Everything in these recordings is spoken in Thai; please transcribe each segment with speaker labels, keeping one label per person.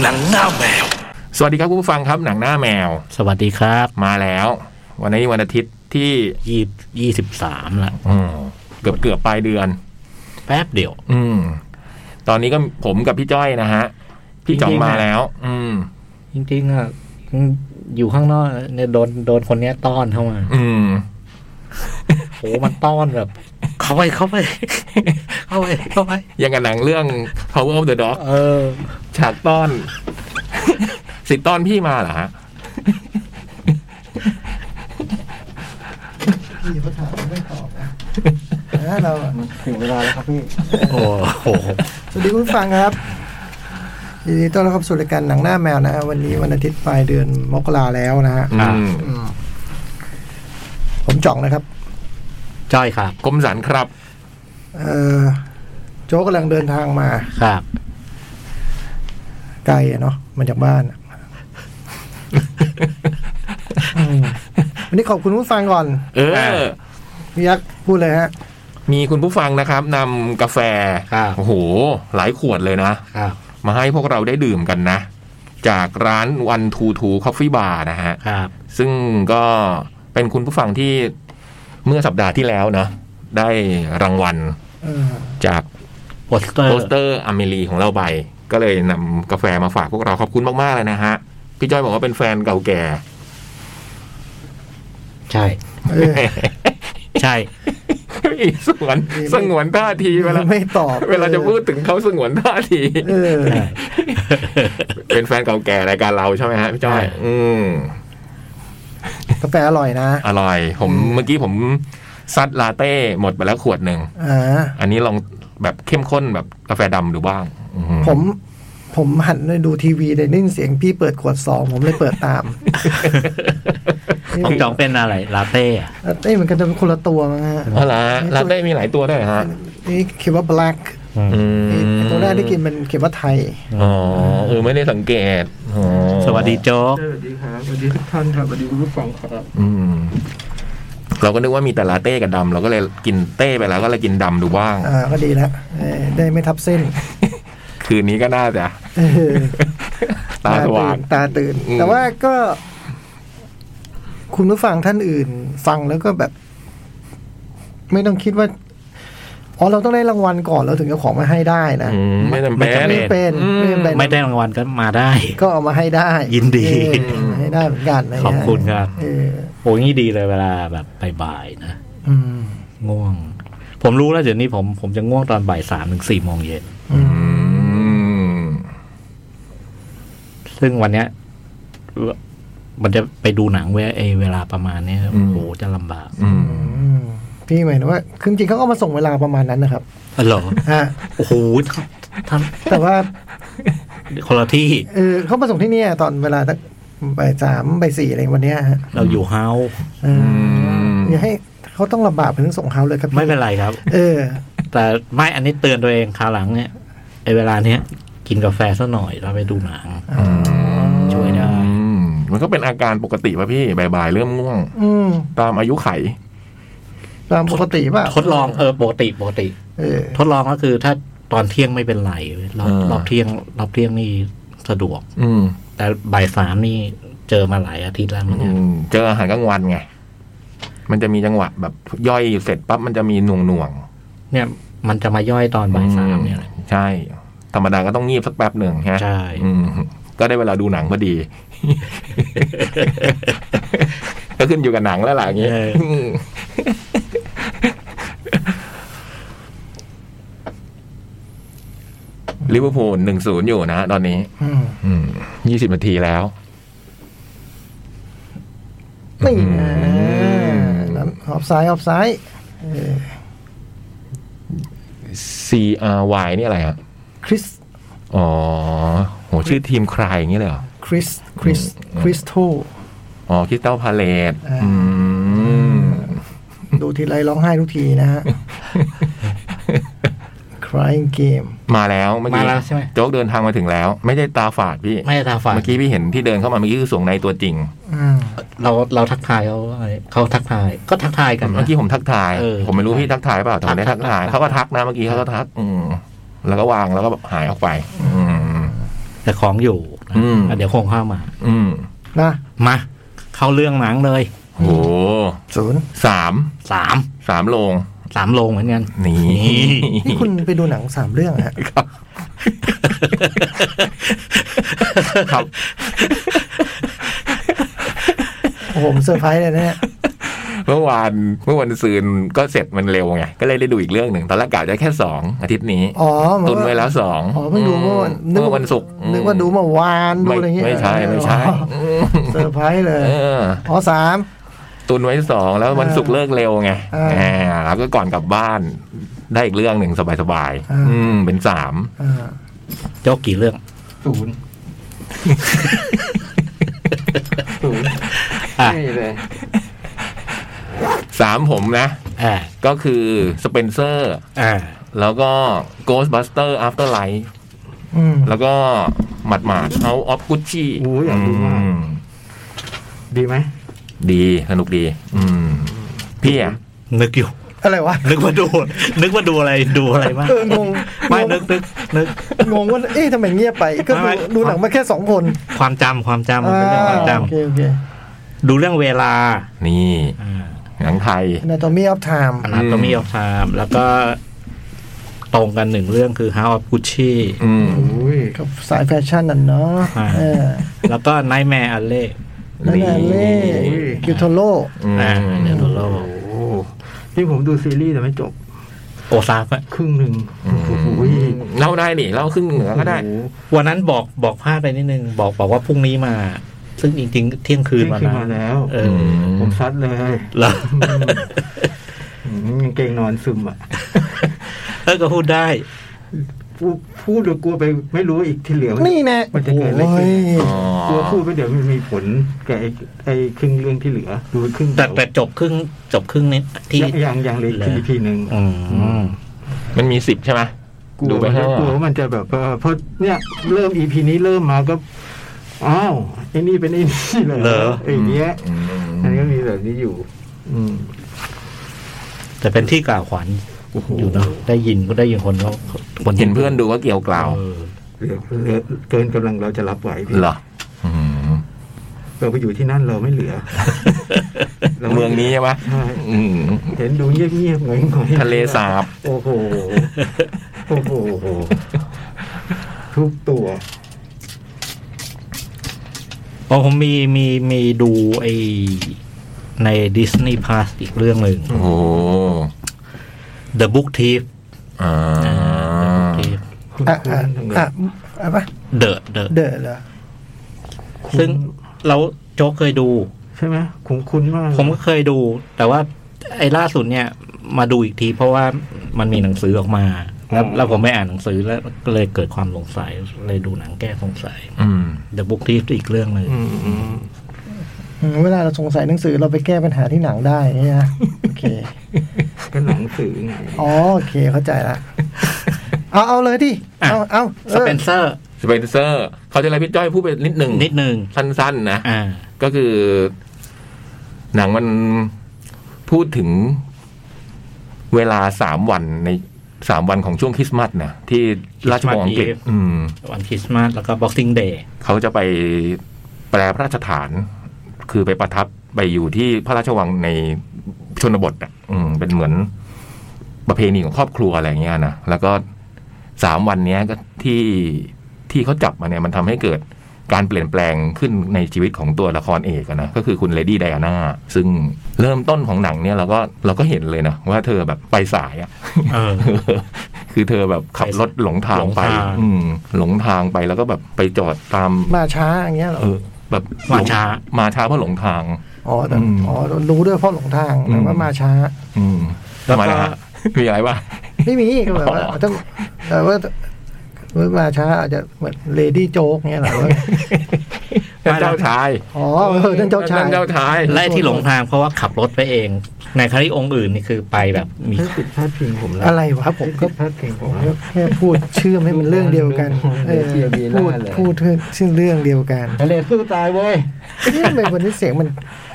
Speaker 1: หนังหน้าแมว
Speaker 2: สวัสดีครับคุณผู้ฟังครับหนังหน้าแมว
Speaker 3: สวัสดีครับ
Speaker 2: มาแล้ว วันนี้วันอาทิตย์ที่
Speaker 3: ยี่ยี่สิบสามละ
Speaker 2: อืมเกือบเกือบปลายเดือน
Speaker 3: แป๊บเดียว
Speaker 2: อืม ตอนนี้ก็ผมกับพี่จ้อยนะฮะ พี่จ่อง
Speaker 3: จริงๆ
Speaker 2: มา
Speaker 3: อะ
Speaker 2: แล้ว อืม
Speaker 3: จริงๆอ่ะอยู่ข้างนอกเนี่ยโดนโดนคนเนี้ยต้อนเข้ามา
Speaker 2: อืม
Speaker 3: โหมันต้อนแบบ เข้าไปเข้าไปเข้าไปเข้าไป
Speaker 2: ยังกับหนังเรื่อง Power of the Dog
Speaker 3: เออ
Speaker 2: ฉากต้อน สิทธิ์ต้อนพี่มาเหรอฮะ
Speaker 4: พี่เขาถามไม่ตอบนะอ่ะเราอ่ะถึงเวลาแล้วครับพี่
Speaker 3: โอ้โห
Speaker 4: สวัสดีคุณผู้ฟังครับยินดีต้อนรับเข้าสู่รายการหนังหน้าแมวนะฮะวันนี้วันอาทิตย์ปลายเดือนมกราแล้วนะฮะ
Speaker 2: อืม
Speaker 4: อืมผมจ่องนะครับ
Speaker 3: จ้อยครับ
Speaker 2: คมสันครับ
Speaker 4: เอ่อโจ๊กกำลังเดินทางมา
Speaker 3: ครับ
Speaker 4: ไกลอะเนาะมาจากบ้านอะอืมวันนี้ขอบคุณผู้ฟังก่อน
Speaker 2: เอ
Speaker 3: อ่า
Speaker 2: อ
Speaker 4: พี่ยักษ์พูดเลยฮะ
Speaker 2: มีคุณผู้ฟังนะครับนำกาแฟ
Speaker 3: ครับ
Speaker 2: โอ้โห หลายขวดเลยนะ
Speaker 3: ครับ
Speaker 2: มาให้พวกเราได้ดื่มกันนะ จากร้านวันทูทูคอฟฟี่บาร์นะฮะ
Speaker 3: ครับ
Speaker 2: ซึ่งก็เป็นคุณผู้ฟังที่เมื่อสัปดาห์ที่แล้วเนอะได้รางวัล
Speaker 4: เออ
Speaker 2: จาก
Speaker 3: โปสเตอร์
Speaker 2: โปสเตอร์อเมรีของเราไป ก็เลยนำกาแฟมาฝากพวกเราขอบคุณมาก ๆ เลยนะฮะ พี่จ้อยบอกว่าเป็นแฟนเก่าแก่
Speaker 3: ใช่
Speaker 4: เออ
Speaker 3: ใช่
Speaker 2: อีสงวนสงวนท่าทีเวลา
Speaker 4: ไม่ตอบ
Speaker 2: เวลาจะพูดถึงเขาสงวนท่าที
Speaker 4: เออ
Speaker 2: เป็นแฟนเก่าแก่รายการเราใช่ไหมฮะพี่จ้อย
Speaker 3: ใช่
Speaker 2: อืม
Speaker 4: กาแฟอร่อยนะ
Speaker 2: อร่อย ผมเมื่อกี้ผมซัดลาเต้หมดไปแล้วขวดหนึ่ง
Speaker 4: อ่า
Speaker 2: อันนี้ลองแบบเข้มข้นแบบกาแฟดำดูบ้างอื
Speaker 4: ผมผมหันไปดูทีวีได้ยินเสียงพี่เปิดขวดสองผมเลยเปิดตาม
Speaker 3: ของจองเป็นอะไรลาเต้อะ
Speaker 4: เอ้ยมันก็จะเป็นคนละตัวมั้งฮะ
Speaker 2: เอาละลาเต้มีหลายตัวด้วยเหรอฮะ
Speaker 4: นี่เขียนว่า black
Speaker 2: อืม
Speaker 4: ไอ้ไอ้ตัวแรกที่กินมันเขียนว่าไทย
Speaker 2: อ๋อเออไม่ได้สังเกตอ๋อ
Speaker 3: สวัสดีโจ๊ก
Speaker 4: สวัสดีครับสวัสดีทุกท่านครับสวัสดีคุณผู้ฟังครับ
Speaker 2: อืมเราก็นึกว่ามีแต่ลาเต้กับดำเราก็เลยกินเต้ไปแล้วก็เลยกินดำดูบ้าง
Speaker 4: อ่าก็ดีแล้วเอ่อได้ไม่ทับเส้น
Speaker 2: คืนนี้ก็น่าจะ
Speaker 4: เออ
Speaker 2: ตาสว่าง
Speaker 4: ตาตื่น
Speaker 2: อืม
Speaker 4: แต่ว่าก็ คุณผู้ฟังท่านอื่น ฟังแล้วก็แบบ ไม่ต้องคิดว่าอ๋อเราต้องได้รางวัลก่อนเราถึงจะของมาให้ได้นะ
Speaker 2: อืมไม่จำ
Speaker 4: ไม่
Speaker 2: เป็น
Speaker 4: จำเป็น
Speaker 2: อืม
Speaker 4: ไม่จำเป็น
Speaker 3: ไม่ได้รางวัลก็มาได้
Speaker 4: ก็เอามาให้ได้
Speaker 3: ยินดี
Speaker 4: เออเอาให้ได้เหมือนกันนะฮะ
Speaker 3: ขอบคุณครับ
Speaker 4: เออ
Speaker 3: โอ้ยนี่ดีเลยเวลาแบบบ่ายๆนะ
Speaker 4: อืม
Speaker 3: ง่วง ผมรู้แล้วเดี๋ยวนี้ผมผมจะง่วงตอนบ่ายสามถึงสี่โมงเย็น
Speaker 4: อืม
Speaker 2: อืม
Speaker 3: ซึ่งวันเนี้ย มันจะไปดูหนังเวไอเวลาประมาณเนี้ยโอ้โหจะลำบาก
Speaker 2: อืม
Speaker 4: อืมพี่หมายถึงว่าคือจริงๆเขาก็มาส่งเวลาประมาณนั้นนะครับ
Speaker 3: อ๋อเหรอ
Speaker 4: ฮะ
Speaker 3: โอ้โหท่าน
Speaker 4: แต่ว่า
Speaker 3: คนละที่
Speaker 4: เออเขามาส่งที่เนี่ยตอนเวลาสักบ่ายสามบ่ายสี่อะไรวันเนี้ยฮะ
Speaker 3: เราอยู่เฮาส์
Speaker 4: เออออย่าให้เขาต้องลำบากไปถึงส่งเขาเลยครับพี่
Speaker 3: ไม่เป็นไรครับ
Speaker 4: เออ
Speaker 3: แต่ไม่อันนี้เตือนตัวเองคราวหลังเนี่ยไอเวลาเนี้ยกินกาแฟซะหน่อยแล้วไปดูหนัง ช่วยได้
Speaker 2: อืมมันก็เป็นอาการปกติป่ะพี่บ่ายๆเริ่มง่วง
Speaker 4: อืม
Speaker 2: ตามอายุไข
Speaker 4: ตามปกติป่ะ
Speaker 3: ทดลองเออปกติปกติ
Speaker 4: เออ
Speaker 3: ทดลองก็คือถ้าตอนเที่ยงไม่เป็นไรรอบ
Speaker 2: อ่าร
Speaker 3: รอบเที่ยงรอบเที่ยงนี่สะดวก
Speaker 2: อืม
Speaker 3: แต่บ่ายสามนี่เจอมาหลายอาทิตย์แล้วเหมือน
Speaker 2: อื
Speaker 3: กัน
Speaker 2: มเจออาหารกลางวันไง มันจะมีจังหวะแบบย่อยเสร็จปั๊บมันจะมีหน่วงหน่วง
Speaker 3: เนี่ยมันจะมาย่อยตอน
Speaker 2: ๆ
Speaker 3: บ่ายสามเนี่ยแหละ
Speaker 2: ใช่ ธรรมดาก็ต้องงีบสักแป๊บหนึ่งฮะ
Speaker 3: ใช่
Speaker 2: อืมก็ได้เวลาดูหนังพอดี ก็ขึ้นอยู่กับหนังแล้วล่ะอย่างงี้
Speaker 3: เออ
Speaker 2: ม ลิเวอร์พูลหนึ่งศูนย์อยู่นะตอนนี้
Speaker 4: อืม
Speaker 2: อืมยี่สิบนาทีแล้ว
Speaker 4: นี่น
Speaker 2: อืม
Speaker 4: ะออฟไซด์ออฟไซด์เออ
Speaker 2: C R Y นี่อะไรอ่ะ
Speaker 4: คริส
Speaker 2: อ๋อโหชื่อทีมใครอย่างนี้เลยเหรอ
Speaker 4: คริส คริส คริสโต
Speaker 2: อ๋อคริสตัลพาเลต
Speaker 4: อ่า
Speaker 2: อืม
Speaker 4: ดูทีไรร้องไห้ทุกทีนะฮะ Crying Game
Speaker 2: มาแล้วเมื่อกี้
Speaker 3: มาแล้วใช่ไหม
Speaker 2: โจ๊กเดินทางมาถึงแล้ว ไม่ได้ตาฝาดพี่
Speaker 3: ไม่ได้ตาฝาด
Speaker 2: เมื่อกี้พี่เห็นที่เดินเข้ามาเมื่อกี้คือสวงในตัวจริง
Speaker 4: อืม
Speaker 3: เราเราทักทายเขาเขาทักทายก็ทักทายกันนะ
Speaker 2: เมื่อกี้ผมทักทาย
Speaker 3: เออ
Speaker 2: ผมไม่รู้พี่ทักทายเปล่าแต่ผมได้
Speaker 3: ทั
Speaker 2: ทั
Speaker 3: ก
Speaker 2: ก
Speaker 3: ทา
Speaker 2: ทาย ยเขาก็ทักนะเมื่อกี้เขาก็ทัก อืมแล้วก็วางแล้วก็หายออกไป อืม
Speaker 3: แต่ของอยู่นะ
Speaker 2: อืม
Speaker 3: อ่ะเดี๋ยวคงเข้ามา
Speaker 2: อืม
Speaker 4: นะ
Speaker 3: มา เข้าเรื่องหนังเลย
Speaker 2: โห
Speaker 4: ศูนย์
Speaker 2: สาม
Speaker 3: สาม
Speaker 2: สามโลง
Speaker 3: สามโรงเหมือนกัน
Speaker 2: นี่
Speaker 4: นี่คุณไปดูหนังสามเรื่องอะฮะ
Speaker 2: ครับ
Speaker 4: โอ้โหผมเซอร์ไพรส์เลยนะเนี่ย
Speaker 2: เมื่อวานเมื่อวันซืนก็เสร็จมันเร็วไง ก็เลยได้ดูอีกเรื่องหนึ่งตอนแรกกะจะแค่สองอาทิตย์นี้
Speaker 4: อ๋อเหมือ
Speaker 2: ตุน
Speaker 4: นา
Speaker 2: ไว้แล้วสอง
Speaker 4: อ๋อเพิ่งดูเมื่อวัน
Speaker 2: เมื่อวันศุกร์
Speaker 4: นึกว่าดูเมื่อวาน
Speaker 2: ไม่
Speaker 4: ดูอะไรอย่างเงี้ย
Speaker 2: ไม่ใช่ไม่ใช่
Speaker 4: อ๋อเซอร์ไพรส์เล
Speaker 2: เอย อ
Speaker 4: อ๋อสาม
Speaker 2: ตุนไว้สองแล้ววันศุกร์เลิกเร็วไง
Speaker 4: อ่า
Speaker 2: แหมแล้วก็ก่อนกลับบ้านได้อีกเรื่องหนึ่งสบาย
Speaker 4: อ่า
Speaker 2: ๆอืมเป็นสาม
Speaker 4: อ่า
Speaker 3: โจ๊กกี่เรื่อง
Speaker 1: ศูนย์ศูนย์
Speaker 3: อ่ะ
Speaker 1: ไม่เลย
Speaker 2: สามผมนะ
Speaker 3: อ่า
Speaker 2: ก็คือสเปนเซอร์
Speaker 3: อ่า
Speaker 2: แล้วก็ Ghostbuster Afterlife
Speaker 4: อืม
Speaker 2: แล้วก็หมัดหมาดเอาออฟกุชชี่
Speaker 1: โอ้ยอยากดูมากดีไหม
Speaker 2: ดีสนุกดี อืม พี่อะ
Speaker 3: นึกอยู่
Speaker 4: อะไรวะ
Speaker 3: นึกว่าดู นึกว่าดูอะไรดูอะไรมาก
Speaker 4: เอองง
Speaker 3: ไม่
Speaker 4: งง
Speaker 3: นึกนึกนึก
Speaker 4: งงว่าเอ๊ะทำไมเงียบไปก็
Speaker 3: ไม่
Speaker 4: ดู
Speaker 3: ไม่
Speaker 4: ดูหนังมาแค่สองคน
Speaker 3: ความจำความจำมันเป็นเรื่องความจ
Speaker 4: อ่าโอเคโอเค
Speaker 3: ำดูเรื่องเวลา
Speaker 2: นี่หนังไทย
Speaker 4: Anatomy of Time
Speaker 3: อนาโตมีออฟไทม์แล้วก็ตรงกันหนึ่งเรื่องคือ House of Gucci
Speaker 2: อืม
Speaker 1: โอ้ย
Speaker 4: กับสายแฟชั่นนั่นเนาะ
Speaker 3: อ่า
Speaker 4: เออ
Speaker 3: แล้วก็ Nightmare Alley
Speaker 4: นั่นแหละเล่กิวโทโร่
Speaker 2: อืม
Speaker 3: อ่าเดี๋ยวดูโลก
Speaker 1: โอ้ที่ผมดูซีรีส์แต่ไม่จบ
Speaker 3: โอซาฟอะ
Speaker 1: ครึ่งหนึ่งโอ้โห
Speaker 2: เล่าได้นี่เล่าครึ่งเหนือก็ได้
Speaker 3: วันนั้นบอกบอกพลาดไปนิดนึง บอกบอกว่าพรุ่งนี้มา ซึ่งจริงๆ เที่ยงคื
Speaker 1: ขึ้
Speaker 3: น
Speaker 1: น
Speaker 3: มา
Speaker 1: ขึ้น
Speaker 3: นะ
Speaker 1: มาแล้ว
Speaker 3: เออ
Speaker 1: ผมซัดเลย
Speaker 3: แล้ว
Speaker 1: อืมกางเกงนอนซึมอ่ะ
Speaker 3: เออก็พูดได้
Speaker 1: พูดพูดเดี๋ยวกลัวไปไม่รู้อีกที่เหลือ
Speaker 4: นี่แน่
Speaker 1: มันจะเกิดอะไรขึ้นก
Speaker 4: โอ้ย
Speaker 1: ลัวพูดไปเดี๋ยวมันมีผลกับไอ้ไอ้ครึ่งเรื่องที่เหลือ ดูครึ่ง
Speaker 3: แต่
Speaker 1: เดียว
Speaker 3: แต่จบครึ่งจบครึ่งนี้ที่
Speaker 1: ยังยังยังเหลย
Speaker 3: เหลื
Speaker 1: ที
Speaker 3: อ
Speaker 1: พีหนึ่ง
Speaker 3: อืม
Speaker 2: มันมีสิบใช่ไหม
Speaker 1: กลั
Speaker 2: ดู
Speaker 1: ว
Speaker 2: ไป
Speaker 1: มัน
Speaker 2: เถอะ
Speaker 1: กลัวว่ามันจะแบบเออเพราะเนี่ยเริ่มอีพีนี้เริ่มมาก็อ้าวไอ้นี่เป็นไอ้นี่เหร
Speaker 3: เหรอ
Speaker 1: อไอ้เงี้ย
Speaker 2: อืม
Speaker 1: อันนี้ก็มีแบบนี้อยู่ อืม
Speaker 3: แต่เป็นที่กล่าวขวัญ
Speaker 1: โโห
Speaker 3: อยู่เนาะได้ยินก็ได้ยินคนเขาค
Speaker 2: เห็นเพื่อนดูก็เกี่ยวกล่าว
Speaker 3: เออ
Speaker 1: เหลือเหลือเกินกำลังเราจะรับไหวพี่
Speaker 2: เหรออืม
Speaker 1: เราไปอยู่ที่นั่นเราไม่เหลือ รา
Speaker 2: เมืองนี้ใช่ไหม
Speaker 1: ใช่
Speaker 2: อืม
Speaker 1: เห็นดูเงียบๆเงยๆ
Speaker 2: ทะเลสาบ
Speaker 1: โอ้โห โอ้โห ทุกตัว
Speaker 3: อ๋อผมมีมีมีดูไอใน Disney Plus อีกเรื่องหนึ่ง
Speaker 2: โอ้โห
Speaker 3: The Book Thief
Speaker 2: อ่า
Speaker 3: Thief
Speaker 4: อ่ะอ่ะ
Speaker 1: คุ้นๆ
Speaker 4: อ่ะอ่ะปะ
Speaker 3: The The
Speaker 4: เดอะเหรอ
Speaker 1: คุ้น
Speaker 3: ซึ่งเราโจ๊กเคยดู
Speaker 1: ใช่ไหมคุ้นคุ้นมาก
Speaker 3: ผมก็เคยดู แต่ว่าไอ้ล่าสุดเนี่ยมาดูอีกทีเพราะว่ามันมีหนังสือออกมา แล้วแล้วผมไปอ่านหนังสือแล้วก็เลยเกิดความสงสัยเลยดูหนังแก้สงสัย
Speaker 2: อืม
Speaker 3: The Book Thief อีกเรื่องหนึ่ง
Speaker 1: อืมอืม
Speaker 4: อืมเวลาเราสงสัยหนังสือเราไปแก้ปัญหาที่หนังได้เนี่ยนะโอเค
Speaker 1: ก็หนังสือไง
Speaker 4: อ๋อโอเคเข้าใจละเอาเอาเลยดิ
Speaker 3: อ่ะ
Speaker 4: เอาเอาอ
Speaker 3: ส
Speaker 4: อ
Speaker 3: เปนเซอร์
Speaker 2: สเปนเซอร์ เขาจะอะไรพี่จ้อยพูดไปนิดหนึ่ง
Speaker 3: นิดหนึ่ง
Speaker 2: สั้นๆนะ
Speaker 3: อ่า
Speaker 2: ก็คือ หนังมันพูดถึงเวลาสามวันในสามวันของช่วงคริสต์มาสนะที่ราชวงศ์อังกฤษ
Speaker 3: Eve
Speaker 2: อืม
Speaker 3: วันคริสต์มาสแล้วก็ Boxing Day
Speaker 2: เขาจะไปแปลพระราชฐาน คือไปประทับไปอยู่ที่พระราชวังในชนบทอ่ะอืมเป็นเหมือนประเพณีของครอบครัวอะไรอย่างเงี้ยนะแล้วก็สามวันเนี้ยก็ที่ที่เขาจับมาเนี่ยมันทำให้เกิดการเปลี่ยนแปลงขึ้นในชีวิตของตัวละครเอกอะนะก็คือคุณเลดี้ไดอาน่าซึ่งเริ่มต้นของหนังเนี่ยเราก็เราก็เห็นเลยนะว่าเธอแบบไปสายอะ
Speaker 3: เออ
Speaker 2: คือเธอแบบขับรถหลงทางไป
Speaker 3: หลงทาง
Speaker 2: อืมหลงทางไปแล้วก็แบบไปจอดตาม
Speaker 4: มาช้าอย่างเงี้ยเหรอ
Speaker 2: เออแบบ
Speaker 3: มาช้า
Speaker 2: มาช้าเพราะหลงทาง
Speaker 4: อ๋อแต่
Speaker 2: อืม
Speaker 4: อ๋อรู้ด้วยเพราะหลงทาง
Speaker 2: อืม
Speaker 4: แต่ว่ามาช้า
Speaker 2: อืม
Speaker 3: แล้ว
Speaker 2: ทำ
Speaker 3: ก็
Speaker 2: ไมนะฮะ มีอะไรบ้าง
Speaker 4: ไม่มีก็แบบว่า
Speaker 2: อ๋อ
Speaker 4: ต้องแต่ว่ามาช้าอาจจะเหมือนเลดี้โจ๊กเงี้ยเหรอวะ
Speaker 3: ไม่นะ
Speaker 2: เจ้าชาย
Speaker 4: อ๋อเออนั่นเจ้าชาย
Speaker 2: เจ้าชาย
Speaker 3: ไล่ที่หลงทางเพราะว่าขับรถไปเอง ในคดีองค์อื่นนี่คือไปแบบมี
Speaker 1: ให้ติดพาดพิงผมแล้ว
Speaker 4: อะไรวะผมก็
Speaker 1: ติดพาดพิงผ
Speaker 4: ผม ม
Speaker 1: แล้
Speaker 4: ก็
Speaker 1: ว
Speaker 4: แค่พูดเชื่อมให้มันเรื่องเดียวกันเออ
Speaker 1: เรื่องเดียวกัน
Speaker 4: พูด
Speaker 1: เลย
Speaker 4: พูดเรื่องชื่อเรื่องเดียวกัน
Speaker 1: ทะเลสู้ตายเว้ย
Speaker 4: เนี่ยทำไมวันนี้เสียงมัน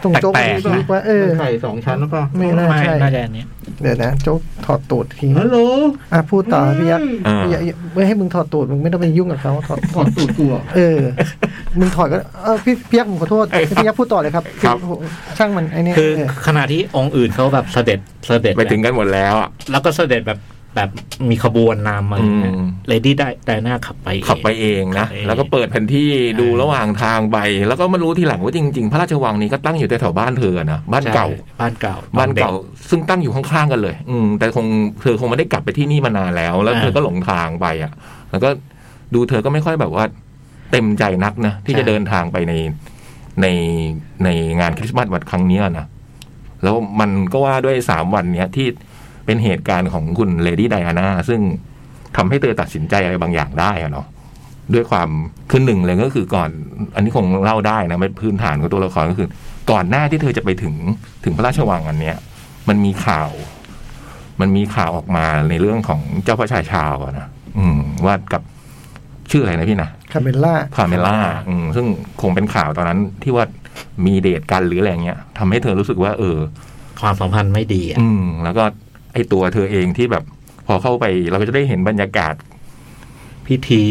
Speaker 4: ตรงโจ๊ก
Speaker 3: แปลกๆ
Speaker 4: รู้
Speaker 3: นะ
Speaker 4: ว่าเออ
Speaker 1: ไข่สองชั้นหรือเปล่า
Speaker 4: ไม่น่า
Speaker 3: ไม่
Speaker 4: ใช่
Speaker 3: น่าจะอันเนี้ย
Speaker 4: เดี๋ยวนะโจ๊กถอดตูดที
Speaker 1: ฮัลโหล
Speaker 4: อ่ะพูดต่อพี่ยักษ์
Speaker 2: อ่า
Speaker 4: อย่าอย่าไม่ให้มึงถอดตูดมึงไม่ต้องไปยุ่งกับเขาถอด
Speaker 1: ถอดตูดกูเหรอ
Speaker 4: เออ มึงถอดก็เออพี่พี่ยักษ์ผมขอโทษ
Speaker 2: เอ้ยครับ
Speaker 4: พี่ยักษ์พูดต่อเลยครับ
Speaker 2: ครับ
Speaker 4: อช่างมันไอ้เนี่ย
Speaker 3: คือ
Speaker 4: เออ
Speaker 3: ขณะที่องค์อื่นเขาแบบเสด็จเสด็จ
Speaker 2: ไปถึงกันหมดแล้วอะ
Speaker 3: แล้วก็เสด็จแบบแบบมีขบวนนำมาอย่างเงี้ย
Speaker 2: อืม
Speaker 3: เลดี้ได้ไดน่าขับไป
Speaker 2: ขับไปเองนะ
Speaker 3: ขับเอง
Speaker 2: แล้วก็เปิดแผนที่ดู
Speaker 3: ใช่
Speaker 2: ระหว่างทางไป แล้วก็มารู้ทีหลังว่าจริงๆ พระราชวังนี้ก็ตั้งอยู่แถวๆบ้านเธอนะบ้าน
Speaker 3: ใช่
Speaker 2: เก่า
Speaker 3: บ้านเก่า
Speaker 2: บ้านเก่า
Speaker 3: ด็
Speaker 2: ซึ่งตั้งอยู่ข้างๆกันเลย อืมแต่คงเธอคงไม่ได้กลับไปที่นี่มานานแล้ว แล้ว
Speaker 3: อ่า
Speaker 2: เธอก็หลงทางไปอ่ะ แล้วก็ดูเธอก็ไม่ค่อยแบบว่า เต็มใจนักนะที่
Speaker 3: ใช่
Speaker 2: จะเดินทางไปในในในงานคริสต์มาสวันครั้งเนี้ยนะแล้วมันก็ว่าด้วยสามวันเนี้ยที่เป็นเหตุการณ์ของคุณเลดี้ไดอาน่าซึ่งทำให้เธอตัดสินใจอะไรบางอย่างได้อะเนาะด้วยความคือหนึ่งเลยก็คือก่อน อันนี้คงเล่าได้นะเป็นพื้นฐานของตัวละครก็คือ ก่อนหน้าที่เธอจะไปถึงถึงพระราชวังอันเนี้ย มันมีข่าว มันมีข่าวออกมาในเรื่องของเจ้าพระชายชาวอะนะอืม ว่ากับชื่ออะไรนะพี่นะ
Speaker 4: คาเมล่า
Speaker 2: พาเมล่าอืมซึ่งคงเป็นข่าวตอนนั้นที่ว่ามีเดทกันหรืออะไรเงี้ยทำให้เธอรู้สึกว่า เออ
Speaker 3: ความสัมพันธ์ไม่ดีอะ
Speaker 2: อืม แล้วก็ไอตัวเธอเองที่แบบ พอเข้าไปเราก็จะได้เห็นบรรยากาศ
Speaker 3: พิธี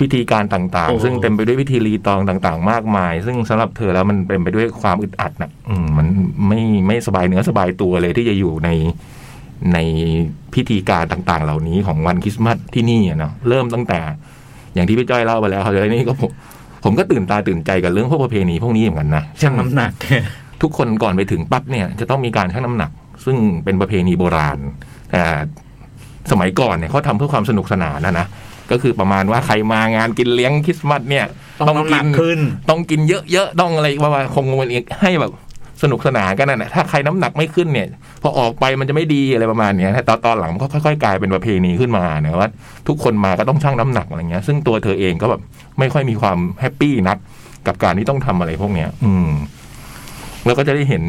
Speaker 2: พิธีการต่าง
Speaker 3: โอ้
Speaker 2: ๆ ซึ่งเต็มไปด้วยพิธีรีตองต่างๆ มากมาย ซึ่งสำหรับเธอแล้วมันเต็มไปด้วยความอึดอัดนะอืมมันไม่ไม่สบายเนื้อสบายตัวเลยที่จะอยู่ในในพิธีการต่างๆ เหล่านี้ของวันคริสต์มาสที่นี่อะเนาะเริ่มตั้งแต่ อย่างที่พี่จ้อยเล่าไปแล้วเขาจะนี่ก็ผมผมก็ตื่นตาตื่นใจกับเรื่องพวกประเพณีพวกนี้เหมือนกันนะ
Speaker 3: ชั่งน้ำ หนัก
Speaker 2: ทุกคนก่อนไปถึงปั๊บเนี่ย จะต้องมีการชั่งน้ำหนัก ซึ่งเป็นประเพณีโบราณแต่สมัยก่อนเนี่ยเขาทำเพื่อความสนุกสนานนะนะก็คือประมาณว่าใครมางานกินเลี้ยงคริสต์มาสเนี่ย
Speaker 3: ต้องน้ำหนักขึ้น
Speaker 2: ต้องกินเยอะๆ ต้องอะไรประมาณคงมันอีกให้แบบสนุกสนานกันนั่นแหละถ้าใครน้ำหนักไม่ขึ้นเนี่ย พอออกไปมันจะไม่ดีอะไรประมาณเนี้ยแต่ตอนตอนหลังมันก็ค่อยๆ กลายเป็นประเพณีขึ้นมาเนะว่าทุกคนมาก็ต้องชั่งน้ำหนักอะไรเงี้ย ซึ่งตัวเธอเองก็แบบไม่ค่อยมีความแฮปปี้นักกับการที่ต้องทำอะไรพวกเนี้ย อืม แล้วก็จะได้เห็น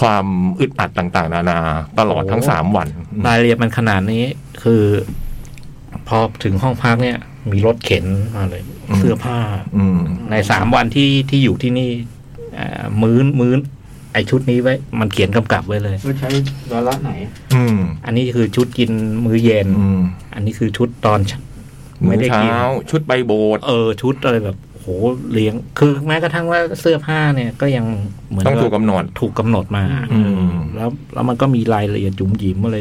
Speaker 2: ความอึดอัดต่างๆ นานา ตลอดทั้ง
Speaker 3: โอ้
Speaker 2: สามวัน
Speaker 3: รายละเอียดมันขนาดนี้คือ พอถึงห้องพักเนี่ย มีรถเข็นมาเลย เสื้อผ้า
Speaker 2: อืม
Speaker 3: ในสามวันที่ที่อยู่ที่นี่เอ่อมื้นมื้นไอชุดนี้ไว้ มันเขียนกำกับไว้เลย
Speaker 1: ว่าใช้วาระไหน
Speaker 2: อืม
Speaker 3: อันนี้คือชุดกินมื้อเย็น
Speaker 2: อืม
Speaker 3: อันนี้คือชุดตอนเช้า
Speaker 2: มื้อเช้าชุดไปโบสถ์
Speaker 3: เออ ชุดอะไรแบบโหเลี้ยง คือแม้กระทั่งว่าเสื้อผ้าเนี่ย ก็ยังเหมือน
Speaker 2: ต้องถู
Speaker 3: ว่าก
Speaker 2: กำหนด
Speaker 3: ถูกกำหนดมา
Speaker 2: อืม
Speaker 3: แล้วแล้วมันก็มีรายละเอียดจุ๋มหยิมอะไร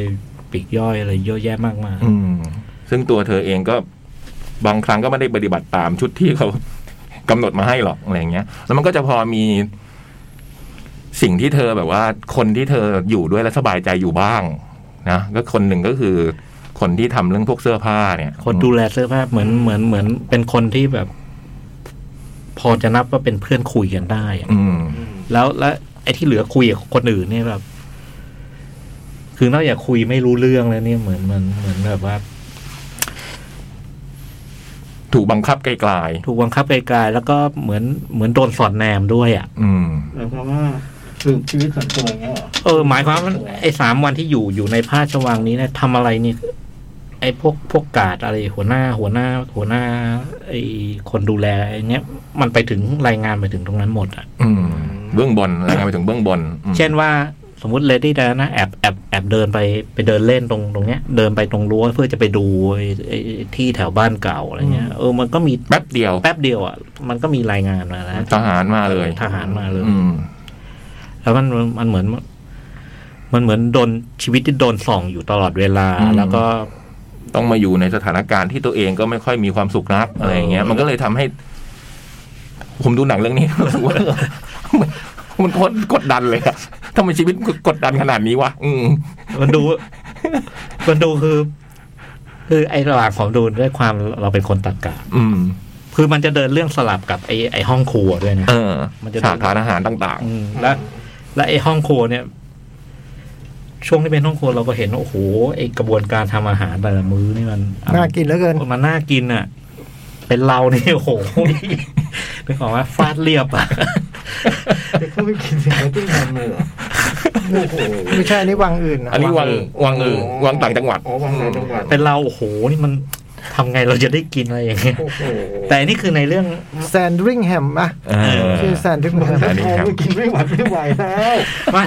Speaker 3: ปลีกย่อยอะไรเยอะแยะมากมาย
Speaker 2: อืมซึ่งตัวเธอเองก็บางครั้งก็ไม่ได้ปฏิบัติตามชุดที่เขา กำหนดมาให้หรอกอะไรอย่างเงี้ย แล้วมันก็จะพอมีสิ่งที่เธอแบบว่า คนที่เธออยู่ด้วยและสบายใจอยู่บ้างนะก็คนหนึ่งก็คือ คนที่ทำเรื่องพวกเสื้อผ้าเนี่ย
Speaker 3: คนดูแลเสื้อผ้าเหมือนเหมือนเหมือน เป็นคนที่แบบ พอจะนับว่าเป็นเพื่อนคุยกันได้อะ
Speaker 2: อืม
Speaker 3: แล้วแล้วไอ้ที่เหลือคุยกับคนอื่นเนี่ยแบบ คือนอกจากคุยไม่รู้เรื่องแล้วเนี่ยเหมือนเหมือนเหมือนแบบว่า
Speaker 2: ถูกบังคับไกล
Speaker 3: ถูกบังคับไกลๆแล้วก็เหมือนเหมือนโดนสอดแนมด้วยอ่ะ
Speaker 2: ๆอืม
Speaker 1: หมายความว่าสืบชีวิตส่วนตัวอย่างเงี้ยเหรอ
Speaker 3: เออหมายความว่าไอ้สามวันที่อยู่อยู่ในพระราชวังนี้เนี่ยทำอะไรนี่ไอ้พวกพวกกาดอะไร หัวหน้า หัวหน้า หัวหน้า ไอ้คนดูแลไอ้เนี้ยมันไปถึงรายงานไปถึงตรงนั้นหมดอ่ะ
Speaker 2: อืม เบื้องบนอะไรายงานไปถึงเบื้องบนอืม
Speaker 3: เช่นว่าสมมติเลดี้ดานะแอบแอบแอบเดินไปไปเดินเล่นตรงตรงเนี้ย เดินไปตรงรั้วเพื่อจะไปดูไอ้ไอ้ไอ้ที่แถวบ้านเก่าอะไรเงี้ยเออมันก็มี
Speaker 2: แป๊บเดียว
Speaker 3: แป๊บเดียวอ่ะมันก็มีรายงานมาแล้ว
Speaker 2: ทหารมาเลย
Speaker 3: ทหารมาเลย
Speaker 2: อืม
Speaker 3: แล้วมันมันมันเหมือน มันเหมือนโดนชีวิตที่โดนส่องอยู่ตลอดเวลา
Speaker 2: อืม
Speaker 3: แล้วก็
Speaker 2: ต้องมาอยู่ในสถานการณ์ที่ตัวเองก็ไม่ค่อยมีความสุขนักอะไรอย่างเงี้ย
Speaker 3: เออ
Speaker 2: มันก็เลยทำให้ ผมดูหนังเรื่องนี้ รู้สึกว่ามันมันโคตรกดดันเลยอะทำไมชีวิตกดกดดันขนาดนี้วะอืม
Speaker 3: มันดู มันดูคือ คือไอ้ระหว่างของดูด้วยความเราเป็นคนตักกะ
Speaker 2: อืม
Speaker 3: คือมันจะเดินเรื่องสลับกับไอ้ไอ้ห้องครัวด้วยนะ
Speaker 2: เออ
Speaker 3: มันจะ
Speaker 2: ฉากทานอาหารต่าง
Speaker 3: อืมและและไอห้องครัวเนี่ย ช่วงที่เป็นห้องครัวเราก็เห็นว่าโอ้โหไอกระบวนการทำอาหารแต่ละมื้อนี่มัน
Speaker 4: น่ากินเหลือเกิน
Speaker 3: มันน่ากินอ่ะ เป็นเรานี่โอ้โหนึกออกว่าฟาดเรียบ อ่ะ
Speaker 1: จะเข้าไปกินสิ่งที่ทำเลยเหรอโอ้โห
Speaker 4: ไม่ใช่อันนี้วังอื่นนะ
Speaker 2: ๆ อันนี้วังวังเออวังต่างจังหวัด
Speaker 1: อ๋อวังต่างจังหวัด
Speaker 3: เป็นเราโอ้โหนี่มันทำไงเราจะได้กินอะไรอย่างเงี้ย
Speaker 1: โอ้โห
Speaker 3: แต่อันนี่คือในเรื่อง
Speaker 4: แซนดริงแฮมอะ
Speaker 2: เออ
Speaker 4: ชื่อแซนดริงแฮม
Speaker 2: อันนี้ครับ
Speaker 1: กินไม่หวัดไม่ไหวแล้ว
Speaker 3: ไม่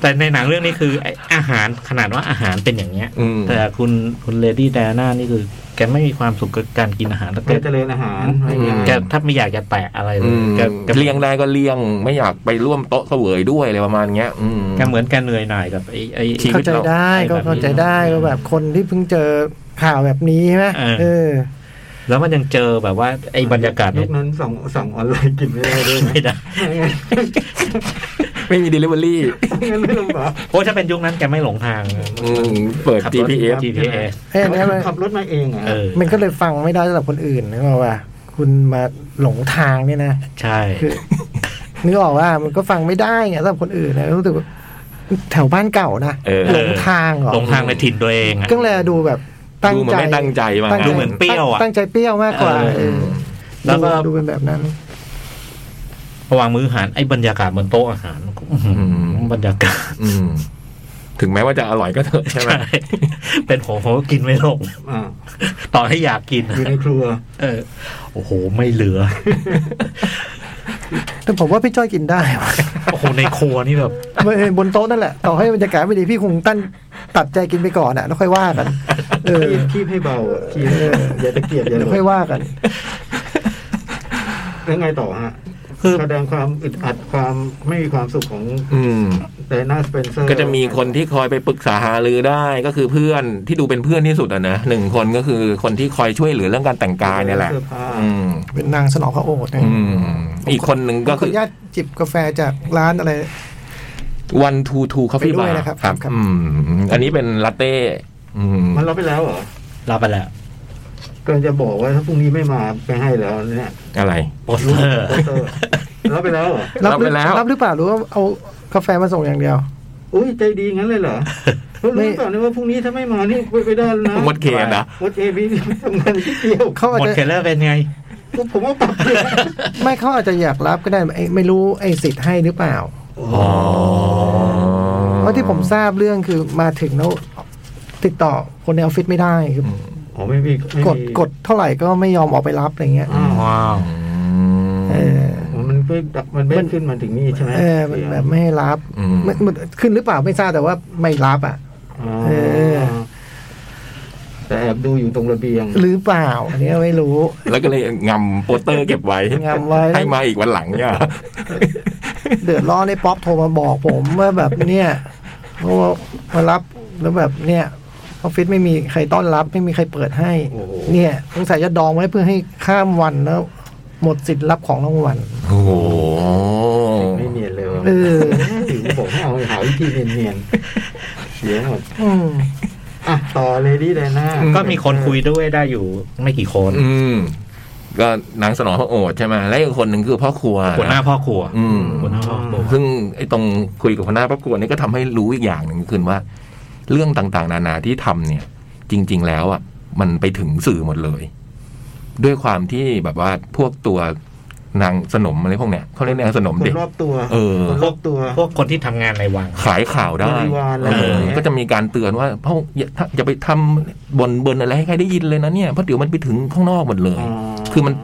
Speaker 3: แต่ในหนังเรื่องนี้คือไอ้อาหารขนาดว่าอาหารเป็นอย่างเงี้ย
Speaker 2: อืม
Speaker 3: แต่คุณคุณเลดี้แดน่านี่คือ แกไม่มีความสุขกับการกินอาหารแล้วแก
Speaker 1: การเจริญอาหารอะไรเงี้ย
Speaker 2: อืม
Speaker 3: แกถ้าไม่อยากจะแตะอะไรเล
Speaker 2: อื
Speaker 3: ย
Speaker 2: ม
Speaker 3: แกแก
Speaker 2: เลี่ยงได้ก็เลี่ยงไม่อยากไปร่วมโต๊ะเสวยด้วยอะไรประมาณเนี้ย อืม
Speaker 3: แกเหมือนแกเหนื่อยหน่ายกับไอ้ไอ้
Speaker 2: ชีวิ
Speaker 4: เข้า
Speaker 2: ต
Speaker 4: ใจ
Speaker 2: เรา
Speaker 4: ได้
Speaker 3: ไอ้
Speaker 4: ก็
Speaker 3: แบบนี้
Speaker 4: เข้าใจได้ว่าแบบคนที่เพิ่งเจอข่าวแบบนี้ใช่ไหม
Speaker 3: เออ
Speaker 4: เออ
Speaker 3: แล้วมันยังเจอแบบว่าไอ้บรรยากาศ
Speaker 1: ยุ
Speaker 3: เนี่ย
Speaker 1: คนั้นสั่งสั่งออนไลน์กินไม่ได้ด้วยนะ
Speaker 3: ไม่ได้
Speaker 1: ไม่งั้น
Speaker 2: ไม่มี delivery
Speaker 1: ไม่งั้นเรื่องแบบ
Speaker 3: โอ้ถ้าเป็นยุคนั้นแกไม่หลงทาง
Speaker 2: อืมเปิด
Speaker 3: ขับรถ
Speaker 2: GPS
Speaker 3: GPS
Speaker 4: เอ้ยเนี่ยมัน
Speaker 1: ขับรถมาเองอ่ะ
Speaker 3: เออ
Speaker 4: มันก็เลยฟังไม่ได้สำหรับคนอื่นนึกออกป่ะคุณมาหลงทางเนี่ยนะ
Speaker 3: ใช่
Speaker 4: คือ นึกออกว่ามันก็ฟังไม่ได้ไงสำหรับคนอื่นนะรู้สึกว่าแถวบ้านเก่านะ
Speaker 2: เออ
Speaker 4: หลงทางเหรอ
Speaker 3: หลงทางในถิ่นตัวเองอะ
Speaker 4: ก็เลยดูแบบตั้ง
Speaker 2: ดูเหมือ
Speaker 4: ใจ
Speaker 2: นไม่ตั้งใจมา
Speaker 4: ตั้งใจ
Speaker 3: ดูเหมือนเปรี้ยวอะ
Speaker 4: ตั้งใจเปรี้ยวมากกว่า
Speaker 3: เออ
Speaker 4: เออ
Speaker 3: แล้วก็
Speaker 4: ดูเป็นแบบนั้น
Speaker 3: ระหว่างมื้ออาหารไอ้บรรยากาศบนโต๊ะอาหารอื้อหือบรรยากาศ
Speaker 2: อืม ถึงแม้ว่าจะอร่อยก็เถอะใช่ไหม
Speaker 3: เป็นผมผมก็กินไม่ลง
Speaker 1: อ่ะ
Speaker 3: ต่อให้อยากกิน
Speaker 1: อยู่ในครัว
Speaker 3: เออ โอ้โห ไม่เหลือ
Speaker 4: แต่ผมว่าพี่จ้อยกินได้ว่ะ
Speaker 3: โอ้โห ในครัวนี่แบบ
Speaker 4: ไม่บนโต๊ะนั่นแหละ ต่อให้บรรยากาศไม่ดีพี่คงตั้นตัดใจกินไปก่อนอ่ะแล้วค่อยว่ากันเออ
Speaker 1: คีบคีบให้เบาอะคีบให้อย่าตะเกียบอย่า
Speaker 4: เดี๋ย
Speaker 1: ห
Speaker 4: ว
Speaker 1: ล
Speaker 4: ค่อย
Speaker 1: บ
Speaker 4: ว่ากัน
Speaker 1: แล้วไงต่อฮะ
Speaker 3: คือ
Speaker 1: แสดงความอึดอัดความไม่มีความสุขของ
Speaker 2: อืม
Speaker 1: ไดนาสเปนเซอร์
Speaker 2: ก็จะมีคนที่คอยไปปรึกษาหารือได้ก็คือเพื่อนที่ดูเป็นเพื่อนที่สุดอ่ะนะหนึ่งคนก็คือคนที่คอยช่วยเหลือเรื่องการแต่งกายเนี่ยแหละ
Speaker 1: สื้อผ้า
Speaker 2: อืม
Speaker 4: เป็นนางสนองพระโอษฐ์นะ
Speaker 2: อืม อีกคนหนึ่งก็
Speaker 4: ขอ
Speaker 2: คือ
Speaker 4: อนุญาตจิบกาแฟจากร้านอะไร
Speaker 2: วันทูทูคา
Speaker 4: ไป
Speaker 2: ฟี่
Speaker 4: ด้
Speaker 2: บา
Speaker 4: วย
Speaker 2: ร์
Speaker 4: นะครับ
Speaker 2: ครับ
Speaker 4: ครับ
Speaker 2: อืม อันนี้เป็นลาเต้อืม
Speaker 1: มันรับไปแล้วเหรอ
Speaker 3: รับไปแล้ว
Speaker 1: กำลังจะบอกว่าถ้าพรุ่งนี้ไม่มาไปให้แล้วเนี่ย
Speaker 2: อะไร
Speaker 3: โปสเตอร์
Speaker 1: โปสเตอร์รับไปแล้วเหรอ
Speaker 2: รับไปแล้ว
Speaker 4: รับหรือเปล่าหรือว่าเอากาแฟมาส่งอย่างเดียว
Speaker 1: อุ้ยใจดีงั้นเลยเหรอเขารู้ก่อนนะว่าพรุ่งนี้ถ้าไม่มานี่ไปไม่ได้แล้วนะ
Speaker 2: งดเคนะ
Speaker 1: วัดเอบีทำงานเที่ยว
Speaker 4: เขาอาจ
Speaker 3: หมด
Speaker 4: จะ
Speaker 3: เคลเลอร์เป็นไง
Speaker 1: ผมว่าปรับเปลี่ยน
Speaker 4: ไม่เขาอาจจะอยากรับก็ได้ไอ้ไม่รู้ไอ้สิทธิ์ให้หรือเปล่า
Speaker 2: อ๋อ
Speaker 4: เพราะที่ผมทราบเรื่องคือมาถึงแล้วติดต่อคนในออฟฟิศไม่ได้คือ
Speaker 1: อ๋อไม่มีไม่มี
Speaker 4: กดกดเท่าไหร่ก็ไม่ยอมออกไปรับอะไรเงี้ย
Speaker 1: อ้าว
Speaker 3: ว้าว
Speaker 2: อืม
Speaker 4: เออ
Speaker 1: มันเพิ่งมันไม่
Speaker 4: มัน
Speaker 1: ขึ้นมาถึงนี่ใช่ไหม
Speaker 4: เออมันแบบไม่ให้รับ
Speaker 2: อืม
Speaker 4: มันมันขึ้นหรือเปล่าไม่ทราบแต่ว่าไม่รับอ่ะ
Speaker 1: อ๋อ
Speaker 4: เออ
Speaker 1: แต่แอบดูอยู่ตรงระเบียง
Speaker 4: หรือเปล่า อันนี้ไม่รู้
Speaker 2: แล้วก็เลยงำโปสเตอร์เก็บไว้
Speaker 4: งำไว้
Speaker 2: ให้มาอีกวันหลังเนี่ย
Speaker 4: เดือดร้อนในป๊อปโทรมาบอกผมว่าแบบเนี่ยเขามารับแล้วแบบเนี่ยออฟฟิศไม่มีใครต้อนรับ ไม่มีใครเปิดให้
Speaker 1: โอ้โห
Speaker 4: เนี่ยสงสัยจะดองไว้เพื่อให้ข้ามวันแล้ว หมดสิทธิ์รับของรางวัล
Speaker 2: โอ้โห
Speaker 1: ไม่เนียนเลย
Speaker 4: เออ
Speaker 1: ถึงบอกให้เอาหาวิธีเนียนๆเสียหมด
Speaker 4: อืม
Speaker 1: อ่ะต่อเลยดีเลยนะ
Speaker 2: อืม
Speaker 3: ก็มีคนคุยด้วยได้อยู่ไม่กี่คน
Speaker 2: อืม ก็นางสนองพระโอษฐ์ใช่ไหมและอีกคนหนึ่งคือพ่อครัว
Speaker 3: หัวหน้าพ่อครัว
Speaker 2: อืม
Speaker 3: หัวหน้าพ่อครัว
Speaker 2: ซึ่งไอ้ตรงคุยกับหัวหน้าพ่อครัวนี่ก็ทำให้รู้อีกอย่างหนึ่งคือว่า เรื่องต่างๆ นานาที่ทำเนี่ย จริง ๆ แล้วอ่ะมันไปถึงสื่อหมดเลย ด้วยความที่แบบว่าพวกตัวนางสนมอะไรพวกเนี้ยเขาเรียกนางสนม
Speaker 1: คน
Speaker 2: เด็ก
Speaker 1: รอบตัว
Speaker 2: เออ
Speaker 1: คนรอบตัว
Speaker 3: พวกคนที่ทำงานในวัง
Speaker 2: ขายข่าวได้
Speaker 1: บริวารอะไร
Speaker 2: เอ
Speaker 1: แบ
Speaker 2: อ
Speaker 1: บเนี้ย
Speaker 2: ก็จะมีการเตือนว่าเพราะอย่าถ้าอย่าไปทำบนเบินอะไรให้ใครได้ยินเลยนะเนี่ยเพราะเดี๋ยวมันไปถึงข้างนอกหมดเลย
Speaker 1: อ๋อ
Speaker 2: คือมัน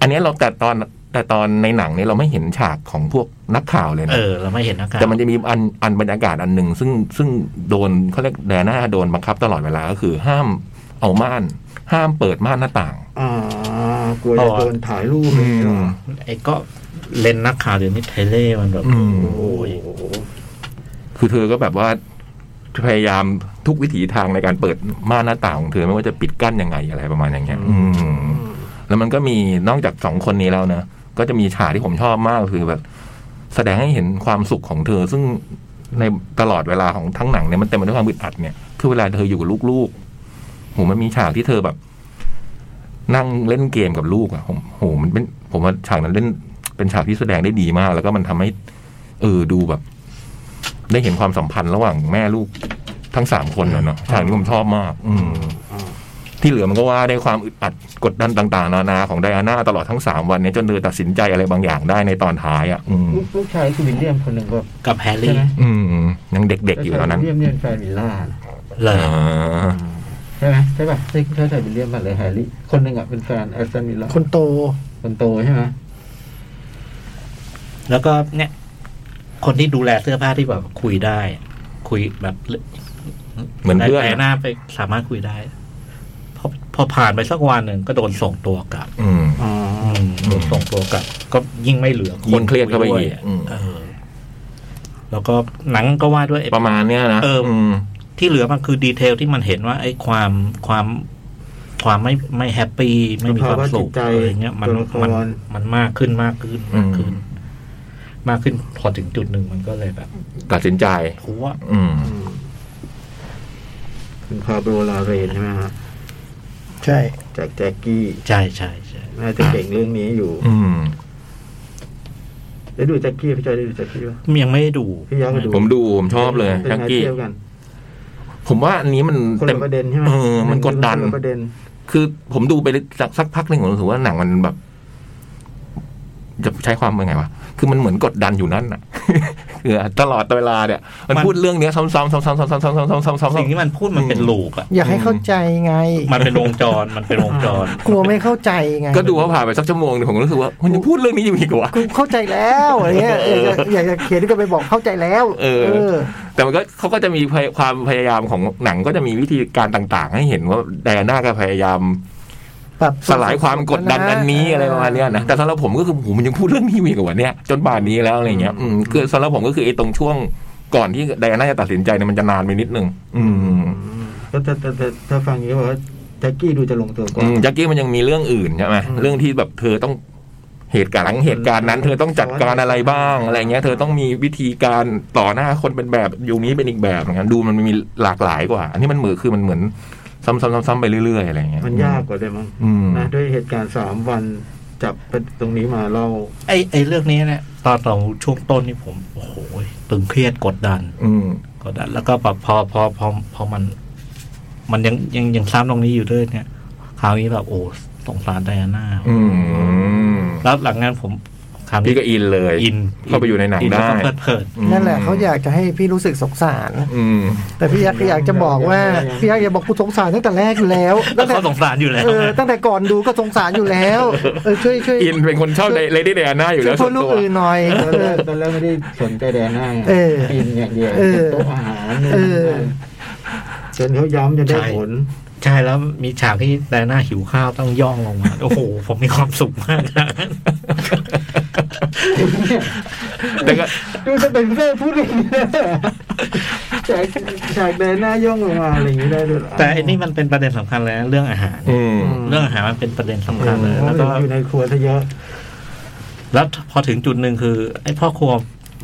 Speaker 2: อันเนี้ยเราแต่ตอนแต่ตอนในหนังเนี่ยเราไม่เห็นฉากของพวกนักข่าวเลย
Speaker 3: เอ
Speaker 2: นะ
Speaker 3: อ เราไม่เห็นนะครับ
Speaker 2: แต่มันจะมีอันอันบรรยากาศอันหนึ่งซึ่งซึ่งโดนเขาเรียกแดน่าโดนบังคับตลอดเวลาก็คือห้ามเอาม่าน ห้ามเปิดม่านหน้าต่าง
Speaker 1: อ่ากลัวจะโดนถ่ายรูป
Speaker 2: อืม
Speaker 1: เหรอ
Speaker 3: ไอ้ก็เลนส์นักข่าวเดี๋ยวนี้ไทเล่มันแบบ
Speaker 2: อืม
Speaker 1: โอ้ย
Speaker 2: คือเธอก็แบบว่าพยายามทุกวิถีทางในการเปิดม่านหน้าต่างของเธอไม่ว่าจะปิดกั้นยังไงอะไรประมาณอย่างเงี้ยอืม แล้วมันก็มีนอกจากสองคนนี้แล้วนะก็จะมีฉากที่ผมชอบมากคือแบบ แสดงให้เห็นความสุขของเธอ ซึ่งในตลอดเวลาของทั้งหนังเนี่ยมันเต็มไปด้วยความอึดอัดเนี่ยคือเวลาเธออยู่กับลูกๆโหมันมีฉากที่เธอแบบ นั่งเล่นเกมกับลูกอะผมโหมันเป็นผมว่าฉากนั้นเล่นเป็นฉากที่แสดงได้ดีมาก แล้วก็มันทำให้ เออดูแบบ ได้เห็นความสัมพันธ์ระหว่างแม่ลูกทั้งสามคนนะเนาะฉากนี้ผมชอบมาก อืม ที่เหลือมันก็ว่าได้ความอึดอัดกดดันต่าง ๆ นานาของไดอาน่าตลอดทั้งสามวันเนี้จนเธอตัดสินใจอะไรบางอย่างได้ในตอนท้ายอ่ะ อืม
Speaker 1: ลูกลูกชายคือวิลเลียมคนหนึ่งแบบ
Speaker 3: กับแฮร์
Speaker 1: ใช่
Speaker 3: รี่
Speaker 1: ไหม
Speaker 2: อืมยังเด็กๆอยู่ตอนนั้น
Speaker 1: วิลเลียมเนี่ยแฟนวิลล่านะ
Speaker 3: เล
Speaker 2: อ่
Speaker 3: ย
Speaker 2: า
Speaker 1: ใช่ไหมใช่ป่ะใช่ใช่ใช่วิลเลียมป่ะหรือแฮร์รี่คนหนึ่งอ่ะเป็นแฟนแอสตันวิลล่า
Speaker 4: คนโต
Speaker 1: คนโตใช่ไหม
Speaker 3: แล้วก็เนี่ย คนที่ดูแลเสื้อผ้าที่แบบคุยได้ คุยแบบ
Speaker 2: เหมือนเพื่อน
Speaker 3: แปลหน้าไปสามารถคุยได้ พอพอผ่านไปสักวันหนึ่งก็โดนส่งตัวกลับ
Speaker 2: อืม
Speaker 1: อ๋อ
Speaker 3: อืมโดนส่งตัวกลับ ก็ยิ่งไม่เหลือ
Speaker 2: ยิ่งเครียดเข้าไปอีก
Speaker 3: คุด้ว
Speaker 2: อืม
Speaker 3: เออ แล้วก็หนังก็ว่าด้วยไอ้
Speaker 2: ประมาณเนี้ยนะ
Speaker 3: เอออื
Speaker 2: ม
Speaker 3: ที่เหลือมันคือดีเทลที่มันเห็นว่า ไอ้ความความความไม่ไม่แฮปปี้ไม่มีความสุขอะไรเงี้ย มันมันมันมากขึ้นมากขึ้นมากขึ้น มากขึ้นพอถึงจุดหนึ่งมันก็เลยแบบ
Speaker 2: ตัดสินใจ
Speaker 3: โอ้ว่า
Speaker 2: อืม
Speaker 1: อืมคุณพาโบลาเรนใช่ไหมฮะ
Speaker 4: ใช่
Speaker 1: จากแจ็กกี้
Speaker 3: ใช่ใช่ใช่
Speaker 1: น่าจะเก่งเรื่องนี้อยู่
Speaker 2: อืม
Speaker 1: ได้ดูแจ็กกี้พี่จอยได้ดูแจ็กกี้ป่ะ
Speaker 3: ยังไม่ได้ดู
Speaker 1: พี่ยักษ์ก็ดู
Speaker 2: ผมดูผมชอบเลย
Speaker 1: เป็น
Speaker 2: ทัก
Speaker 1: ไง
Speaker 2: กี้
Speaker 1: เที่ยวกัน
Speaker 2: ผมว่าอันนี้มัน
Speaker 1: คน
Speaker 2: เต็
Speaker 1: ละ
Speaker 2: ม
Speaker 1: ประเด็นใช่ไหม
Speaker 2: เออมันกดดัน
Speaker 1: คละประเด็น
Speaker 2: คือผมดูไปสักสักพักหนึ่งผมรู้สึกว่าหนังมันแบบ จะใช้ความว่าไงวะคือมันเหมือนกดดันอยู่นั่นน่ะ คือตลอดเวลาเนี่ย มันพูดเรื่องเนี้ยซ้ำๆซ้ำๆซ้ำๆซ้ำๆซ้ำๆซ้ำๆซ้ำๆ
Speaker 3: สิ่งที่มันพูดมันเป็นลูกอะ
Speaker 4: อยากให้
Speaker 2: อืม
Speaker 4: เข้าใจไง
Speaker 3: มันเป็นวงจรมันเป็นวงจร
Speaker 4: กลัวไม่เข้าใจไง
Speaker 2: ก็ดูว่าผ่านไปสักชั่วโมงหนึงผมก็รู้สึกว่ามันยังพูดเรื่องนี้อยู่อีกวะ
Speaker 4: กูเข้าใจแล้วอะไรเงี้ยเอออยากอยากจะเขียนก็ไปบอกเข้าใจแล้ว
Speaker 2: เออ แต่มันก็เขาก็จะมีพยความพยายามของหนังก็จะมีวิธีการต่าง ๆ ให้เห็นว่าไดอาน่าก็พยายาม
Speaker 4: ปรับ
Speaker 2: สลายความกดดันอันนี้อะไรประมาณเนี้ยนะแต่สำหรับผมก็คือโอ้โหมันยังพูดเรื่องนี้อีกว่าเนี่ยจนป่านนี้แล้วอะไรเงี้ย อืมคือสำหรับผมก็คือไอ้ตรงช่วงก่อนที่ไดอาน่าจะตัดสินใจเนี่ยมันจะนานไปนิดนึงอืม
Speaker 1: ก็แต่แต่แต่ถ้าฟังอย่างนี้ก็บอกว่าแจ็กกี้ดูจะลงตัวกว่า
Speaker 2: อืมจักกี้มันยังมีเรื่องอื่นใช่ไหม
Speaker 1: อืม
Speaker 2: เรื่องที่แบบเธอต้องเหตุการณ์หลังเหตุการณ์นั้น เธอต้องจัดการอะไรบ้างอะไรเงี้ย เธอต้องมีวิธีการต่อหน้าคนเป็นแบบอยู่นี้เป็นอีกแบบอย่างนั้นดูมันมีหลากหลายกว่า อันนี้มันเหมือนคือมันเหมือนซ้ำๆซ้ำๆไปเรื่อยๆอะไรเงี้ย
Speaker 1: มันยากกว่าด้วยมั้ง
Speaker 2: อืม
Speaker 1: นะด้วยเหตุการณ์สามวันจับประเด็นตรงนี้มาเล่า
Speaker 3: ไอ้ไอ้เรื่องนี้เนี่ยตอนตอนช่วงต้นนี่ผมโอ้โหตึงเครียดกดดัน
Speaker 2: อืม
Speaker 3: กดดันแล้วก็แบบพอพอพอพอมัน มันยังยังยังซ้ำตรงนี้อยู่ด้วยเนี่ย คราวนี้แบบโอ้สงสารไดอาน่า
Speaker 2: อืม
Speaker 3: แล้วหลังงานผมคราวนี้
Speaker 2: พี่ก็อินเลย
Speaker 3: อิน
Speaker 2: เข้าไปอยู่ในหนัง
Speaker 3: อิแล้วก็
Speaker 2: ได้
Speaker 3: เพลิดเพลิน
Speaker 2: อืม
Speaker 4: นั่นแหละเขาอยากจะให้พี่รู้สึกสงสาร
Speaker 2: อืม
Speaker 4: แต่พี่ยักษ์ก็อยากจะบอกว่าพี่ยักษ์อยากบอกกูสงสารตั้งแต่แรกอยู่ แล้ว
Speaker 3: แล้ว
Speaker 4: ตั้งแต่
Speaker 3: เขาสงสารอยู่แล้ว
Speaker 4: เออตั้งแต่ก่อนดูก็สงสารอยู่แล้วเออช่วยช่วย
Speaker 2: อินเป็นคนชอบเลดี้เดียน่าอยู่
Speaker 4: ช่ว
Speaker 2: แล้
Speaker 4: ยว พู
Speaker 2: ส่ว
Speaker 4: ด
Speaker 2: น
Speaker 4: ลูก
Speaker 2: ตัว
Speaker 4: อื่นหน่อย
Speaker 1: ตอน
Speaker 4: เอ
Speaker 1: แรก
Speaker 4: อ
Speaker 1: ตอนแรกไม่ได้สนใจแดนหน้าไง
Speaker 4: เออ
Speaker 1: กินอย่างเดียว
Speaker 4: เออ
Speaker 1: โต๊ะอาหารนู่น
Speaker 4: เออ
Speaker 1: นั่นจนเขาย้ำจนได้ผล
Speaker 3: ใช่แล้วมีฉากที่ไดอาน่าหิวข้าวต้องย่องลงมา โอ้โห ผมมีความสุขมากนะ
Speaker 2: แต่ก็
Speaker 1: ดูจะเป็นเพื่อนพูดอย่างนี้ได้เหรอจากจากแดนหน้าย่องลงมาอะไรอย่างนี้ได้ด้วยเหร
Speaker 3: แต่อันนี้มันเป็นประเด็นสำคัญเลยนะเรื่องอาหารเนี่ย
Speaker 2: อืม
Speaker 3: เรื่องอาหารมันเป็นประเด็นสำคัญเลย
Speaker 1: แล้
Speaker 3: แล้ว ว
Speaker 1: ก็
Speaker 3: ก็
Speaker 1: อยู่ในครัวซะเยอะ
Speaker 3: แล้วพอถึงจุดหนึ่งคือ ไอ้พ่อครัว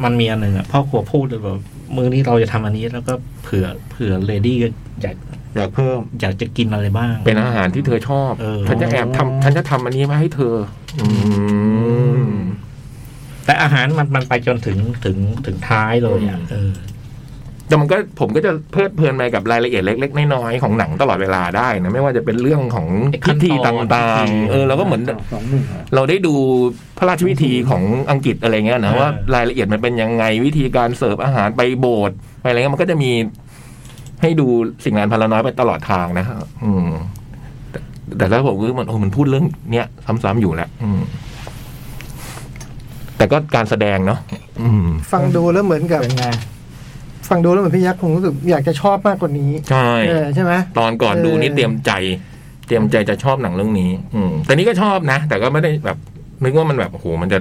Speaker 3: มันมีอันหนึ่งอะพ่อครัวพูดเลยแบบมือนี้เราจะทำอันนี้แล้วก็เผื่อเผื่อเลดี้อยาก
Speaker 1: อยากเพิ่ม
Speaker 3: อยากจะกินอะไรบ้าง
Speaker 2: เป็นอาหารที่เธอชอบ
Speaker 3: เออ
Speaker 2: ฉันจะแอบทำฉันจะทำอันนี้มาให้เธอ อืม
Speaker 3: แต่อาหารมันมันไปจนถึงถึงถึงท้ายเลยอะ
Speaker 2: อืม
Speaker 3: เออ
Speaker 2: แต่มันก็ผมก็จะเพลิดเพลินไปกับรายละเอียดเล็ก ๆ น้อยๆของหนังตลอดเวลาได้นะไม่ว่าจะเป็นเรื่องของ
Speaker 3: ไอ้ขั้
Speaker 2: พิ
Speaker 3: นตอน
Speaker 2: ธีต่าง
Speaker 3: พิธี
Speaker 2: ๆเออเราก็เหมือน
Speaker 1: สองหนึ่งอะ
Speaker 2: เราได้ดูพระราชวิธีของอังกฤษอะไรเงี้ยนะ
Speaker 3: อ่า
Speaker 2: ว่ารายละเอียดมันเป็นยังไงวิธีการเสิร์ฟอาหารไปโบสถ์ไปอะไรเงี้ยมันก็จะมีให้ดูสิ่งงานพันละน้อยไปตลอดทางนะฮะอืม แต่แต่แล้วผมก็มันโอ้มันพูดเรื่องเนี้ยซ้ำๆอยู่แหละอืม แต่ก็การแสดงเนาะอืม
Speaker 4: ฟังดูแล้วเหมือนกับ
Speaker 1: เป็นไง
Speaker 4: ฟังดูแล้วเหมือนพี่ยักษ์คงรู้สึกอยากจะชอบมากกว่านี้
Speaker 2: ใช่
Speaker 4: เออใช่ไหม
Speaker 2: ตอนก่อนดูนี่
Speaker 4: เออ
Speaker 2: เตรียมใจ เตรียมใจจะชอบหนังเรื่องนี้ อืม แต่นี่ก็ชอบนะ แต่ก็ไม่ได้แบบ นึกว่ามันแบบโอ้โหมันจะ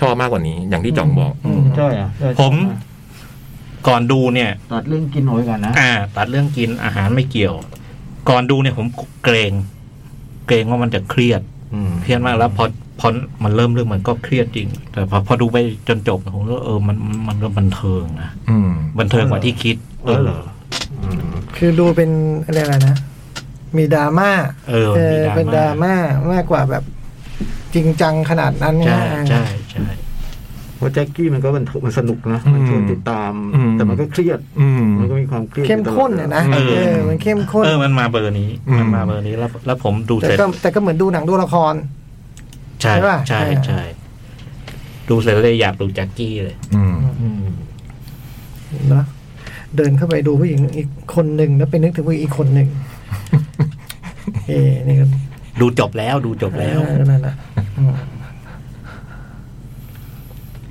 Speaker 2: ชอบมากกว่านี้ อย่างที่จ่องบอก อืม
Speaker 1: จ้อยอ่ะจ้อย
Speaker 3: ผม ก่อนดูเนี่ย
Speaker 1: ตัดเรื่องกินหน่อยก่อนนะ
Speaker 3: อ่า ตัดเรื่องกินอาหารไม่เกี่ยว ก่อนดูเนี่ยผมเกรง เกรงว่ามันจะเครียด
Speaker 2: อืม
Speaker 3: เครียดมากแล้วพอพอมันเริ่มเรื่องมันก็เครียดจริง แต่พอพอดูไปจนจบผมก็เออมันมันก็บันเทิงนะ
Speaker 2: อืม
Speaker 3: บันเทิงกว่าที่คิด
Speaker 1: เออเหรอ
Speaker 4: คือดูเป็นอะไรอะไรนะ มีดราม่า
Speaker 3: เออ
Speaker 4: เอ
Speaker 3: มี
Speaker 4: อ
Speaker 3: ดราม่า
Speaker 4: เป็นดราม่ามากกว่าแบบ จริงจังขนาดนั้นเนี่ย
Speaker 3: ใช่ใช่ใช่
Speaker 1: เพราะแจ็คกี้มันก็มันมันสนุกนะ มันชวนติดตาม
Speaker 2: อืม
Speaker 1: แต่มันก็เครียด
Speaker 2: อืม
Speaker 1: มันก็มีความเครียด
Speaker 4: เข้มข้น
Speaker 1: อ
Speaker 4: เนี่ย ยนะ
Speaker 2: เออ
Speaker 4: เออมันเข้มข้น
Speaker 3: เออ มันมาเบอร์นี้
Speaker 2: อืม
Speaker 3: มันมาเบอร์นี้แล้ว แล้วผมดู
Speaker 4: แต่
Speaker 3: เสร็จ
Speaker 4: ก็แต่ก็เหมือนดูหนังดูละคร
Speaker 3: ใช่
Speaker 4: ใช่ป่ะ
Speaker 3: ใช่
Speaker 4: เออ
Speaker 3: ใช่ดูเสร็จเลยอยากดูแจ็คกี้เลย
Speaker 2: อืม
Speaker 1: อืม
Speaker 4: นะเดินเข้าไปดูผู้หญิงอีกคนหนึ่งแล้วไปนึกถึงผู้หญิงอีกคน หนึ่งเอ้นี่ก็
Speaker 3: ดูจบแล้วดูจบแล้ว
Speaker 4: เออนั่นนะอืม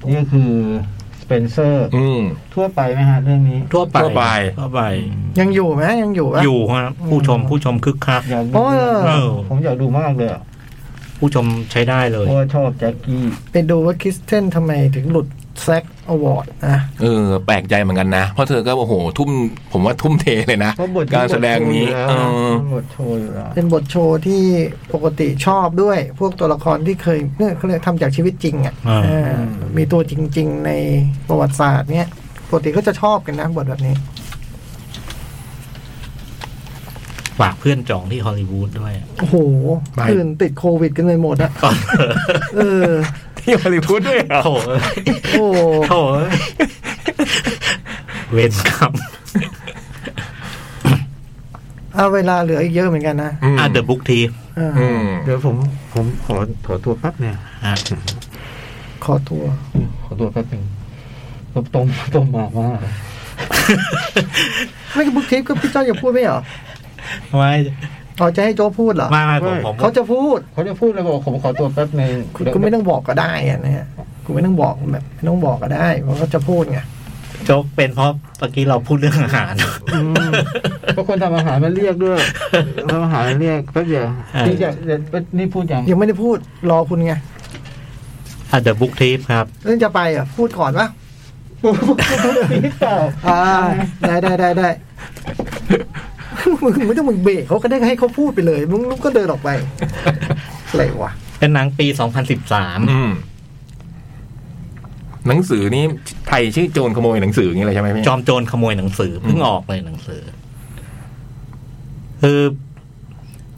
Speaker 1: นี่ก็คือ สเปนเซอร์
Speaker 2: อืม
Speaker 1: ทั่วไปไหมฮะเรื่องนี้
Speaker 3: ทั่วไป
Speaker 2: ทั่วไป
Speaker 3: ทั่วไป
Speaker 4: ยังอยู่ไหมยังอยู่ปะ
Speaker 3: อยู่ครับผู้ชมผู้ชมคึกคัก
Speaker 1: อยากดู
Speaker 4: โอ้ย
Speaker 3: เออ
Speaker 1: ผมอยากดูมากเลยอะ
Speaker 3: ผู้ชมใช้ได้เล
Speaker 1: เพ
Speaker 3: ย
Speaker 1: ราะว่าชอบแจ็คกี้
Speaker 4: ไปดูว่าคริสเทนทำไมถึงหลุดแซกอวอร์ดนะ
Speaker 2: เออแปลกใจเหมือนกันนะ เพราะเธอก็โอ้โหทุ่มผมว่าทุ่มเทเลยนะ
Speaker 1: เพราะบท
Speaker 2: การแสดงนี้
Speaker 1: บทโชว์อยู่แล้วบทโชว์อ
Speaker 2: เออ
Speaker 1: ยู่แล้ว
Speaker 4: เป็นบทโชว์ที่ปกติชอบด้วย พวกตัวละครที่เคยเนี่ยเขาเรียกทำจากชีวิตจริงอ่ะ
Speaker 3: อ่า
Speaker 4: เออมีตัวจริง ๆ ในประวัติศาสตร์เนี่ยปกติก็จะชอบกันนะบทแบบนี้
Speaker 3: ฝากเพื่อนจองที่ฮอลลีวูดด้วย
Speaker 4: โอ้โห
Speaker 2: ไม่
Speaker 4: คืนติดโควิดกันไปหมดอะเออ
Speaker 2: ที่ฮอลลีวูดด้วยเหรอ
Speaker 3: โถ
Speaker 4: โอ้
Speaker 3: โถเวรกรรม
Speaker 4: เอาเวลาเหลืออีกเยอะเหมือนกันนะ
Speaker 2: ม
Speaker 3: อ่ะเดอะบุ๊กที
Speaker 4: เออ
Speaker 2: อืม
Speaker 1: เดี๋ยวผมผมขอขอตัวแป๊บเนี่ย
Speaker 4: ขอตัว
Speaker 1: ขอตัวแป๊บหนึ่งต้มต้มต้มมากมาก
Speaker 4: ไม่กับบุ๊กทิปก็พี่เจ้าอย่าพูดไม่เหรอ
Speaker 3: ไม่
Speaker 4: อ๋อจะให้โจ้พูดเหรอ
Speaker 3: ไม่ไม่ผมผม
Speaker 4: เขาจะพูด
Speaker 1: เขาจะพูดเลยบอกผมขอตัวแป๊บหนึ่ง
Speaker 4: คุณก็ไม่ต้องบอกก็ได้อะนะฮะกูไม่ต้องบอกแบบไม่ต้องบอกก็ได้เพราะเขาจะพูดไง
Speaker 3: โจ๊กเป็นเพราะเมื่อกี้เราพูดเรื่องอาหาร
Speaker 1: อืมเพราะคนทำอาหารมาเรียกด้วยทำอาหารมาเรียกแป๊บเดียว
Speaker 3: เออ
Speaker 1: นี่อยากเดี๋ยวนี่พูดยัง
Speaker 4: ยังไม่ได้พูดรอคุณไง
Speaker 3: อ่ะเดอะบุ๊กทีครับ
Speaker 4: เรื่องจะไปอ่ะ พูดก่อนปะอ่าได้ได้ได้ได้มึงไม่ต้องมึงเบรกเขาก็ได้ให้เขาพูดไปเลย มึงก็เดินออกไปอะไรวะ
Speaker 3: เป็นหนังปี
Speaker 2: อืม หนังสือนี่ไทยชื่อโจรขโมยหนังสืออย่างนี้เลยใช่ไหมพี่
Speaker 3: 2013 จอมโจรขโมยหนังสือเพิ่ง
Speaker 2: อืม
Speaker 3: ออกเลยหนังสือ คือ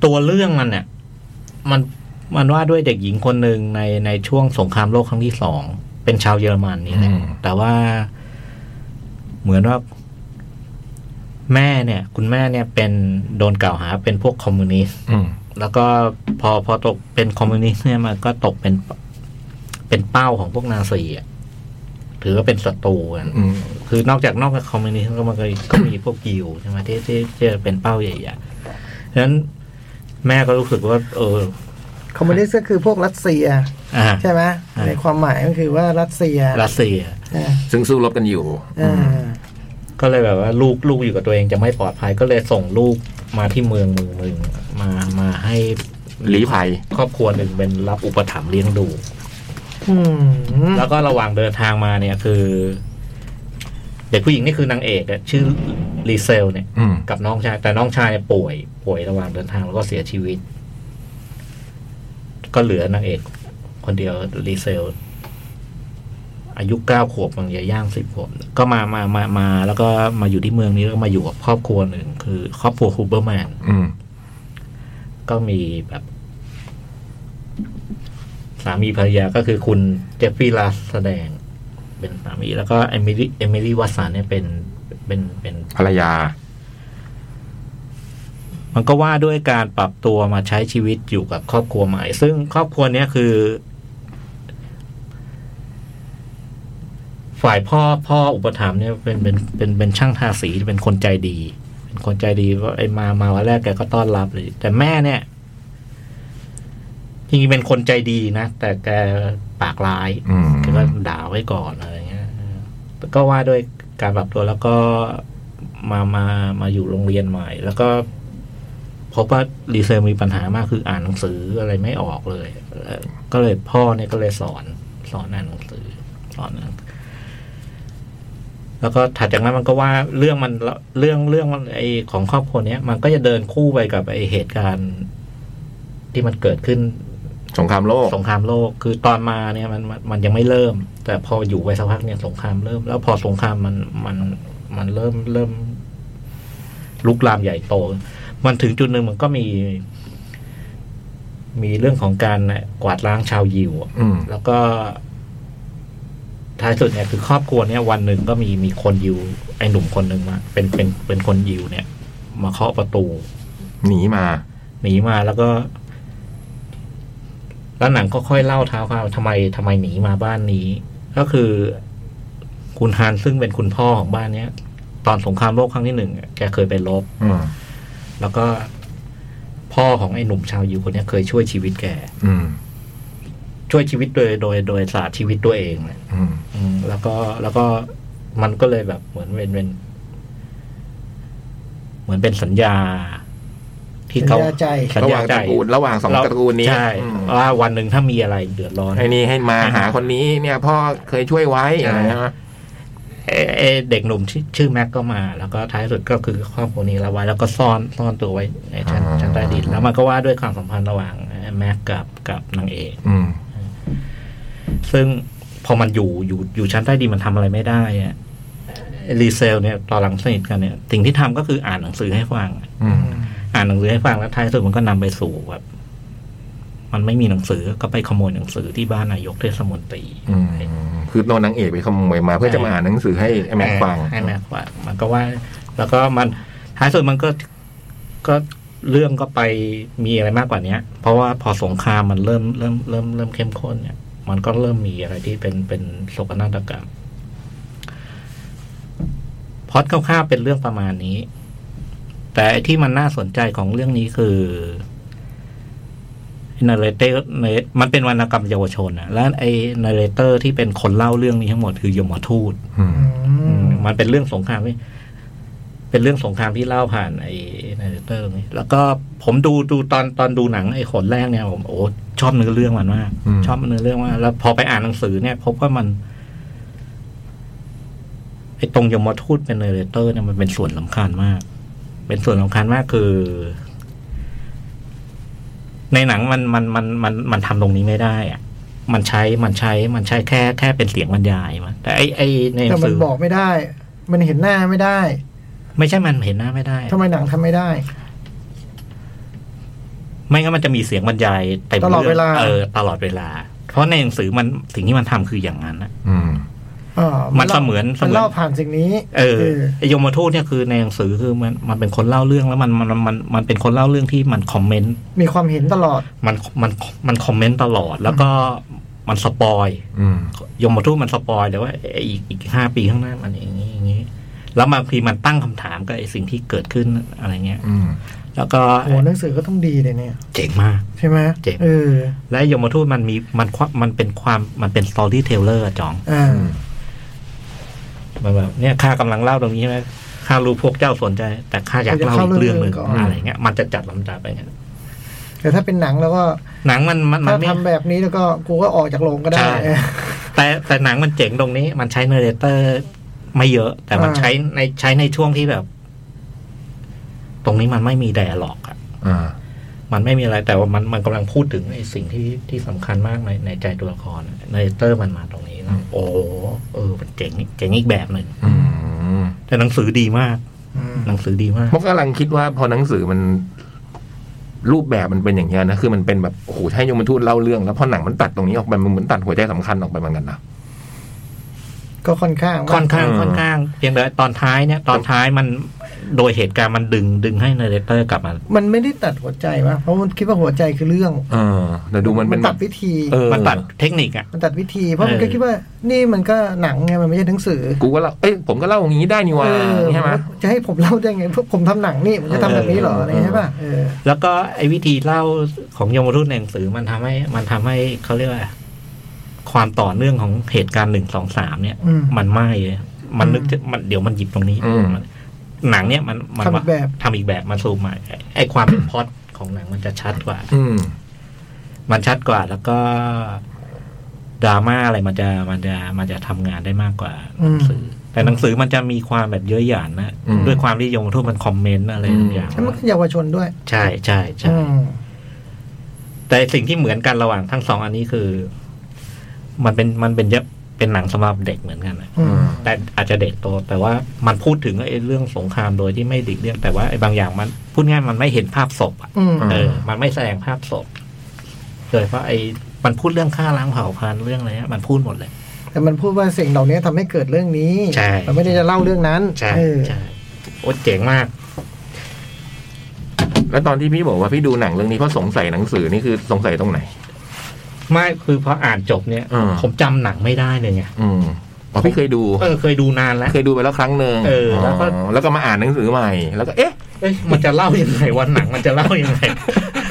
Speaker 3: ตัวเรื่องมันเนี่ย มันมันว่าด้วยเด็กหญิงคนหนึ่งในในช่วงสงครามโลกครั้งที่สอง เป็นชาวเยอรมันนี่แหละ
Speaker 2: อืม
Speaker 3: แต่ว่าเหมือนว่าแม่เนี่ย คุณแม่เนี่ยเป็นโดนกล่าวหาเป็นพวกคอมมิวนิสต์
Speaker 2: อืม
Speaker 3: แล้วก็พอพอตกเป็นคอมมิวนิสต์เนี่ยมันก็ตกเป็นเป็นเป้าของพวกนาซีอ่ะถือว่าเป็นศัตรูกัน
Speaker 2: อืม
Speaker 3: คือนอกจากนอกจากคอมมิวนิสต์ก็มันก็ก็มีพวกยิวใช่ไหมที่ที่ที่เป็นเป้าใหญ่ๆฉะนั้นแม่ก็รู้สึกว่า เออ
Speaker 4: คอมมิวนิสต์ก็คือพวกรัสเซีย
Speaker 3: อ่า
Speaker 4: ใช่ไหม
Speaker 3: อ่า
Speaker 4: ในความหมายก็คือว่ารัสเซีย
Speaker 3: รัสเซีย
Speaker 4: อ่า
Speaker 2: ซึ่งสู้รบกันอยู่
Speaker 4: อ่า
Speaker 3: ก็เลยแบบว่า ลูกลูกอยู่กับตัวเองจะไม่ปลอดภัยก็เลยส่งลูกมาที่เมืองเมืองหนึ่งมามาให้
Speaker 2: หลีภัย
Speaker 3: ครอบครัวหนึ่งเป็นรับอุปถัมภ์เลี้ยงดู
Speaker 4: อืม
Speaker 3: แล้วก็ระหว่างเดินทางมาเนี่ยคือ เด็กผู้หญิงนี่คือนางเอกอะชื่อรีเซล เนี่ย
Speaker 2: อืม
Speaker 3: กับน้องชาย แต่น้องชายป่วย ป่วยระหว่างเดินทางแล้วก็เสียชีวิต ก็เหลือนางเอกคนเดียวรีเซล อายุเก้าขวบมันจะย่างสิบขวบก็มามามามา แล้วก็มาอยู่ที่เมืองนี้แล้วก็มาอยู่กับครอบครัวหนึ่งคือครอบครัวฮูเบอร์แมน
Speaker 2: อืม
Speaker 3: ก็มีแบบ สามีภรรยาก็คือคุณเจฟฟี่ลาสแสดง เป็นสามีแล้วก็เอมิลี่เอมิลี่วัตสันเนี่ยเป็นเป็นเป็น
Speaker 2: ภรรยา
Speaker 3: มันก็ว่าด้วยการปรับตัวมาใช้ชีวิตอยู่กับครอบครัวใหม่ ซึ่งครอบครัวเนี้ยคือ ฝ่ายพ่อพ่ออุปถัมภ์เนี่ยเป็นเป็นเป็นเป็นช่างทาสีเป็นคนใจดี เป็นคนใจดีว่าไอ้มามาวันแรกแกก็ต้อนรับเลย แต่แม่เนี่ยจริงๆเป็นคนใจดีนะแต่แกปากร้าย
Speaker 2: อืม
Speaker 3: ก็ด่าไว้ก่อนอะไรเงี้ยแต่ก็ว่าด้วยการปรับตัวแล้วก็มามามาอยู่โรงเรียนใหม่ แล้วก็พบว่ารีเซลมีปัญหามากคืออ่านหนังสืออะไรไม่ออกเลยเอ่อก็เลยพ่อเนี่ยก็เลยสอนสอนอ่านหนังสือสอนอ่านแล้วก็ถัดจากนั้นมันก็ว่าเรื่องมันเรื่องเรื่องมันไอของครอบครัวเนี้ยมันก็จะเดินคู่ไปกับไอเหตุการณ์ที่มันเกิดขึ้น
Speaker 2: สงครามโลก
Speaker 3: สงครามโลกคือตอนมาเนี่ยมันมันมันยังไม่เริ่ม แต่พออยู่ไปสักพักเนี่ยสงครามเริ่ม แล้วพอสงครามมันมันมันเริ่มเริ่ม ลุกลามใหญ่โต มันถึงจุดหนึ่งมันก็มี มีเรื่องของการกวาดล้างชาวยิวอะ
Speaker 2: อืม
Speaker 3: แล้วก็ท้ายสุดเนี่ยคือครอบครัวเนี่ยวันหนึ่งก็มีมีคนยิว ไอ้หนุ่มคนหนึ่งมาเป็นเป็นเป็นคนยิวเนี่ย มาเคาะประตู
Speaker 2: หนีมา
Speaker 3: หนีมาแล้วก็ แล้วหนังก็ค่อยเล่าเท้าความทำไมทำไมหนีมาบ้านนี้ ก็คือคุณฮานซึ่งเป็นคุณพ่อของบ้านเนี้ย ตอนสงครามโลกครั้งที่หนึ่งอะแกเคยไปรบ
Speaker 2: อืม
Speaker 3: แล้วก็พ่อของไอ้หนุ่มชาวยิวคนเนี้ยเคยช่วยชีวิตแก
Speaker 2: อืม
Speaker 3: ช่วยชีวิตโดยโดยโดยศาสตร์ชีวิตตัวเองเลย
Speaker 2: อืม
Speaker 3: อืมแล้วก็แล้วก็มันก็เลยแบบเหมือนเป็นเป็นเหมือนเป็นสัญญา ที่เขา
Speaker 4: สัญญาใจ
Speaker 3: สัญ
Speaker 2: ระห
Speaker 3: ญา
Speaker 2: ว่าง
Speaker 3: ใจ
Speaker 2: ตระกูลระหว่างสอง
Speaker 3: เ
Speaker 2: ตระกูลนี้
Speaker 3: ใช่
Speaker 2: อืม
Speaker 3: ว่าวันหนึ่งถ้ามีอะไรเดือดร้อน
Speaker 2: ไอ้นี่ให้มา
Speaker 3: อ่าฮะ
Speaker 2: หาคนนี้เนี่ยพ่อเคยช่วยไว้
Speaker 3: ใช่
Speaker 2: อะไรนะ
Speaker 3: เอ่อเอ่อเด็กหนุ่มที่ชื่อแม็กก็มา แล้วก็ท้ายสุดก็คือครอบครัวนี้ละไว้แล้วก็ซ่อนซ่อนตัวไว้ในชั้นชั้นใต้ดินแล้วมันก็ว่าด้วยความสัมพันธ์ระหว่างแม็กกับกับนางเอก
Speaker 2: อืม
Speaker 3: ซึ่งพอมันอยู่อยู่อยู่ชั้นใต้ดินมันทำอะไรไม่ได้อะรีเซลเนี่ยตอนหลังสนิทกันเนี่ย สิ่งที่ทำก็คืออ่านหนังสือให้ฟัง
Speaker 2: อืม
Speaker 3: อ่านหนังสือให้ฟังแล้วท้ายสุดมันก็นำไปสู่แบบมันไม่มีหนังสือก็ไปขโมยหนังสือที่บ้านนายกเทศมนตรี
Speaker 2: อืม คือโดนนางเอกไปขโมยมาเพื่อจะมาอ่านหนังสือให้แม็กฟัง
Speaker 3: ให้แม็กฟังมันก็ว่า แล้วก็มันท้ายสุดมันก็ก็เรื่องก็ไปมีอะไรมากกว่าเนี้ย เพราะว่าพอสงครามมันเริ่มเริ่มเริ่มเริ่มเข้มข้นเนี่ย มันก็เริ่มมีอะไรที่เป็นเป็นโศกนาฏกรรม พล็อดคร่าวๆเป็นเรื่องประมาณนี้ แต่ไอ้ที่มันน่าสนใจของเรื่องนี้คือนาเรเตอร์มันเป็นวรรณกรรมเยาวชนอะแล้วไอ้นาเรเตอร์ที่เป็นคนเล่าเรื่องนี้ทั้งหมดคือยมทูต
Speaker 2: อืม
Speaker 4: อืม
Speaker 3: มันเป็นเรื่องสงครามที่เป็นเรื่องสงครามที่เล่าผ่านไอ้นาเรเตอร์ตรงนี้ แล้วก็ผมดูดูตอนตอนดูหนังไอ้ขนแรกเนี่ยผมโอ้ชอบเนื้อเรื่องมันมาก
Speaker 2: อืม
Speaker 3: ชอบเนื้อเรื่องมากแล้วพอไปอ่านหนังสือเนี่ย พบว่ามันไอ้ตรงยมทูตเป็นนาเรเตอร์เนี่ยมันเป็นส่วนสำคัญมาก เป็นส่วนสำคัญมากคือ ในหนังมันมันมันมันมันทำตรงนี้ไม่ได้อะมันใช้มันใช้มันใช้แค่แค่เป็นเสียงบรรยายมันแต่ไอไอในห
Speaker 4: แต่
Speaker 3: นัง
Speaker 4: มั
Speaker 3: สื
Speaker 4: น
Speaker 3: อ
Speaker 4: บอกไม่ได้ มันเห็นหน้าไม่ได้
Speaker 3: ไม่ใช่มันเห็นหน้าไม่ได้
Speaker 4: ทำไมหนังทำไม่ได้
Speaker 3: ไม่งั้นมันจะมีเสียงบรรยายเต็ม
Speaker 4: ตลอดเวลา
Speaker 3: รื่องเออตลอดเวลา เพราะในหนังสือมันสิ่งที่มันทำคืออย่างนั้นนะ
Speaker 2: อืม
Speaker 4: อ่า
Speaker 3: มั
Speaker 4: มัน
Speaker 3: เสมือนเสมื
Speaker 4: มั
Speaker 3: อน
Speaker 4: นเล่าผ่านสิ่งนี้
Speaker 3: เออ
Speaker 4: เออ
Speaker 3: ไอยมทูตเนี่ยคือในหนังสือคือมันมันเป็นคนเล่าเรื่องแล้วมันมันมันมันเป็นคนเล่าเรื่องที่มันคอมเมนต์
Speaker 4: มีความเห็นตลอด
Speaker 3: มันมันมันคอมเมนต์ตลอด แล้วก็มันสปอย
Speaker 2: อืม
Speaker 3: ยมทูตมันสปอยแต่ว่าไอ้อีกอีกห้าปีข้างหน้ามันอย่างนี้อย่างนี้ แล้วบางทีมันตั้งคำถามกับไอ้สิ่งที่เกิดขึ้นอะไรเงี้ย
Speaker 2: อืม
Speaker 3: แล้วก็
Speaker 4: โอ้หนังสือก็ต้องดีเลยเนี่ย
Speaker 3: เจ๋งมาก
Speaker 4: ใช่ไหม
Speaker 3: เจ๋ง
Speaker 4: เออ
Speaker 3: และยมทูตมันมีมันความมันเป็นความมันเป็นสตอรี่เทเลอร์จอง
Speaker 4: อ่า
Speaker 2: อืม
Speaker 3: มันแบบเนี่ยข้ากำลังเล่าตรงนี้ใช่ไหมข้ารู้พวกเจ้าสนใจ แต่ข้าอยากเล่าอีกเรื่องหนึ่งอะไรเงี้ยมันจะจัดลำดับไปเงี้ย
Speaker 4: แต่ถ้าเป็นหนังแล้วก็
Speaker 3: หนังมันมันมั
Speaker 4: ถ้าน
Speaker 3: ไม่
Speaker 4: ทำแบบนี้แล้วก็กูก็ออกจากโรงก็ได้
Speaker 3: ใช่ แต่แต่หนังมันเจ๋งตรงนี้ มันใช้เนเรเตอร์ ไม่เยอะ แต่มัน
Speaker 4: อ่า
Speaker 3: ใช้ในใช้ในช่วงที่แบบ ตรงนี้มันไม่มีแดร์ล็อกอะ
Speaker 2: อ่า
Speaker 3: มันไม่มีอะไรแต่ว่ามันมันกำลังพูดถึงไอ้สิ่งที่ที่สำคัญมากในในใจตัวละครเนเรเตอร์มันมาตรงนี้แล้วโอ้โหเออมันเจ๋งเจ๋งอีกแบบหนึ่ง
Speaker 2: อืม
Speaker 3: แต่หนังสือดีมาก
Speaker 4: อืม
Speaker 3: หนังสือดีมาก
Speaker 2: มกกำลังคิดว่าพอหนังสือมัน รูปแบบมันเป็นอย่างเงี้ยนะ คือมันเป็นแบบโอ้โหให้ยมทูตเล่าเรื่อง แล้วพอหนังมันตัดตรงนี้ออกไปมันเหมือนตัดหัวใจสำคัญออกไปเหมือนกันนะ
Speaker 4: ก็ค่อนข้างว่า
Speaker 3: ค่อนข้าง
Speaker 2: เออ
Speaker 3: ค่อนข้างเพียงแต่ตอนท้ายเนี่ย ตอนท้ายมันโดยเหตุการณ์มันดึงดึงให้เนเรเตอร์กลับมา
Speaker 4: มันไม่ได้ตัดหัวใจวะเพราะมันคิดว่าหัวใจคือเรื่อง
Speaker 2: เออแต่ดูมันเป็นแบ
Speaker 4: ตัด
Speaker 2: บ
Speaker 4: วิธี
Speaker 2: เออ
Speaker 3: มันตัดเทคนิคอะ
Speaker 4: มันตัดวิธี เพราะมันก็
Speaker 3: เออ
Speaker 4: คิดว่า นี่มันก็หนังไงมันไม่ใช่หนังสือ
Speaker 2: กูก็เล่าเอ้ยผมก็เล่าอย่างนี้ได้นี่หว่า
Speaker 4: เออ
Speaker 2: ใช่ไหม
Speaker 4: จะให้ผมเล่าได้ไงพวกผมทำหนังนี่ผมจะทำแบบนี้เหรอ
Speaker 2: เออ
Speaker 4: อะไรอย่างเงี้ยใช่ป่ะเออ
Speaker 3: แล้วก็ไอ้วิธีเล่าของยมรุ่นในหนังสือมันทำให้มันทำให้เขาเรียกว่า ความต่อเนื่องของเหตุการณ์หนึ่งสองสามเนี่ย
Speaker 4: อืม
Speaker 3: มันไม่เลยมันนึกถึงมันเดี๋ยวมันหยิบตรงนี้
Speaker 2: อืม
Speaker 3: มันหนังเนี่ยมันมัน
Speaker 4: ทำอีกแบบ
Speaker 3: ทำอีกแบบมาสูมใหม่ไอ้ไอ้ความ เป็นพล็อดของหนังมันจะชัดกว่า
Speaker 2: อืม
Speaker 3: มันชัดกว่าแล้วก็ดราม่าอะไรมันจะมันจะมันจะทำงานได้มากกว่าหนังสืออแต่หนังสือมันจะมีความแบบเยอะหยันนะ
Speaker 2: อืม
Speaker 3: ด้วยความที่ยมทูตมันคอมเมนต์อะไรทุกอย่าง
Speaker 4: แล้วมันก็เยาวชนด้วย
Speaker 3: ใช่ใช่ใช่
Speaker 4: อืม
Speaker 3: แต่สิ่งที่เหมือนกันระหว่างทั้งสองอันนี้คือ มันเป็นมันเป็นจะเป็นหนังสำหรับเด็กเหมือนกันนะ
Speaker 4: อืม
Speaker 3: แต่อาจจะเด็กโต แต่ว่ามันพูดถึงไอ้เรื่องสงครามโดยที่ไม่ดิกเลี่ยงแต่ว่าไอ้บางอย่างมันพูดง่ายมันไม่เห็นภาพศพอะ
Speaker 4: อืม
Speaker 2: ม
Speaker 3: เออ มันไม่แสดงภาพศพโดยเฉพราะไอ้ มันพูดเรื่องฆ่าล้างเผ่าพันธุ์เรื่องอะไรเนี้ยมันพูดหมดเลย
Speaker 4: แต่มันพูดว่าสิ่งเหล่านี้ทำให้เกิดเรื่องนี้
Speaker 3: ใช่
Speaker 4: มันไม่ได้จะเล่าเรื่องนั้น
Speaker 3: ใช่
Speaker 4: เออ
Speaker 3: ใช่โอ้เจ๋งมาก
Speaker 2: แล้วตอนที่พี่บอกว่าพี่ดูหนังเรื่องนี้เพราะสงสัยหนังสือนี่คือสงสัยตรงไหน
Speaker 3: ไม่คือพออ่านจบเนี่ย
Speaker 2: อืม
Speaker 3: ผมจำหนังไม่ได้เลยไง
Speaker 2: อืมอ๋อพี่เคยดู
Speaker 3: เออเคยดูนานแล้ว
Speaker 2: เคยดูไปแล้วครั้งหนึ่ง
Speaker 3: เออแล้วก็
Speaker 2: อ๋อแล้วก็มาอ่านหนังสือใหม่ แล้วก็เอ๊ะ
Speaker 3: เอ้ยมันจะเล่ายังไง วันหนังมันจะเล่ายังไง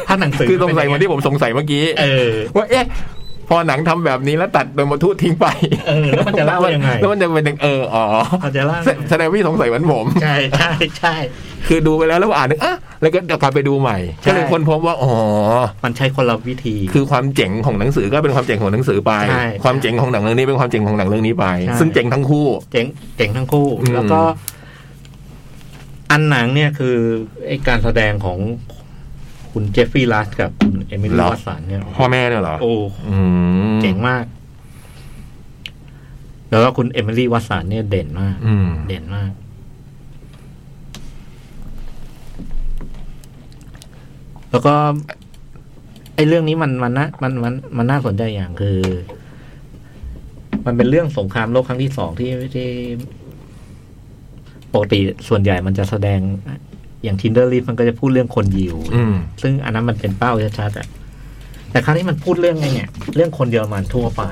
Speaker 3: ถ้าหนังสือ
Speaker 2: คือสงสัยเหมือนที่ผมสงสัยเมื่อกี้
Speaker 3: เออ
Speaker 2: ว่าเอ๊ะ พอหนังทำแบบนี้แล้วตัดโดยมทูตทิ้งไป
Speaker 3: เออแล้วมันจะเล่ายังไง
Speaker 2: แล้วมันจะเป็นเอออ๋อ
Speaker 3: มันจะเล่า
Speaker 2: แสแสดงว่าพี่สงสัยเหมือนผม
Speaker 3: ใช่ใช่ใช่
Speaker 2: คือดูไปแล้วแล้วอ่านนึกอ่ะแล้วก็กลับไปดูใหม่
Speaker 3: ใช่
Speaker 2: ก็เลยค้นพบว่าอ๋อ
Speaker 3: มันใช้คนละวิธี
Speaker 2: คือความเจ๋งของหนังสือก็เป็นความเจ๋งของหนังสือไป
Speaker 3: ใช่
Speaker 2: ความเจ๋งของหนังเรื่องนี้เป็นความเจ๋งของหนังเรื่องนี้ไป
Speaker 3: ใช่
Speaker 2: ซึ่งเจ๋งทั้งคู่
Speaker 3: เจ๋งเจ๋งทั้งคู่
Speaker 2: อืม
Speaker 3: แล้วก็ อันหนังเนี่ยคือไอการแสดงของคุณเจฟฟี่ลัสกับคุณเอมิลี่วัตสันเนี่ย
Speaker 2: พ่อแม่เนี่ยเหรอ
Speaker 3: โอ้
Speaker 2: อืม
Speaker 3: เจ๋งมาก แล้วก็คุณเอมิลี่วัตสันเนี่ยเด่นมาก
Speaker 2: อืม
Speaker 3: เด่นมาก แล้วก็ ไอ้เรื่องนี้มันมันนะมันมันมันน่าสนใจอย่างคือ มันเป็นเรื่องสงครามโลกครั้งที่สองที่ที่ปกติส่วนใหญ่มันจะแสดงอย่างทินเดอร์ลิฟมันก็จะพูดเรื่องคนยิว
Speaker 2: อืม
Speaker 3: ซึ่งอันนั้นมันเป็นเป้าชัดๆอะแต่ครั้งนี้มันพูดเรื่องไงเนี่ย เรื่องคนเยอรมันทั่วไป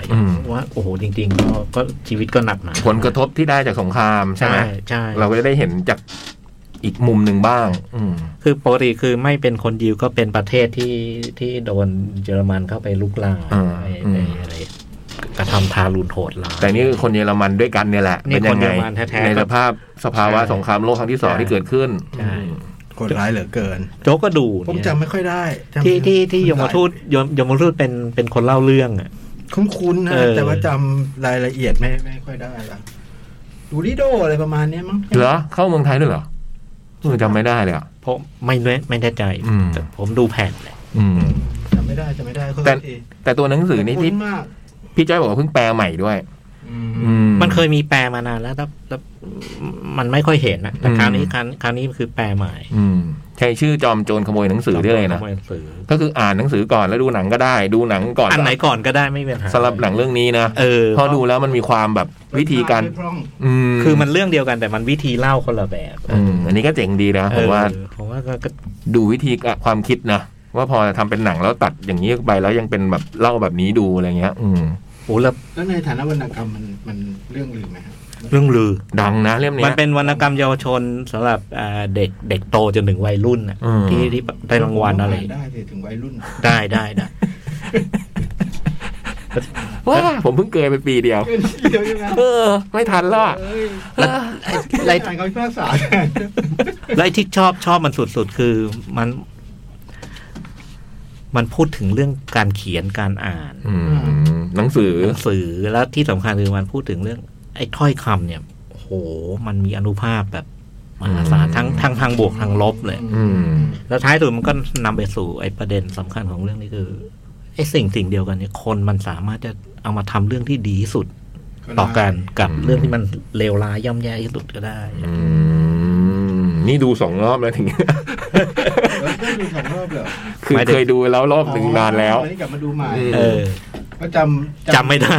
Speaker 3: ว่า โอ้โห จริง ๆ ก็ก็ชีวิตก็หนักหนา
Speaker 2: ผลกระทบที่ได้จากสงครามใช่ไหม
Speaker 3: ใช่
Speaker 2: เราก็จะได้เห็นจากอีกมุมหนึ่งบ้าง อืม
Speaker 3: คือปกติคือไม่เป็นคนยิวก็เป็นประเทศที่ที่โดนเยอรมันเข้าไปลุกลาม
Speaker 2: อ่า
Speaker 3: ไอ้
Speaker 2: อืม
Speaker 3: ไอ้อะไรกระทำทารุณโหดร้าย
Speaker 2: แต่นี่คือคนเยอรมันด้วยกันเนี่ยแหละ
Speaker 3: นี่
Speaker 2: เป็นยั
Speaker 3: คน
Speaker 2: ไง
Speaker 3: เยอรมันแท้ๆ
Speaker 2: ในสภาพสภาวะ
Speaker 3: ใช่
Speaker 2: สงครามโลกครั้งที่สอง
Speaker 3: ใช่
Speaker 2: ที่เกิดขึ้น
Speaker 3: ใช่
Speaker 2: อืม
Speaker 1: กดร้ายเหลือเกิน
Speaker 3: โจ๊กก็ดู
Speaker 1: ผม
Speaker 3: เนี่ย
Speaker 1: จำไม่ค่อยได้จำ
Speaker 3: ที่ที่ที่ยมทูตยมยมทูตเป็นเป็นคนเล่าเรื่องอ่ะ
Speaker 1: คุ้นๆนะ
Speaker 3: เออ
Speaker 1: แต่ว่าจำรายละเอียดไม่ไม่ค่อยได้ละดูริโดอะไรประมาณเนี้ยมั้ง
Speaker 2: เหรอเข้าเมืองไทยด้วยเหรอเออจำไม่ได้เลยอ่ะ
Speaker 3: เพราะไม่แน่ไม่แน่ใจ
Speaker 2: อืม
Speaker 3: แต่ผมดูแผ่นแหละ
Speaker 2: อืม
Speaker 1: จำไม่ได้จำไม่ได้
Speaker 2: แต่
Speaker 1: แต่
Speaker 2: แต่ตัวหนังสือนี่ที่
Speaker 1: มาก
Speaker 2: พี่จ้อยบอกว่าเพิ่งแปลใหม่ด้วย
Speaker 1: อื
Speaker 2: อื
Speaker 1: ม
Speaker 3: มันเคยมีแปลมานานแล้วแล้วแล้วมันไม่ค่อยเห็นนะแต่
Speaker 2: อืม
Speaker 3: คราวนี้ครั้งคราวนี้คือแปลใหม่
Speaker 2: อืมใช้ชื่อจอมโจรขโมยหนังสือได้เลยนะ
Speaker 3: ขโมหงสือ
Speaker 2: ก็คืออ่านหนังสือก่อนแล้วดูหนังก็ได้ ดูหนังก่อน
Speaker 3: อันไหนก่อนก็ได้ไม่เป็นปัญหา
Speaker 2: สำหรับหนังเรื่องนี้นะ
Speaker 3: เออ
Speaker 2: เพอดูแล้วมันมีความแบบวิธีการ
Speaker 1: ไม่พร่อง
Speaker 2: อืม
Speaker 3: คือมันเรื่องเดียวกันแต่มันวิธีเล่าคนละแบบ
Speaker 2: อืมอันนี้ก็เจ๋งดีนะผมว่า
Speaker 3: เออผมว่าก็ก็
Speaker 2: ดูวิธีกะความคิดนะ ว่าพอทำเป็นหนังแล้วตัดอย่างนี้ไปแล้วยังเป็นแบบเล่าแบบนี้ดูอะไรเงี้ย อืม
Speaker 3: โอ้แล้ว
Speaker 1: แล้วในฐานะวรรณกรรมมันมันเรื่องลืมไหมครับ
Speaker 3: เรื่องลือ
Speaker 2: ดังนะเล่มเนี้ย
Speaker 3: มันเป็นวรรณกรรมเยาวชนสำหรับอ่าเด็กเด็กโตจนถึงวัยรุ่นน่ะ
Speaker 2: อืม
Speaker 3: ที่ที่ได้รางวัลอะไร
Speaker 1: ได้สิถึงวัยรุ่น
Speaker 3: ได้ได้ได้
Speaker 2: ว้าผมเพิ่งเกิดไปปีเดียว
Speaker 1: เดี๋ยวใช่ไหม
Speaker 2: เออ ไม่ทันแล้วอะ
Speaker 1: เอ้ย
Speaker 2: แล้ว
Speaker 3: ไล่
Speaker 1: อ่านคำพิพากษา
Speaker 3: ไล่ที่ชอบชอบมันสุดๆ คือมัน มันพูดถึงเรื่องการเขียนการอ่าน
Speaker 2: อืมหนังสือ
Speaker 3: หนังสือแล้วที่สำคัญคือมันพูดถึงเรื่อง ไอ้ถ้อยคำเนี่ยโอ้โห มันมีอนุภาพแบบมหาศาล
Speaker 2: อืม
Speaker 3: ทั้งทั้งทางบวกทางลบเลย
Speaker 2: อืม
Speaker 3: แล้วท้ายสุดมันก็นำไปสู่ไอ้ประเด็นสำคัญของเรื่องนี้คือไอ้สิ่งสิ่งเดียวกันเนี่ยคนมันสามารถจะเอามาทำเรื่องที่ดีที่สุดต่อกันกับ
Speaker 2: อืม
Speaker 3: เรื่องที่มันเลวร้ายย่ำแย่ที่สุดก็ได้
Speaker 2: อืมนี่ดูสองรอบแล้วถึง
Speaker 1: เออได้ดูสองรอบเหรอ
Speaker 2: คือ
Speaker 3: ไม่ได้
Speaker 2: เคยดูแล้วรอบหนึ่งนานแล้ว
Speaker 1: อ๋ออันี้กลับมาดูใหม่
Speaker 2: อืม
Speaker 3: เออ
Speaker 1: ก็จำ
Speaker 3: จำไม่ได้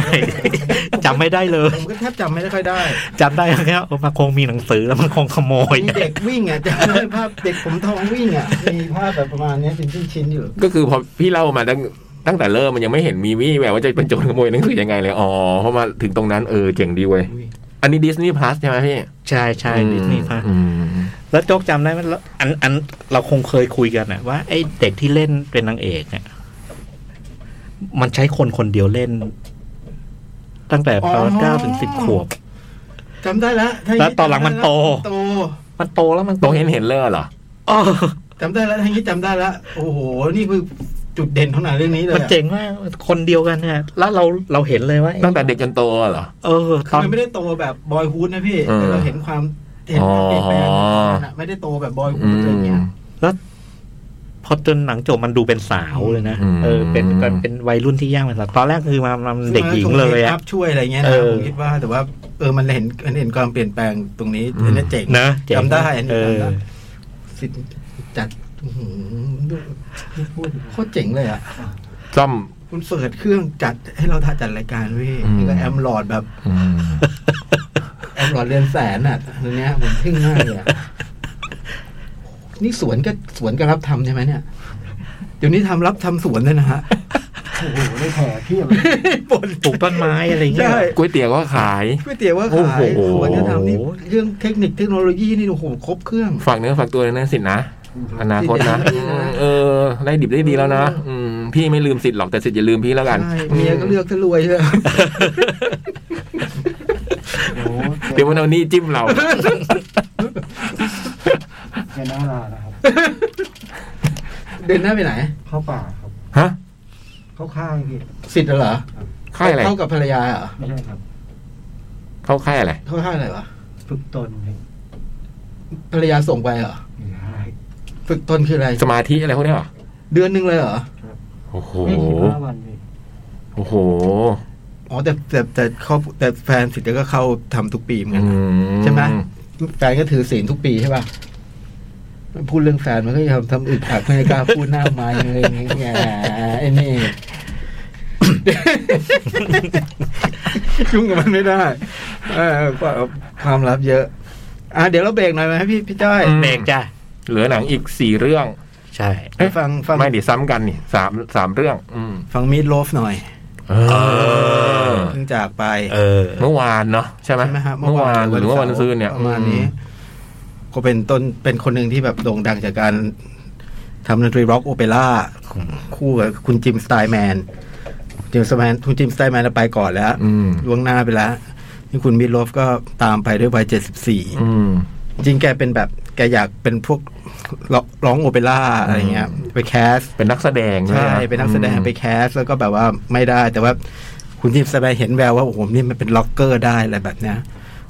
Speaker 3: จำไม่ได้เลย
Speaker 1: ผมก็แทบจำไม่ได้ค่อยได้
Speaker 3: จำได้แค่ว่ามันคงมีหนังสือแล้วมันคงขโมย
Speaker 1: มีเด็กวิ่งอ่ะจำได้ภาพเด็กผมทองวิ่งอ่ะมีภาพแบบประมาณเนี้ยเป็นชิ้นๆอยู่
Speaker 2: ก็คือพอพี่เล่ามาตั้งตั้งแต่เริ่มมันยังไม่เห็นมีวี่แววว่าจะเป็นโจรขโมยหนังสือยังไงเลยอ๋อเพราะมาถึงตรงนั้นเออเจ๋งดีเว้ย
Speaker 1: อุ๊ย
Speaker 2: อันนี้ดิสนีย์พลัสใช่ไหมพี่
Speaker 3: ใช่ใช่ดิสนีย์พา
Speaker 2: อืม
Speaker 3: แล้วโจ๊กจำได้ไหมแล้วอันอันเราคงเคยคุยกันอะว่าไอ้เด็กที่เล่นเป็นนางเอกเนี่ยมันใช้คนคนเดียวเล่น ตั้งแต่ตอน
Speaker 1: อ๋อ
Speaker 3: เก้าถึงสิบขวบ
Speaker 1: จำได้ละถ้าย่า
Speaker 3: แล้วตอนหลังมันโต
Speaker 1: จำได้ละโต
Speaker 3: มันโตแล้วมัน
Speaker 2: ตรงเห็นเห็นเลอร์เหรอ
Speaker 3: อ้อ
Speaker 1: จำได้ละทั้งนี้จำได้ละโอ้โหนี่คือจุดเด่นของหนังเรื่องนี้เลย
Speaker 3: มัน
Speaker 1: อะ
Speaker 3: เจ๋งมาก คนเดียวกันเนี่ยแล้วเราเราเห็นเลยว่า
Speaker 2: ตั้งแต่เด็กจนโตเหรอ
Speaker 3: เออ
Speaker 1: คือ
Speaker 3: ตอน
Speaker 1: มันไม่ได้โตแบบบอยฮูดนะพี่
Speaker 2: เออ
Speaker 1: แต่เราเห็นความเห็นความเปลี่ยนแปลงของมันอะไม่ได้โตแบบบอยฮู
Speaker 2: อื
Speaker 1: ดอะไรเงี้ย
Speaker 2: ม
Speaker 3: พอจนหนังจบมันดูเป็นสาวเลยนะ
Speaker 2: อืม
Speaker 3: เออเป็นเป็นเป็นวัยรุ่นที่ย่างเป็นสาวตอนแรกคือมามันเด็กหญิงเลย
Speaker 1: ค
Speaker 3: อะ
Speaker 1: รับช่วยอะไรเงี้ย
Speaker 3: เอ
Speaker 1: นะ
Speaker 3: อ
Speaker 1: ผมคิดว่าแต่ว่าเออมันเห็นมันเห็นความเปลี่ยนแปลงตรงนี้อันนี้เจ๋ง
Speaker 3: นะเจ๋ง
Speaker 1: จำได้อันนี้
Speaker 3: เออ
Speaker 1: จำได้สิทธิ์จัดอื้อหือพูดโคตรเจ๋งเลยอ่ะ
Speaker 2: ซ่อม
Speaker 1: คุณเปิดเครื่องจัดให้เราถ่ายจัดรายการเว้ย
Speaker 2: อืม
Speaker 1: นี่ก็แอมหลอดแบบ
Speaker 2: อืม
Speaker 1: แอมหลอดเรือนแสนอ่ะตรงเนี้ยผมทึ่งมากเลยอะนี่สวนก็สวนก็รับทำใช่ไหมเนี่ยเดี๋ยวนี้ทำรับทำสวนเลยนะฮะโอ้โหได้แผลเพียบเลย
Speaker 3: ปลูกต้นไม้อะไรอย่างเงี้ย
Speaker 1: ใช่
Speaker 2: ก๋วยเตี๋ยวก็ขาย
Speaker 1: ก๋วยเตี๋ยวว่า
Speaker 2: โอ้
Speaker 1: ขาย
Speaker 2: โห
Speaker 1: สวนจะทำนี่เรื่องเทคนิคเทคโนโลยีนี่โอ้โหครบเครื่อง
Speaker 2: ฝากเนื้อฝากตัวในนั้นสินะ อนาคตนะ
Speaker 1: ดีนะ
Speaker 2: อืมเออ ได้ดิบได้ดีแล้วนะ อืม พี่ไม่ลืมสิทธิ์หรอกแต่สิทธิ์อย่าลืมพี่แล้วกัน
Speaker 1: ใช่เมียก็เลือกถ้ารวยใช่ ไหม
Speaker 5: โอ้โห
Speaker 2: เดี๋ยวมันเอานี่จิ้มเรา
Speaker 5: เจอหน้าลานะครับ
Speaker 1: เดินหน้าไปไหน
Speaker 5: เข้าป่าครับ
Speaker 2: ฮะ
Speaker 5: เข้าข้างพี่
Speaker 1: สิทธิ์เหรอ
Speaker 2: ค่ายอะไร
Speaker 1: เข้ากับภรรยาเหรอ
Speaker 5: ไม่ใช่ครับ
Speaker 2: เข้าค่ายอะไร
Speaker 1: เข้าท่าอะไรวะ
Speaker 5: ฝึกตนพี่
Speaker 1: ภรรยาส่งไปเหรอ
Speaker 5: ไม่ใช่
Speaker 1: ฝึกตนคืออะไร
Speaker 2: สมาธิอะไรพวกเนี้ยเหรอ
Speaker 1: เดือนหนึ่งเลยเหรอ
Speaker 2: โอ้โห
Speaker 5: ไม่สิบห้าวันพี่
Speaker 2: โอ้โห
Speaker 1: อ๋อแต่แต่แต่เขาแต่แฟนสิทธิ์ก็เข้าทำทุกปีเหมือนกั
Speaker 2: อื
Speaker 1: น
Speaker 2: ม
Speaker 1: ใช่ไหม แฟนก็ถือศีลทุกปีใช่ป่ะพูดเรื่องแฟนมันก็ยังทำอึดอัดไม่กล้าพูดหน้าไม้เลยอย่างเงี้ยไอ้นี่ ยุ่งกับมันไม่ได้ เออความลับเยอะ อ่ะเดี๋ยวเราเบรกหน่อยไหมพี่พี่จ้อย
Speaker 2: อืม
Speaker 3: เบรกจ้ะ
Speaker 2: เหลือหนังอีกสี่เรื่อง
Speaker 3: ใช่
Speaker 2: เอ๊ะ
Speaker 1: ฟังฟัง
Speaker 2: ไม่ดิซ้ำกันนี่สามสามเรื่อง อืม
Speaker 1: ฟังมีดโลฟหน่อย
Speaker 2: เออ
Speaker 1: เพิ่งจากไป
Speaker 3: เออ
Speaker 2: เมื่อวานเนาะใช่ไหม
Speaker 1: ใช่ไหมฮะ
Speaker 2: เมื่อวานหรือว่าวันซืนเนี่ย
Speaker 1: ประมาณนี้ ก็เป็นต้นเป็นคนหนึ่งที่แบบโด่งดังจากการทำดนตรีร็อกโอเปร่าคู่กับคุณจิมสไตล์แมนจิมสไตล์แมนคุณจิมสไตล์แมนน่ะไปก่อนแล้ว
Speaker 2: อืม
Speaker 1: ล่วงหน้าไปแล้วนี่คุณมิดโลฟก็ตามไปด้วยวัยเจ็ดสิบสี่
Speaker 2: อืม
Speaker 1: จริงแกเป็นแบบแกอยากเป็นพวกร้องร้องโอเปร่าอะไรเงี้ย ไปแคส
Speaker 2: เป็นนักแสดงด้วย
Speaker 1: ใช่
Speaker 2: ะ
Speaker 1: เป็นนักแสดง
Speaker 2: อืม
Speaker 1: ไปแคส แล้วก็แบบว่าไม่ได้ แต่ว่าคุณจิมสแบงเห็นแววว่าโอ้โหนี่มันเป็นล็อกเกอร์ได้อะไรแบบเนี้ย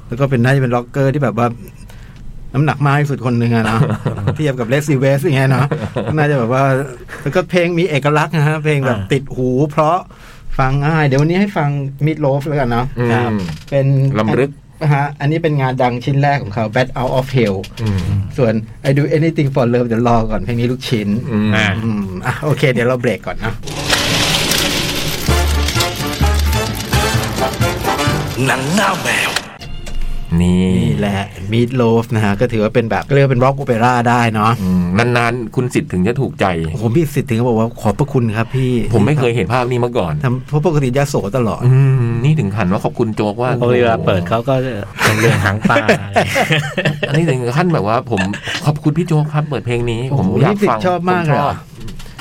Speaker 1: แล้วก็เป็นน่าจะเป็นล็อกเกอร์ที่แบบว่า น้ำหนักมากที่สุดคนหนึ่งอะนะ เทียบกับเลสซีเวสอย่างเงี้ยเนาะน่าจะแบบว่า แล้วก็เพลงมีเอกลักษณ์นะฮะเพลงแบบ
Speaker 3: อ่า
Speaker 1: ติดหู เพราะฟังง่าย เดี๋ยววันนี้ให้ฟังมิดโลฟแล้วกันเนาะ
Speaker 2: อืม
Speaker 1: ครับเป็น
Speaker 2: ลำลึก
Speaker 1: นะฮะอันนี้เป็นงานดังชิ้นแรกของเขา Bad Out of Hell
Speaker 2: อืม
Speaker 1: ส่วน I Do Anything for Love เดี๋ยวรอก่อนเพลงนี้ลูกชิ้น
Speaker 2: อืม
Speaker 3: อ่า
Speaker 1: อืมอ่ะโอเค เดี๋ยวเราเบรกก่อนนะ
Speaker 2: นี่
Speaker 1: นี่แหละมีดโลฟนะฮะ ก็ถือว่าเป็นแบบเรียกว่าเป็นร็อกโอเปร่าได้เนาะ
Speaker 2: อืมนานๆ คุณสิทธิ์ถึงจะถูกใจ
Speaker 1: โอ้โหพี่สิทธิ์ถึงก็บอกว่าขอบพระคุณครับพี่
Speaker 2: ผมไม่เคยเห็นภาพนี้มาก่อน
Speaker 1: ทำเพราะปกติยาโสตลอด
Speaker 2: อืม นี่ถึงขันว่าขอบคุณโจ๊กว่า
Speaker 3: เพราะเวลาเปิดเขาก็เป็นเรื่องหางปลาอะไร
Speaker 2: อันนี้ถึงขั้นแบบว่าผมขอบคุณพี่โจ๊กครับเปิดเพลงนี้
Speaker 1: โอ้
Speaker 2: ผ
Speaker 1: โห
Speaker 2: มอยาก
Speaker 1: นี่สิทธิ์
Speaker 2: ฟัง
Speaker 1: ชอบมาก
Speaker 2: ผ
Speaker 1: เลย
Speaker 2: ช
Speaker 1: เหรอ
Speaker 2: อบ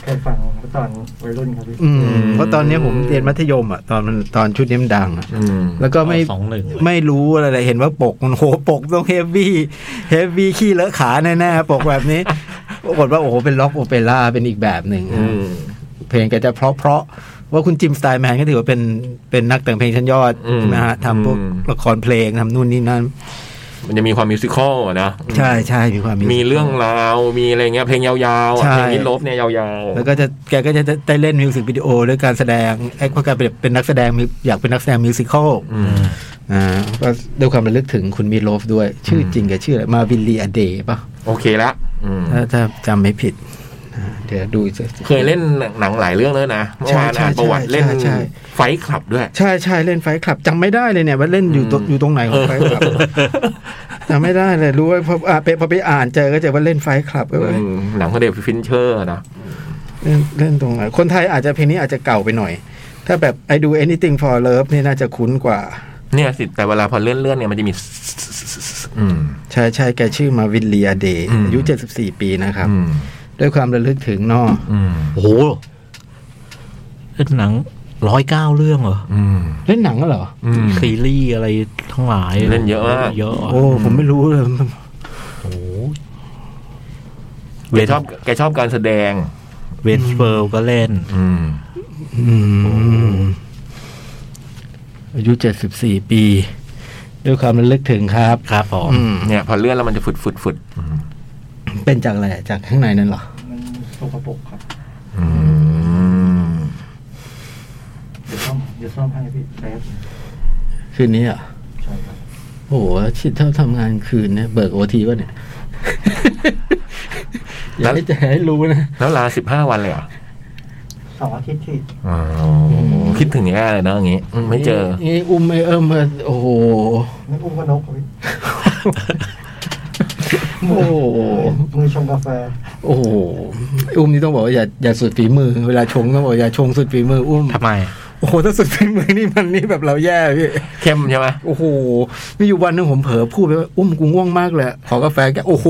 Speaker 5: เคยฟังเมื่อตอนวัยรุ่นครับพี่
Speaker 1: อืม
Speaker 2: อืม
Speaker 1: เพราะตอนเนี้ยผมเรียนมัธยมอ่ะ ตอนมันตอนชุดนี้มันดังอะ
Speaker 2: อืม
Speaker 1: แล้วก็ไม่
Speaker 3: สองหนึ่ง
Speaker 1: ไม่รู้อะไรเลยเห็นว่าปกมันโหปกต้องเฮฟวี่เฮฟวี่ขี้เลอะขาแน่ๆปกแบบนี้ปรากฏว่าโอ้โหเป็นร็อกโอเปร่าเป็นอีกแบบหนึ่งฮะ
Speaker 2: อืม
Speaker 1: เพลงแก็จะเพราะเพราะๆว่าคุณจิมสไตล์แมนก็ถือว่าเป็นเป็นนักแต่งเพลงชั้นยอด
Speaker 2: อืม
Speaker 1: นะฮะทำพวก
Speaker 2: อืม
Speaker 1: ละครเพลงทำนู่นนี่นั่น
Speaker 2: มันจะมีความมิวสิควลอะนะ
Speaker 1: ใช่ใช่มีความ
Speaker 2: มีเรื่องราวมีอะไรเงี้ยเพลงยาวๆอะ
Speaker 1: ใช่
Speaker 2: เพลงนี้ลบเนี่ยยาวๆ
Speaker 1: แล้วก็จะแกก็จะได้เล่นมิวสิกวิดีโอด้วยการแสดงไอ้พวกการเป็นนักแสดงมิวอยากเป็นนักแสดงมิวสิควล
Speaker 2: อืม
Speaker 1: อ่าก็ด้วยความระลึกถึงคุณมีโลฟด้วย ชื่อจริงแกชื่ออะไรมาวินลีอเดย์ป่ะ
Speaker 2: โอเคละอืม
Speaker 1: ถ้าถ้าจำไม่ผิดอ่าเดี๋ยวดูอีกสัก
Speaker 2: เคยเล่นหนังหลายเรื่องแล้วนะเมื่อวาน
Speaker 1: ใช่
Speaker 2: อ่านประวัติ
Speaker 1: ใช่
Speaker 2: เล่น
Speaker 1: ใช่ใช่
Speaker 2: ไฟคลับด้วย
Speaker 1: ใช่ใช่เล่นไฟท์คลับจำไม่ได้เลยเนี่ยว่าเล่นอยู่ตรง
Speaker 2: อืม
Speaker 1: อยู่ตรงไหนของไฟท์คลับจำไม่ได้เลยรู้ว่าพออ่ะไปพอไปอ่านเจอก็เจอว่าเล่นไฟท์คลับก็เลย
Speaker 2: อืมหนังของเดวิดฟินเชอร์นะ
Speaker 1: เล่นเล่นตรงไหนคนไทยอาจจะเพลงนี้อาจจะเก่าไปหน่อย ถ้าแบบ I do anything for love นี่น่าจะคุ้นกว่า
Speaker 2: เนี่ยสิแต่เวลาพอเลื่อนเลื่อนๆเนี่ยมันจะมี อืม
Speaker 1: ใช่ใช่แกชื่อมาวินเลียเดย์
Speaker 2: อืม
Speaker 1: อายุ 74 ปีนะครับ
Speaker 2: อืม
Speaker 1: ด้วยความระลึกถึงเนอะ
Speaker 2: อืม
Speaker 3: โอ้โหเล่นหนังร้อยเก้าเรื่องเหรอ
Speaker 2: อืม
Speaker 1: เล่นหนังเหรอ
Speaker 2: อืม
Speaker 3: ซีรีส์อะไรทั้งหลาย
Speaker 2: เล่นเยอะมาก
Speaker 3: เยอะอ่ะ
Speaker 1: โอ้ ผมไม่รู้เลย
Speaker 3: โอ้โห
Speaker 2: แกชอบแกชอบการแสดง
Speaker 3: เวนสเปิร์ลก็เล่น
Speaker 2: อืม
Speaker 1: อืมอายุ 74 ปี ด้วยความระลึกถึงครับ
Speaker 3: ครับผม
Speaker 1: อืม
Speaker 2: เนี่ย พอเลื่อนแล้วมันจะฝุดฝุดฝุดอืม
Speaker 1: เป็นจากอะไรจากข้างในนั่นเหรอ
Speaker 5: มันสกปรกครับ
Speaker 2: อืม
Speaker 5: เดี๋ยวซ่อมเดี๋ยวซ่อมให้พี่แป๊บ
Speaker 1: คืนนี้เหรอ่ะ
Speaker 5: ใช่ครับ
Speaker 1: โอ้โหชิดเท่าทำงานคืนเนี่ยเบิกโอทีป่ะเนี่ย อย่าให้แจให้รู้นะ
Speaker 2: แล้วลาสิบห้าวันเลยเหรอ
Speaker 5: เสองอาทิตย์ที่
Speaker 2: อ๋อคิดถึงแย่เลยเนาะอย่างงี้อืมไม่เจอ
Speaker 1: นี่อุ้มไอเอิมมาโอ้โห
Speaker 5: นี่อุ้มก็นกครับพี่
Speaker 1: โอ้โห
Speaker 5: มือชงกาแฟ
Speaker 1: โอ้โหอุ้มนี่ต้องบอกว่าอย่าอย่าสุดฝีมือ เวลาชงต้องบอกอย่าชงสุดฝีมืออุ้ม
Speaker 3: ทำไม
Speaker 1: โอ้โหถ้าสุดฝีมือนี่มันนี่แบบเราแย่พี่
Speaker 2: เข้มใช่ไหม
Speaker 1: โอ้โหมีอยู่วันหนึงผมเผลอพูดไปว่าอุ้มกูง่วงมากเลยขอกาแฟแกโอ้โห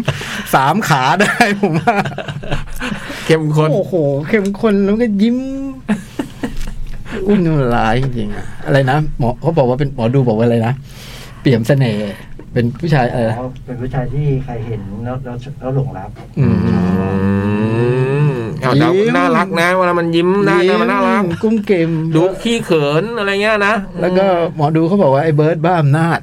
Speaker 1: สามขาได้ผมว่า
Speaker 2: เข้มข้น
Speaker 1: โอ้โหเข้มข้นแล้วก็ยิ้ม อุ้มน้ำลายจริงๆอะอะไรนะหมอเขาบอกว่าเป็นหมอดูบอกว่าอะไรนะเปี่ยมเสน่ห์เป็นผู้ชายอะไรนะ
Speaker 5: เขาเป็นผู้ชายที่ใครเห็นแล้วแล้วแล้วหลงรัก
Speaker 1: อืม
Speaker 2: เอาแต่
Speaker 1: ยิ้ม
Speaker 2: น่ารักนะเวลามันยิ้มหน้าตามันน่ารัก
Speaker 1: ยิ้มกุ้มเกม
Speaker 2: ดูขี้เขินอะไรเงี้ยนะ
Speaker 1: แล้วก็หมอดูเขาบอกว่าไอ้เบิร์ดบ้าอำนาจ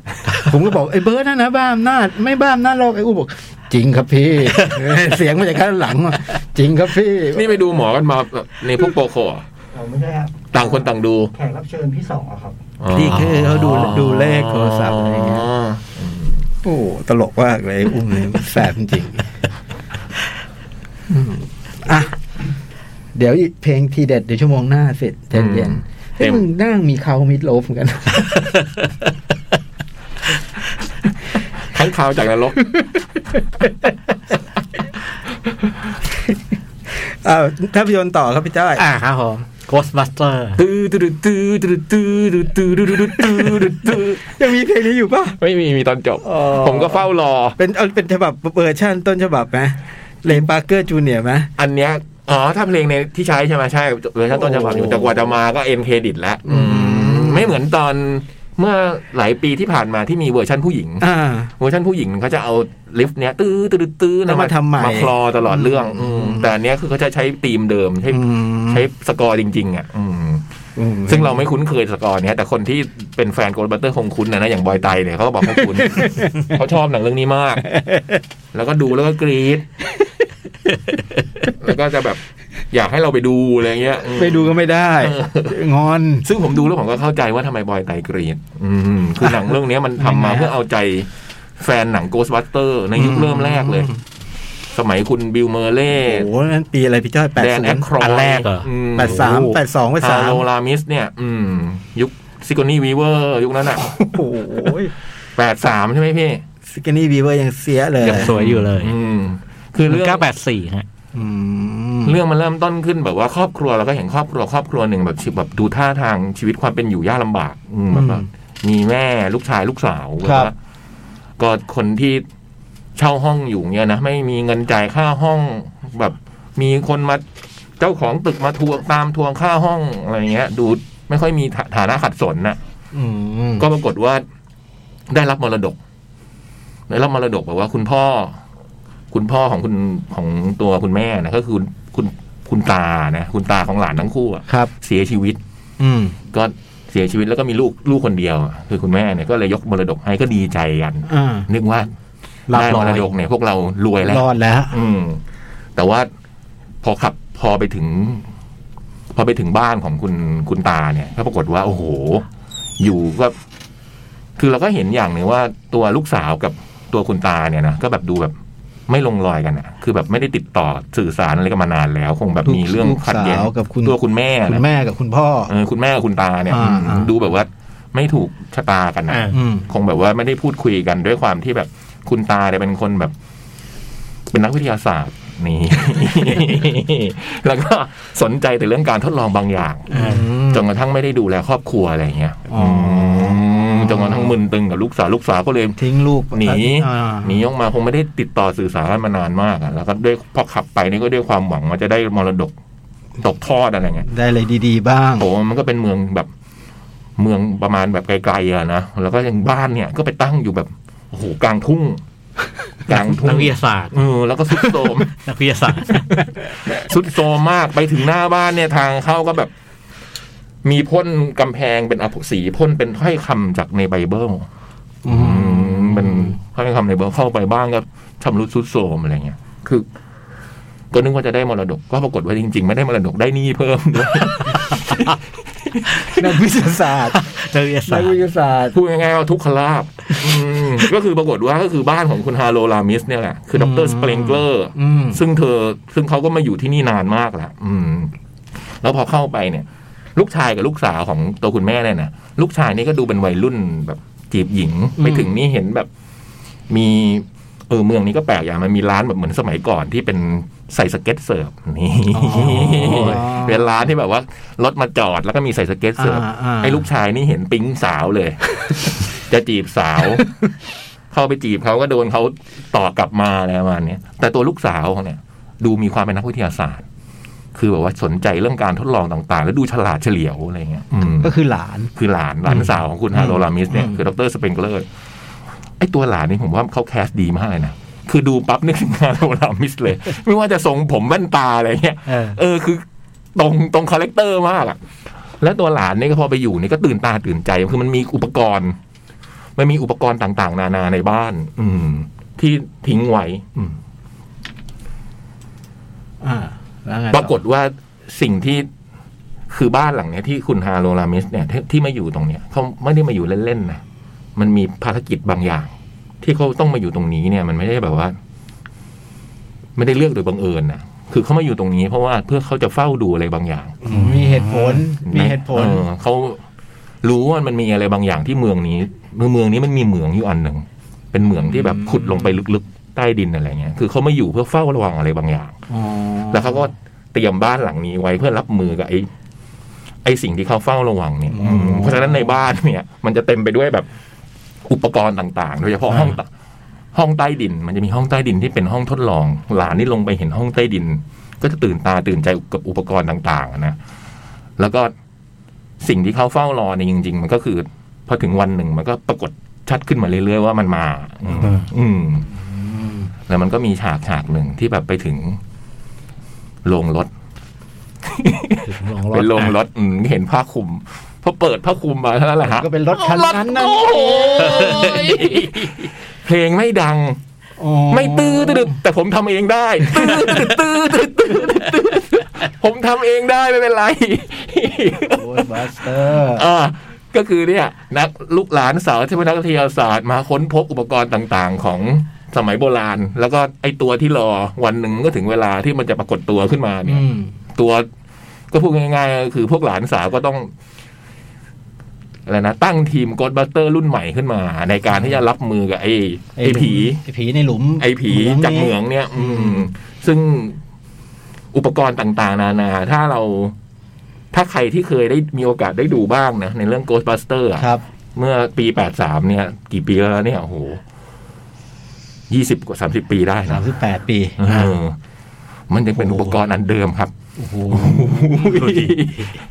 Speaker 1: ผมก็บอกไอ้เบิร์ดนะนะบ้าอำนาจไม่บ้าอำนาจหรอกไอ้อู้บอก จริงครับพี่ เสียงมาจากข้างหลังว่ะจริงครับพี่
Speaker 2: นี่ไปดูหมอกันมาแบบในพวกโปโคอะ
Speaker 5: เราไม่ได้ครับ
Speaker 2: ต่างคนต่างดู
Speaker 5: แขกรับเชิญพี่สองอะครับ
Speaker 1: ที่แค่เขาดูดูเลขโทรศัพท์อะไรเงี้ย
Speaker 2: อ๋อ
Speaker 1: โอ้ตลกมากเลย ไอ้อุ้มเนี่ยแสบจ ริงๆอืมอ่ะ เดี๋ยวอีกเพลงทีเด็ดเดี๋ยวชั่วโมงหน้าเสร็จใจเย็นๆให้ยมึงนั่งมีเขามิดโลฟเหมือนกัน
Speaker 2: ทั้งข่าวจากนรก
Speaker 1: อ้าวภาพยนตร์ต่อครับพี่จ้อย
Speaker 3: อ่าครับผม Ghostbuster
Speaker 2: ตื้อตื้อตื้อตื้อตื้อตื้อตื้อตื้อตื้อตื้อ
Speaker 1: ยังมีเพลงนี้อยู่ป่ะ
Speaker 2: ไม่มีมีตอนจบ
Speaker 1: อ๋อ
Speaker 2: ผมก็เฝ้ารอ
Speaker 1: เป็นเอาเป็นฉบับเวอร์ชั่นต้นฉบับไหมเลมปาร์เกอร์จูเนียร์ไหม
Speaker 2: อันเนี้ยอ๋อถ้าเพลงในที่ใช้ใช่ไหมใช่เวอร์ชันต้นฉบับอยู่แต่กว่าจะมาก็เอ็นเครดิตแล้ว
Speaker 1: อืม
Speaker 2: ไม่เหมือนตอนเมื่อหลายปีที่ผ่านมาที่มีเวอร์ชันผู้หญิง
Speaker 1: อ่า
Speaker 2: เวอร์ชันผู้หญิงเขาจะเอาลิฟต์เนี้ยตื้อตื้อตื้อ
Speaker 1: แล้วมาทำใหม่
Speaker 2: มาคลอตลอดเรื่อง
Speaker 1: อืม
Speaker 2: อืมแต่อันเนี้ยคือเขาจะใช้ธีมเดิม ใช้ใช้สกอร์จริง ๆ อ่ะ อืม
Speaker 1: อืม
Speaker 2: ซึ่งเราไม่คุ้นเคยสกอร์เนี้ยแต่คนที่เป็นแฟนโกลบัตเตอร์คงคุ้นนะนะอย่างบอยไตเนี่ยเขาก็บอกเขา คุ้น เขาชอบหนังเรื่องนี้มาก แล้วก็ดูแล้วก็กรี๊ดแล้วก็จะแบบอยากให้เราไปดูอะไรเงี้ยอืม
Speaker 1: ไปดูก็ไม่ได้ งอน
Speaker 2: ซึ่งผมดูแล้วผมก็เข้าใจว่าทำไมบอยไตรกรีนอืม คือหนังเรื่องเนี้ยมันทำมา
Speaker 1: ยังไงฮะ
Speaker 2: เพื่อเอาใจแฟนหนัง Ghostbuster ในยุค
Speaker 1: อืม
Speaker 2: เริ่มแรกเลย สมัยคุณบิลเมอร์เล่
Speaker 1: โอ้โหนั่นปีอะไรพี่จ้อยแปด
Speaker 2: แดน
Speaker 1: ศู
Speaker 2: แอน ค
Speaker 1: ย์
Speaker 2: ครอ
Speaker 3: อั
Speaker 2: ย
Speaker 3: นแรกเหรอ
Speaker 1: แปดสามแปดสองแปดสา
Speaker 2: ซาม โลลามิสเนี่ย อืม ยุคซิก o นี่วีเวอร์ยุคนั้นอ่ะ
Speaker 1: โอ้โห
Speaker 2: แปดสามใช่ไหมพี่
Speaker 1: สกินี่บีเวอร์ยังเสียเลย
Speaker 3: ยังสวยอยู่เลย
Speaker 2: อืม คือเรื่อง
Speaker 3: 984ฮะ
Speaker 1: อืม
Speaker 2: เรื่องมันเริ่มต้นขึ้นแบบว่าครอบครัวเราก็เห็นครอบครัวครอบครัวหนึ่งแบบชีวิตแบบดูท่าทางชีวิตความเป็นอยู่ยากลำบากอืมแบบว่ามีแม่ลูกชายลูกสาวแบบว่าก็คนที่เช่าห้องอยู่เนี่ยนะไม่มีเงินจ่ายค่าห้องแบบมีคนมาเจ้าของตึกมาทวงตามทวงค่าห้องอะไรเงี้ย ดูไม่ค่อยมีฐานะขัดสนนะ
Speaker 1: อืม
Speaker 2: ก็ปรากฏว่าได้รับมรดกได้รับมรดกแบบว่าคุณพ่อ คุณพ่อของคุณของตัวคุณแม่นะก็คือคุณคุณคุณตานะคุณตาของหลานทั้งคู่อะ
Speaker 1: ครับ
Speaker 2: เสียชีวิต
Speaker 1: อืม
Speaker 2: ก็เสียชีวิตแล้วก็มีลูกลูกคนเดียวอะคือคุณแม่เนี่ยก็เลยยกมรดกให้ก็ดีใจกัน
Speaker 1: อ่า
Speaker 2: นึกว่าได้มรดกเนี่ยพวกเรารวยแล้ว
Speaker 1: รอดแล้ว
Speaker 2: อืม แต่ว่าพอขับพอไปถึง พอไปถึงบ้านของคุณคุณตาเนี่ยก็ปรากฏว่า โอ้โห อยู่ก็คือเราก็เห็นอย่างหนึ่งว่าตัวลูกสาวกับตัวคุณตาเนี่ยนะก็แบบดูแบบไม่ลงรอยกันอะคือแบบไม่ได้ติดต่อสื่อสารอะไรกันมานานแล้ว คงแบบมีเรื่องขัดแย้ง
Speaker 1: ลูกสาวกับคุณ
Speaker 2: ตัวคุณแม่
Speaker 1: คุ
Speaker 2: นะ
Speaker 1: ณแม่กับคุณพ่อ
Speaker 2: เออคุณแม่กับคุณตาเนี่ย
Speaker 1: อ่าอ่า
Speaker 2: ดูแบบว่าไม่ถูกชะตากันนะ
Speaker 3: อ่า
Speaker 1: อืม
Speaker 2: คงแบบว่าไม่ได้พูดคุยกันด้วยความที่แบบคุณตาเนี่ยเป็นคนแบบ เป็นนักวิทยาศาสตร์นี่ แล้วก็สนใจแต่เรื่องการทดลองบางอย่างจนกระทั่งไม่ได้ดูแลครอบครัวอะไรอย่างเงี้ย
Speaker 1: อ๋ออื
Speaker 2: มจนกระทั่งมึนตึงกับลูกสาวลูกสาวก็เลย
Speaker 1: ทิ้งลูก
Speaker 2: หนี
Speaker 1: อ่า
Speaker 2: หนีออกมาคงไม่ได้ติดต่อสื่อสารกันมานานมากอะแล้วก็ด้วยพอขับไปนี่ก็ด้วยความหวังว่าจะได้มรดกตกทอดอะไรเงี้ย
Speaker 1: ได้อะไรดีๆ บ้าง
Speaker 2: โอ้มันก็เป็นเมืองแบบเมืองประมาณแบบไกลๆอะนะแล้วก็ยังบ้านเนี่ยก็ไปตั้งอยู่แบบโอ้โหกลางทุ่ง กลางทุ่
Speaker 3: นั
Speaker 2: ง
Speaker 3: กวิทยาศาสตร์
Speaker 2: เออแล้วก็สุดโทรม
Speaker 3: นักวิทยาศาสตร์
Speaker 2: สุดโทรมมากไปถึงหน้าบ้านเนี่ยทางเข้าก็แบบ มีพ่นกำแพงเป็นอภสีพ่นเป็นถ้อยคำจากในไบเบิล
Speaker 1: อืม
Speaker 2: เป็นถ้อยคำในไบเบิลเข้าไปบ้างก็ชำรุดสุดโทรมอะไรเงี้ยคือ ก็นึกว่าจะได้มรดก ก็ปรากฏว่าจริงๆ ไม่ได้มรดกได้หนี้เพิ่มด้วย
Speaker 1: นักวิทยาศาสตร์
Speaker 3: นักวิทยาศา
Speaker 1: นัก
Speaker 3: สตร์
Speaker 1: วิทยาศาสตร์
Speaker 2: พูดง่ายๆว่าทุกขลาบอืมก็คือปรากฏว่าก็คือบ้านของคุณฮาโลลามิสเนี่ยแหละ คือด
Speaker 1: อื
Speaker 2: ร
Speaker 1: ม
Speaker 2: สเปรงเกอร์
Speaker 1: อืม
Speaker 2: ซึ่งเธอซึ่งเขาก็มาอยู่ที่นี่นานมากแล้วอืม แล้วพอเข้าไปเนี่ย ลูกชายกับลูกสาวของตัวคุณแม่เนี่ยนะลูกชายนี่ก็ดูเป็นวัยรุ่นแบบจีบหญิงไปถึงนี่เห็นแบบ มีเออเมืองนี้ก็แปลกอย่างมันมีร้านแบบเหมือนสมัยก่อนที่เป็นใส่สเก็ตเสิร์ฟนี่เป็นร้านที่แบบว่ารถมาจอดแล้วก็มีใส่สเก็ตเสิร์ฟ
Speaker 1: าๆ
Speaker 2: ไอ้ลูกชายนี่เห็นปิ๊งสาว เลย จะจีบสาว เข้าไปจีบเขาก็โดนเขาต่อกลับมาอะไรประมาณเนี้ยแต่ตัวลูกสาวเนี่ย ดูมีความเป็นนักวิทยาศาสตร์ คือแบบว่าสนใจเรื่องการทดลองต่างๆ แล้วดูฉลาดเฉลียวอะไรเงี้ยอืม
Speaker 1: ก็คือหลาน
Speaker 2: คือหลานหลานสาวของคุณฮาโรลามิสเนี่ย
Speaker 1: อืม
Speaker 2: คือดรสเปงเกอร์ไอตัวหลานนี่ผมว่าเขาแคสดีมากเลยนะ คือดูปั๊บนึกถึงฮาโรลามิสเลย ไม่ว่าจะทรงผมแว่นตาอะไรเงี้ย
Speaker 3: เออ
Speaker 2: เออคือตรงตรงคาแรคเตอร์มากอะแล้วตัวหลานนี่ก็พอไปอยู่นี่ก็ตื่นตาตื่นใจคือมันมีอุปกรณ์ มันมีอุปกรณ์ต่างๆ นานาในบ้าน อืม ที่ทิ้งไว้อืม
Speaker 1: อ่าแล้วไงต่อ
Speaker 2: ปรากฏว่าสิ่งที่คือบ้านหลังเนี้ยที่คุณฮาโรลามิสเนี่ยที่ที่มาอยู่ตรงเนี้ยเขาไม่ได้มาอยู่เล่นๆนะมันมีภารกิจบางอย่าง ที่เขาต้องมาอยู่ตรงนี้เนี่ย มันไม่ได้แบบว่า ไม่ได้เลือกโดยบังเอิญนะคือเขามาอยู่ตรงนี้ เพราะว่าเพื่อเขาจะเฝ้าดูอะไรบางอย่าง
Speaker 1: มีเหตุผล มีเหตุผล
Speaker 2: ออเขารู้ว่ามันมีอะไรบางอย่างที่เมืองนี้เมืองเมืองนี้มันมีเหมืองอยู่อันหนึ่งเป็นเหมืองที่แบบขุดลงไปลึกๆใต้ดินอะไรเงี้ยคือเขามาอยู่เพื่อเฝ้าระวังอะไรบางอย่าง
Speaker 1: อ๋อ
Speaker 2: แล้วเขาก็เตรียมบ้านหลังนี้ไว้เพื่อรับมือกับไอ้ไอ้สิ่งที่เขาเฝ้าระวังเนี่ยอืมเพราะฉะนั้นในบ้านเนี่ย มันจะเต็มไปด้วยแบบอุปกรณ์ต่างๆ โดยเฉพาะห้องตห้องใต้ดิน มันจะมีห้องใต้ดินที่เป็นห้องทดลอง หลานนี่ลงไปเห็นห้องใต้ดิน ก็จะตื่นตาตื่นใจกับอุปกรณ์ต่างๆอะนะแล้วก็สิ่งที่เขาเฝ้ารอเนี่ยจริง ๆ มันก็คือพอถึงวันหนึ่งมันก็ปรากฏชัดขึ้นมาเรื่อยๆว่ามันมาอืมอืม แล้วมันก็มีฉากฉากหนึ่งที่แบบไปถึงโรงรถ
Speaker 3: ถึงลองรถ
Speaker 2: เป็นโรงรถอืมเห็นผ้าคลุมพอเปิดผ้าคลุมมาเท่านั้นแหละฮะ
Speaker 1: ก็เป็นรถคันนั้นนั่น
Speaker 2: โอ้โหเพลงไม่ดัง
Speaker 1: อ๋อ
Speaker 2: ไม่ตื้อตึ๊ดแต่ผมทำเองได้ตื้อตึ๊ดตื้อตึ๊ดตื้อตึ๊ดผมทำเองได้ไม่เป็นไร
Speaker 1: โอ้ยบัสเตอร์
Speaker 2: อ่าก็คือเนี่ยนักลูกหลานสาวที่เป็นนักวิทยาศาสตร์มาค้นพบอุปกรณ์ต่างๆ ของสมัยโบราณ แล้วก็ไอตัวที่รอวันหนึ่งก็ถึงเวลาที่มันจะปรากฏตัวขึ้นมาเนี่ย
Speaker 1: อืม
Speaker 2: ตัวก็พูดง่ายๆก็คือพวกหลานสาวก็ต้องอะไรนะตั้งทีมกดบัสเตอร์รุ่นใหม่ขึ้นมา ในการที่จะรับมือกับไอ้ไอ้ผี
Speaker 1: ไอ้ผีในหลุม
Speaker 2: ไอ้ผีจากเหมือง
Speaker 1: นี้
Speaker 2: เนี่ย อื
Speaker 1: อื
Speaker 2: ม
Speaker 1: ม
Speaker 2: ซึ่งอุปกรณ์ต่างๆ นานา ถ้าเรา ถ้าใครที่เคยได้มีโอกาสได้ดูบ้างนะ ในเรื่อง Ghostbuster อะ
Speaker 1: ครับ
Speaker 2: เมื่อปี 83 เนี่ย กี่ปีแล้วเนี่ย โอ้โหยี่สิบกว่าสามสิบปีได้นะ
Speaker 1: 38 ปี
Speaker 2: เออมันยังเป็นอุปกรณ์อันเดิมครับ
Speaker 1: โอ้โห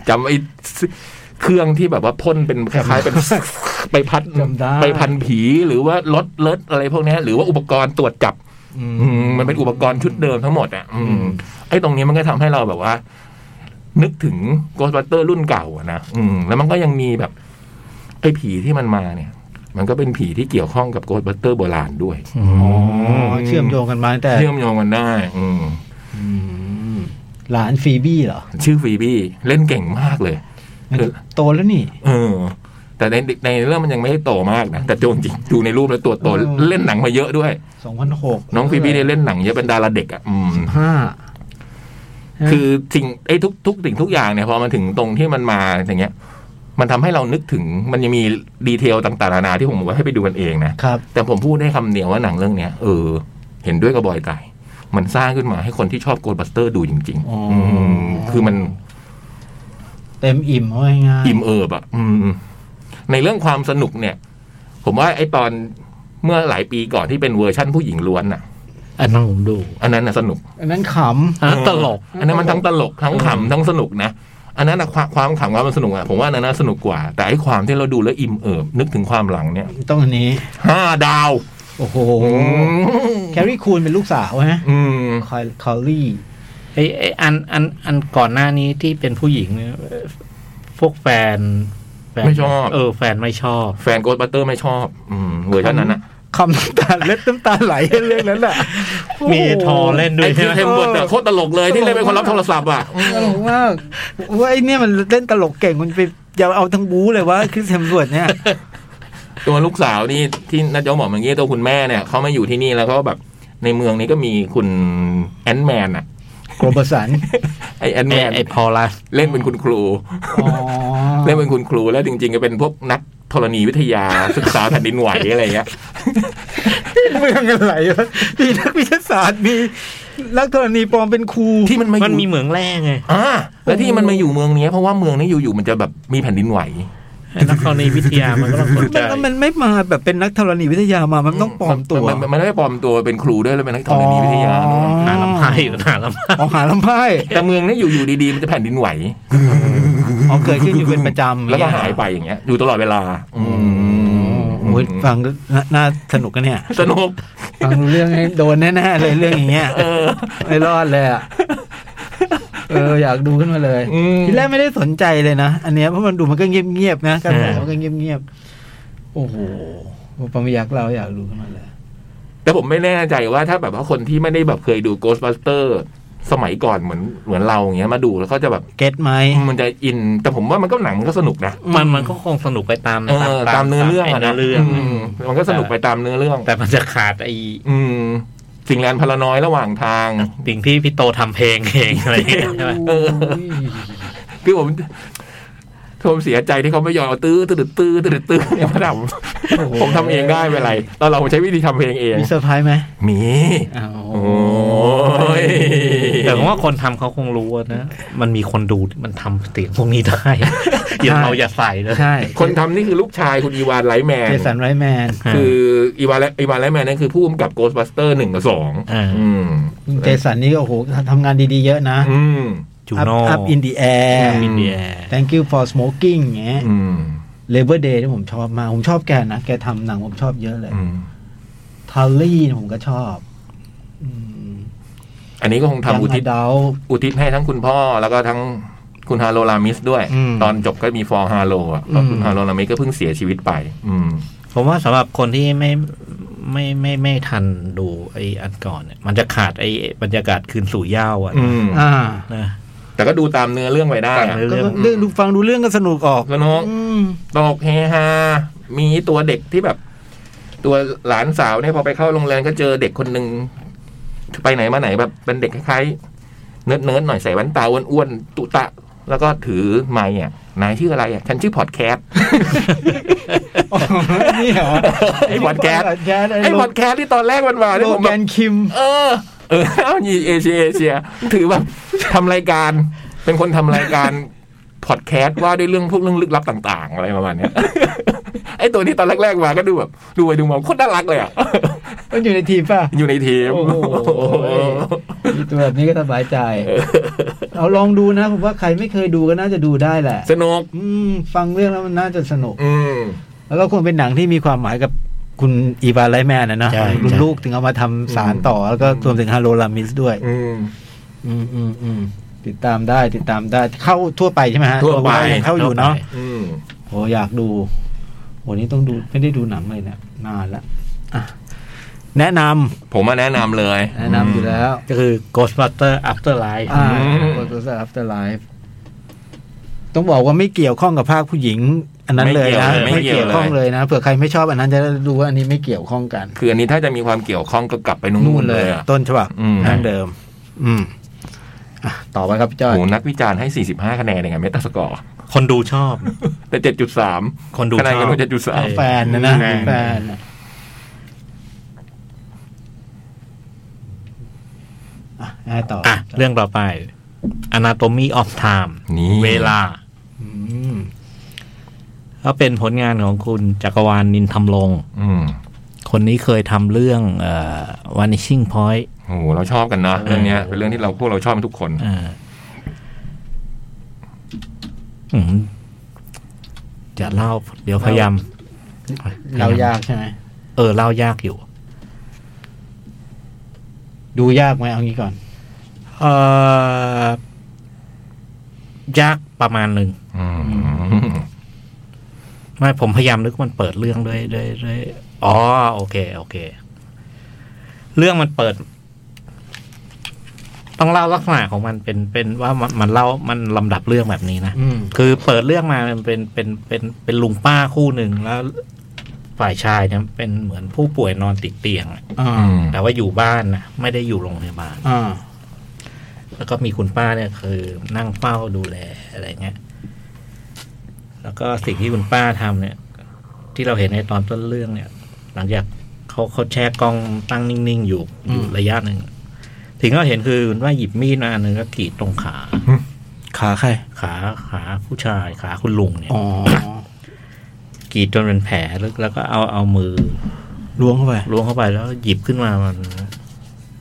Speaker 2: จำไอ้ซึเครื่องที่แบบว่าพ่นเป็นคล้าย ๆเป็น ไปพัด
Speaker 1: จำได้
Speaker 2: ไปพันผีหรือว่ารถเลิศอะไรพวกเนี้ยหรือว่าอุปกรณ์ตรวจจับ
Speaker 1: อืม
Speaker 2: อืมมันเป็นอุปกรณ์ชุดเดิมทั้งหมดอ่ะอืม
Speaker 1: อืม
Speaker 2: ไอ้ตรงนี้มันก็ทำให้เราแบบว่า นึกถึง Ghostbuster รุ่นเก่าอะนะอืมแล้วมันก็ยังมีแบบ ไอ้ผีที่มันมาเนี่ย มันก็เป็นผีที่เกี่ยวข้องกับ Ghostbuster โบราณด้วย
Speaker 1: อ๋อเชื่อมโยงกันมาตั้งแต่
Speaker 2: เชื่อมโยงกันได้ อืม
Speaker 1: อืมหลานฟีบี้เหรอ
Speaker 2: ชื่อฟีบี้เล่นเก่งมากเลย
Speaker 1: มันโตแล้วนี่
Speaker 2: เออ แต่ในในเรื่องมันยังไม่ได้โตมากนะแต่โจริงๆดูในรูปแล้วตัวโต
Speaker 1: เออ
Speaker 2: เล่นหนังมาเยอะด้วย
Speaker 1: 2006
Speaker 2: น้องฟีบี้เนี่ยเล่นหนังเยอะเป็นดาราเด็กอ่ะอืม
Speaker 1: ห้า นะ
Speaker 2: คือสิ่งไอ้ทุกทุกสิ่งทุกอย่างเนี่ยพอมันถึงตรงที่มันมาอย่างเงี้ย มันทำให้เรานึกถึงมันยังมีดีเทลต่างๆนานาที่ผมบอกว่าให้ไปดูกันเองนะครับ แต่ผมพูดได้คำเดียวว่าหนังเรื่องเนี้ยเออ เห็นด้วยกับบอยไก่มันสร้างขึ้นมาให้คนที่ชอบโกลบัสเตอร์ดูจริง
Speaker 1: อ๋อ
Speaker 2: ๆ
Speaker 1: อื
Speaker 2: มคือมัน
Speaker 1: เต็มอิ่มเอาง่ายๆ
Speaker 2: อิ่มเอิบอ่ะอืม ในเรื่องความสนุกเนี่ย ผมว่าไอ้ตอนเมื่อหลายปีก่อนที่เป็นเวอร์ชั่นผู้หญิงล้วนอ่ะ
Speaker 3: อันนั้นผมดู
Speaker 2: อันนั้นน่ะสนุก
Speaker 1: อันนั้นข
Speaker 3: อันนั้นตลก
Speaker 2: อันนั้นมันทั้งตลกทั้งขำทั้งสนุกนะ อันนั้นนะความความขำความสนุกอะผมว่าอันนั้นน่าสนุกกว่า แต่ไอ้ความที่เราดูแล้วอิ่มเอิบนึกถึงความหลังเนี่ย
Speaker 1: ำต้องอันนี้
Speaker 2: ห้าดาว
Speaker 1: โอ้โห
Speaker 2: ม
Speaker 1: แครีคูนเป็นลูกสาวฮะ
Speaker 2: อืม
Speaker 1: คอยคอลลี่
Speaker 3: ไอ้ไอ้อันอันอันก่อนหน้านี้ที่เป็นผู้หญิงเนี่ยพวกแฟนแฟน
Speaker 2: ไม่ชอบ
Speaker 3: เออ แฟนไม่ชอบ
Speaker 2: แฟนโกดบัตเตอร์ไม่ชอบ อืมเวอร์ชันนั้นอะ
Speaker 1: คำน้ำตาเล็ดน้ำตาไหลเรื่องนั้นแหละ
Speaker 3: มีทอเล่นด้ว
Speaker 2: ไอ้
Speaker 3: ย
Speaker 2: ที
Speaker 3: ใช่ไหม
Speaker 2: เทมเบิร์ดอะโคตรตลกเลยที่เลยเป็นคนรับโทรศัพท์อะ
Speaker 1: ตลกมากว่าไอ้เนี่ยมันเล่นตลกเก่งมันไปอย่าเอาทั้งบู๊เลยว่าคือเทมสวดเนี่ย
Speaker 2: ตัวลูกสาวนี่ที่นัดยอบอกเมื่อกี้ตัวคุณแม่เนี่ยเขามาอยู่ที่นี่แล้วเขาก็แบบในเมืองนี้ก็มีคุณแอนแมนอะ
Speaker 1: โกลบสัน
Speaker 2: ไอแอนแม
Speaker 3: ไอ้
Speaker 2: น
Speaker 3: ไอ้พอลัส
Speaker 2: เล่นเป็นคุณครู
Speaker 1: อ๋อ
Speaker 2: เล่นเป็นคุณครูแล้วจริงๆก็เป็นพวกนักธรณีวิทยา ศึกษาแผ่นดินไหวอะไรเงี้ย
Speaker 1: เมืองอะไรวะมีนักวิทยาศาสตร์มีนักธรณีปลอมเป็นครู
Speaker 2: ที่มันมาอ
Speaker 3: มันมี
Speaker 2: ยู่
Speaker 3: เหมืองแร่ไง
Speaker 2: อ่าแล้วที่มันมาอยู่เมืองเนี้ยเพราะว่าเมืองนี้อยู่ๆมันจะแบบมีแผ่นดินไหว
Speaker 3: นักธรณีวิทยามันก็ต้องสนใจ
Speaker 1: มันมันไม่มาแบบเป็นนักธรณีวิทยามามันต้องปลอมตัว
Speaker 2: มันมันมันไม่ได้ปลอมตัวเป็นครูด้วยแล้วเป็นนักธรณีวิทยาด้วย
Speaker 1: อ๋อ
Speaker 3: น่าลำค าย อยู่นานแล้วมั้ง
Speaker 1: ออกหาลำไส้
Speaker 2: แต่เมืองเนี้อยู่ๆดีๆมันจะแผ่นดินไหว
Speaker 1: อ๋อเคยขึ้นอยู่เป็นประจำ
Speaker 2: แล้วก็หายไปอย่างเงี้ย อยู่ตลอดเวลา อืม
Speaker 1: โอ้ยฟังก็น่าน่าสนุกกันเนี่ย
Speaker 2: สนุก
Speaker 1: ฟังเรื่องนี้โดนแน่ๆเลยเรื่องอย่างเงี้ยไม่รอดเลยอะเอออยากดูขึ้นมาเลย
Speaker 2: อืม
Speaker 1: ทีแรกไม่ได้สนใจเลยนะอันเนี้ยเพราะมันดูมันก็เงียบๆนะการแสดงมันก็เงียบๆโอ้โหปรมยักษ์เราอยากดูขึ้นมาเลย
Speaker 2: แต่ผมไม่แน่ใจว่าถ้าแบบว่าคนที่ไม่ได้แบบเคยดู Ghostbuster สมัยก่อนเหมือนเหมือนเราอย่างเงี้ยมาดูแล้วเขาจะแบบ
Speaker 1: เก็ตไหม
Speaker 2: มันจะอิน แต่ผมว่ามันก็หนังมันก็สนุกนะ
Speaker 3: มันมันก็คงสนุกไปตาม
Speaker 2: เออตามเนื้อเรื่องอะ
Speaker 3: ตาม
Speaker 2: นะ
Speaker 3: เนื้อเรื่อง
Speaker 2: อืมมันก็สนุกไปตามเนื้อเรื่อง
Speaker 3: แต่มันจะขาดไอ้
Speaker 2: อืม สิ่งแลนพารานอยระหว่างทาง
Speaker 3: สิ่งที่พี่โตทำเพลงเองอะไรอย่างเงี้ยใช่ไหม
Speaker 2: เออ คือผมผมเสียใจที่เขาไม่ยอมเอาตื้อตื้อตื้อตื้อตื้อเนี่ยมาทำผมทำเองได้ไม่เป็นไรเราเราใช้วิธีทำเพลงเอง
Speaker 1: มีเซอร์ไพรส์ไหม
Speaker 2: มี
Speaker 1: อ้าว
Speaker 2: โอ้ย
Speaker 3: แต่ผมว่าคนทำเขาคงรู้อะนะ มันมีคนดูที่มันทำเสียงพวกนี้ได้ อย่าเราอย่าใส่เลย
Speaker 1: ใช่
Speaker 2: คนทำนี่คือลูกชายคุณอีวานไลท์แมน
Speaker 1: เจสันไรแมน
Speaker 2: คืออีวานและอีวานไลท์แมนนั่นคือผู้กำกับ Ghostbuster หนึ่งกับสอง
Speaker 3: อ่า
Speaker 2: อืม
Speaker 1: เจสันนี่ก็โอ้โหทำงานดีๆเยอะนะ
Speaker 2: อืม
Speaker 3: จูโน่
Speaker 1: Up in the air
Speaker 2: อืม
Speaker 3: อินเดีย
Speaker 1: Thank you for smoking อย่างเงี้ย
Speaker 2: อืม
Speaker 1: Labor Day ที่ผมชอบมากผมชอบแกนะ แกทำหนังผมชอบเยอะเลย
Speaker 2: อืม
Speaker 1: t า l ลี่ผมก็ชอบอืม
Speaker 2: อันนี้ก็คงทำอุทิศ
Speaker 1: ยัง Adult
Speaker 2: อุทิศให้ทั้งคุณพ่อแล้วก็ทั้งคุณฮาโลลามิสด้วย
Speaker 1: อืม
Speaker 2: ตอนจบก็มีฟอร์ฮาโลอ่ะเพ
Speaker 1: อื
Speaker 2: ราะ
Speaker 1: ม
Speaker 2: คุณฮาโลลามิสก็เพิ่งเสียชีวิตไป อืม
Speaker 3: ผมว่าสำหรับคนที่ไม่ไม่ไม่ไม่ทันดูไอ้อันก่อนเนี่ยมันจะขาดไอ้บรรยากาศคืนสู่เหย้าอ่ะ
Speaker 2: อืม
Speaker 1: อ่า
Speaker 3: นะ
Speaker 2: แต่ก็ดูตามเนื้อเรื่องไปได้
Speaker 3: ตาม
Speaker 2: อะ
Speaker 3: เนื้อ
Speaker 1: ก็
Speaker 3: เรื่อง
Speaker 1: ก็เรื่องดูฟังดูเรื่องก็สนุกออก
Speaker 2: แล้วเน้อง
Speaker 1: อืม
Speaker 2: ตลกเฮฮา มีตัวเด็กที่แบบ ตัวหลานสาวเนี่ยพอไปเข้าโรงแรมก็เจอเด็กคนหนึ่งไปไหนมาไหนแบบเป็นเด็กคล้ายๆเนิร์ดๆหน่อยใส่แว่นตาอ้วนๆตุตะ แล้วก็ถือไม้อ่ะนายชื่ออะไรอ่ะฉันชื่อพอดแคสต์
Speaker 1: นี่เหรอ
Speaker 2: ไอ้พอดแคสต์
Speaker 1: ไอ้พอดแคสต์
Speaker 2: ไอ้
Speaker 1: ไอ้
Speaker 2: พอดแคสต์ที่ตอนแรกมันมา
Speaker 1: โล
Speaker 2: เนี่ยผม
Speaker 1: แก
Speaker 2: แบบ
Speaker 1: นคิม
Speaker 2: เออ เออเอายีเอเชียเอเชีย ถือแบบทำราย การ เป็นคนทำรายการ พอดแคสต์ว่าด้วยเรื่องพวกเรื่องลึกลับต่าง ๆ อะไรประมาณเนี้ย ไอตัวนี้ตอนแรก ๆ มาก็ดูแบบดูไปดูมาโคตรน่ารักเลยอ่ะ
Speaker 1: มันอยู่ในทีมป่ะ
Speaker 2: อยู่ในทีม
Speaker 1: โอ้โห มีตัวแบบนี้ก็สบายใจ เอาลองดูนะ ผมว่าใครไม่เคยดูก็น่าจะดูได้แหละ
Speaker 2: สนุก
Speaker 1: อืม ฟังเรื่องแล้วมันน่าจะสนุก
Speaker 2: อืม
Speaker 1: แล้วก็ควรเป็นหนังที่มีความหมายกับคุณอีวานไลท์แมนนะเนอะ
Speaker 3: ใช่
Speaker 1: รุ่น
Speaker 3: ใช่
Speaker 1: ลูกถึงเอามาทำสารต่อ แล้วก็รวมถึงฮาโลลามิสด้วย
Speaker 2: อืม
Speaker 1: อืมอืมอืมติดตามได้ติดตามได้เข้าทั่วไปใช่ไหมฮะ
Speaker 2: ทั่วไป
Speaker 1: ยังเข้าอยู่เนาะ
Speaker 2: อืม
Speaker 1: โหอยากดูโหนี่ต้องดูไม่ได้ดูหนังเลยเนะนานละอ่ะแนะนำ
Speaker 2: ผมมาแนะนำเลย
Speaker 1: แนะนำอยู่แล้ว
Speaker 3: ก็คือ Ghostbuster Afterlife
Speaker 1: อ่าโปรตุสอัฟเตอร์ไลฟ์ต้องบอกว่าไม่เกี่ยวข้องกับภาคผู้หญิง อันนั้นเลยนะ
Speaker 2: ไม่เกี่ยวเลยไม่เกี่ยวเลย
Speaker 1: ข้องเลยนะเผื่อใครไม่ชอบอันนั้นจะได้รู้ว่าอันนี้ไม่เกี่ยวข้องกัน
Speaker 2: คืออันนี้ถ้าจะมีความเกี่ยวข้องก็กลับไปนู่นเลยอะ
Speaker 1: ต้นฉบับ
Speaker 2: อืม
Speaker 1: นั่นเดิม อืมอ่ะต่อไปครับพี่จ้อย
Speaker 2: โหนักวิจารณ์ให้ 45 คะแนนเองอะเมตาสกอร์
Speaker 3: คนดูชอบ
Speaker 2: แต่ 7.3
Speaker 3: คนดู
Speaker 2: คะแนน
Speaker 3: ช
Speaker 2: กั
Speaker 3: อนบ
Speaker 2: ว่า7.3
Speaker 1: แฟนนะนะ
Speaker 3: แฟน
Speaker 1: แฟนน่ะอ่ะให้ต่อ
Speaker 3: อ่ะ เรื่องต่อไป Anatomy of Time
Speaker 2: นี่
Speaker 3: เวลา
Speaker 1: อืม
Speaker 3: ก็เป็นผลงานของคุณจักรวาลนินทำลง
Speaker 2: อืม
Speaker 3: คนนี้เคยทำเรื่องเอ่อ Vanishing Point
Speaker 2: โอ้โหเราชอบกันนะเรื่องเนี้ยเป็นเรื่องที่เราพวกเราชอบกันทุกคน
Speaker 3: อ่าอืมจะเล่า เดี๋ยวพยายาม
Speaker 1: เรายากใช่ไหม
Speaker 3: เออ เล่ายากอยู่
Speaker 1: ดูยากไหมเอางี้ก่อน
Speaker 3: เออยากประมาณหนึ่ง
Speaker 2: อืม
Speaker 3: ไม่ผมพยายามนึกว่ามันเปิดเรื่องด้วยด้วยด้วยอ๋อโอเค โอเค เรื่องมันเปิด ต้องเล่าลักษณะของมันเป็นเป็นว่ามันมันเล่ามันลำดับเรื่องแบบนี้นะ
Speaker 1: อืม
Speaker 3: คือเปิดเรื่องมามันเป็นเป็นเป็นเป็นลุงป้าคู่หนึ่งแล้วฝ่ายชายเนี่ยเป็นเหมือนผู้ป่วยนอนติดเตียงอะ
Speaker 1: อ่า
Speaker 2: อืม
Speaker 3: แต่ว่าอยู่บ้านนะไม่ได้อยู่โรงพยาบาล
Speaker 1: อ่า
Speaker 3: แล้วก็มีคุณป้าเนี่ยคือนั่งเฝ้าดูแลอะไรเงี้ย แล้วก็สิ่งที่คุณป้าทำเนี่ย ที่เราเห็นในตอนต้นเรื่องเนี่ย หลังจากเขาเขาแช่กล้องตั้งนิ่งๆอยู่
Speaker 1: อืม
Speaker 3: อยู่ระยะหนึ่งสิ่งที่เราเห็นคือคุณป้าหยิบมีดมาอันหนึ่งก็กรีดตรงขา
Speaker 1: ขาใคร
Speaker 3: ขาขาผู้ชายขาคุณลุงเนี่ย
Speaker 1: อ๋อก
Speaker 3: รีดจนเป็นแผลลึกแล้วก็เอาเอามือ
Speaker 1: ล้วงเข้าไป
Speaker 3: ล้วงเข้าไปแล้วหยิบขึ้นมามัน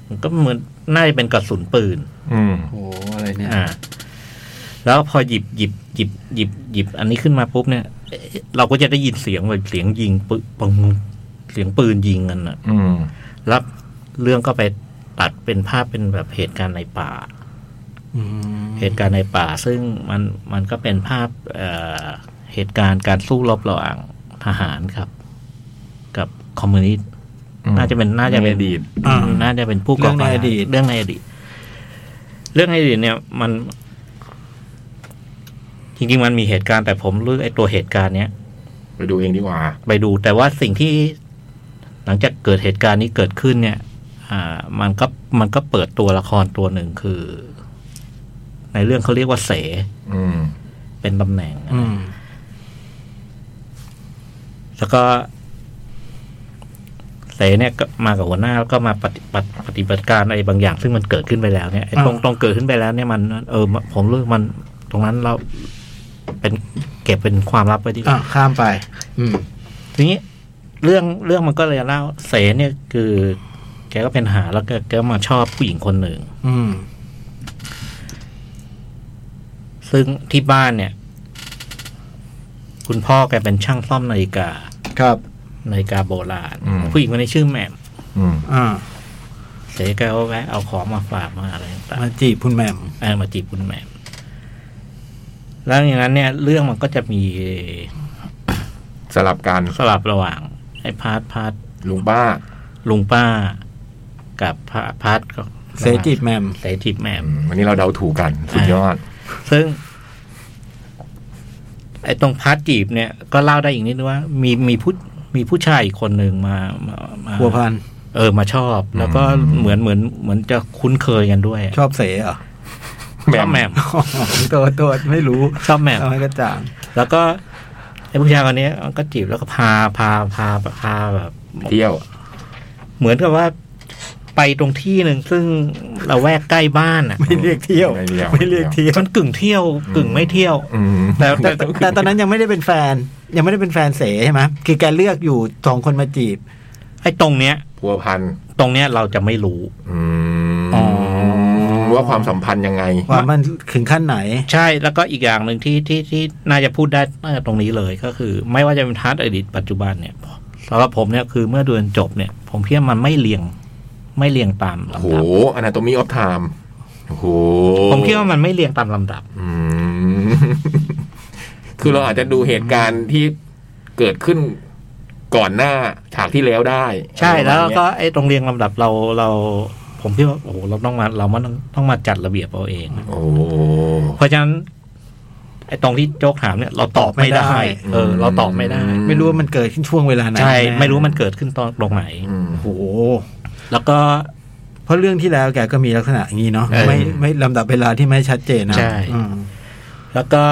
Speaker 3: มันก็เหมือนน่าจะเป็นกระสุนปืน
Speaker 2: อืม
Speaker 1: โอ้โหอะไรเนี่ย
Speaker 3: อ่า แล้วพอหยิบหยิบหยิบหยิบหยิบ อันนี้ขึ้นมาปุ๊บเนี่ยเอ๊ะเราก็จะได้ยินเสียงแบบเสียงยิงปึงปึงเสียงปืนยิงกันนะ
Speaker 2: อืม
Speaker 3: แล้วเรื่องก็ไปตัดเป็นภาพเป็นแบบเหตุการณ์ในป่า
Speaker 1: อืม
Speaker 3: เหตุการณ์ในป่า ซึ่งมันมันก็เป็นภาพเอ่อเหตุการณ์การสู้รบระหว่างทหารครับ กับคอมมิวนิสต์
Speaker 2: อืม
Speaker 3: น่าจะเป็นน่าจะเป็น
Speaker 2: ในอดีต
Speaker 3: อืมน่าจะเป็นผู้ก่อการเรื่องในอดีต เรื่องในอดีตเนี่ย มัน จริงๆมันมีเหตุการณ์แต่ผมเลือกไอ้ตัวเหตุการณ์เนี้ย
Speaker 2: ไปดูเองดีกว่า
Speaker 3: ไปดูแต่ว่าสิ่งที่หลังจากเกิดเหตุการณ์นี้เกิดขึ้นเนี่ย อ่า มันก็มันก็เปิดตัวละครตัวหนึ่งคือ ในเรื่องเขาเรียกว่าเส
Speaker 2: อืม
Speaker 3: เป็นตำแหน่งอะ
Speaker 1: อืม
Speaker 3: แล้วก็เสเนี่ยก็มากับหัวหน้าแล้วก็มาปฏิบัติปฏิบัติการอะไรบางอย่าง ซึ่งมันเกิดขึ้นไปแล้วเนี่ยไอ้ตรงตรงเกิดขึ้นไปแล้วเนี่ยมัน เออ ผมรู้สึกมันตรงนั้นเราเป็นเก็บเป็นความลับไว้ดีกว่า
Speaker 1: อ่ะข้ามไป อืม
Speaker 3: ทีนี้เรื่องเรื่องมันก็เลยเล่าเสนเนี่ยคือ แกก็เป็นทหารแล้วแกแกก็มาชอบผู้หญิงคนหนึ่ง
Speaker 1: อืม
Speaker 3: ซึ่งที่บ้านเนี่ย คุณพ่อแกเป็นช่างซ่อมนาฬิกา
Speaker 1: ครับ
Speaker 3: นาฬิกาโบราณ
Speaker 2: อืม
Speaker 3: ผู้หญิงคนนี้ชื่อแหม่ม
Speaker 2: อืม
Speaker 1: อ่า
Speaker 3: เสแกก็แวะเอาของมาฝากมาอะไรต่าง
Speaker 1: มาจีบคุณแหม่ม
Speaker 3: ๆเออมาจีบคุณแหม่มแล้วอย่างนั้นเนี่ย เรื่องมันก็จะมี
Speaker 2: สลับกัน
Speaker 3: สลับระหว่างไอ้พาร์ทพาร์ท
Speaker 2: ลุงป้า
Speaker 3: ลุงป้า กับพาร์ทพาร์ทก็
Speaker 1: เสจีบแหม่ม
Speaker 3: เสจีบแหม่ม
Speaker 2: อืมวันนี้เราเดาถูกกัน สุดยอด
Speaker 3: ซึ่ง ไอ้ตรงพาร์ทจีบเนี่ยก็เล่าได้อีกนิดนึงว่า มีมีผู้มีผู้ชายอีกคนหนึ่งมามามา
Speaker 1: บัวพันธุ์
Speaker 3: เออมาชอบ แล้วก็
Speaker 2: อืม
Speaker 3: เหมือนเหมือนเหมือนจะคุ้นเคยกันด้วย
Speaker 1: ชอบเสเหรอ
Speaker 2: แหม่
Speaker 3: ชอบแหม่ม
Speaker 1: อ๋อตัวตัวไม่รู้
Speaker 3: ชอบแหม่ม
Speaker 1: เอาให้กระจ่าง
Speaker 3: แล้วก็ไอ้ผู้ชายคนนี้ก็จีบแล้วก็พาพาพาพาแบบ
Speaker 2: เที่ยว
Speaker 3: เหมือนกับว่าไปตรงที่หนึ่งซึ่งเราแวกใกล้บ้านอ่ะ
Speaker 1: ไม่เรียกเที่ยว
Speaker 2: ไม่เรียก
Speaker 1: ไม่เรียกเที่ยว
Speaker 3: มันกึ่งเที่ยว กึ่งไม่เที่ยว
Speaker 2: อืม
Speaker 3: แต่
Speaker 1: แต่
Speaker 3: แต่
Speaker 1: แต่แต่ตอนนั้นยังไม่ได้เป็นแฟน ยังไม่ได้เป็นแฟนเสใช่ไหมคือแกเลือกอยู่สองคนมาจีบ
Speaker 3: ไอ้ตรงเนี้ย
Speaker 2: พัวพัน
Speaker 3: ตรงเนี้ยเราจะไม่รู้
Speaker 2: อืม
Speaker 1: อ๋อ
Speaker 2: ว่าความสัมพันธ์ยังไง
Speaker 1: ว่ามันถึงขั้นไหน
Speaker 3: ใช่แล้วก็อีกอย่างหนึ่งที่ที่ที่น่าจะพูดได้ตั้งแต่ตรงนี้เลยก็คือ ไม่ว่าจะเป็นพาร์ทอดีตปัจจุบันเนี่ยสำหรับผมเนี่ยคือเมื่อเดือนจบเนี่ย ผมคิดว่ามันไม่เรียง ไม่เรียงตาม
Speaker 2: โอ้โห
Speaker 3: ลำดับ
Speaker 2: อนาโตมีออฟไทม์โอ้โห
Speaker 3: ผมคิดว่ามันไม่เรียงตามลำดับ
Speaker 2: อืม คือเราอาจจะดูเหตุการณ์ที่เกิดขึ้นก่อนหน้าฉากที่แล้วได้
Speaker 3: ใช่แล้ว
Speaker 2: อะไรประมาณเนี้ย
Speaker 3: ก็ไอ้ตรงเรียงลำดับเราเรา ผมคิดว่าโอ้โหเราต้องมาเรามันต้องต้องมาจัดระเบียบเอาเอง
Speaker 2: โอ้โห
Speaker 3: เพราะฉะนั้น ไอ้ตรงที่โจ๊กถามเนี่ย เราตอบไม่
Speaker 1: ไม่
Speaker 3: ได้
Speaker 1: ได้
Speaker 3: เออ เราตอบไม่ได้
Speaker 2: อืม
Speaker 1: ไม่รู้ว่ามันเกิดขึ้นช่วงเวลาไหน
Speaker 3: ใช่
Speaker 1: แน่
Speaker 3: ไม่รู้มันเกิดขึ้นตอนตรงไหน
Speaker 2: อืม
Speaker 1: โอ้โห
Speaker 3: แล้วก็
Speaker 1: เพราะเรื่องที่แล้วแกก็มีลักษณะอย่างนี้เนาะ
Speaker 3: เออ
Speaker 1: ไม่ไม่ลำดับเวลาที่ไม่ชัดเจนนะ
Speaker 3: ใช่
Speaker 1: อืม
Speaker 3: แล้วก็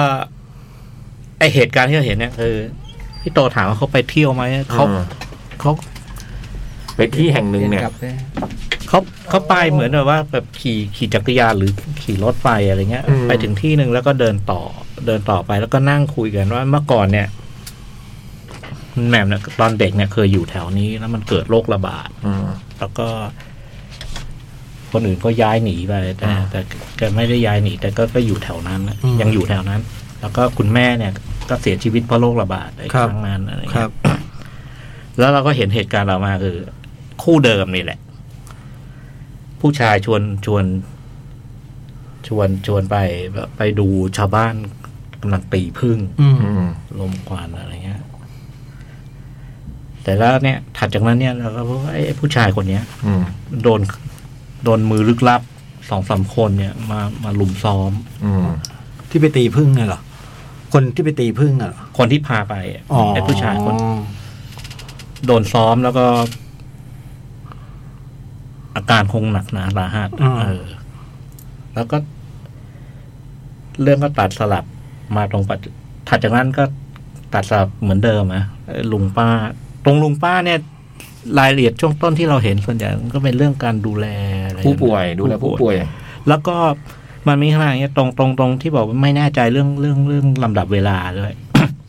Speaker 3: ไอเหตุการณ์ที่เราเห็นเนี่ยคือพี่โตถามว่าเขาไปเที่ยวไหมเขา
Speaker 2: อ่า
Speaker 3: เขา
Speaker 2: ไปที่แห่งหนึ่งเนี่ย
Speaker 1: กลับได้
Speaker 3: เขาเขาไปเหมือนแบบว่าแบบขี่ขี่จักรยานหรือขี่รถไปอะไรเงี้ย
Speaker 2: อืม
Speaker 3: ไปถึงที่หนึ่งแล้วก็เดินต่อเดินต่อไปแล้วก็นั่งคุยกันว่าเมื่อก่อนเนี่ยแหม่มเนี่ยตอนเด็กเนี่ยเคยอยู่แถวนี้แล้วมันเกิดโรคระบาด
Speaker 2: อืม
Speaker 3: แล้วก็ คนอื่นก็ย้ายหนีไปแต่
Speaker 2: อ่า
Speaker 3: แต่แกไม่ได้ย้ายหนี แต่ก็ก็อยู่แถวนั้นน่ะยังอยู่แถวนั้น แล้วก็คุณแม่เนี่ย ก็เสียชีวิตเพราะโรคระบาดไอ้ครั้งนั้นอะไรอย่าง
Speaker 1: ครั
Speaker 3: เงี้
Speaker 1: บ
Speaker 3: ยแล้วเราก็เห็นเหตุการณ์เรามาคือ คู่เดิมนี่แหละ ผู้ชายชวนชวน ชวนชวนไปแบบไปดูชาวบ้านกำลังตีพึ่ง
Speaker 1: อืม
Speaker 2: อืม
Speaker 3: ลมควันอะไรเงี้ย แต่แล้วเนี่ย ถัดจากนั้นเนี่ยเราก็พบว่าไอ้ผู้ชายคนเนี้ย
Speaker 2: อืม
Speaker 3: โดนโดนมือลึกลับสองสามคนเนี่ย มามาลุมซ้อม
Speaker 2: อืม
Speaker 1: ที่ไปตีพึ่งไงเหรอคนที่ไปตีพึ่งอ่ะเหรอ
Speaker 3: คนที่พาไปอะ
Speaker 1: อ๋อ
Speaker 3: ไอ้ผู้ชายคนโดนซ้อมแล้วก็ อาการคงหนักหนาสาหัสเออ แล้วก็ เรื่องก็ตัดสลับมาตรงปัจจุถัดจากนั้นก็ตัดสลับเหมือนเดิมนะเอ่อลุงป้า ตรงลุงป้าเนี่ย รายละเอียดช่วงต้นที่เราเห็นส่วนใหญ่มันก็เป็นเรื่องการดูแลอะไร
Speaker 2: ผู้ป่วยดูแลผู้ป่วย
Speaker 3: แล้วก็มันมีขนาดเนี้ยตรงตรงตรงที่บอกว่าไม่แน่ใจเรื่องเรื่องเรื่องลำดับเวลาด้วย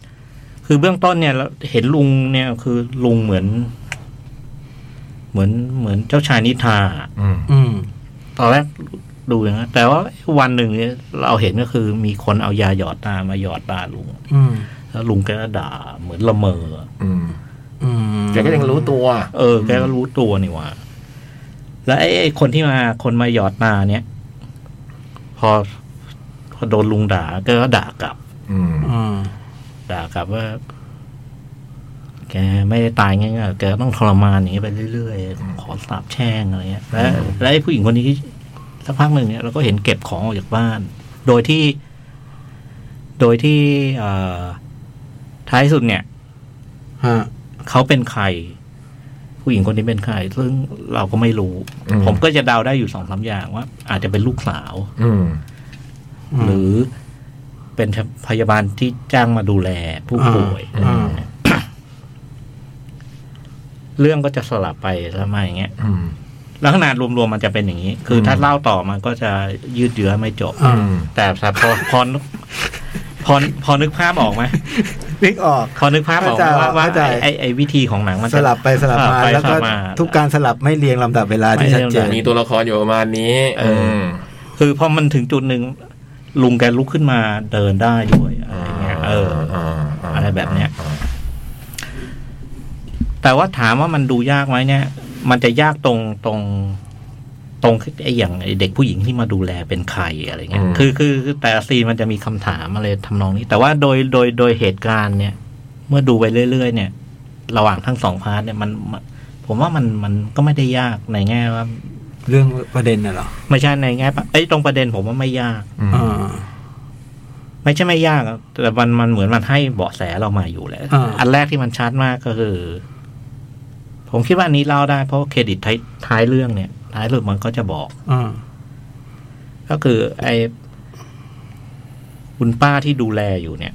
Speaker 3: คือเบื้องต้นเนี่ยเราเห็นลุงเนี่ย คือลุงเหมือน เหมือนเหมือนเจ้าชายนิทรา
Speaker 2: อืม
Speaker 1: อืม
Speaker 3: ตอนแรกดูอย่างนั้นแต่ว่าวันหนึ่งเนี่ยเราเห็นก็คือมีคนเอายาหยอดตามาหยอดตาลุง
Speaker 1: อืม
Speaker 3: แล้วลุงแกก็ด่าเหมือนละเมอ
Speaker 2: อืม
Speaker 1: อืม
Speaker 2: แกก็ยังรู้ตัว
Speaker 3: เออ แกก็รู้ตัวนี่หว่า แล้วไอ้ไอ้คนที่มาคนมาหยอดตาเนี่ย พอพอโดนลุงด่าแกก็ด่ากลับ
Speaker 2: อืม
Speaker 1: อืม
Speaker 3: ด่ากลับว่า แกไม่ได้ตายง่ายๆแกต้องทรมานอย่างนี้ไปเรื่อยๆ ขอสาบแช่งอะไรเงี้ย และและไอ้ผู้หญิงคนนี้สักพักหนึ่งเนี่ยเราก็เห็นเก็บของออกจากบ้าน โดยที่ โดยที่เอ่อท้ายสุดเนี่ย
Speaker 1: ฮะ
Speaker 3: เขาเป็นใคร ผู้หญิงคนนี้เป็นใคร ซึ่งเราก็ไม่รู้
Speaker 2: อืม
Speaker 3: ผมก็จะเดาได้อยู่สองสามอย่างว่า อาจจะเป็นลูกสาว
Speaker 2: อืม
Speaker 1: อืม
Speaker 3: หรือเป็นพยาบาลที่จ้างมาดูแลผู้ป่วย
Speaker 1: อ่า
Speaker 3: เรื่องก็จะสลับไปสลับมาอย่างเงี้ย
Speaker 2: อืม
Speaker 3: ลักษณะรวมๆมันจะเป็นอย่างนี้ คืออ
Speaker 2: ม
Speaker 3: ถ้าเล่าต่อมันก็จะยืดเยื้อไม่จบ
Speaker 1: อ่า
Speaker 2: อืม
Speaker 3: แต่แต่พอพอ พอพอนึกภาพออกไหม
Speaker 4: นึกออก
Speaker 3: พอนึกภาพออกไหมว่าว่า
Speaker 4: เข้าใจ
Speaker 3: ไอ้ไอ้ไอ้วิธีของหนังมัน
Speaker 4: ส
Speaker 3: จะ
Speaker 4: ลับไปสลับมา
Speaker 3: อ่าไป
Speaker 4: แล้วก็
Speaker 3: สลับมา
Speaker 4: ทุกการสลับไม่เรียงลำดับเวลาที่
Speaker 3: ไม่
Speaker 4: ชัด
Speaker 3: เรียง
Speaker 4: เจ
Speaker 3: ลำดั
Speaker 4: น
Speaker 3: บ
Speaker 2: มีตัวละครอยู่ประมาณนี้
Speaker 3: เอออื
Speaker 2: ม
Speaker 3: คือพอมันถึงจุดหนึ่งลุงแกลุกขึ้นมาเดินได้ด้วยอะไรเงี้ยเออ อะไรแบบเนี้ย แต่ว่าถามว่ามันดูยากไหมเนี่ย มันจะยากตรงตรงตรงไอ้อย่างไอ้เด็กผู้หญิงที่มาดูแลเป็นใครอะไรเงี้ย
Speaker 2: อืม
Speaker 3: คือคือคือแต่ละซีนมันจะมีคำถามอะไรทำนองนี้ แต่ว่าโดยโดยโดยเหตุการณ์เนี่ย เมื่อดูไปเรื่อย ๆ เนี่ย ระหว่างทั้งสองพาร์ทเนี่ยมันมันผมว่ามันมันก็ไม่ได้ยากในแง่ว่า
Speaker 1: เรื่องประเด็นน่ะเหรอ
Speaker 3: ไม่ใช่ในแง่ปะเอ้ยตรงประเด็นผมว่าไม่ยาก
Speaker 1: อ่า
Speaker 3: ไม่ใช่ไม่ยากอะแต่มันมันเหมือนมันให้เบาะแสเรามาอยู่แล้ว
Speaker 1: อ่า
Speaker 3: นแรกที่มันชัดมากก็คือ ผมคิดว่าอันนี้เล่าได้เพราะเครดิตท้ายท้ายเรื่องเนี่ย ท้ายสุดมันก็จะบอก
Speaker 1: อ่า
Speaker 3: ก็คือ ไอ้คุณป้าที่ดูแลอยู่เนี่ย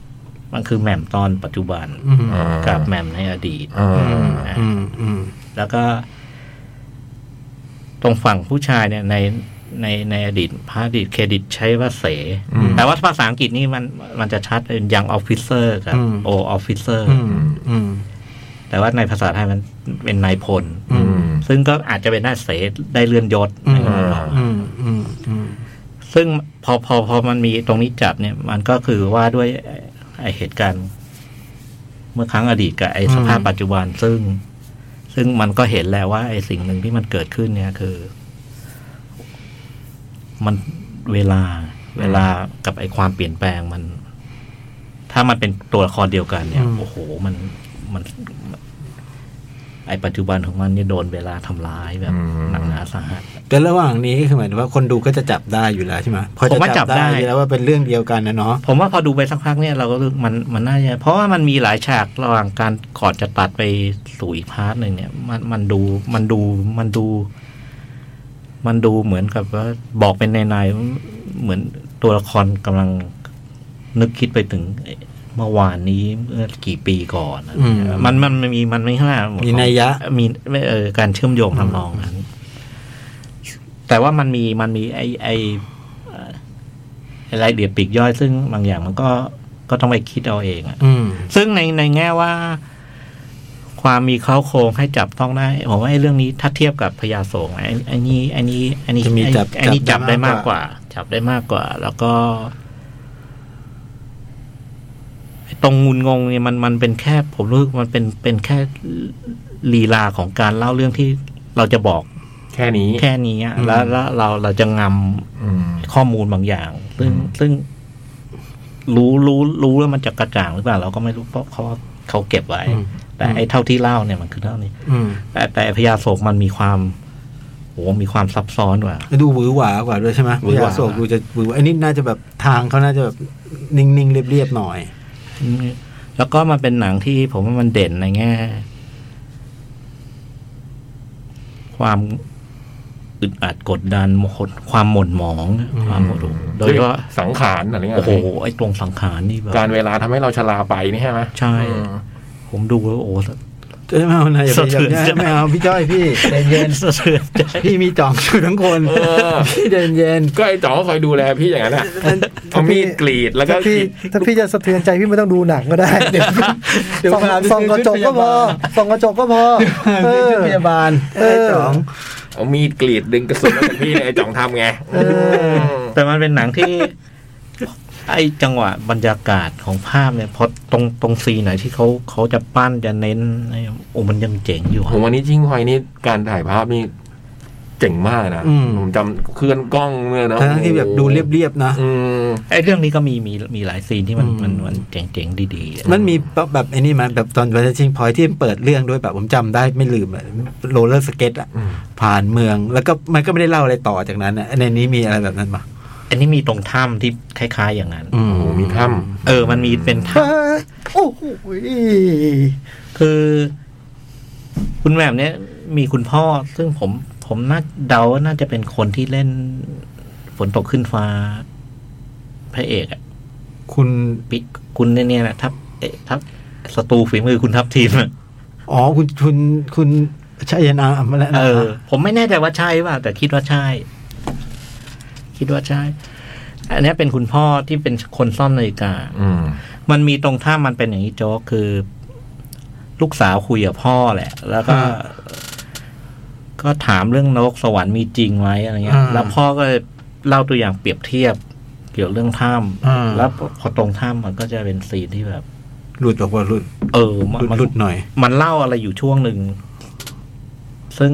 Speaker 3: มันคือแหม่มตอนปัจจุบัน
Speaker 1: อืม
Speaker 3: กับแหม่มในอดีต
Speaker 2: อ่า
Speaker 1: อืม อืม อืม
Speaker 3: แล้วก็ ตรงฝั่งผู้ชายเนี่ย ในในในอดีตพาอดีตเครดิตใช้ว่าเส
Speaker 2: อืม
Speaker 3: แต่ว่าภาษาอังกฤษนี่มันมันจะชัดเป็นยังออฟฟิเซอร์กับ
Speaker 1: อืม
Speaker 3: โอออฟฟิเซอร์
Speaker 1: อืม อืม
Speaker 3: แต่ว่าในภาษาไทยมันเป็นนายพล
Speaker 1: อืม
Speaker 3: ซึ่งก็อาจจะเป็นหน้าเสได้เลื่อนยศ
Speaker 1: อืม
Speaker 3: อะไรแบบนั้น
Speaker 1: อืม อืม อืม
Speaker 3: ซึ่งพอพอพอมันมีตรงนี้จับเนี่ย มันก็คือว่าด้วยไอ้ไอเหตุการณ์ เมื่อครั้งอดีตกับไอสภาพ
Speaker 1: อืม
Speaker 3: ปัจจุบัน ซึ่ง ซึ่งมันก็เห็นแล้วว่า ไอสิ่งหนึ่งที่มันเกิดขึ้นเนี่ยคือ มันเวลาเวลากับไอความเปลี่ยนแปลงมัน ถ้ามันเป็นตัวละครเดียวกันเนี่ย
Speaker 1: อืม
Speaker 3: โอ้โหมันมัน ไอปัจจุบันของมันเนี่ยโดนเวลาทำร้ายแบบ
Speaker 2: อืม
Speaker 3: หนักหนาสาหัส
Speaker 1: แต่ระหว่างนี้คือหมายถึงว่าคนดูก็จะจับได้อยู่แล้วใช่ไหมพอ
Speaker 3: ผมว่า
Speaker 1: จะ
Speaker 3: จั
Speaker 1: จั
Speaker 3: บบ ได้
Speaker 1: ได้อยู่แล้วว่าเป็นเรื่องเดียวกันนะเนาะ
Speaker 3: ผมว่าพอดูไปสักพักเนี่ยเราก็รู้สึกมันมันน่าจะเพราะว่ามันมีหลายฉากระหว่างการก่อนจะตัดไปสู่อีกพาร์ทหนึ่งเนี่ย มันมันดูมันดูมันดู มันดูเหมือนกับว่าบอกเป็นในๆเหมือนตัวละครกำลังนึกคิดไปถึงเมื่อวานนี้เมื่อกี่ปีก่อนอะไรเงี้ย
Speaker 1: อืม
Speaker 3: มันมันมันมีมันไม่ห้าหมด
Speaker 1: มีนัยยะ
Speaker 3: มีเออการเชื่อมโยงทำนองนั้น แต่ว่ามันมีมันมีไอไอ รายละเอียดปลีกย่อยซึ่งบางอย่างมันก็ก็ต้องไปคิดเอาเองอะ
Speaker 1: อืม
Speaker 3: ซึ่งในในแง่ว่า ความมีเข้าโครงให้จับต้องได้ผมว่าไอ้เรื่องนี้ถ้าเทียบกับพญาโสงฆ์ไอ้ไอ้นี่ไอ้นี่ไอ้นี่
Speaker 1: จะมี
Speaker 3: ไอ้
Speaker 1: จับ
Speaker 3: ไอ้นี่
Speaker 1: จั
Speaker 3: จับบได้มาม
Speaker 1: ได้าก ก
Speaker 3: ก
Speaker 1: ก
Speaker 3: ว่า
Speaker 1: ว่า
Speaker 3: จับได้มากกว่า แล้วก็ไอ้ตรงงุนงงเนี่ยมันมันเป็นแค่ ผมรู้สึกมันเป็นเป็นแค่ลีลาของการเล่าเรื่องที่เราจะบอก
Speaker 2: แค่นี้
Speaker 3: แค่นี้อะแล้วแล้วเราเราจะงำ
Speaker 2: อืม
Speaker 3: ข้อมูลบางอย่าง ซึ่ง
Speaker 2: อืม
Speaker 3: ซึ่งรู้รู้รู้แล้วมันจะกระจ่างหรือเปล่า เราก็ไม่รู้เพราะเขาเขาเก็บไว้
Speaker 1: อืม
Speaker 3: แต่ไอ้เท่าที่เล่าเนี่ยมันคือเท่านี้
Speaker 1: อืม
Speaker 3: แต่แต่พญาโศกมันมีความโอ้มีความซับซ้อนกว่า
Speaker 1: แล้วดูหวือหวากว่าด้วยใช่ไหม
Speaker 3: หวือหวา
Speaker 1: พญโศกดูจะหวือหวาอันนี้น่าจะแบบทางเขาน่าจะแบบนิ่งๆ เรียบๆหน่อย
Speaker 3: แล้วก็มันเป็นหนังที่ผมว่ามันเด่นในแง่ ความอึดอัดกดดันหดความหม่นหมอง ความหมดโดยเฉพาะ
Speaker 2: สังขารอะไรเงี้ย
Speaker 3: โอ้โหไอ้ตรงสังขารนี่แบบ
Speaker 2: การเวลาทำให้เราชราไปนี่ใช่ไหม
Speaker 3: ใช่
Speaker 2: อืม
Speaker 3: ผมดูแล้วโอ้
Speaker 1: เอ้ยไม่เอานะอย่าไป
Speaker 3: สะเทือน
Speaker 1: อย่า
Speaker 3: ใจ
Speaker 1: ไปไม่เอาพี่จ้อย พี่ใจเย็น
Speaker 3: สะเทือนใจ
Speaker 1: พี่มีจ่องอยู่ทั้งคน
Speaker 2: เออ
Speaker 1: พี่ใจเย็น
Speaker 2: ก็ไอ้จ๋องก็คอยดูแลพี่อย่างนั้นอ่ะเอามีดกรีดแล้วก็
Speaker 4: ถ้าพี่ถ้าพี่จะสะเทือนใจพี่ไม่ต้องดูหนังก็ได้
Speaker 1: เดี๋ยว
Speaker 4: ส่อง
Speaker 1: พาไป
Speaker 4: ส่องกระจกก็พอส่องกระจกก็พอเอ
Speaker 1: ซื้อ
Speaker 4: อ
Speaker 1: ชุดพยาบาล
Speaker 4: เอ
Speaker 1: ไอ้
Speaker 4: อ
Speaker 1: จ่อง
Speaker 2: เอามีดกรีดดึงกระสุนแล้วแต่พี่เนี่ยไอ้จ๋องทำไง
Speaker 4: เออ
Speaker 3: แต่มันเป็นหนังที่ ไอจังหวะบรรยากาศของภาพเนี่ยพอตรงตรงซีนไหนที่เขาเขาจะปั้นจะเน้นเนี่ยโอ้มันยังเจ๋งอยู่
Speaker 2: ผมวันนี้จิ้งพลอยนี่การถ่ายภาพนี่เจ๋งมากนะ
Speaker 1: อืม
Speaker 2: ผมจำเคลื่อนกล้องเนี่ยนะ
Speaker 1: ทั้งที่แบบดูเรียบๆนะ
Speaker 2: อืม
Speaker 3: ไอเรื่องนี้ก็มีมีมีหลายซีนที่มัน
Speaker 1: อืม
Speaker 3: มันมันเจ๋งๆดีๆ
Speaker 1: มันมีแบบไอ้นี่มาแบบตอนวันชิงพอยที่เปิดเรื่องด้วยแบบผมจำได้ไม่ลืมอะโรลเลอร์สเก็ตอะ
Speaker 2: อืม
Speaker 1: ผ่านเมืองแล้วก็มันก็ไม่ได้เล่าอะไรต่อจากนั้นอะในนี้มีอะไรแบบนั้นปะ
Speaker 3: อันนี้มีตรงถ้ำที่คล้ายๆอย่างนั้น
Speaker 1: อืม
Speaker 2: โอ้โหมีถ้
Speaker 3: เออ มันมีเป็นถ้ำ
Speaker 4: โอ้โห
Speaker 3: คือคุณแหม่มเนี่ยมีคุณพ่อ ซึ่งผมผมน่าเดาว่าน่าจะเป็นคนที่เล่นฝนตกขึ้นฟ้าพระเอกอะ
Speaker 1: คุณ
Speaker 3: ปิคุณเนี่ยเนี่ยนะทับเอะทับศัตรูฝีมือคุณทับทีมอะ
Speaker 1: อ๋อคุณคุณคุณชัยนามาแล้วนะ
Speaker 3: เออ ผมไม่แน่ใจว่าใช่ป่ะแต่คิดว่าใช่ คิดว่าใช่ อันเนี้ยเป็นคุณพ่อที่เป็นคนซ่อมนาฬิกา
Speaker 2: ำอืม
Speaker 3: มันมีตรงท่ามันเป็นอย่างนี้โจ๊กคือ ลูกสาวคุยกับพ่อแหละ แล้วก็ ก็ถามเรื่องนรกสวรรค์มีจริงไหมอะไรเงี้ย
Speaker 1: อ่า
Speaker 3: แล้วพ่อก็เล่าตัวอย่างเปรียบเทียบ เกี่ยวเรื่อง
Speaker 1: อ
Speaker 3: ถ้
Speaker 1: ่า
Speaker 3: ำแล้วพอตรงถ้ำมันก็จะเป็นซีนที่แบบ
Speaker 1: หลุดออกว่าหลุด
Speaker 3: เออมั
Speaker 1: ห
Speaker 3: น
Speaker 1: ลุด
Speaker 3: มัน
Speaker 1: หลุดหน่อย
Speaker 3: มันเล่าอะไรอยู่ช่วงหนึ่ง ซึ่ง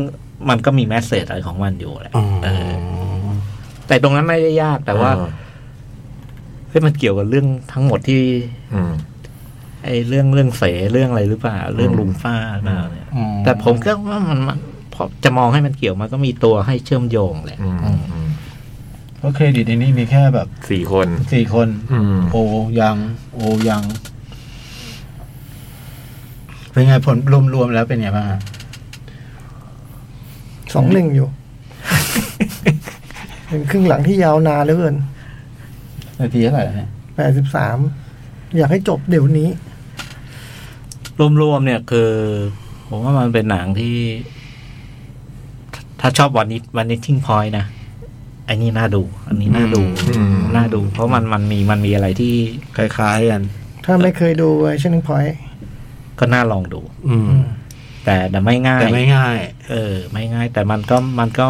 Speaker 3: มันก็มีแมสเซจอะไรของมันอยู่แหละ
Speaker 1: อ๋อ
Speaker 3: เออ แต่ตรงนั้นไม่ได้ยากแต่ว่าเฮ้ยมันเกี่ยวกับเรื่องทั้งหมดที่
Speaker 2: อืม
Speaker 3: ไอ้เรื่องเรื่องเสเรื่องอะไรหรือเปล่า เรื่อง
Speaker 2: อืม
Speaker 3: ลุงฟ้าหรือเปล่าเนี่ย
Speaker 1: อ๋อ
Speaker 3: แต่ผมก็ว่ามันมันพอจะมองให้มันเกี่ยวมันก็มีตัวให้เชื่อมโยงแหละ
Speaker 2: อืม
Speaker 3: อืม
Speaker 2: อืม
Speaker 1: เพราะเครดิตในนี้มีแค่แบบ
Speaker 2: สี่คน
Speaker 1: สี่คน
Speaker 2: อืม
Speaker 1: โอยัง โอยัง เป็นไงผลรวมๆแล้วเป็นไงบ้างฮะ
Speaker 4: สองหนึ่งอยู่ เป็นครึ่งหลังที่ยาวนานเหลือเกิน
Speaker 1: นาทีเท่าไหร่แล้วเนี่ย
Speaker 4: แปดสิบสามอยากให้จบเดี๋ยวนี้
Speaker 3: รวมๆเนี่ยคือ ผมว่ามันเป็นหนังที่ ถ้าชอบวันนี้วันนี้ทิ้งพอยนะอันนี้น่าดู อันนี้น่าดู
Speaker 2: อืม
Speaker 3: น่าดู เพราะมันมันมีมันมีอะไรที่
Speaker 1: คล้ายๆกัน
Speaker 4: ถ้าไม่เคยดูเวอร์ชันหนึ่งพอย
Speaker 3: ก็น่าลองดู
Speaker 1: อืม
Speaker 3: แต่แต่ไม่ง่าย
Speaker 1: แต่ไม่ง่าย
Speaker 3: เออ ไม่ง่าย แต่มันก็มันก็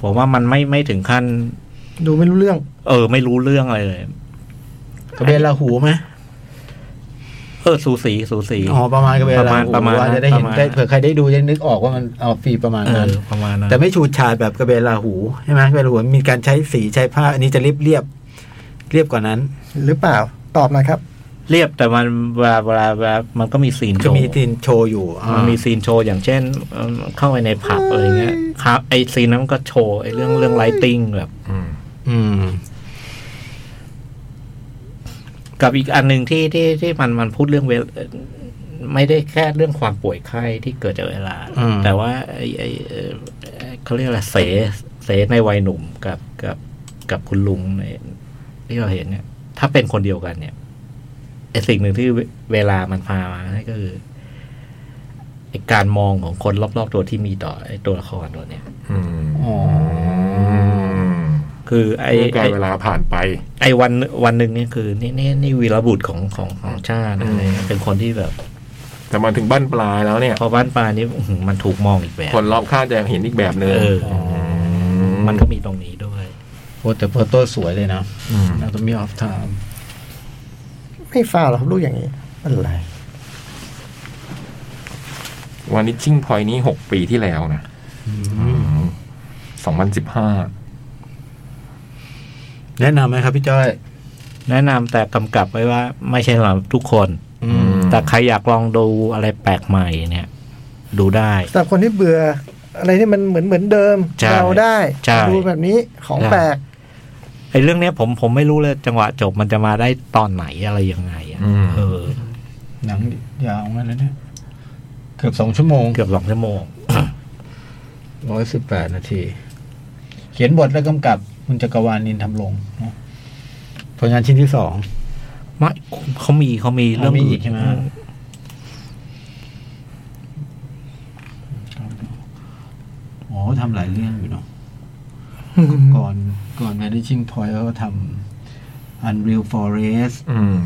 Speaker 3: ผมว่ามันไม่ไม่ถึงขั้น
Speaker 4: ดูไม่รู้เรื่อง
Speaker 3: เออ ไม่รู้เรื่องอะไรเลย
Speaker 1: กระเบนลาหูไหม
Speaker 3: เออ สูสีสูสี
Speaker 1: อ๋อ ประมาณกระเบนลาหู
Speaker 3: ประมาณประมาณ
Speaker 1: ว่าจะได้เห็น
Speaker 3: ประมาณ
Speaker 1: ได้เผื่อใครได้ดูจะนึกออกว่ามันเอาฟีลประมาณ
Speaker 3: เอ
Speaker 1: นั้
Speaker 3: อน ประมาณนั้น
Speaker 1: แต่ไม่ชูดฉาดแบบกระเบนลาหูใช่ไหมกระเบนลาหูมีการใช้สีใช้ผ้า อันนี้จะเรียบเรียบๆเรียบกว่านั้น
Speaker 4: หรือเปล่าตอบหนะครับ
Speaker 3: เรียบแต่มันเวลาเวลาเวลามันก็มีซีนโช
Speaker 1: ก็
Speaker 3: ว์
Speaker 1: มีทีนโชว์อยู่อ่า
Speaker 3: มันมีซีนโชว์อย่างเช่นเอิ่มเข้าไปในผับอะไรเงี้ยครับไอซีนนั้นมันก็โชว์ไอเรื่องเรื่องไลติงแบบ
Speaker 2: อืม
Speaker 1: อืม
Speaker 3: กับอีกอันหนึ่งที่ที่ที่มันมันพูดเรื่องเวลเอ่อไม่ได้แค่เรื่องความป่วยไข้ที่เกิดจากเวลา
Speaker 1: อืม
Speaker 3: แต่ว่าไอไอเอ่อเขาเรียกอะไรเสเสในวัยหนุ่มกับกับกับคุณลุงในที่เราเห็นเนี่ย ถ้าเป็นคนเดียวกันเนี่ยไอสิ่งหนึ่งที่เวเวลามันพามาให้ก็คือไอการมองของคนรอบๆตัวที่มีต่อไอตัวละครตัวเนี่ย
Speaker 2: อืม
Speaker 1: อ๋อ
Speaker 3: คือไอ
Speaker 2: ไอ้
Speaker 3: ไอ
Speaker 2: การเวลาผ่านไป
Speaker 3: ไอ้วันวันหนึ่งเนี่ยคือนี่นี่นี่วีรบุตรของของของชาติอะไรเงี้ยเป็นคนที่แบบ
Speaker 2: แต่มาถึงบ้านปลายแล้วเนี่ย
Speaker 3: พอบ้านปลายนี่อื้อหือมันถูกมองอีกแบบ
Speaker 2: คนรอบข้างจะเห็นอีกแบบหนึ่ง
Speaker 3: เออ
Speaker 2: ม
Speaker 3: มันก็มีตรงนี้ด้วย
Speaker 1: โอ้แต่โปโต้สวยเลยนะ
Speaker 2: อืม
Speaker 1: เราต้องมีออฟไทม์
Speaker 4: ไม่ฟาวหรอกครับลูกอย่างนี้อะไร
Speaker 2: วันนี้ชิ่งพอยนี้หกปีที่แล้วนะสองพันสิบห้า
Speaker 1: แนะนำไหมครับพี่จ้อย
Speaker 3: แนะนำแต่กำกับไว้ว่าไม่ใช่สำหรับทุกคน
Speaker 1: อืม
Speaker 2: ม
Speaker 3: แต่ใครอยากลองดูอะไรแปลกใหม่เนี่ย ดูได้
Speaker 4: สำหรับคนที่เบื่อ อะไรที่มันเหมือนเหมือนเดิม
Speaker 3: ใช่
Speaker 4: เราได้
Speaker 3: ใช่
Speaker 4: ดูแบบนี้ของ
Speaker 3: ใช่
Speaker 4: แปลก
Speaker 3: ไอ้เรื่องเนี้ยผมผมไม่รู้เลยจังหวะจบมันจะมาได้ตอนไหนอะไรยังไงอะ
Speaker 2: อืม
Speaker 3: เออ
Speaker 1: หนังยาวมากแล้วเนี่ย เกือบสองชั่วโมง
Speaker 3: เกือบสองชั่วโมง
Speaker 1: ร้อยสิบแปดนาที เขียนบทและกำกับ คุณจักรวาลนินทำลงเนอะผลงานชิ้นที่สอง
Speaker 3: ไม่เขามีเขามีเรื่อง
Speaker 1: อ๋อมีอีกใช่ไหม
Speaker 3: อื
Speaker 1: หลายเรื่องอยู่เนาะ ก่อนก่อน Managing Point เขาก็ทำ Unreal Forest
Speaker 2: อืม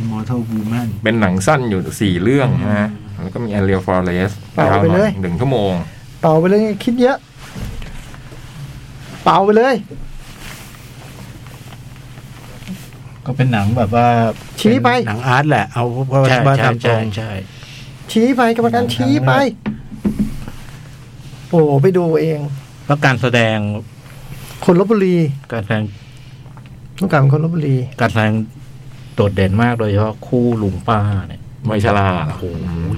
Speaker 1: Immortal Woman
Speaker 2: เป็นหนังสั้นอยู่สี่เรื่องนะฮะ แล้วก็มี a อ r e a l Forest
Speaker 4: เป่าไปเลย
Speaker 2: วหน่อหนึ่งชั่วโมง
Speaker 4: เป่าไปเลยคิดเยอะ เป่าไปเลย
Speaker 1: ก็เป็นหนังแบบว่า
Speaker 4: ชี้ไป
Speaker 1: เนหนังอาร์ตแหละ เอาเพราะ
Speaker 3: ใช่
Speaker 1: ว่า
Speaker 3: ใช่
Speaker 1: ทำตร
Speaker 3: ใช่
Speaker 1: ง
Speaker 3: ใช่
Speaker 4: ชี้ไปกรรมการชี้ไป โอ้โหไปดูเอง
Speaker 3: แล้วการแสดง
Speaker 4: คนลบบุรี
Speaker 3: การแสดง
Speaker 4: ต้องการเป็นคนลบบุรี
Speaker 3: การแสดงโดดเด่นมากโดยเฉพาะคู่ลุงป้าเนี่ย
Speaker 2: ไม่ชลา
Speaker 3: โอ้โห
Speaker 2: ม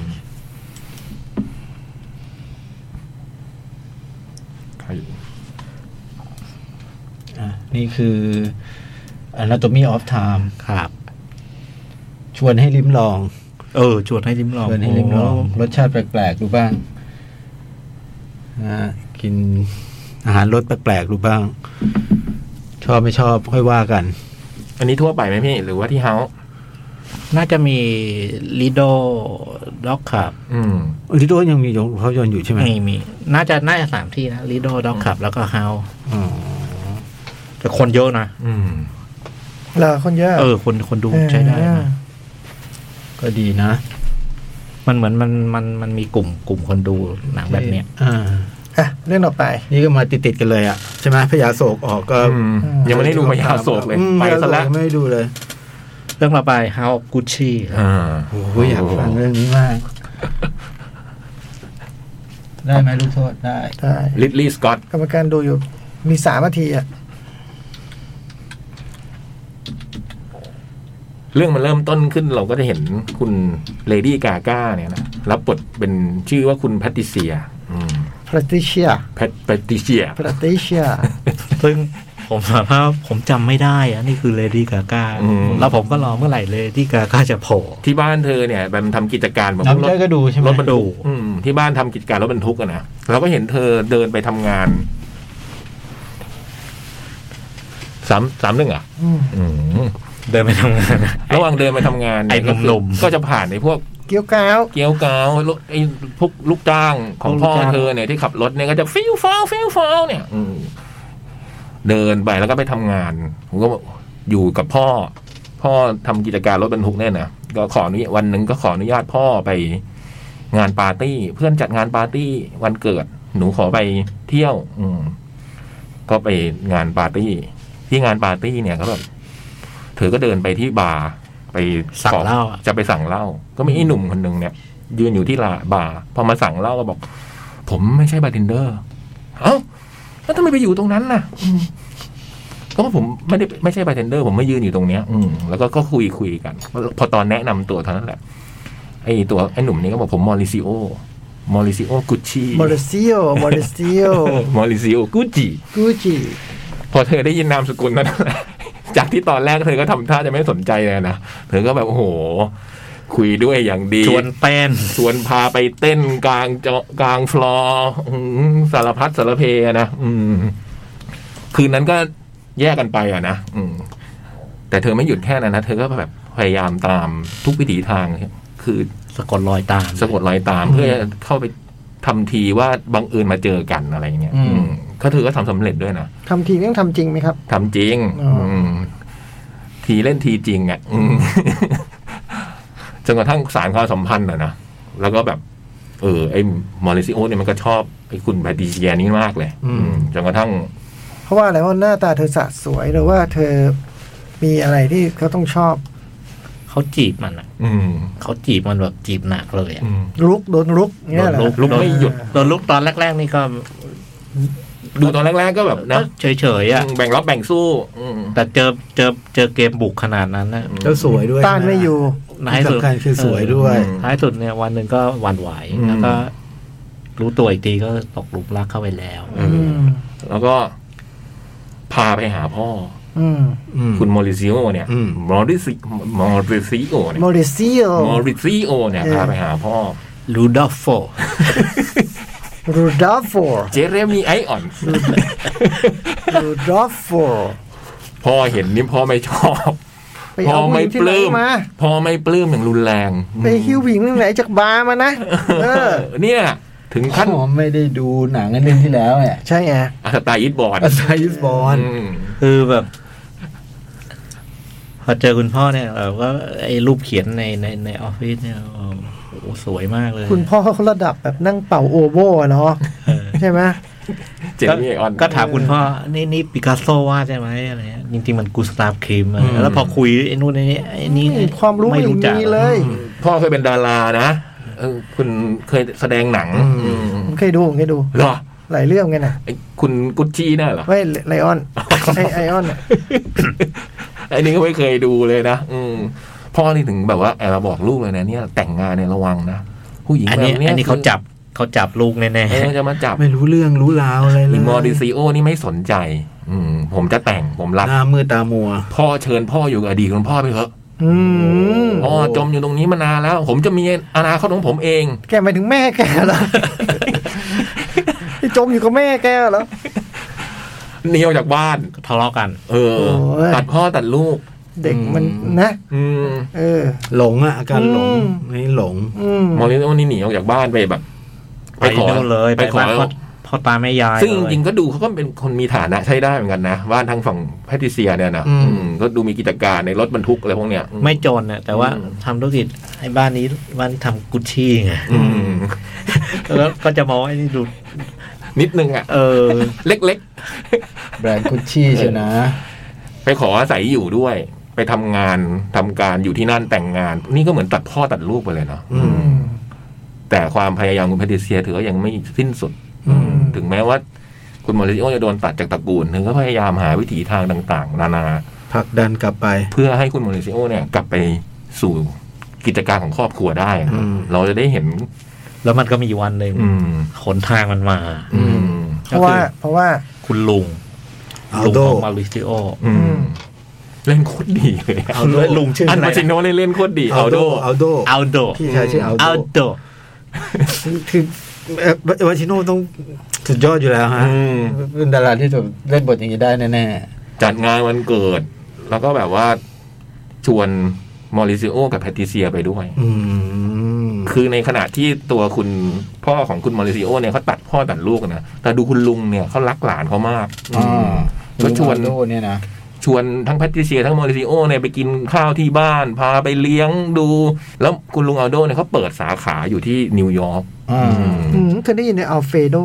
Speaker 2: ใคร
Speaker 1: อ่ะนี่คือ Anatomy of Time
Speaker 3: ครับ
Speaker 1: ชวนให้ลิ้มลอง
Speaker 3: เออชวนให้ลิ้มลอง
Speaker 1: ชวนให้ลิ้มลอง รสชาติแปลกๆ ดูบ้างนะกินอาหารรสแปลกๆ ดูบ้าง ชอบไม่ชอบค่อยว่ากัน
Speaker 2: อันนี้ทั่วไปไหมพี่ หรือว่าที่เฮาส์
Speaker 3: น่าจะมีลิโดด็อกขับ
Speaker 2: อืม
Speaker 1: ลิโดยังมีอยู่เขายนอยู่ใช่ไหม
Speaker 3: มีมี น่าจะน่าจะสามที่นะลิโดด็อกขับแล้วก็เฮา
Speaker 1: อ๋อ
Speaker 3: แต่คนเยอะนะ
Speaker 2: อืม
Speaker 4: เหรอคนเยอะ
Speaker 3: เออ คนคนดูใช้ได้
Speaker 4: เออ
Speaker 3: นะ
Speaker 1: ก็ดีนะ
Speaker 3: มันเหมือนมันมันมันมีกลุ่มกลุ่มคนดูหนังแบบเนี้ย
Speaker 1: อ่า
Speaker 4: อ่ะเรื่องต่อไป
Speaker 1: นี่ก็มาติดติดๆกันเลยอ่ะ ใช่ไหมพยาโศกออกก็
Speaker 2: อืม
Speaker 4: เออ
Speaker 2: ยังไม่ได้ดูพยาโศกเลย
Speaker 1: อืม
Speaker 2: ไปซะแล้ว
Speaker 1: พญาโศกยังไม่ได้ดูเลย
Speaker 3: เรื่องระบายเฮากุชชี่
Speaker 2: อ่า
Speaker 1: โอ้โหอยากฟังเรื่องนี้มาก ได้ไหมลูกโทษได้
Speaker 4: ได้
Speaker 2: ลิตลี่สกอต
Speaker 4: กรรมการดูอยู่ มีสามนาทีอ่ะ
Speaker 2: เรื่องมันเริ่มต้นขึ้นเราก็จะเห็นคุณเลดี้กาก้าเนี่ยนะ รับบทเป็นชื่อว่าคุณแพตติเซีย อืม
Speaker 4: Patricia
Speaker 2: แพตแพตติเซีย
Speaker 4: Patricia
Speaker 3: ซึ่งผมสารภาพผมจำไม่ได้อะนี่คือเลดี้กาก้า
Speaker 2: อืม
Speaker 3: แล้วผมก็รอเมื่อไหร่เลดี้กาก้าจะโผล่
Speaker 2: ที่บ้านเธอเนี่ยมันทำกิจการเหมือนพว
Speaker 1: น้ำ
Speaker 2: ร
Speaker 1: ใจ
Speaker 2: ถ
Speaker 1: ก็ดูใช่ไหม
Speaker 2: รถบรรทุก
Speaker 3: ดู
Speaker 2: อืมที่บ้านทำกิจการรถบรรทุกอะนะเราก็เห็นเธอเดินไปทำงานสามสามหนึ่งเหรอ่ะ
Speaker 4: อืม
Speaker 3: เดินไปทำงานนะ
Speaker 2: ระหว่างเดินไปทำงานเย
Speaker 3: ไอ้
Speaker 2: ก็คือ
Speaker 3: หนุ่มๆ
Speaker 2: ก็จะผ่านในพวก
Speaker 4: เกี้ยวกาว
Speaker 2: เกี๊ยวกาวลูกไอ้พวกลูกจ้างของพ่อ
Speaker 4: ลูกจ้าง
Speaker 2: เธอเนี่ยที่ขับรถเนี่ยก็จะฟิวฟาวฟิวฟาวเนี่ยอืมเดินไปแล้วก็ไปทำงานผมก็อยู่กับพ่อ พ่อทำกิจการรถบรรทุกเนี่ยนะก็ขออนุญาตวันหนึ่งก็ขออนุญาตพ่อไปงานปาร์ตี้ เพื่อนจัดงานปาร์ตี้วันเกิด หนูขอไปเที่ยว อืมก็ไปงานปาร์ตี้ ที่งานปาร์ตี้เนี่ยก็แบบเธอก็เดินไปที่บาร์ไป
Speaker 3: สั่งเหล้าอะ
Speaker 2: จะไปสั่งเหล้าก็มีไอ้หนุ่มคนหนึ่งเนี่ย ยืนอยู่ที่ลาบาร์พอมาสั่งเหล้าก็บอก ผมไม่ใช่บาร์เทนเดอร์ เอ้าแล้วทำไมไปอยู่ตรงนั้นน่ะ ก็ผมไม่ได้ไม่ใช่บาร์เทนเดอร์ผมไม่ยืนอยู่ตรงเนี้ย อืมแล้วก็ก็คุยคุยกัน พอตอนแนะนำตัวเท่านั้นแหละไอ้ตัวไอ้หนุ่มนี่ก็บอกผมมอริซิโอมอริซิโอกุชชี่
Speaker 4: Mauricio Mauricio
Speaker 2: มอริซิโอกุจิ
Speaker 4: Gucci
Speaker 2: พอเธอได้ยินนามสกุลนั้นแหละจากที่ตอนแรกเธอก็ทำท่าจะไม่สนใจเลยนะเธอก็แบบโอ้โห คุยด้วยอย่างดี
Speaker 3: ชวนเต้น
Speaker 2: ชวนพาไปเต้นกลางจอกลางฟลอร์อืมสารพัดสารเพอะนะอืม คืนนั้นก็แยกกันไปอ่ะนะอืม แต่เธอไม่หยุดแค่นั้นนะเธอก็แบบพยายามตามทุกวิถีทาง คือ
Speaker 3: สะกดรอยตาม
Speaker 2: สะกดรอยตามเพื่อเข้าไปทำทีว่าบังเอิญมาเจอกันอะไรเงี้ย อืมก็เธอก็ทำสำเร็จด้วยนะ
Speaker 4: ทำทีนี่ต้องทำจริงไหมครับ
Speaker 2: ทำจริง
Speaker 4: อ๋ออื
Speaker 2: มทีเล่นทีจริงอ่ะ อืม จนกระทั่งสารความสัมพันธ์อ่ะนะ แล้วก็แบบ เออ ไอ้มอริซิโอเนี่ยมันก็ชอบไอ้คุณแพติเซียนี่มากเลย อืมจนกระทั่ง
Speaker 4: เพราะว่าอะไรว่าหน้าตาเธอสะสวยหรือว่าเธอมีอะไรที่เขาต้องชอบ
Speaker 3: เขาจีบมันอ่ะ
Speaker 2: อืม
Speaker 3: เขาจีบมันแบบจีบหนักเลยอะ
Speaker 2: อืม
Speaker 4: ลุกโดนลุกเงี้ยเหรอ
Speaker 2: โดนลุกไม่หยุด
Speaker 3: โดนลุกตอนแรก ๆ นี่ก็
Speaker 2: ดูตอนแรกๆก็แบบนะ
Speaker 3: เฉยๆอ่ะ
Speaker 2: อืมแบ่งรับแบ่งสู้ อืม
Speaker 3: แต่เจอเจอเจอเกมบุกขนาดนั้นนะ
Speaker 1: แล้วสวยด้วย
Speaker 4: ต้านไม่อยู่
Speaker 1: ที่สำคัญคือสวยด้วย
Speaker 2: อืม
Speaker 3: ท้ายสุดเนี่ยวันหนึ่งก็หวั่นไหว
Speaker 2: อืม
Speaker 3: แล้วก็ รู้ตัวอีกทีก็ตกหลุมรักเข้าไปแล้ว
Speaker 4: อืม
Speaker 2: แล้วก็พาไปหาพ่อ
Speaker 4: อืม
Speaker 1: อืม
Speaker 2: คุณมอริซิโอเนี่ย
Speaker 1: อืม
Speaker 2: มอริซิมอริซิโอเนี่ย
Speaker 4: โมริซิโอ
Speaker 2: มอริซิโอเนี่ย
Speaker 4: เออ
Speaker 2: พาไปหาพ่อ
Speaker 3: รูดอฟโฟ
Speaker 4: รูดอฟโฟ
Speaker 2: เจเรมีไอออน
Speaker 4: รูดอฟโฟ
Speaker 2: พ่อเห็นนี่พ่อไม่ชอบ
Speaker 4: ไปเอา
Speaker 2: พ่อ
Speaker 4: ผู้ห
Speaker 2: ไม่
Speaker 4: ญิง
Speaker 2: ป
Speaker 4: ที่ไหน
Speaker 2: ลื้ม
Speaker 4: มา
Speaker 2: พ่อไม่ปลื้มอย่างรุนแรง
Speaker 4: ไปหิ้วผู้หญิงที่ไหนจากบาร์มานะ เอ
Speaker 2: เอ
Speaker 4: อ
Speaker 2: อเนี่ย ถึงขั้น
Speaker 1: อ๋อไม่ได้ดูหนังอันนึงที่แล้วเนี่ย
Speaker 4: ใช่ไง
Speaker 2: อัสตาอิทบอร์ด
Speaker 1: อัสไซส์บอล
Speaker 2: อืม
Speaker 3: คือแบบ พอเจอคุณพ่อเนี่ยเราก็ไอ้รูปเขียนในในในออฟฟิศเนี่ยโอ้โหสวยมากเลย
Speaker 4: คุณพ่อเขาระดับแบบนั่งเป่าโอโบอะเนาะ
Speaker 3: เออ
Speaker 4: ใช่ไหม
Speaker 2: เจนนี่ออน
Speaker 3: ก็ถามคุณพ่อ นี่นี่ปิกัสโซวาดใช่ไหมอะไรเงี้ยจริงๆมันกูสตาฟครีมอะ
Speaker 2: อืม
Speaker 3: แล้วพอคุยไอ้นู่นไอ้นี่ไอ้นี่
Speaker 4: ความรู้ไม่
Speaker 3: จัก
Speaker 4: มีเลย
Speaker 2: พ่อเคยเป็นดารานะเออคุณเคยแสดงหนังอืม
Speaker 4: ผมเคยดูผมเคยดู
Speaker 2: เหรอ
Speaker 4: หลายเรื่องไงนะ
Speaker 2: ไอ้คุณกุชชี่น่ะเหรอ
Speaker 4: ไม่ไลออนไอไอออนอะ
Speaker 2: ไอ้นี่ก็ไม่เคยดูเลยนะอืมพ่อนี่ถึงแบบว่าแอบมาบอกลูกเลยนะเนี่ย แต่งงานเนี่ยระวังนะผู้หญิง
Speaker 3: อัน
Speaker 2: แบบ
Speaker 3: นี้
Speaker 2: เนี้ย
Speaker 3: อันนี้เขาจับเขาจับลูกแน่
Speaker 2: เออจะมาจับ
Speaker 1: ไม่รู้เรื่องรู้ราวอะไรเล
Speaker 2: อี
Speaker 1: ย
Speaker 2: มอดิซิโอนี่ไม่สนใจ อืม ผมจะแต่งผมรัก
Speaker 1: หน้ามือตามัว
Speaker 2: พ่อเชิญพ่ออยู่กับอดีตคุณพ่อไปเถอะ
Speaker 4: อืม
Speaker 2: พ่อจมอยู่ตรงนี้มานานแล้ว ผมจะมีอนาคตของผมเอง
Speaker 4: แกหมายถึงแม่แกเหรอ ที่จมอยู่กับแม่แกเหรอ
Speaker 2: เนียวจากบ้าน
Speaker 3: ๆทะเลาะกัน
Speaker 2: เออ
Speaker 4: โอ้ย
Speaker 2: ตัดพ่อตัดลูก
Speaker 4: เด็กมัน
Speaker 2: อืม
Speaker 4: นะ
Speaker 2: อืม
Speaker 4: เออ
Speaker 1: หลงอ่ะอาการหลง
Speaker 4: อืม
Speaker 1: นี่หลง
Speaker 4: อืม
Speaker 2: มอริโอนี่หนีออกจากบ้านไปแบบ
Speaker 3: ไปนู่นเลย
Speaker 2: ไป
Speaker 3: ไป
Speaker 2: ขอ
Speaker 3: บ้านพ่อพ่อตาแม่ยาย
Speaker 2: ซึ่งจ
Speaker 3: เลย
Speaker 2: ริงๆก็ดูเขาก็เป็นคนมีฐานะใช้ได้เหมือนกันนะ บ้านทางฝั่งแพทริเซียเนี่ยนะ
Speaker 1: อืม
Speaker 2: อืมก็ดูมีกิจการในรถบรรทุกอะไรพวกเนี้ย
Speaker 3: ไม่จนน่ะแต่ว่า
Speaker 2: อืม
Speaker 3: ทำธุรกิจไอ้บ้านนี้บ้านนี้ทำกุชชี่ไง
Speaker 2: อืม
Speaker 3: แล้วก็จะมองไอ้นี่ดู
Speaker 2: นิดนึงอ่ะ
Speaker 3: เออ
Speaker 2: เล็ก
Speaker 1: แบรนด์กุชชี่เชียวนะ
Speaker 2: ๆ ไปขออาศัยอยู่ด้วย ไปทำงานทำการอยู่ที่นั่นแต่งงาน นี่ก็เหมือนตัดพ่อตัดลูกไปเลยเนาะ
Speaker 1: อืม
Speaker 4: อืม
Speaker 2: แต่ความพยายามคุณแพทริเซียถือว่ายังไม่สิ้นสุด
Speaker 4: อืม
Speaker 2: ถึงแม้ว่า คุณมอริโอจะโดนตัดจากตระกูลเธอก็พยายามหาวิถีทางต่าง ๆ นานา
Speaker 1: ผลักดันกลับไป
Speaker 2: เพื่อให้คุณโมริซิโอเนี่ยกลับไปสู่กิจการของครอบครัวได้นะ
Speaker 1: อืม
Speaker 2: เราจะได้เห็น
Speaker 3: แล้วมันก็มีวันหนึ่ง
Speaker 2: อืม
Speaker 3: ขนทางมันมา
Speaker 2: อืม
Speaker 4: เพราะว่า เพราะว่า
Speaker 3: คุณลุง
Speaker 1: อัล
Speaker 3: ลุง
Speaker 1: โด
Speaker 3: ของมาริซิโอ
Speaker 2: อืม เล่นโคตรดีเลยอะ
Speaker 1: อัลโด
Speaker 3: ลุงชื่อ
Speaker 2: อั
Speaker 3: อะ
Speaker 2: น
Speaker 3: ไร
Speaker 2: มาจิ
Speaker 3: นะ
Speaker 2: โน่เล่นเล่นโคตรดีเอาโด
Speaker 1: อัลโด
Speaker 3: อัลโด
Speaker 1: พี่ชายชื่ออัลโด
Speaker 3: อัลโด
Speaker 1: คือเอ่อวาชิโน่ต้องสุดยอดอยู่แล้วฮะ
Speaker 2: อืม
Speaker 1: เป็นดาราที่จะเล่นบทอย่างนี้ได้แน่
Speaker 2: จัดงานวันเกิด แล้วก็แบบว่าชวนมอริซิโอกับแพทติเซียไปด้วย
Speaker 1: ๆอืม
Speaker 2: คือในขณะที่ตัวคุณพ่อของคุณมอริซิโอเนี่ยเขาตัดพ่อตัดลูกนะ แต่ดูคุณลุงเนี่ยเขารักหลานเขามากม ก็ชวน
Speaker 1: อัลโดเนี่ยนะ
Speaker 2: ชวนทั้งแพทริเซียทั้งมอริซิโอเนี่ยไปกินข้าวที่บ้าน พาไปเลี้ยงดู แล้วคุณลุงอัลโดเนี่ยเขาเปิดสาขาอยู่ที่นิวยอร์ก
Speaker 1: อ่า
Speaker 4: อืมเคยได้ยินในอัลเฟโด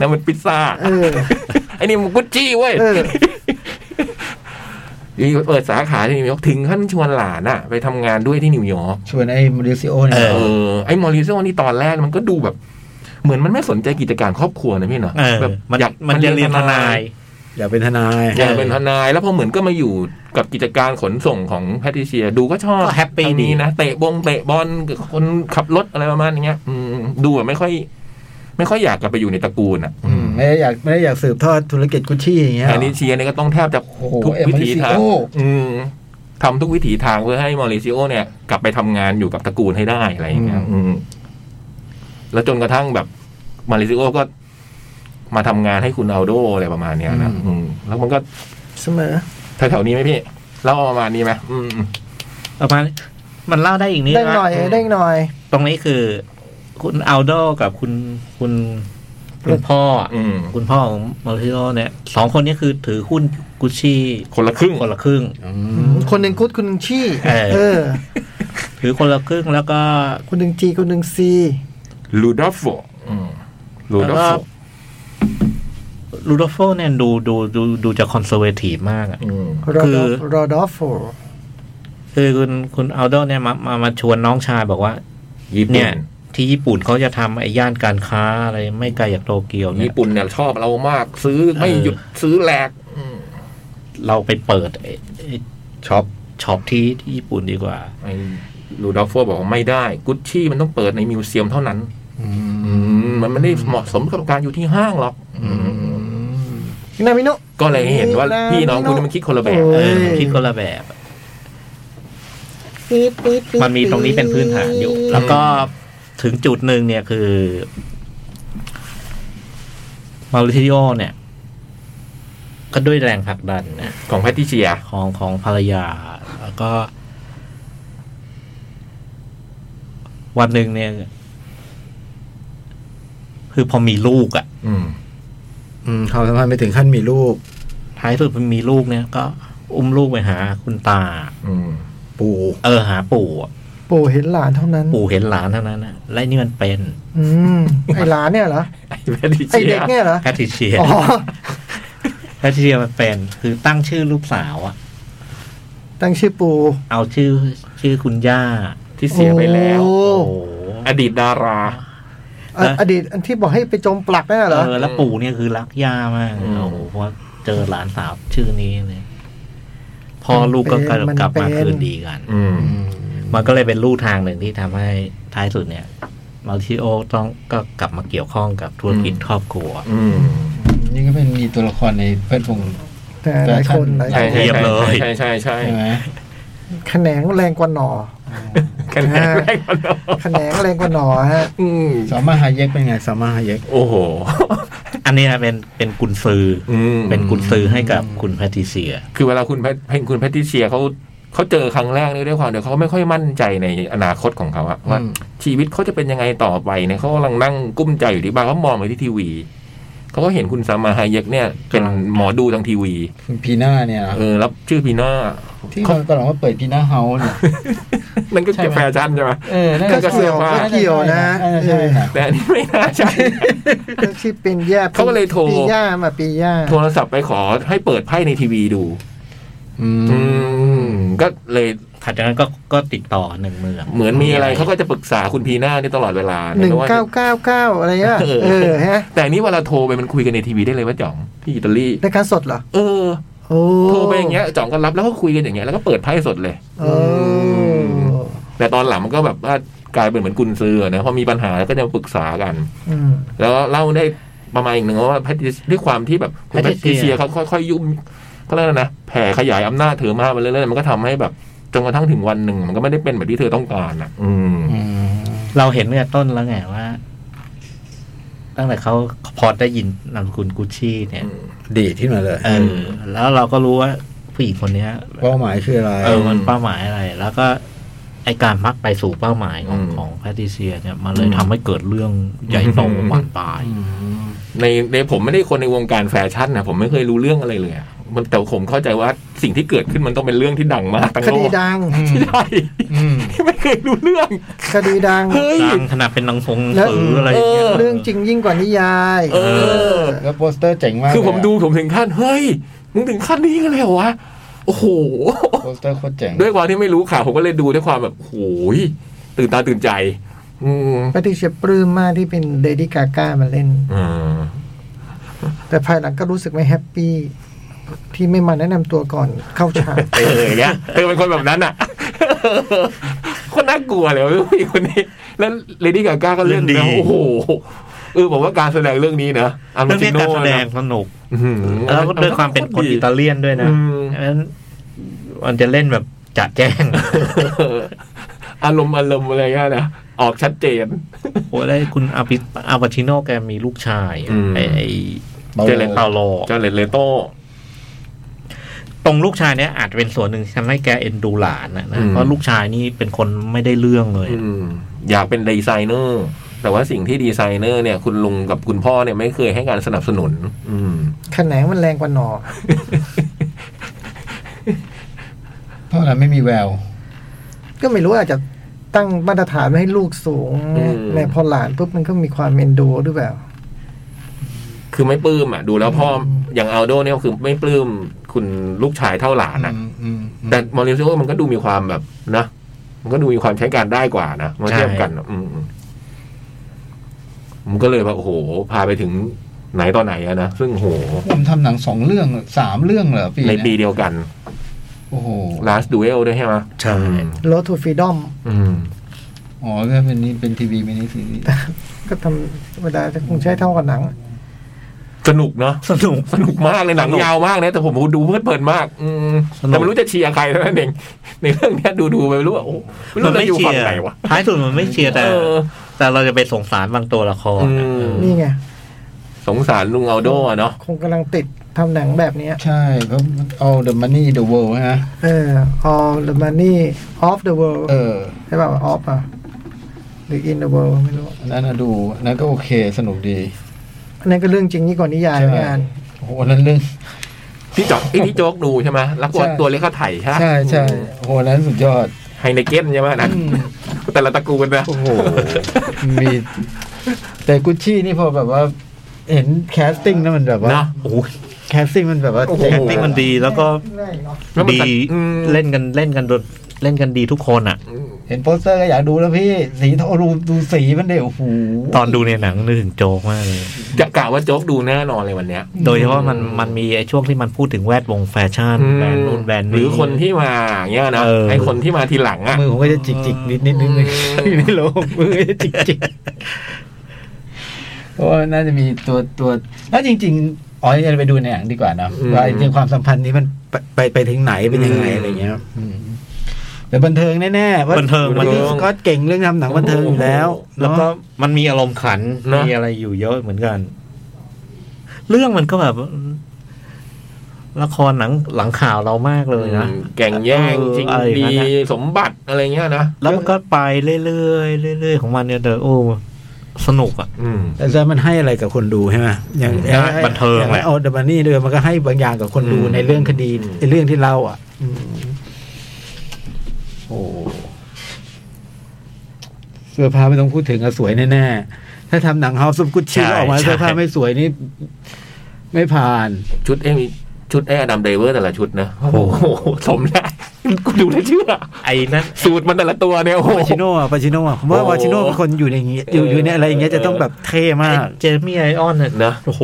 Speaker 2: นั่นมันพิซซ่า
Speaker 4: เออ
Speaker 2: ไอ้นี่มันกุชชี่เว้ย
Speaker 4: เออ
Speaker 2: นี่เปิดสาขาที่นิวยอร์กถึงขั้นชวนหลานอะไปทำงานด้วยที่นิวยอร์ก
Speaker 1: ชวนไอ้มาริซิโอเนี่ย
Speaker 2: เออไอ้มอริซิโอนี่ตอนแรกมันก็ดูแบบ เหมือนมันไม่สนใจกิจการครอบครัวนะพี่เนาะ
Speaker 3: เออ
Speaker 2: แบบ
Speaker 3: มัน
Speaker 2: อยาก
Speaker 3: มันจะเรียนทนาย
Speaker 1: อยากเป็นทนาย
Speaker 2: อยากเป็นทนาย แล้วพอเหมือนก็มาอยู่กับกิจการขนส่งของแพทริเซียดูก็ชอบ
Speaker 3: ก็แฮปปี้
Speaker 2: ทาง
Speaker 3: ดี
Speaker 2: นี้นะเตะบงเตะบอลกับคนขับรถอะไรประมาณอย่างเงี้ย อืมดูแบบไม่ค่อย ไม่ค่อยอยากกลับไปอยู่ในตระกูลอ่ะ
Speaker 1: อืมไม่ได้อยากไม่ได้อยากสืบทอดธุรกิจกุชชี่อย่างเงี้ย
Speaker 2: แอนนิเชียเนี่ยก็ต้องแทบจะ
Speaker 1: โอ้โห
Speaker 2: ทุก
Speaker 1: เอ็ม
Speaker 2: วิ
Speaker 1: มาริ
Speaker 2: ถี
Speaker 1: ซิ
Speaker 2: ทาง
Speaker 1: โอ
Speaker 2: อืมทำทุกวิถีทางเพื่อให้มอริซิโอเนี่ย กลับไปทำงานอยู่กับตระกูลให้ได้อะไรอย่างเงี้ย อืมแล้วจนกระทั่งแบบมอริซิโอก็มาทำงานให้คุณอัลโดอะไรประมาณเนี้ยนะอืมแล้วมันก็
Speaker 4: เสมอ
Speaker 2: แถวๆนี้ไหมพี่เล่าประมาณนี้ไหมอืม
Speaker 3: ประมาณมันเล่าได้อีกนิด
Speaker 4: เด้งหน่อย
Speaker 3: นะ
Speaker 4: เด้งหน่อย
Speaker 3: ตรงนี้คือคุณอัลโดกับคุณคุณคุณพ่ออ่ะ
Speaker 2: อืม
Speaker 3: คุณพ่อของมาริโอเนี่ยสองคนนี้คือถือหุ้นกุชชี่
Speaker 2: คนละครึ่ง
Speaker 3: คนละครึ่ง
Speaker 1: อืม
Speaker 4: คนหนึ่งกุดคนหนึ่งชี่
Speaker 3: เออ
Speaker 4: เออ
Speaker 3: ถือคนละครึ่งแล้วก็
Speaker 4: คนหนึ่งจีคนหนึ่งซี
Speaker 2: ลูดอฟโฟอืมลู
Speaker 3: แล้ว
Speaker 2: ดอฟ
Speaker 3: ก็
Speaker 2: โฟ
Speaker 3: ลูดอลโฟเนี่ยดูดูดูดูจะคอนเซอร์เวทีฟมากอ่ะ
Speaker 2: อืม
Speaker 4: รอ
Speaker 3: คื
Speaker 4: ดอ
Speaker 3: อ
Speaker 4: ฟรอดอฟโฟ
Speaker 3: คือคุณคุณอัลโดเนี่ยมามามาชวนน้องชายบอกว่า เนี่ย ที่ญี่ปุ่นเขาจะทำไอ้ย่านการค้าอะไรไม่ไกลจากโตเกียวเนี่ย
Speaker 2: ญี่ปุ่นเนี่ยชอบเรามากซื้อไม่
Speaker 3: เออ
Speaker 2: หยุดซื้อแหลกอืม
Speaker 3: เราไปเปิดไอ้ไอ้
Speaker 1: ช็อป
Speaker 3: ช็อปที่ที่ญี่ปุ่นดีกว่า
Speaker 2: ไอ้ลูดอลโฟบอกว่าไม่ได้ กุชชี่มันต้องเปิดในมิวเซียมเท่านั้น
Speaker 1: อืม
Speaker 2: อืมมันไม่ได้เหมาะสมกับการอยู่ที่ห้างหรอกอืม
Speaker 4: นามิโน
Speaker 2: ก็เลยเห็นว่า
Speaker 4: เออ
Speaker 2: พี่น้องคุณ
Speaker 4: เนอะ
Speaker 2: มันคิดคนละแบบ
Speaker 3: เอ
Speaker 4: เอ้
Speaker 3: อย มันคิดคนละแบบอะ
Speaker 4: ปี๊ดปี๊ดปี๊ด
Speaker 3: มันมีตรงนี้เป็นพื้นฐานอยู่ แล้วก็ถึงจุดหนึ่งเนี่ยคือมาริทิโอเนี่ย ก็ด้วยแรงผลักดันนะ
Speaker 2: ของแพทติเชีย
Speaker 3: ของของภรรยา แล้วก็ วันหนึ่งเนี่ย คือพอมีลูกอะ่ะ
Speaker 2: อืม
Speaker 1: อืมความสัมพันธ์ไปถึงขั้นมีลูก
Speaker 3: ท้ายสุดพอมีลูกเนี่ย ก็อุ้มลูกไปหาคุณตา
Speaker 2: อืม
Speaker 1: ปู่
Speaker 3: เออหาปู่อะ
Speaker 4: ปู่เห็นหลานเท่านั้น
Speaker 3: ปู่เห็นหลานเท่านั้นนะและนี่มันเป็น
Speaker 4: อืมไอหลานเนี่ยเหรอ
Speaker 2: ไอ้แพทริ
Speaker 4: ไอ
Speaker 2: เชีย
Speaker 4: เด็กเนี่ยเหรอ
Speaker 3: แพทริเชีย
Speaker 4: อ๋อ
Speaker 3: แพทริเชียมันเป็น คือตั้งชื่อลูกสาวอะ
Speaker 4: ตั้งชื่อปู่
Speaker 3: เอาชื่อชื่อคุณย่า
Speaker 2: ที่เสียไปแล้ว
Speaker 4: โอ้
Speaker 3: โอ้โห
Speaker 2: อดีตดารา
Speaker 4: อ่ะอดีตอันที่บอกให้ไปจมปลักนั่นนะเหรอ
Speaker 3: เออแล้วปู่เนี่ยคือรักย่ามาก
Speaker 2: อืม
Speaker 3: โอ้โหเพราะเจอหลานสาวชื่อนี้เลยพ่อลูกก็กลับ
Speaker 4: มันเป็น
Speaker 3: กลับมาคืนดีกัน
Speaker 2: อืม
Speaker 3: มันก็เลยเป็นลู่ทางหนึ่งที่ทำให้ท้ายสุดเนี่ยมาริโอต้องก็กลับมาเกี่ยวข้องกับธุรกิจ
Speaker 2: อืม
Speaker 3: ครอบครัว
Speaker 2: อืม
Speaker 1: นี่ก็เป็นมีตัวละครในเพื่อนพง
Speaker 4: แต่หลายคนหลาย
Speaker 2: ใช่
Speaker 4: คน
Speaker 2: ใช่
Speaker 3: เรียบเลย
Speaker 2: ใช่ใช่ใช่
Speaker 1: ใช่ไหม
Speaker 4: แขนงแรงกว่าหนอ
Speaker 2: คะแนนแรกมันเอา
Speaker 4: แขนงแรงกว่าหนอฮะ
Speaker 2: อืม
Speaker 1: สามารถฮาเยกเป็นไงสามารถฮาเยก
Speaker 2: โอ้โห
Speaker 3: อันเนี้ยเป็นเป็นกุนซืออ
Speaker 2: อืม
Speaker 3: เป็นกุนซือให้กับคุณแพทริเซีย
Speaker 2: คือเวลาคุณแพทเพลงคุณแพทติเชียเขาเขาเจอครั้งแรกนี่ด้วยความเดี๋ยวเขาไม่ค่อยมั่นใจในอนาคตของเขาอะว่า
Speaker 1: อืม
Speaker 2: ชีวิตเขาจะเป็นยังไงต่อไปเนี่ยเขากำลังนั่งกุ้มใจอยู่ที่บ้านเขามองไปที่ทีวีเขาก็เห็นคุณสามาไฮเยกเนี่ย เป็นหมอดูทางทีวี
Speaker 1: คุณพีน่าเนี่ยนะ
Speaker 2: เออแล้วชื่อพี น่า
Speaker 1: ที่เราตอนหลังว่าเปิดพีน่าเฮาส์เนี่ย
Speaker 2: นั่นก็
Speaker 1: ใช่ไหม
Speaker 2: แฟชั่นใช่ไหม
Speaker 1: เออนั่น
Speaker 2: ก็เกี่ยว
Speaker 1: าจ
Speaker 4: เกี่ยวนะ
Speaker 1: าจใช่นะ
Speaker 2: แต่อันนี้ไม่น่า ใช่
Speaker 4: ตั้งชื่อเป็นย่า
Speaker 2: เขาก็เลยโทร
Speaker 4: ปีย่ามาปีย่า
Speaker 2: โทรศัพท์ไปขอให้เปิดไพ่ในทีวีดู
Speaker 1: อืม
Speaker 2: อืม ก็เลย
Speaker 3: ถัดจากนั้นก็ก็ติดต่อหนึ่งเมือง
Speaker 2: เหมือนมีอะไรเขาก็จะปรึกษาคุณพีน่าเนี่ยตลอดเวลา
Speaker 4: หนึ่ง
Speaker 2: ไม่ว่จะ
Speaker 4: เก้าเก้าเก้าอะไรเงี้ย
Speaker 2: เออ
Speaker 4: เออฮะ
Speaker 2: แต่อันนี้เวลาโทรไปมันคุยกันในทีวีได้เลยว่าจ่องที่อิตาลี
Speaker 4: รายการสดเหรอ
Speaker 2: เออ
Speaker 4: โอ้
Speaker 2: โทรไปอย่างเงี้ยจ่องก็รับแล้วก็คุยกันอย่างเงี้ยแล้วก็เปิดไพ่สดเลย
Speaker 4: โอ้
Speaker 2: แต่ตอนหลังมันก็แบบว่ากลายเป็นเหมือนกุนซือนะพอมีปัญหาก็จะมาปรึกษากัน
Speaker 4: อืม
Speaker 2: แล้วเล่าได้ประมาณอีกหนึ่งว่าแพทริด้วยความที่แบบคุณแพทริเชียเขาค่อยๆยุ่มก็แล้วนะแผ่ขยายอำนาจเธอมากไปเรื่อยๆมันก็ทำให้แบบจนกระทั่งถึงวันหนึ่งมันก็ไม่ได้เป็นแบบที่เธอต้องการอ่ะ อืม
Speaker 1: อืม
Speaker 3: เราเห็นเนี่ยต้นแล้วไงว่า ตั้งแต่เขาพอได้ยินนามสกุลกุชชี่เนี่ย
Speaker 1: ดีดขึ้นมาเลย
Speaker 3: เออ แล้วเราก็รู้ว่าผู้หญิงคนเนี้ย
Speaker 1: เป้าหมายคืออะไร
Speaker 3: เออ มันเป้าหมายอะไร แล้วก็ไอการพักไปสู่เป้าหมายของ
Speaker 2: อืม
Speaker 3: ของแพทริเซียเนี่ย มันเลย
Speaker 2: อืม
Speaker 3: ทำให้เกิดเรื่องใหญ่โต
Speaker 2: อืม
Speaker 3: บานปลาย
Speaker 1: ม
Speaker 2: ในในผมไม่ได้คนในวงการแฟชั่นนะผมไม่เคยรู้เรื่องอะไรเลยอะมันแต่ผมเข้าใจว่าสิ่งที่เกิดขึ้นมันต้องเป็นเรื่องที่ดังมากทั้ง
Speaker 4: ค
Speaker 2: โล
Speaker 4: ดี
Speaker 2: ก
Speaker 4: ดัง
Speaker 2: ใช่
Speaker 1: อืม
Speaker 2: ไม่เคยรู้เรื่อง
Speaker 4: คดีดัง
Speaker 2: เฮ้ย
Speaker 3: ดังขนาดเป็นหนังพง
Speaker 4: แล้ว
Speaker 3: สืออะไรย่าเงี้ย
Speaker 2: เออ
Speaker 4: เรื่องจริงยิ่งกว่านิยาย
Speaker 2: เออ
Speaker 1: แล้วโปสเตอร์เจ๋งมาก
Speaker 2: คือผม
Speaker 1: เลยะ
Speaker 2: ดูผมถึงขั้นเฮ้ย มึงถึงขั้นนี้กันเลยเหรอวะ โอ้โห
Speaker 1: โปสเตอร์โคตรเจ๋ง
Speaker 2: ด้วยความที่ไม่รู้ข่าวผมก็เลยดูด้วยความแบบโอ้ยตื่นตาตื่นใจ อืม
Speaker 4: ปฏิเชียปลื้มมากที่เป็นเดดี้กาก้ามาเล่น
Speaker 2: อ่า
Speaker 4: แต่ภายหลังก็รู้สึกไม่แฮปปี้ ที่ไม่มาแนะนำตัวก่อนเข้าฉาก
Speaker 2: เออเนี่ยเธอเป็นคนแบบนั้นอ่ะ คนน่ากลัวเลยพี่คนนี้ แล้วเลดี้กาก้าก็เล่น
Speaker 3: เล่นดี
Speaker 2: นะโอ้โหเออบอกว่าการแสดงเรื่องนี้นะอัน
Speaker 3: เรื่องเนี้ยการแสดงสนุก แล้วก็ด้วยความเป็นคนอิตาเลียนด้วยนะเพราะฉะนั้นมันจะเล่นแบบจัดแจ้ง
Speaker 2: อารมณ์อารมณ์อะไรเงี้ยนะออกชัดเจน
Speaker 3: โอ้ได้คุณอาปิอาปาชิโนแกมีลูกชาย
Speaker 2: อืม
Speaker 3: ไอไอ
Speaker 2: เจเลน
Speaker 3: เปาโล
Speaker 2: เจ้าเลนเลโต้
Speaker 3: ตรงลูกชายเนี่ยอาจจะเป็นส่วนหนึ่งที่ทำให้แกเอ็นดูหลานนะนะ
Speaker 2: อืม
Speaker 3: เพราะลูกชายนี่เป็นคนไม่ได้เรื่องเลย
Speaker 2: อืมอยากเป็นดีไซเนอร์ แต่ว่าสิ่งที่ดีไซเนอร์เนี่ย คุณลุงกับคุณพ่อเนี่ยไม่เคยให้การสนับสนุน อืม
Speaker 4: แขนงมันแรงกว่าหนอ
Speaker 1: เพราะอะไรไม่มีแวว
Speaker 4: ก็ไม่รู้อาจจะตั้งมาตรฐานไม่ให้ลูกสูง
Speaker 2: อืม
Speaker 4: ในพอหลานปุ๊บมันก็มีความเมนดูหรือเปล่า
Speaker 2: คือไม่ปลื้มอ่ะ ดูแล้วพ่ออย่างอัลโดเนี่ยคือไม่ปลื้มคุณลูกชายเท่าหลานอ่ะ แต่มอริซิโอมันก็ดูมีความแบบนะมันก็ดูมีความใช้การได้กว่านะเมื่อเทียบกันอะอืมอืมมันก็เลยแบบโอ้โห พาไปถึงไหนต่อไหนอะนะซึ่งโอ้โห
Speaker 1: ผมทำหนังสองเรื่องสามเรื่องเหรอปี
Speaker 2: ใน
Speaker 1: เย
Speaker 2: ปีเดียวกัน
Speaker 1: โอ้โห
Speaker 2: last duel ด้วยใช่ไหม
Speaker 3: ใช่
Speaker 4: โลทูฟีดอม
Speaker 2: อืม
Speaker 1: อ๋อก็เป็นนี่เป็นทีวีมินิซีรีส์
Speaker 4: ก็ทำธรรมดาจะคงใช้เท่ากับหนัง
Speaker 2: สนุกเนาะ
Speaker 3: สนุก
Speaker 2: สนุกมากเลยหนัง
Speaker 3: สนุก
Speaker 2: ยาวมากนะแต่ผมดูเพลิดเพลินมาก อืม
Speaker 3: สนุก
Speaker 2: แต่ไม่รู้จะเชียร์ใครเท่านั้นเองในเรื่องเนี้ยดูดูๆไปไม่รู้ว่าโอ้ไม่
Speaker 3: มั
Speaker 2: รู้
Speaker 3: น
Speaker 2: จะ
Speaker 3: ไม่
Speaker 2: อยู่
Speaker 3: เชี
Speaker 2: ฝั่ง
Speaker 3: ยร์
Speaker 2: ไหนวะ
Speaker 3: ท้ายสุดมันไม่เชียร์แต่
Speaker 2: เออ
Speaker 3: แต่เราจะไปสงสารบางตัวละคร
Speaker 2: อืม
Speaker 3: เออ
Speaker 4: นี่ไง
Speaker 2: สงสารลุงอัลโดอะเนาะ
Speaker 4: คงกำลังติดทำหนังแบบเนี้ย
Speaker 1: ใช่เพราะ all the money in the world นะ
Speaker 4: เออ all the money off the world
Speaker 1: เออ
Speaker 4: ใช่ป่าว off อ่ะ หรือ in the world ไม่รู้
Speaker 1: อันนั้นน่ะดูอันนั้นก็โอเคสนุกดี
Speaker 4: อันนั้นก็เรื่องจริงยิ่งกว่านิยายงาน
Speaker 1: โอ้โหอันนั้นเรื่อง
Speaker 2: ที่จอกไอ้ที่โจ๊กดูใช่ไหมแล้วตัว
Speaker 1: ใช่
Speaker 2: ตัวเล็กเขาไถ่ใช่ไหม
Speaker 1: ใช่ใช่โอ้โหอันนั้นสุดยอด
Speaker 2: ไฮเนเก้นใช่ไหมอันนั้น
Speaker 1: อืม
Speaker 2: แต่ละตระกูลนะ
Speaker 1: โอ้โห มีแต่กุชชี่นี่พอแบบว่าเห็นแคสติ้งแล้วมันแบบว่า
Speaker 2: นะ
Speaker 3: โอ้ย
Speaker 1: แคสติ้งมันแบบว่า
Speaker 3: แอคติ้งมันดีแล้วก็
Speaker 2: แล้วมันสัต
Speaker 3: ดี
Speaker 2: ว์อืม
Speaker 3: เล่นกันเล่นกันโดนเล่นกันดีทุกคนอ่ะ
Speaker 1: เห็นโปสเตอร์ก็อยากดูแล้วพี่ สีโทนดูดูสีมันเดี๋ยวโอ้โห
Speaker 3: ตอนดูในหนังนึกถึงโจ๊กมากเลย
Speaker 2: จะกะว่าโจ๊กดูแน่นอนเลยวันเนี้ย
Speaker 3: โดยเฉพาะมันมันมีไอ้ช่วงที่มันพูดถึงแวดวงแฟชั่นแบรนด์นู่นแบรนด์
Speaker 2: หรื
Speaker 3: นี้
Speaker 2: อคนที่มาอย่างเงี้ยนะ
Speaker 3: เออ
Speaker 2: ไอคนที่มาทีหลังอ่ะ
Speaker 1: มือผมก็จะจิกจิกนิดนิดนิดนึง
Speaker 2: อืม
Speaker 1: อยู่ในโลงมือก็จะจิก จิกโอ้น่าจะมีตัวตัวน่าจริง ๆ อ๋อจะไปดูในหนังดีกว่านะ
Speaker 2: อืม
Speaker 1: ว่าไอ้เรื่องความสัมพันธ์นี้มันไปไปไปถึงไหนเป็นยังไง
Speaker 2: อืม
Speaker 1: อะไรเงี้ยครับอืมแต่บันเทิงแน่ๆว่า
Speaker 3: บันเทิงบันเทิง
Speaker 1: สก็เก่งเรื่องทำหนังบันเทิงอยู่แล้วเนอะ
Speaker 3: แล้วก็มันมีอารมณ์ขัน
Speaker 2: เนอะ
Speaker 3: มีอะไรอยู่เยอะเหมือนกัน เรื่องมันก็แบบ ละครหนังหลังข่าวเรามากเลยนะ
Speaker 2: แก่งแย่ง
Speaker 3: เออ
Speaker 2: จริง
Speaker 3: อะไรอย่างนั้
Speaker 2: ดี
Speaker 3: นนะ
Speaker 2: สมบัติอะไรเงี้ยนะ
Speaker 3: แล้วมันก็ไปเรื่อยๆเรื่อยๆของมันเนี่ยเดอโอ้สนุกอ่ะ
Speaker 2: อืม
Speaker 1: แต่แต่มันให้อะไรกับคนดูใช่ไหมอย่าง
Speaker 3: ได้บันเทิงแหละ
Speaker 1: เอาเดมันนี่ด้วยมันก็ให้บางอย่างกับคนดู
Speaker 2: อืม
Speaker 1: ในเรื่องคดี
Speaker 2: อืม
Speaker 1: ในเรื่องที่เล่าอ่ะอืมโอ้เสื้อผ้าไม่ต้องพูดถึงอะสวยแน่ๆถ้าทำหนังเฮาซุปกุชชี่
Speaker 3: ใช่
Speaker 1: ออกมา
Speaker 3: ใช่
Speaker 1: เสื้อผ้าไม่สวยนี่ไม่ผ่าน
Speaker 2: ชุดเอ้ยมีชุดไอ้อดัมเดเวอร์แต่ละชุดนะโอ้โหสมแล้วกูดูแล้วเชื่อ
Speaker 3: ไอ้นั่น
Speaker 2: สูตรมันแต่ละตัวเนี่ยโอ้โห
Speaker 1: ปาชิโน่อะปาชิโน่อะผมว่า
Speaker 2: โอ้
Speaker 1: ปาชิโน่เป็นคนอยู่ในอย่างเงี้ยอยู่อยู่ในอะไรอย่างเงี้ยจะต้องแบบเท่มาก
Speaker 3: เจมี่ไอออนเนี่ย
Speaker 2: นะ
Speaker 3: โอ้โห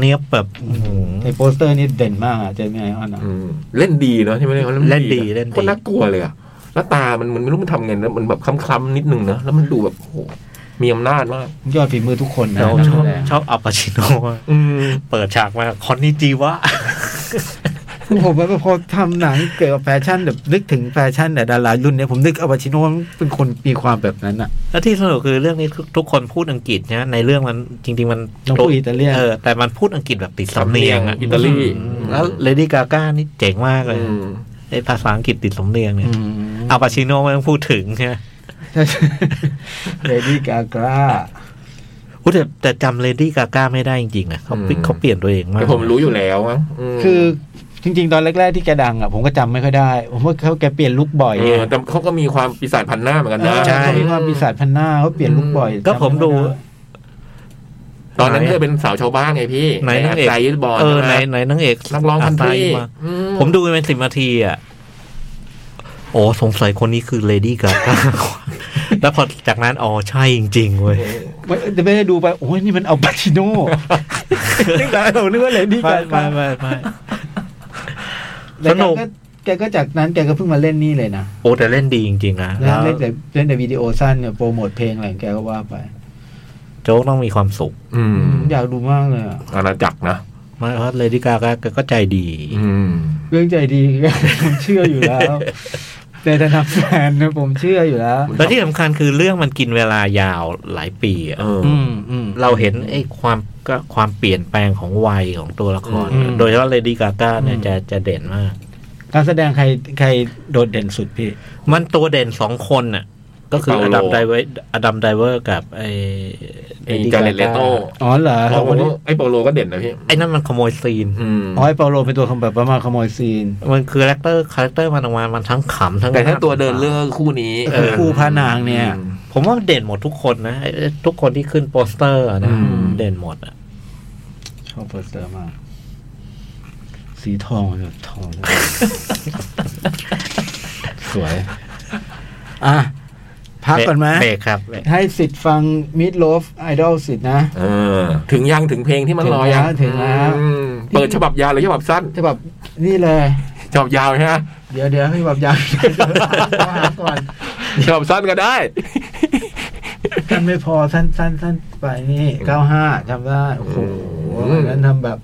Speaker 3: เนี้ยบแบบอื้อหือ
Speaker 1: ในโปสเตอร์นี่เด่นมากอะเจมี่ไอออนอะ
Speaker 2: อืมเล่นดีเนาะใช่ไหมเนี่ยขา
Speaker 3: เล่นดีเล่นดี
Speaker 2: คนน่ากลัวเลยอะแล้วตามันมันไม่รู้มันทำไงนะมันแบบคล้ำๆนิดนึงนะแล้วมันดูแบบโอ้โหมีอำนาจมาก
Speaker 1: ยอดฝีมือทุกคนนะ
Speaker 3: เราชอบ
Speaker 1: นักแสดง
Speaker 3: ชอบอัปปาชิโน
Speaker 2: อืม
Speaker 3: เปิดฉากมาคอนนิจิวะ
Speaker 1: ผมว่าพอทำหนังเกี่ยวกับแฟชั่นแบบนึกถึงแฟชั่นแต่ยดารารุ่นเนี้ยผมนึกอาบาชิโน่เป็นคนมีความแบบนั้นอ่ะ
Speaker 3: แล้วที่สนุกคือเรื่องนี้ทุกทุกคนพูดอังกฤษนะในเรื่องมันจริง ๆ มัน
Speaker 1: ต้องพูดอิตาเลียน
Speaker 3: เออแต่มันพูดอังกฤษแบบติดสำเนีย
Speaker 2: สำเนีย
Speaker 3: งะ
Speaker 2: งอิตาลี
Speaker 3: มแล้วเลดี้กาก้านี่เจ๋งมากเลย
Speaker 2: อืม
Speaker 3: ไอภาษาอังกฤษติดสำเนียงเนี่ย อัปปาชิโนไม่ต้องพูดถึงใช่ไหม
Speaker 1: เลดี้กาก้า
Speaker 3: อุ๊ยแต่แต่จำเลดี้กาก้าไม่ได้จริงๆนะเขา
Speaker 2: อืม
Speaker 3: เขาเปลี่ยนตัวเองมาก
Speaker 2: แต่ผมรู้อยู่แล้วมั้งม
Speaker 1: คือจริง ๆ ตอนแรก ๆ ที่แกดังอ่ะผมก็จำไม่ค่อยได้ ผมว่าเขาแกเปลี่ยนลุคบ่อย
Speaker 2: เอ
Speaker 1: ไง
Speaker 2: อแต่เขาก็มีความปีศาจพันหน้าเหมือนกันนะ
Speaker 1: ใช่เขามีความปีศาจพันหน้าเขาเปลี่ยนลุคบ่อย
Speaker 3: ก็ผมดู
Speaker 2: ตอนนั้นเธอเป็นสาวชาวบ้านไงพี่
Speaker 3: ไหนนางเอก
Speaker 2: ใจยึดบอล
Speaker 3: เออ
Speaker 2: ใช่
Speaker 3: ใน
Speaker 2: ไหม
Speaker 3: ในนางเอก
Speaker 2: นักร้องคันทรี
Speaker 3: าตามา
Speaker 2: อื
Speaker 3: ผมดูไปเป็นสิบนาทีอ่ะ โอ้สงสัยคนนี้คือเลดี้กาก้า แล้วพอจากนั้นอ๋อใช่จริงๆเว้ย
Speaker 1: ไม่ไม่ได้ดูไปโอ้ยนี่มันเอาบาชิโน่นึกได้ผมนึกว่าเลดี้กาก้า
Speaker 3: สนุก
Speaker 1: แกก็จากนั้นแกก็เพิ่งมาเล่นนี่เลยนะ
Speaker 3: โอ้แต่เล่นดีจริงๆนะ
Speaker 1: เล่น
Speaker 3: แล้ว
Speaker 1: เล่นแต่เล่นแต่วิดีโอสั้นเนี่ยโปรโมทเพลงอะไรของแกก็ว่าไป
Speaker 3: โจ๊กต้องมีความสุข
Speaker 2: อืม
Speaker 1: อยากดูมากเลยอะ
Speaker 2: อาณาจักรนะ
Speaker 3: มากเพราะเลดี้กาก้าก็ใจดี
Speaker 2: อืม
Speaker 1: เรื่องใจดี ผมเชื่ออยู่แล้วในฐานะแฟนนะผมเชื่ออยู่แล้ว
Speaker 3: แล้วที่สำคัญคือเรื่องมันกินเวลายาวหลายปีอะ
Speaker 2: เออ
Speaker 1: อืมอืม
Speaker 3: เราเห็นไอ้ความก็ความเปลี่ยนแปลงของวัยของตัวละคร
Speaker 1: อืม
Speaker 3: โดยเฉพาะเลดี้กาก้าเนี่ย
Speaker 1: อืม
Speaker 3: จะจะเด่นมาก
Speaker 1: การแสดงใครใครโดดเด่นสุดพี่
Speaker 3: มันตัวเด่นสองคนน่ะ ก็คือ
Speaker 2: เปา
Speaker 3: อ
Speaker 2: โล
Speaker 3: ดัมไดเวอร์อดัมไดเวอร์กับไอ้
Speaker 2: ไอ้จาเลตเลโต้
Speaker 1: อ๋อเหรอ
Speaker 2: เรา
Speaker 1: เขาคนนี้
Speaker 2: ไอ้โปโลก็เด่นนะพี่
Speaker 3: ไอ้นั่นมันขโมยซีน
Speaker 2: อืม
Speaker 1: อ๋อไอ้เปาโลเป็นตัวคำแบบประมาณขโมยซีน
Speaker 3: มันคือคาแรคเตอร์คาแรคเตอร์มันออกมามันทั้งขำทั้ง
Speaker 2: แต่ถ้า
Speaker 3: น่
Speaker 2: ตัวเดินเรื่องคู่นี้
Speaker 1: ก็คือคู่พระนางเนี่ย
Speaker 2: อืม
Speaker 3: ผมว่าเด่นหมดทุกคนนะไอ้ทุกคนที่ขึ้นโปสเตอร์อะนะ
Speaker 2: อืม
Speaker 3: เด่นหมดอะ
Speaker 1: ชอบโปสเตอร์มาก สีทองเลยทองเลย สวย อ่ะ พักก่อนไหม
Speaker 3: เบรกครับเบรก
Speaker 1: ให้สิทธิ์ฟังมิดโลฟไอดอลสิทธิ์นะ
Speaker 2: เออ ถึงยังถึงเพลงที่มันรอยัง
Speaker 1: ถึงแล้ว
Speaker 2: อืมเปิดฉบับยาวหรือฉบับสั้น
Speaker 1: จะแบบนี่เลย
Speaker 2: ฉบับยาวใช่ไหม
Speaker 1: เดี๋ยวเดี๋ยวให้แบบยาว หาก่อน
Speaker 2: ฉบับสั้นก็ได้
Speaker 1: สั้นไม่พอสั้นสั้นสั้นไปนี่เก้าห้าจำได้โอ้โห
Speaker 2: อืม
Speaker 1: นั้นทำแบบ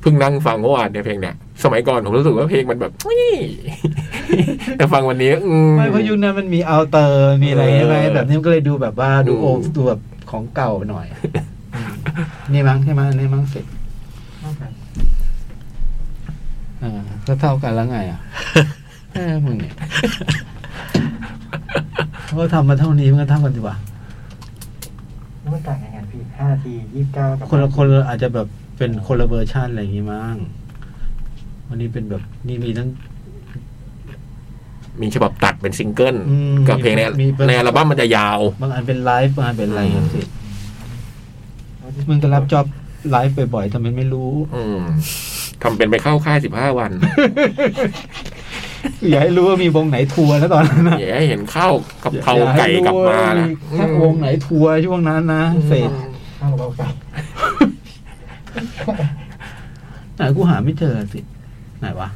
Speaker 2: เพิ่งนั่งฟังเมื่อวานเนี่ยเพลงเนี่ยสมัยก่อนผมรู้สึกว่าเพลงมันแบบอุ๊ย แต่ฟังวันนี้อืม
Speaker 1: ไม่เพราะยุคนั้นมันมีเอาเตอร์มีอะไรใช่ไหม
Speaker 2: เออ
Speaker 1: แบบนี้มันก็เลยดูแบบว่าดู
Speaker 2: อืม
Speaker 1: โอดูแบบของเก่าไปหน่อยอืมนี่มั้งใช่ไหมยอันนี่มั้งสิอ่า ก็เท่ากันแล้วไงอ่ะเออมึงเนี่ย เขาทำมาเท่านี้มันก็เท่ากันดีกว่า
Speaker 5: แล้วมันต่างยังไงพี่ห้านาทียี่สิบเก้ากับ
Speaker 1: คนละคนละอาจจะแบบเป็นคนละเวอร์ชันอะไรอย่างงี้มั้งวันนี้เป็นแบบนี่มีทั้ง
Speaker 2: มีฉบับตัดเป็นซิงเกิล
Speaker 1: อืม
Speaker 2: กับเพลงใน
Speaker 1: มีเป็น
Speaker 2: ในอัลบั้มมันจะยาว
Speaker 1: บางอันเป็นไลฟ์บางอันเป็นอะไรอย่างเงี้ยสิ
Speaker 5: แล้ว
Speaker 1: มึงก็รับจอบไลฟ์บ่อยๆทำไมไม่รู้
Speaker 2: อืมทำเป็นไปเข้าค่ายสิบห้าวัน
Speaker 1: อย่าให้รู้ว่ามีวงไหนทัวร์แล้วตอนนั้นนะ
Speaker 2: อย่าให้เห็นเข้ากับเขา
Speaker 1: อย่
Speaker 2: ไก่
Speaker 1: ให้รู้
Speaker 2: กลับมานะ
Speaker 1: ว่ถ้าวงไหนทัวร์ช่วงนั้นนะเสร็จ
Speaker 5: ข้าวเรากลับ
Speaker 1: ไหนกูหาไม่เจอสิไหนวะ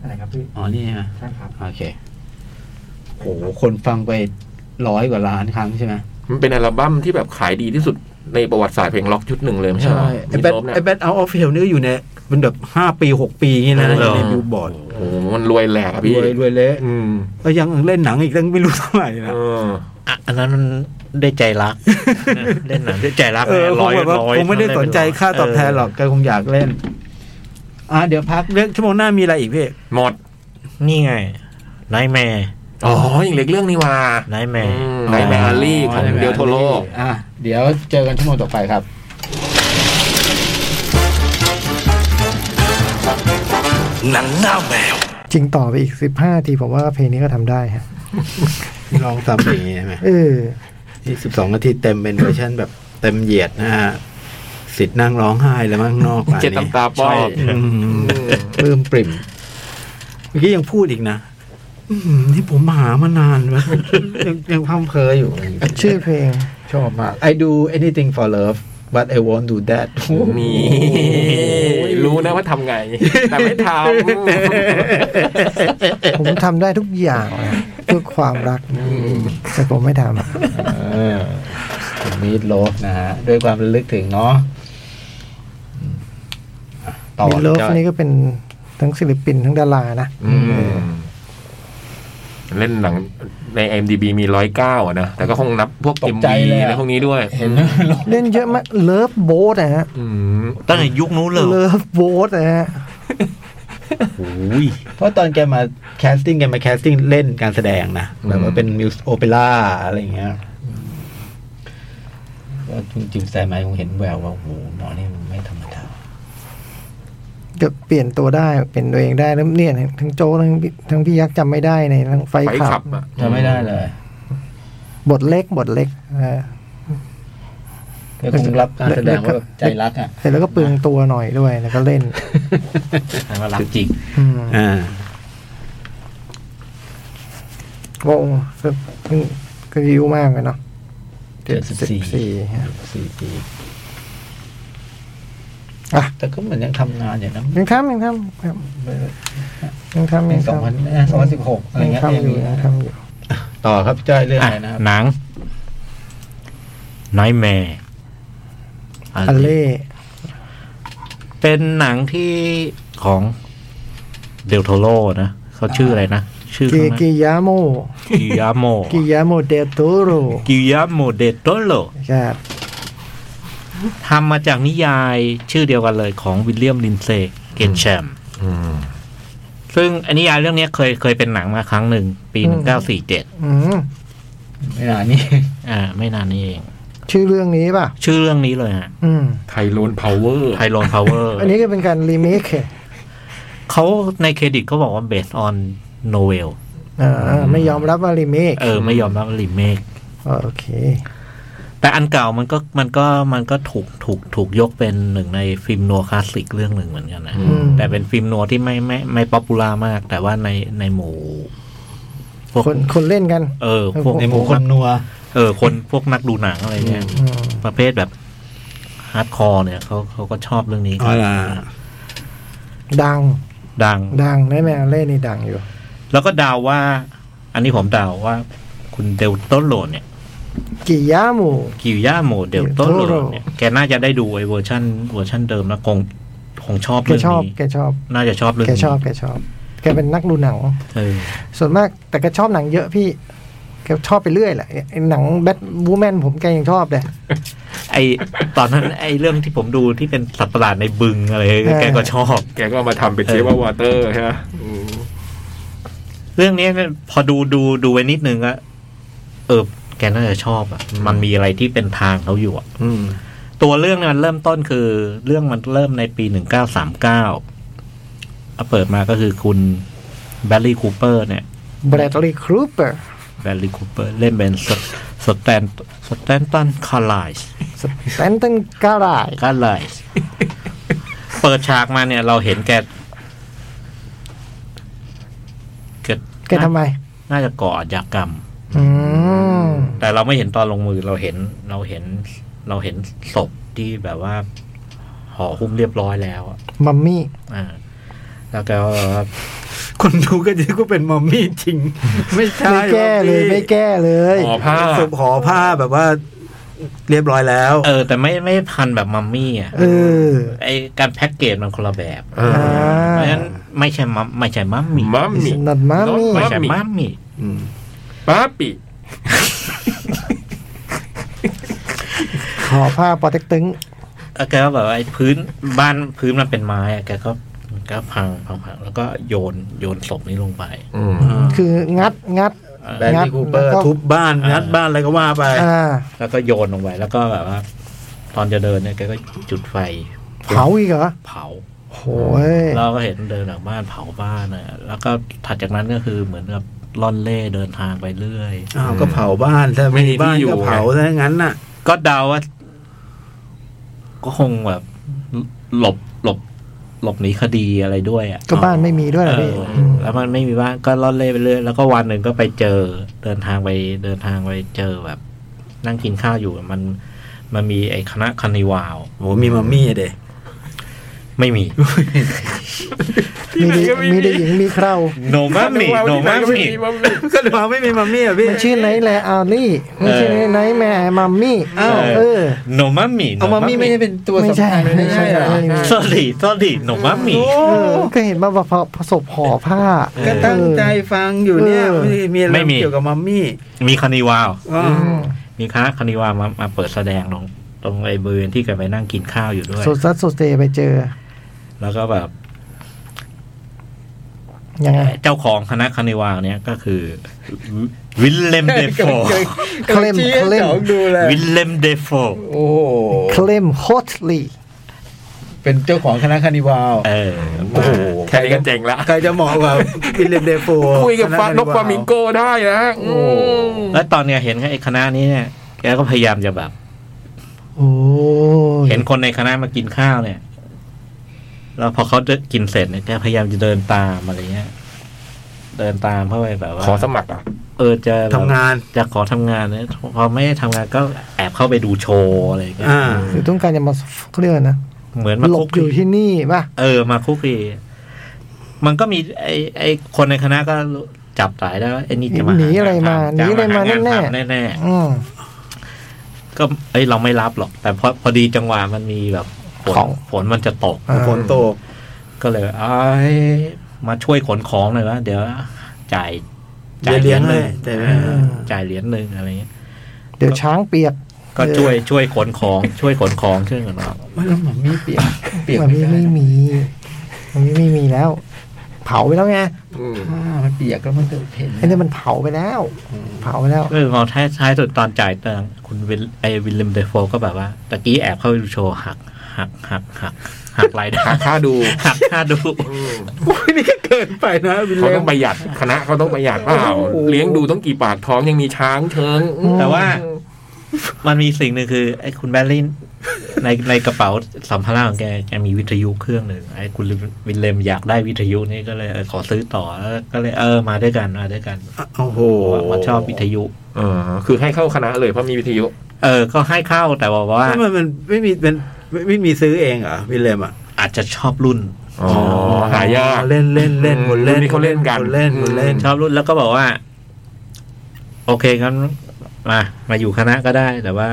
Speaker 5: อะไรครับพี่
Speaker 1: อ๋อนี่ฮะ
Speaker 5: ใช่ครับ
Speaker 1: โอเคโหคนฟังไปร้อยกว่าล้านครั้งใช่ไหม
Speaker 2: มันเป็นอัลบั้มที่แบบขายดีที่สุดในประวัติศาสตร์เพลงล็อกชุดหนึ่งเลยไม่ใช่เหรอ
Speaker 1: ไอ้
Speaker 2: มิ
Speaker 1: แบ
Speaker 2: ด
Speaker 1: ท
Speaker 2: ลบเนี่ย
Speaker 1: ไอ้แบทเอาออฟเฟลนี่ก็อยู่ในเป็นแบบห้าปีหกปีอย่างงี้นะ
Speaker 3: เออ
Speaker 1: ในบิลบอร์ด
Speaker 2: โอ้โหมันรวยแหลก
Speaker 1: ร
Speaker 2: อะพี่
Speaker 1: วยรวยเละ
Speaker 2: อืม
Speaker 1: แล้วยังเล่นหนังอีกตั้งไม่รู้เท่าไหร่นะ
Speaker 2: เออ
Speaker 3: อ่ะอันนั้นมันได้ใจรัก เล่นหนังได้ใจรัก
Speaker 1: เออ
Speaker 3: นะ
Speaker 1: ค
Speaker 3: ร้
Speaker 1: ง
Speaker 3: อย
Speaker 1: แบบว่า
Speaker 3: ร้อย
Speaker 1: คงไม่ได้สนใจค่าตอบแทนหรอกแกคงอยากเล่น อ่ะเดี๋ยวพักเรื่องชั่วโมงหน้ามีอะไรอีกพี่
Speaker 2: หมด
Speaker 3: นี่ไงไนแมร์
Speaker 2: อ๋อยังเหล็กเรื่องนี้ว่า
Speaker 3: ไนแมร์
Speaker 2: ในแมรี่ของเดลโทโล
Speaker 1: อ่ะเดี๋ยวเจอกันชั่วโมงต่อไปครับ
Speaker 4: จริงต่อไปอีกสิบห้าทีผมว่าเพลงนี้ก็ทำได้ฮะ
Speaker 1: ลองทำอย่างนี้ใช่ไหม
Speaker 4: เออ
Speaker 1: ที่สิบสองนาทีเต็มเป็นเวอร์ชันแบบเต็มเหยียดนะฮะสิทธิ์นั่งร้องไห้แล้วมั้งนอกป่านนี้
Speaker 2: เจ็ดตำตาป้อย
Speaker 1: ใช่อืมปลื้มปริ่ม เมื่อกี้ยังพูดอีกนะอืมนี่ผมหามานานแล้วยังยังพร่ำเพออยู่
Speaker 4: ชื่อเพลง
Speaker 1: ชอบมาก I do anything for love but I won't do that
Speaker 2: นี่รู้นะว่าทำไง แต่ไม่ท
Speaker 4: ผมทำได้ทุกอย่างนะเพื่อความรัก แต่ผมไม่ทำ
Speaker 1: เออมีดโลฟนะฮะ ด้วยความระลึกถึงเนาะต่อ
Speaker 4: มิลเลฟ
Speaker 1: จ้ะ
Speaker 4: นี่ก็เป็นทั้งศิลปินทั้งดารา นะ
Speaker 2: ำอืมเล่นหนังใน IMDB มีร้อยเก้าอะนะ แต่ก็คงนับพวก MV อะไรพวกนี้ด้วย
Speaker 1: เห็นไหม
Speaker 4: เล่นเยอะมากเลิฟโบสนะฮะ
Speaker 2: อืม
Speaker 3: ตั้งแต่ยุคนู้นเลย
Speaker 4: เลิฟโบสนะฮะ
Speaker 3: โอ้ย
Speaker 1: เพราะตอนแกมาแคสติ้งแกมาแคสติ้งเล่นการแสดงนะแบบว่าเป็นมิวสโอเปร่าอะไรอย่างเงี้ยก็คุณจิมแซมไมคงเห็นแววว่าโอ้โหหมอนี่มันไม่ธรรมดา
Speaker 4: จะเปลี่ยนตัวได้เป็นตัวเองได้แล้วเนี่ยทั้งโจกทั้งทั้งพี่ยักษ์จำไม่ได้ในทั้งไฟ
Speaker 2: ไป
Speaker 4: ขั
Speaker 2: ขั
Speaker 4: บบ
Speaker 2: อะ
Speaker 1: จะไม่ได้เลย
Speaker 4: บทเล็กบทเล็กเออ
Speaker 1: แกคงรับการแสดงว่าแบบใจรักอ่ะ
Speaker 4: เสร็จแล้วก็เปลืองตัวหน่อยด้วยแล้วก็เล่น
Speaker 3: แต่ว่ารักจริง
Speaker 4: อืม
Speaker 1: อ่า
Speaker 4: วงก็ก็อายุมากเลยเนาะ
Speaker 1: เจ็ดสิบสี่
Speaker 4: 74ฮะ
Speaker 1: สี่ปี
Speaker 4: อ่ะ
Speaker 1: แต่ก็เหมือนยังทำงานอยู่นะ
Speaker 4: ยังทำยังทำครับยังทำ
Speaker 1: ปี
Speaker 4: ยัง
Speaker 1: สอง
Speaker 4: ทำ
Speaker 1: พันสองพันสิบหกอะไร
Speaker 4: ยัง
Speaker 1: เงี้ย
Speaker 4: ทำอยู่
Speaker 1: เ
Speaker 4: ยังทำอยู่
Speaker 1: ต่อครับจ้อยเรื่อง
Speaker 3: อ่ะ
Speaker 1: อะไรนะครับ
Speaker 3: หนังไนแมร์
Speaker 4: อัลเล่
Speaker 3: เป็นหนังที่ของเดลโทโลนะเขาชื่ออะไรนะ ชื่อ
Speaker 4: กิ
Speaker 3: เขานะ
Speaker 4: กิยาโม
Speaker 3: กิยาโม
Speaker 4: กิยาโมเดโตโร
Speaker 3: กิยาโมเดโตโล
Speaker 4: ครับ
Speaker 3: ทำมาจากนิยายชื่อเดียวกันเลยของวิลเลียมลินเซย์เกนแชม
Speaker 2: อืม
Speaker 3: ซึ่งอันนิยายเรื่องเนี้ยเคยเคยเป็นหนังมาครั้งหนึ่ง ปีหนึ่งเก้าสี่เจ็ด
Speaker 4: อืม
Speaker 1: ไม่นานนี้
Speaker 3: อ่า ไม่นานนี้เอง
Speaker 4: ชื่อเรื่องนี้ป่ะ
Speaker 3: ชื่อเรื่องนี้เลยฮะ
Speaker 4: อืม
Speaker 2: ไทโลนพาวเวอร์
Speaker 3: ไทโรนพาวเวอร์
Speaker 4: อันนี้ก็เป็นการรีเมค
Speaker 3: เขาในเครดิตเขาบอกว่า based on novel
Speaker 4: อ่าไม่ยอมรับว่ารีเมค
Speaker 3: เออ ไม่ยอมรับรีเมค
Speaker 4: โอเค
Speaker 3: แต่อันเก่ามันก็มันก็มันก็ถูกถูกถูกยกเป็นหนึ่งในฟิล์มนัวคลาสสิกเรื่องหนึ่งเหมือนกันนะ
Speaker 4: อืม
Speaker 3: แต่เป็นฟิล์มนัวที่ไม่ไม่ไม่ป๊อปปูล่ามาก แต่ว่าในในหมู่พวก
Speaker 4: คนคนเล่นกัน
Speaker 3: เออพวก
Speaker 1: ในหมู่คนนัว
Speaker 3: เออ คนพวกนักดูหนังอะไรเงี้ย
Speaker 4: อืม
Speaker 3: ประเภทแบบฮาร์ดคอร์เนี่ยเขาเขาก็ชอบเรื่องนี้
Speaker 1: อ๋อเหรอ
Speaker 4: ดัง
Speaker 3: ดัง
Speaker 4: ดังได้ไหมอัลเล่นี่ดังอยู่
Speaker 3: แล้วก็เดาวว่า อันนี้ผมเดาวว่า คุณเดลโต้นโหลดเนี่ย
Speaker 4: กิยาโม
Speaker 3: กิวย่าโมเดลโต้นโหลดเนี่ย แกน่าจะได้ดูไอ้เวอร์ชันเวอร์ชันเดิมแล้วคงคงชอบ
Speaker 4: แก
Speaker 3: เรื่อง
Speaker 4: ชอบ
Speaker 3: นี้
Speaker 4: แกชอบ
Speaker 3: น่าจะชอบเรื่อง
Speaker 4: แก
Speaker 3: นี้
Speaker 4: ชอบ แกชอบ แกเป็นนักดูหนัง
Speaker 3: เออ
Speaker 4: ส่วนมาก แต่แกชอบหนังเยอะพี่ แกชอบไปเรื่อยแหละไอ้หนังแบทวูแมนผมแกยังชอบเลย
Speaker 3: ไอตอนนั้น ไอเรื่องที่ผมดูที่เป็นสัตว์ประหลาดในบึงอะไร แกก็ชอบ
Speaker 2: แกก็เอามาทำเป็นเชฟว่าวอเตอร์ใช่ไหม
Speaker 3: เรื่องนี้พอดูดูดูไว้นิดนึงอะเออแกน่าจะชอบอะมันมีอะไรที่เป็นทางเขาอยู่อะ
Speaker 1: อืม
Speaker 3: ตัวเรื่องเนี่ยมันเริ่มต้นคือ เรื่องมันเริ่มในปีหนึ่งเก้าสามเก้าเปิดมาก็คือคุณแบลลี่คูเปอร์เนี่ย
Speaker 4: แบรดลีย์ครูเปอร์
Speaker 3: แบลลี่คูเปอร์เล่นเป็นสสแตนสแตนตันคาร์ไลส์
Speaker 4: สแตนตันการาย
Speaker 3: คาร์ไลส์เปิดฉากมาเนี่ย เราเห็นแกเกิด
Speaker 4: แกทำไม
Speaker 3: น่าจะก่ออาชญากรรม
Speaker 4: อืม
Speaker 3: แต่เราไม่เห็นตอนลงมือเราเห็นเราเห็นเราเห็นศพที่แบบว่าห่อหุ้มเรียบร้อยแล้วอะ
Speaker 4: มัมมี่
Speaker 3: อ่า แล้วแกก็
Speaker 1: คนดูก็จะก็เป็นมอมมี่จริง ไม่ใช่
Speaker 4: ไม่แก้เล
Speaker 1: ม
Speaker 4: ย
Speaker 1: อมมี่
Speaker 4: ไม่แก้เลย
Speaker 2: ห่อผ้า
Speaker 1: เป็นศพห่อผ้าแบบว่า เรียบร้อยแล้ว
Speaker 3: เออ แต่ไม่ไม่พันแบบมัมมี่อ่ะ
Speaker 4: เออ
Speaker 3: ไอการแพ็กเกจมันคนละแบบ
Speaker 2: เออ
Speaker 3: เพราะฉะนั้นไม่ใช่มัมไม่ใช่มัมมี่
Speaker 2: มัม
Speaker 4: It's
Speaker 2: มี่
Speaker 4: not mommy
Speaker 3: ไม่
Speaker 2: ไม่
Speaker 3: ใช่
Speaker 2: ใช่
Speaker 3: มั
Speaker 2: มัม
Speaker 3: มมี่
Speaker 1: อืม
Speaker 2: ป้าปิ
Speaker 4: ขอผ้าปอเต็กตึง
Speaker 3: เออแกก็แบบว่าไอ้พื้นบ้านพื้นมันเป็นไม้อะแกก็แกก็พังพังพังแล้วก็โยนโยนศพนี้ลงไป
Speaker 2: อืม
Speaker 4: คืองัดงัด
Speaker 1: แบรน
Speaker 4: งัด
Speaker 1: ดี้คูเปอร์
Speaker 4: แล้วก็
Speaker 1: ทุบบ้านงัดบ้านอะไรก็ว่าไป
Speaker 4: อ่า
Speaker 3: แล้วก็โยนลงไปแล้วก็แบบว่า ตอนจะเดินเนี่ยแกก็จุดไฟ
Speaker 4: เผาอีกเหรอ
Speaker 3: เผา
Speaker 4: โอ้ย
Speaker 3: เราก็เห็นเดินหลังบ้านเผาบ้านนะแล้วก็ถัดจากนั้นก็คือเหมือนกับล่อนเล่เดินทางไปเรื่อย
Speaker 1: อ้าวก็เผาบ้านถ้าไม่มีบ้าน
Speaker 2: ไม่มีที่อยู่
Speaker 1: ก็เผาซะงั้นน่ะ
Speaker 3: ก็เดาว่า ก็คงแบบ หลบหลบ หลบหนีคดีอะไรด้วยอ่ะ
Speaker 4: ก็บ้านไม่มีด้วยเหรอ
Speaker 3: เอ
Speaker 4: พี่
Speaker 3: อแล้วมันไม่มีบ้านก็ล่อนเล่ไปเรื่อยแล้วก็วันหนึ่งก็ไปเจอ เดินทางไปเดินทางไปเจอแบบ นั่งกินข้าวอยู่มัน มันมีไอ้คณะคานิวาว
Speaker 1: โหมีมัมมี่เด้
Speaker 3: ไม่ มี
Speaker 4: มีเด็กมีเด็กหญิงมีเครา
Speaker 3: โนมามีโนมามี
Speaker 1: ก็เลยว่าไม่มีมัมมี่อ่ะพี่
Speaker 4: มันชื่อไนท์แลอารี่ไม่ใช่
Speaker 3: เออ
Speaker 4: ไนท์แมร์มัมมี่
Speaker 1: อ้าว
Speaker 4: เออ
Speaker 3: โนมามี
Speaker 1: เอามัมมี่ไม่ได้เป็นตัว
Speaker 4: ไม่ใช่
Speaker 1: สำคัญเลย
Speaker 4: ไม่
Speaker 1: ไม่
Speaker 4: ใช่
Speaker 1: ใช่เหรอ
Speaker 4: ไม่ใช่
Speaker 3: สอรี่สอรี่หนูว่ามี
Speaker 1: โอ้
Speaker 4: เออก็เห็นมาว่าผสมห่อผ้า
Speaker 1: ก็ตั้งใจฟังอยู่เนี่ย
Speaker 4: เออ
Speaker 1: ไม่ได้มีอะไร
Speaker 3: ไม่มี
Speaker 1: เกี่ยวกับมัมมี่
Speaker 3: มีคานิวาว
Speaker 1: อ๋อ
Speaker 4: อืม
Speaker 3: มีคณะคานิวาวมามาเปิดแสดงตรงตรงไอ้บริเวณที่แกไปนั่งกินข้าวอยู่ด้วย
Speaker 4: สุดซัดสุดเซไปเจอ
Speaker 3: แล้วก็แบบ
Speaker 4: ยังไง
Speaker 3: เจ้าของคณะคานิวาวเนี้ยก็คือ วิลเลมเดโฟ
Speaker 1: เค
Speaker 4: เคลมเคลม
Speaker 1: ดูเลย
Speaker 3: วิลเลมเดโฟ
Speaker 1: โอ้โห
Speaker 4: เคลมโฮสลี
Speaker 1: เป็นเจ้าของคณะคานิวาว
Speaker 3: เออ
Speaker 2: โอ้โหแค่นี้ก็เจ๋งละ
Speaker 1: ใครจะเหมาะกับวิลเลมเดโฟ
Speaker 2: คุยกับฟ้า
Speaker 1: ณะ
Speaker 2: นกฟลามิงโก้ได้นะอืม
Speaker 3: แล้วตอนเนี้ยเห็นไอ้คณะนี้เนี่ยแกก็พยายามจะแบบ
Speaker 4: โอ้ย
Speaker 3: เห็นคนในคณะมากินข้าวเนี่ย แล้วพอเขาจะกินเสร็จเนี่ยแกพยายามจะเดินตามอะไรเงี้ย เดินตามเข้าไปแบบว่า
Speaker 2: ขอสมัครอ่ะ
Speaker 3: เออจะแบบ
Speaker 1: ทำงาน
Speaker 3: จะขอทำงานเนี่ยพอไม่ได้ทำงานก็แอบเข้าไปดูโชว์อะไรอย่างเงี้ย
Speaker 1: อ่า
Speaker 4: คือต้องการจะมาเคลื่อนนะ
Speaker 3: เหมือนมา
Speaker 4: หล
Speaker 3: คุ
Speaker 4: บ
Speaker 3: ก
Speaker 4: อยู่
Speaker 3: คี
Speaker 4: ที่นี่ป่ะ
Speaker 3: เออมาคุกคีมันก็มีไอไอคนในคณะก็จับสายได้ว่าไอนี่จะมา
Speaker 4: หนีอะไรมา
Speaker 3: จ
Speaker 4: หนีอะไรมา
Speaker 3: หง
Speaker 4: แน่
Speaker 3: ทำ
Speaker 4: ๆ
Speaker 3: แน่
Speaker 4: อืม
Speaker 3: ๆก็เอ้ยเราไม่รับหรอก แต่พอพอดีจังหวะมันมีแบบฝน
Speaker 4: ของ
Speaker 3: ฝนมันจะตก
Speaker 4: อ่า
Speaker 1: ฝนตก
Speaker 3: ก็เลยเอ้ยมาช่วยขนของหน่อยวะเดี๋ยวจ่าย
Speaker 1: เดี๋ยวเลี้ยง
Speaker 3: หนึ่ง
Speaker 1: ให้แต่
Speaker 3: จ่ายเหรียญหนึ่งอะไรเงี้ย
Speaker 4: เดี๋ยวช้างเปียก
Speaker 3: ก็ช่วยช่วยขน ของช่วยขนของช่วยขนของ
Speaker 1: ไม่แล้วมัมมี่เปียกเปียก
Speaker 4: มัน
Speaker 1: ไม่
Speaker 4: ไม่
Speaker 1: ได้
Speaker 4: ไม่มี มันไม่ไม่มีแล้ว เผาไปแล้วไง
Speaker 1: ผ้ามันเปียกแล้วมันจะเห็น
Speaker 4: ไอ้นี่มันเผาไปแล้ว เผาไปแล้ว
Speaker 3: เออพอท้ายท้ายสุดตอนจ่ายตังค์คุณวิลไอวิลเลมเดฟโฟก็แบบว่าตะกี้แอบเข้าไปดูโชว์หักหักหักหักหักรายได้
Speaker 2: หาค่าดู
Speaker 3: หักค่าดู
Speaker 1: โอ้ยนี่ก็เกินไปนะวิล
Speaker 2: เขา
Speaker 1: เล
Speaker 2: ต้อ
Speaker 1: ม
Speaker 2: งประหยัดคณะเขาต้องประหยัดเปล่าเลี้ยงดูต้องกี่ปากท้องยังมีช้างเชิงอืม
Speaker 3: แต่ว่า มันมีสิ่งหนึ่งคือไอคุณแบลลินในในกระเป๋าสัมภาระของแกแกมีวิทยุเครื่องหนึ่งไอคุณวิลเลมอยากได้วิทยุนี่ก็เลยเออขอซื้อต่อแล้วก็เลยเออมาด้วยกันมาด้วยกัน
Speaker 1: โอ้โห
Speaker 3: ว่าชอบวิทยุ
Speaker 2: เออคือให้เข้าคณะเลยเพราะมีวิทยุ
Speaker 3: เออ ก็ให้เข้าแต่บอกว่า
Speaker 1: ทำไมมันไม่มีเป็นไม่ไม่มีซื้อเองเหรอวิลเลมอ่ะ
Speaker 3: อาจจะชอบรุ่น
Speaker 2: อ๋อ หายาก
Speaker 1: เล่นเล่นเล่น
Speaker 2: อืม
Speaker 1: คนเล่น
Speaker 2: รุ่นนี้เขาเล่นกัน
Speaker 1: คนเล่นคนเล่น
Speaker 3: ชอบรุ่นแล้วก็บอกว่า โอเคงั้นมามาอยู่คณะก็ได้ แต่ว่า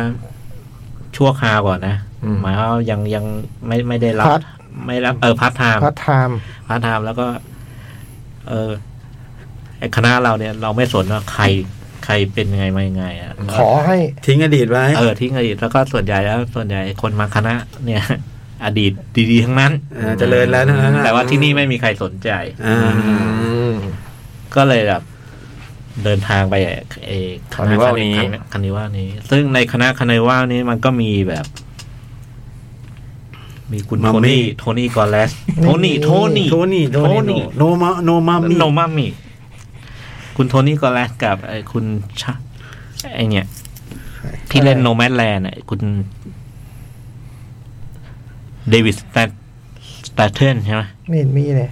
Speaker 3: ชั่วคราวก่อนนะ
Speaker 2: อืม
Speaker 3: หมายว่ายังยังไม่ไม่ได้รับ
Speaker 4: พาร์ท
Speaker 3: ไม่รับเออพาร์ทไทม์
Speaker 4: พาร์ทไทม์
Speaker 3: พาร์ทไทม์แล้วก็ เออไอ้คณะเราเนี่ย เราไม่สนว่าใครใครเป็นยังไงมายังไงอะ
Speaker 4: ขอให้
Speaker 1: ทิ้งอดีตไว้
Speaker 3: เออทิ้งอดีตแล้วก็ส่วนใหญ่แล้ว ส่วนใหญ่คนมาคณะ เนี่ย อดีตดีๆทั้งนั้น
Speaker 1: เออเจริญแล้วนะ
Speaker 3: แต่ว่าที่นี่ไม่มีใครสนใจ
Speaker 1: อ่า
Speaker 2: อืม
Speaker 3: ก็เลยแบบ เดินทางไปเออ
Speaker 2: คานิวัลนี้
Speaker 3: คานิว่านี้ ซึ่งในคณะคานิว่านี้มันก็มีแบบ มีคุณ
Speaker 1: มัม
Speaker 3: โท
Speaker 1: มี่
Speaker 3: นี่โทนี่กอลเลสโทนี่โทนี่
Speaker 1: โทนี่โท
Speaker 3: โทนี่
Speaker 1: นี่โนมาโนมามิ
Speaker 3: โนมามิคุณโทนี่กอลเลสกับไอ้คุณชะไอเนี่ย ที่เล่นโนแมดแลนด์คุณเดวิดสแตทสแตทเทนใช่ไหม
Speaker 4: ไม่เห็นมีเลย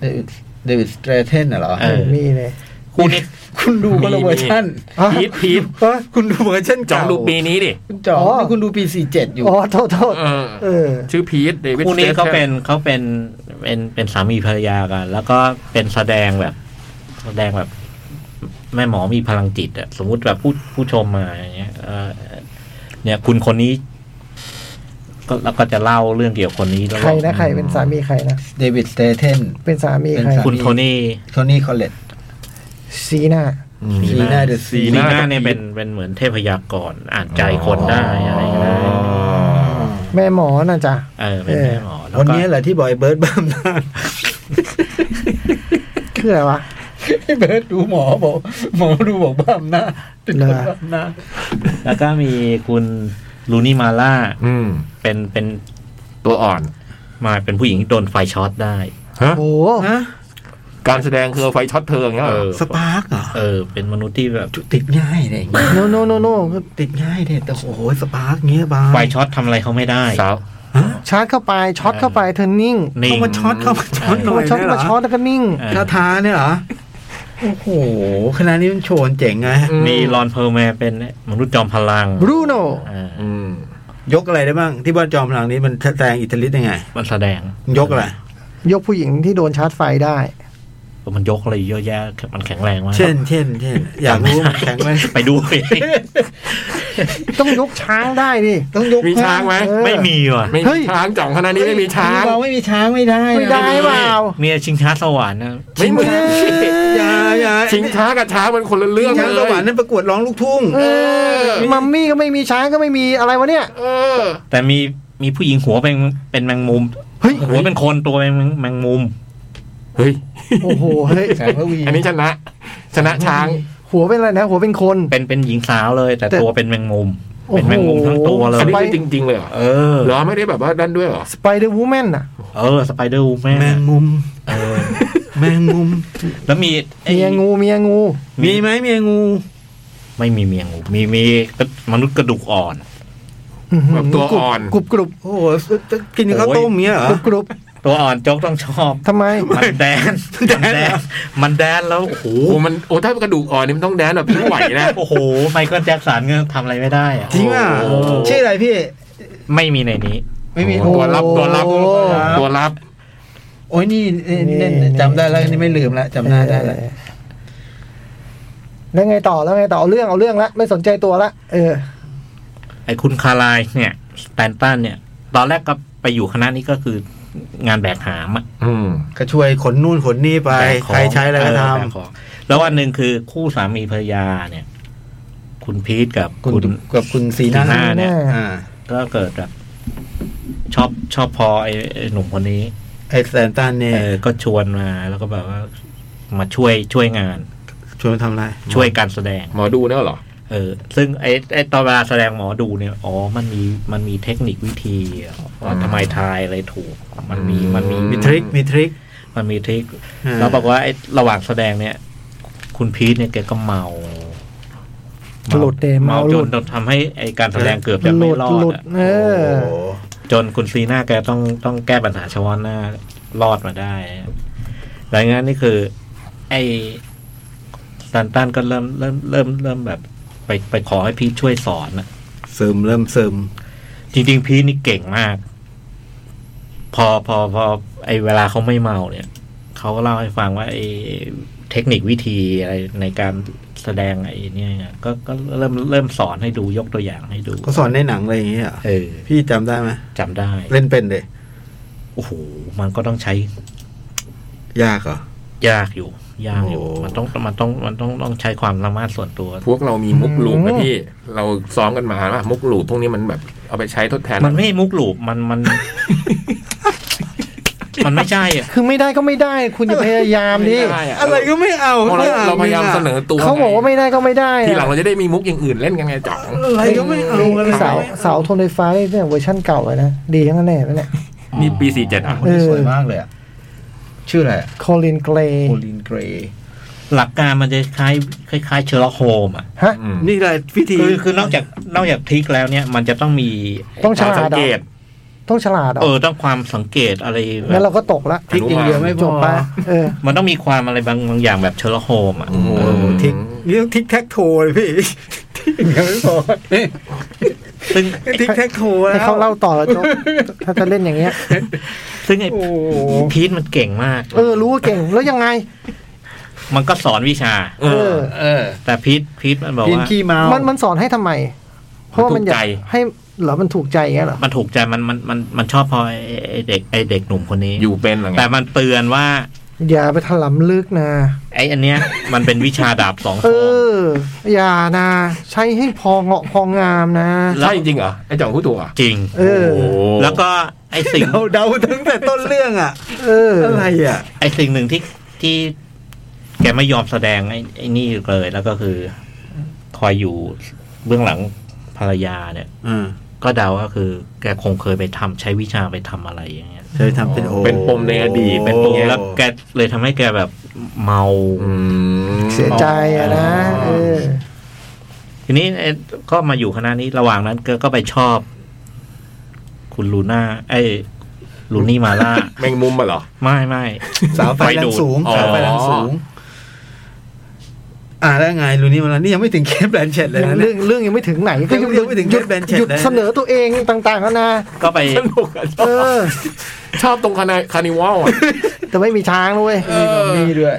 Speaker 1: เดวิดเดวิดสเตรเทนน่ะเหรอ
Speaker 3: เอ
Speaker 4: ไม่
Speaker 3: อ
Speaker 4: เห็นมีเลย
Speaker 3: คู่นี้
Speaker 1: คุณดูคนละเวอร์ชัน
Speaker 4: อ๋อ
Speaker 2: พีทพีท
Speaker 4: อ๋อ
Speaker 1: คุณดูเวอร์ชัน
Speaker 2: จอง
Speaker 1: เก่า
Speaker 2: ดูปีนี้ดิ
Speaker 1: คุณจอง
Speaker 4: อ๋อ
Speaker 1: นี่คุณดูปีสี่เจ็ดอยู่
Speaker 4: อ๋อโทษโทษ
Speaker 2: เออ
Speaker 4: เออ
Speaker 2: ชื่อพีทเดวิด
Speaker 3: คู่นี้
Speaker 2: สตท
Speaker 3: เขา
Speaker 2: ท
Speaker 3: เป็นเขาเป็นเป็นเป็นสามีภรรยากัน แล้วก็เป็นแสดงแบบ แสดงแบบ แม่หมอมีพลังจิตอะสมมุติแบบผู้ผู้ชมมาอย่างเงี้ยเอ่อเนี่ยคุณคนนี้ ก็แล้วก็จะเล่าเรื่องเกี่ยวกับคนนี้แล้ว
Speaker 4: ใครนะใครเป็นสามีใครนะ
Speaker 1: เดวิดสเตรเทน
Speaker 4: เป็นสามี
Speaker 1: เป็น
Speaker 4: ใคร
Speaker 1: สามี
Speaker 3: คุณโทนี่
Speaker 1: โทนี่คอลเลต
Speaker 4: ซีน่า
Speaker 2: อืม
Speaker 1: ซีน่าเดอะซี
Speaker 3: ซี
Speaker 2: น่า
Speaker 3: น่า
Speaker 2: กับ
Speaker 3: เนี่ย
Speaker 2: พี
Speaker 3: เป็
Speaker 2: ท
Speaker 3: นเป็นเหมือนเทพยากรอ่านใจคนได้อะไรได้
Speaker 4: แม่หมอน่ะจ้ะ
Speaker 3: เออเป็นแม่หมอแล้ว
Speaker 1: คน
Speaker 3: ก็
Speaker 1: นี้แหละที่บอยเบิร์ดบ้ามนาน
Speaker 4: คืออะไรวะ
Speaker 1: เบิร์ดดูหมอบอกหมอดูบอกบ้ามนานเป็นคนบ้ามนาน
Speaker 3: แล้วก็มีคุณลูนี่มาล่า
Speaker 2: อืม
Speaker 3: เป็นเป็น
Speaker 2: ตัวอ่อน
Speaker 3: มาเป็นผู้หญิงที่โดนไฟช็อตได้
Speaker 2: ฮะ
Speaker 4: โอ้โห
Speaker 1: ฮะ
Speaker 2: การแสดงคือเอาไฟช็อตเธออย่างเงี้ยเหรอ
Speaker 3: เออ
Speaker 1: สปาร์กเหรอ
Speaker 3: เออ เป็นมนุษย์ที่แบบ
Speaker 1: ติดง่ายเลย
Speaker 4: โนโนโนโน
Speaker 1: ติดง่ายเลยแต่โอ้โหสปาร์กเงี้ยบ้า
Speaker 3: ไฟช็อตทำอะไรเขาไม่ได้
Speaker 2: สาว
Speaker 4: ชาร์จเข้าไปช็อตเข้าไปเธอนิ่ง
Speaker 3: นิ่ง
Speaker 1: เข้ามาช็อตเข้ามาช็อตหน่
Speaker 4: เข้า
Speaker 1: อ
Speaker 4: มายช็อต
Speaker 1: ได้เห
Speaker 4: เข้า
Speaker 1: ร
Speaker 4: มาช็อ
Speaker 1: อ
Speaker 4: ตแล้วก็นิ่ง
Speaker 3: เออ
Speaker 1: ท่าทางเนี่ยเหรอโอ้โหคณะนี้มันโชนเจ๋งไงฮะ
Speaker 3: มีรอนเพอร์ลแมร์เป็นมนุษย์จอมพลัง
Speaker 4: Bruno
Speaker 3: อ่า
Speaker 2: อืม
Speaker 1: ยกอะไรได้บ้าง ที่บ้านจอมพลังนี้มันแสดงอิทธิฤทธิ์ยังไง
Speaker 3: มันแสดง
Speaker 1: ยกอะไร
Speaker 4: ยกผู้หญิงที่โดนชาร์จไฟได้
Speaker 3: มันยกอะไรเยอะแยะ มันแข็งแรงมาก
Speaker 1: เช่นเช่นเช่นอยากรู้มันแข็งไหม
Speaker 3: ไปดู
Speaker 4: ต้องยกช้างได้ดิ
Speaker 1: ต้องยก
Speaker 2: มีช้างไหม
Speaker 4: เออ
Speaker 3: ไม่มีว่ะ
Speaker 2: ไม่
Speaker 4: เฮ้
Speaker 2: มี
Speaker 4: ย
Speaker 2: ช้างจ่องขนาดนี้ไม่มีช้าง
Speaker 1: เราไม่มีช้างไม่ได้นะ
Speaker 4: ไม่ได้เปล่า
Speaker 3: เมียชิงช้าสวรรค์นะ
Speaker 2: ไม่มี
Speaker 1: อย่าอย่า
Speaker 2: ชิงช้ากับช้างมันคนละเรื่อง
Speaker 1: ช้าง
Speaker 2: เล
Speaker 1: ส
Speaker 2: ยว
Speaker 1: รรค์นั่นประกวดร้องลูกทุ่ง
Speaker 4: เออ มัมมี่ก็ไม่มีช้างก็ไม่มีอะไรวะเนี่ย
Speaker 2: เออ
Speaker 3: แต่มีมีผู้หญิงหัวเป็นเป็นแมงมุม
Speaker 4: เฮ้ย
Speaker 3: หัวเป็นคนตัวเป็นแมงมุม
Speaker 2: เฮ้ย
Speaker 4: โอ้โห เฮ้ย
Speaker 1: แสงระวี
Speaker 2: อันนี้ชนะ ชนะช้าง
Speaker 4: หัวเป็นอะไรนะ หัวเป็นคน
Speaker 3: เป็นเป็นหญิงสาวเลย แต่
Speaker 4: แต่
Speaker 3: ตัวเป็นแมงมุม
Speaker 4: โอ้
Speaker 3: เป็นแมง
Speaker 4: โห
Speaker 3: มุมทั้งตัวเล
Speaker 2: อัน
Speaker 3: ย
Speaker 2: นี้
Speaker 4: ไป
Speaker 2: คือจริง ๆ เลยเหรอ
Speaker 3: เออ
Speaker 2: เหรอไม่ได้แบบว่าด้านด้วยเหรอ
Speaker 4: สไปเดอร์วูแมนน่ะ
Speaker 3: เออสไปเดอร์วูแม่
Speaker 1: แมงมุม
Speaker 3: เออ
Speaker 1: แมงมุม
Speaker 3: แล้วมีไอ้
Speaker 4: เมียงู เมียงู
Speaker 1: มีไหมเมียงู
Speaker 3: ไม่มีเมียงูมีมีมนุษย์กระดูกอ่อน
Speaker 4: อื้อหื
Speaker 2: แบบตัวอ่อน
Speaker 4: กรุบกรุบ
Speaker 1: โอ้โหกินข้าวต้มเงี้ยเหรอก
Speaker 4: รุบกรุบ
Speaker 3: ตัวอ่อนโจ๊กต้องช อบ
Speaker 4: ทำไม
Speaker 3: มันแดน มันแดนมันแดนแล้ว โอ้โห
Speaker 2: โอ้มันโอ้ถ้ากระดูกอ่อนนี่มันต้องแดนแบบพี่ไหวนะ
Speaker 3: โอ้โหไมเคิลแจ็คสันก็ทำอะไรไม่ได้อะ
Speaker 1: จริงอ่ะ
Speaker 2: โอ้
Speaker 1: ชื่ออะไรพี่
Speaker 3: ไม่มีในนี้
Speaker 1: ไม่มี
Speaker 2: ตัวรับตัวรับ
Speaker 4: โอ้
Speaker 2: ตัวรับ
Speaker 1: โอ้ยนี่นี่นี่
Speaker 4: นี่
Speaker 1: จำได้แล้วนี่ไม่ลืมละจำหน้าได้ละ
Speaker 4: เออแล้วไงต่อแล้วไงต่อเอาเรื่องเอาเรื่องละไม่สนใจตัวละเออ
Speaker 3: ไอ้คุณคารายเนี่ยสแตนตันเนี่ย ตอนแรกก็ไปอยู่คณะนี้ก็คืองานแบกหามอะ
Speaker 2: อืม
Speaker 1: ก็ช่วยขนนู่นขนนี่ไป
Speaker 3: แบกของ
Speaker 1: ใครใช้อะไรก็ท
Speaker 3: เแบของแล้ววันหนึ่งคือคู่สามีภรรยาเนี่ย คุณพีทกับ
Speaker 1: ำคุ
Speaker 3: คุณณ
Speaker 1: กับคุณสีหน้า
Speaker 3: หน้าเนี่ย
Speaker 4: หน้า
Speaker 1: อ่า
Speaker 3: ก็เกิดแบบชอบชอบพอไอ้ไอ้หนุ่มคนนี้
Speaker 1: ไอสแตนตันเนี่ย
Speaker 3: เออก็ชวนมาแล้วก็แบบว่า มาช่วยช่วยงาน
Speaker 1: ชวนมาทำอะไร
Speaker 3: ช่วยการแสดง
Speaker 2: หมอดูเนี่ยเหรอ
Speaker 3: เออ ซึ่งไอ้ไอ้ตอนเวลาแสดงหมอดูเนี่ยอ๋อมันมีมันมีเทคนิควิธีว่าทำไมทายอะไรถูก มันมีมันมี
Speaker 1: มีทริคมีทริค
Speaker 3: มันมีเทค
Speaker 1: อ่า
Speaker 3: แล้วบอกว่าไอ้ระหว่างแสดงเนี่ย คุณพีทเนี่ยแกก็เมา
Speaker 4: หลุดเด
Speaker 3: เมา
Speaker 4: เมา
Speaker 3: จ
Speaker 4: หลุ
Speaker 3: น
Speaker 4: ด
Speaker 3: จนทำให้ไอ้การแสดงเกือบจะ
Speaker 4: ห
Speaker 3: ไม่
Speaker 4: ลุด
Speaker 3: รอ
Speaker 4: หลุ
Speaker 3: ด
Speaker 4: ด
Speaker 3: อะ
Speaker 4: เออ
Speaker 1: โอ้โห
Speaker 3: จนคุณซีน่าแกต้องต้องแก้ปัญหาเฉพาะหน้ารอดมาได้หลังจากนั้นนี่คือ ไอ้ซันตันก็เริ่มเริ่มเริ่มเริ่มแบบ ไปไปขอให้พีทช่วยสอนนะ
Speaker 1: ซึมเริ่มซึม
Speaker 3: จริง ๆ พีทนี่เก่งมาก พอพอพอไอ้เวลาเขาไม่เมาเนี่ยเขาก็เล่าให้ฟังว่าไอ้เทคนิควิธีอะไรในการแสดงไอ้เนี่ยก็ก็เริ่มเริ่มสอนให้ดูยกตัวอย่างให้ดู
Speaker 1: ก็สอนในหนังอะไรอย่างเงี้ยเหรอ
Speaker 3: เออ
Speaker 1: พี่จำได้ไหม
Speaker 3: จำได้
Speaker 1: เล่นเป็นเลย
Speaker 3: โอ้โหมันก็ต้องใช้
Speaker 1: ยากเหรอ
Speaker 3: ยากอยู่ ยากอยู่
Speaker 1: โอ้
Speaker 3: มันต้องมันต้องมันต้องต้องใช้ความสามารถส่วนตัว
Speaker 2: พวกเรามีมุกลูปนะ
Speaker 4: อืม
Speaker 2: พี่ เราซ้อมกันมาว่ามุกลูปพวกนี้มันแบบเอาไปใช้ทดแทน
Speaker 3: มันไม่ให้มุกหลูบมันมัน มันไม่ใช่อ่ะ
Speaker 4: คือไม่ได้ก็ไม่ได้ คุณอย่าพยายามดิ
Speaker 2: ด้
Speaker 1: อะไรก็ไม่เอา
Speaker 2: เราเรา
Speaker 1: นี่
Speaker 2: เราพยายามเสนอตัว
Speaker 4: เขาบอกว่าไม่ได้ก็ไม่ได้
Speaker 2: ทีหลังเราจะได้มีมุกอย่างอื่นเล่นกันไงจ๋อง
Speaker 1: อะไรก็ไม่เอาอะไร
Speaker 4: เสาเสาทนไฟฟ้าเนี่ยเวอร์ชั่นเก่าอะนะดีทั้งนั้นแน่นั่นแหละ
Speaker 2: นี่ปีสี่เจ็ดอ่ะ
Speaker 5: คนนี้สวยมากเลยอะชื่ออะไรอะ
Speaker 4: คอลินเกรย์
Speaker 5: โอลินเกรย์
Speaker 3: หลักการมันจะคล้ายคล้ายคล้ายเชอร์ล็อกโฮมอ่ะ
Speaker 4: ฮะ
Speaker 1: นี่อะไรพิธี
Speaker 3: คือคือนอกจากนอกจากทริกแล้วเนี่ย มันจะต้องมี
Speaker 4: ต้องฉลาด
Speaker 2: สัง
Speaker 4: หร
Speaker 2: เก
Speaker 4: อ
Speaker 2: ต
Speaker 4: ต้องฉลาดเหร
Speaker 3: เอ
Speaker 4: อ
Speaker 3: อต้องความสังเกตอะไรแบ
Speaker 4: งั้นเรา
Speaker 3: บ
Speaker 4: ก็ตกละ
Speaker 1: พริกอย่างเดียวไม่พ
Speaker 4: จ
Speaker 1: อบ
Speaker 4: ปะเออ
Speaker 3: มันต้องมีความอะไรบางบางอย่างแบบเชอร์ล็อกโฮมอ่ะ
Speaker 1: โอ้โหทิกเรื่องทิกแท็กโทเลยพี่ทิกอย่างเดียวไม่พอ
Speaker 3: ซึ่ง
Speaker 1: ทิกแท็กโทแล้ว
Speaker 4: ให้เขาเล่าต่อแล้วจบถ้าจะเล่นอย่างเงี้ย
Speaker 3: ซึ่งไอ้
Speaker 1: โอ้โห
Speaker 3: พีทมันเก่งมาก
Speaker 4: เออ รู้ว่าเก่ง แล้วยังไง
Speaker 3: มันก็สอนวิชา
Speaker 4: เออ
Speaker 1: เออ
Speaker 3: แต่พีทพีทมันบอก
Speaker 1: กิน
Speaker 3: ว่า
Speaker 1: ขี้เมา
Speaker 4: มั
Speaker 1: มัน
Speaker 4: มันสอนให้ทำไม เพราะว่ามันอยาก
Speaker 2: มันถูกใจ
Speaker 4: ให้เหรอมันถูกใจอย่างเงี้ยเหรอ
Speaker 3: มันถูกใจมันมันมันมันชอบพอไอ้ไอ้เด็กไอเด็กหนุ่มคนนี้
Speaker 2: อยู่เป็นเหรอไง
Speaker 3: แต่มันเตือนว่า
Speaker 4: อย่าไปถลำลึกนะ
Speaker 3: ไอ้อันเนี้ย มันเป็นวิชาดาบสองค
Speaker 4: เอ
Speaker 3: ม
Speaker 4: อ อย่านะ ใช้ให้พอเหงาะพองามนะ
Speaker 2: ใช่จริงเหรอไอ้จ่องพูดถูกเหรอ่ะ
Speaker 3: จริง
Speaker 4: เออ
Speaker 2: โอ้โห
Speaker 3: แล้วก็ไอ้สิ่ง
Speaker 1: เดาเดาตั้งแต่ต้นเรื่องอ่ะ
Speaker 4: เออ
Speaker 1: อะไรอ่ะ
Speaker 3: ไอ้สิ่งหนึ่งที่ที่แกไม่ยอมแสดงไอ้ไอ้นี่เลย แล้วก็คือ คอยอยู่เบื้องหลังภรรยาเนี่ย
Speaker 1: อ่า
Speaker 3: ก็เดาว่าคือ แกคงเคยไปทำใช้วิชาไปทำอะไรอย่างเงี้ย
Speaker 1: เคยทำเป็นโอ
Speaker 2: เป็นปมในอดีตเป็นป
Speaker 3: โอ้
Speaker 2: ม
Speaker 3: แล้วแกเลยทำให้แกแบบเมา
Speaker 2: อืม
Speaker 4: เสียใจอะนะ เออ
Speaker 3: ทีนี้เอ่อก็มาอยู่คณะนี้ระหว่างนั้นก็ก็ไปชอบ คุณลูน่าไอ้ยลูนี่มาล่า
Speaker 2: แมงมุมมาเหรอ
Speaker 3: ไม่ไม่
Speaker 1: สาวไฟแรงสูง
Speaker 2: อ๋อ
Speaker 1: สาวไฟแรงสูง อ่าแล้วไงรู้นี่มันแล้วนี่ยังไม่ถึงเคสแบรนเชตเลยนะเนี่
Speaker 4: เรื่อย งเรื่องยังไม่ถึงไหนก็
Speaker 1: ยังยังไม่ถึง
Speaker 4: หยุด
Speaker 1: Kate Blanchett
Speaker 4: หยุด
Speaker 1: เลยนะ
Speaker 4: เสนอตัวเองต่างๆแล้วนะ
Speaker 3: ก็ไป
Speaker 2: สนุกอะช
Speaker 4: เอ
Speaker 2: อบ
Speaker 4: อ
Speaker 2: ชอบตรงคานาคานิวัลอะ
Speaker 4: แต่ไม่มีช้างด้วย
Speaker 2: เออ
Speaker 1: มีด้วย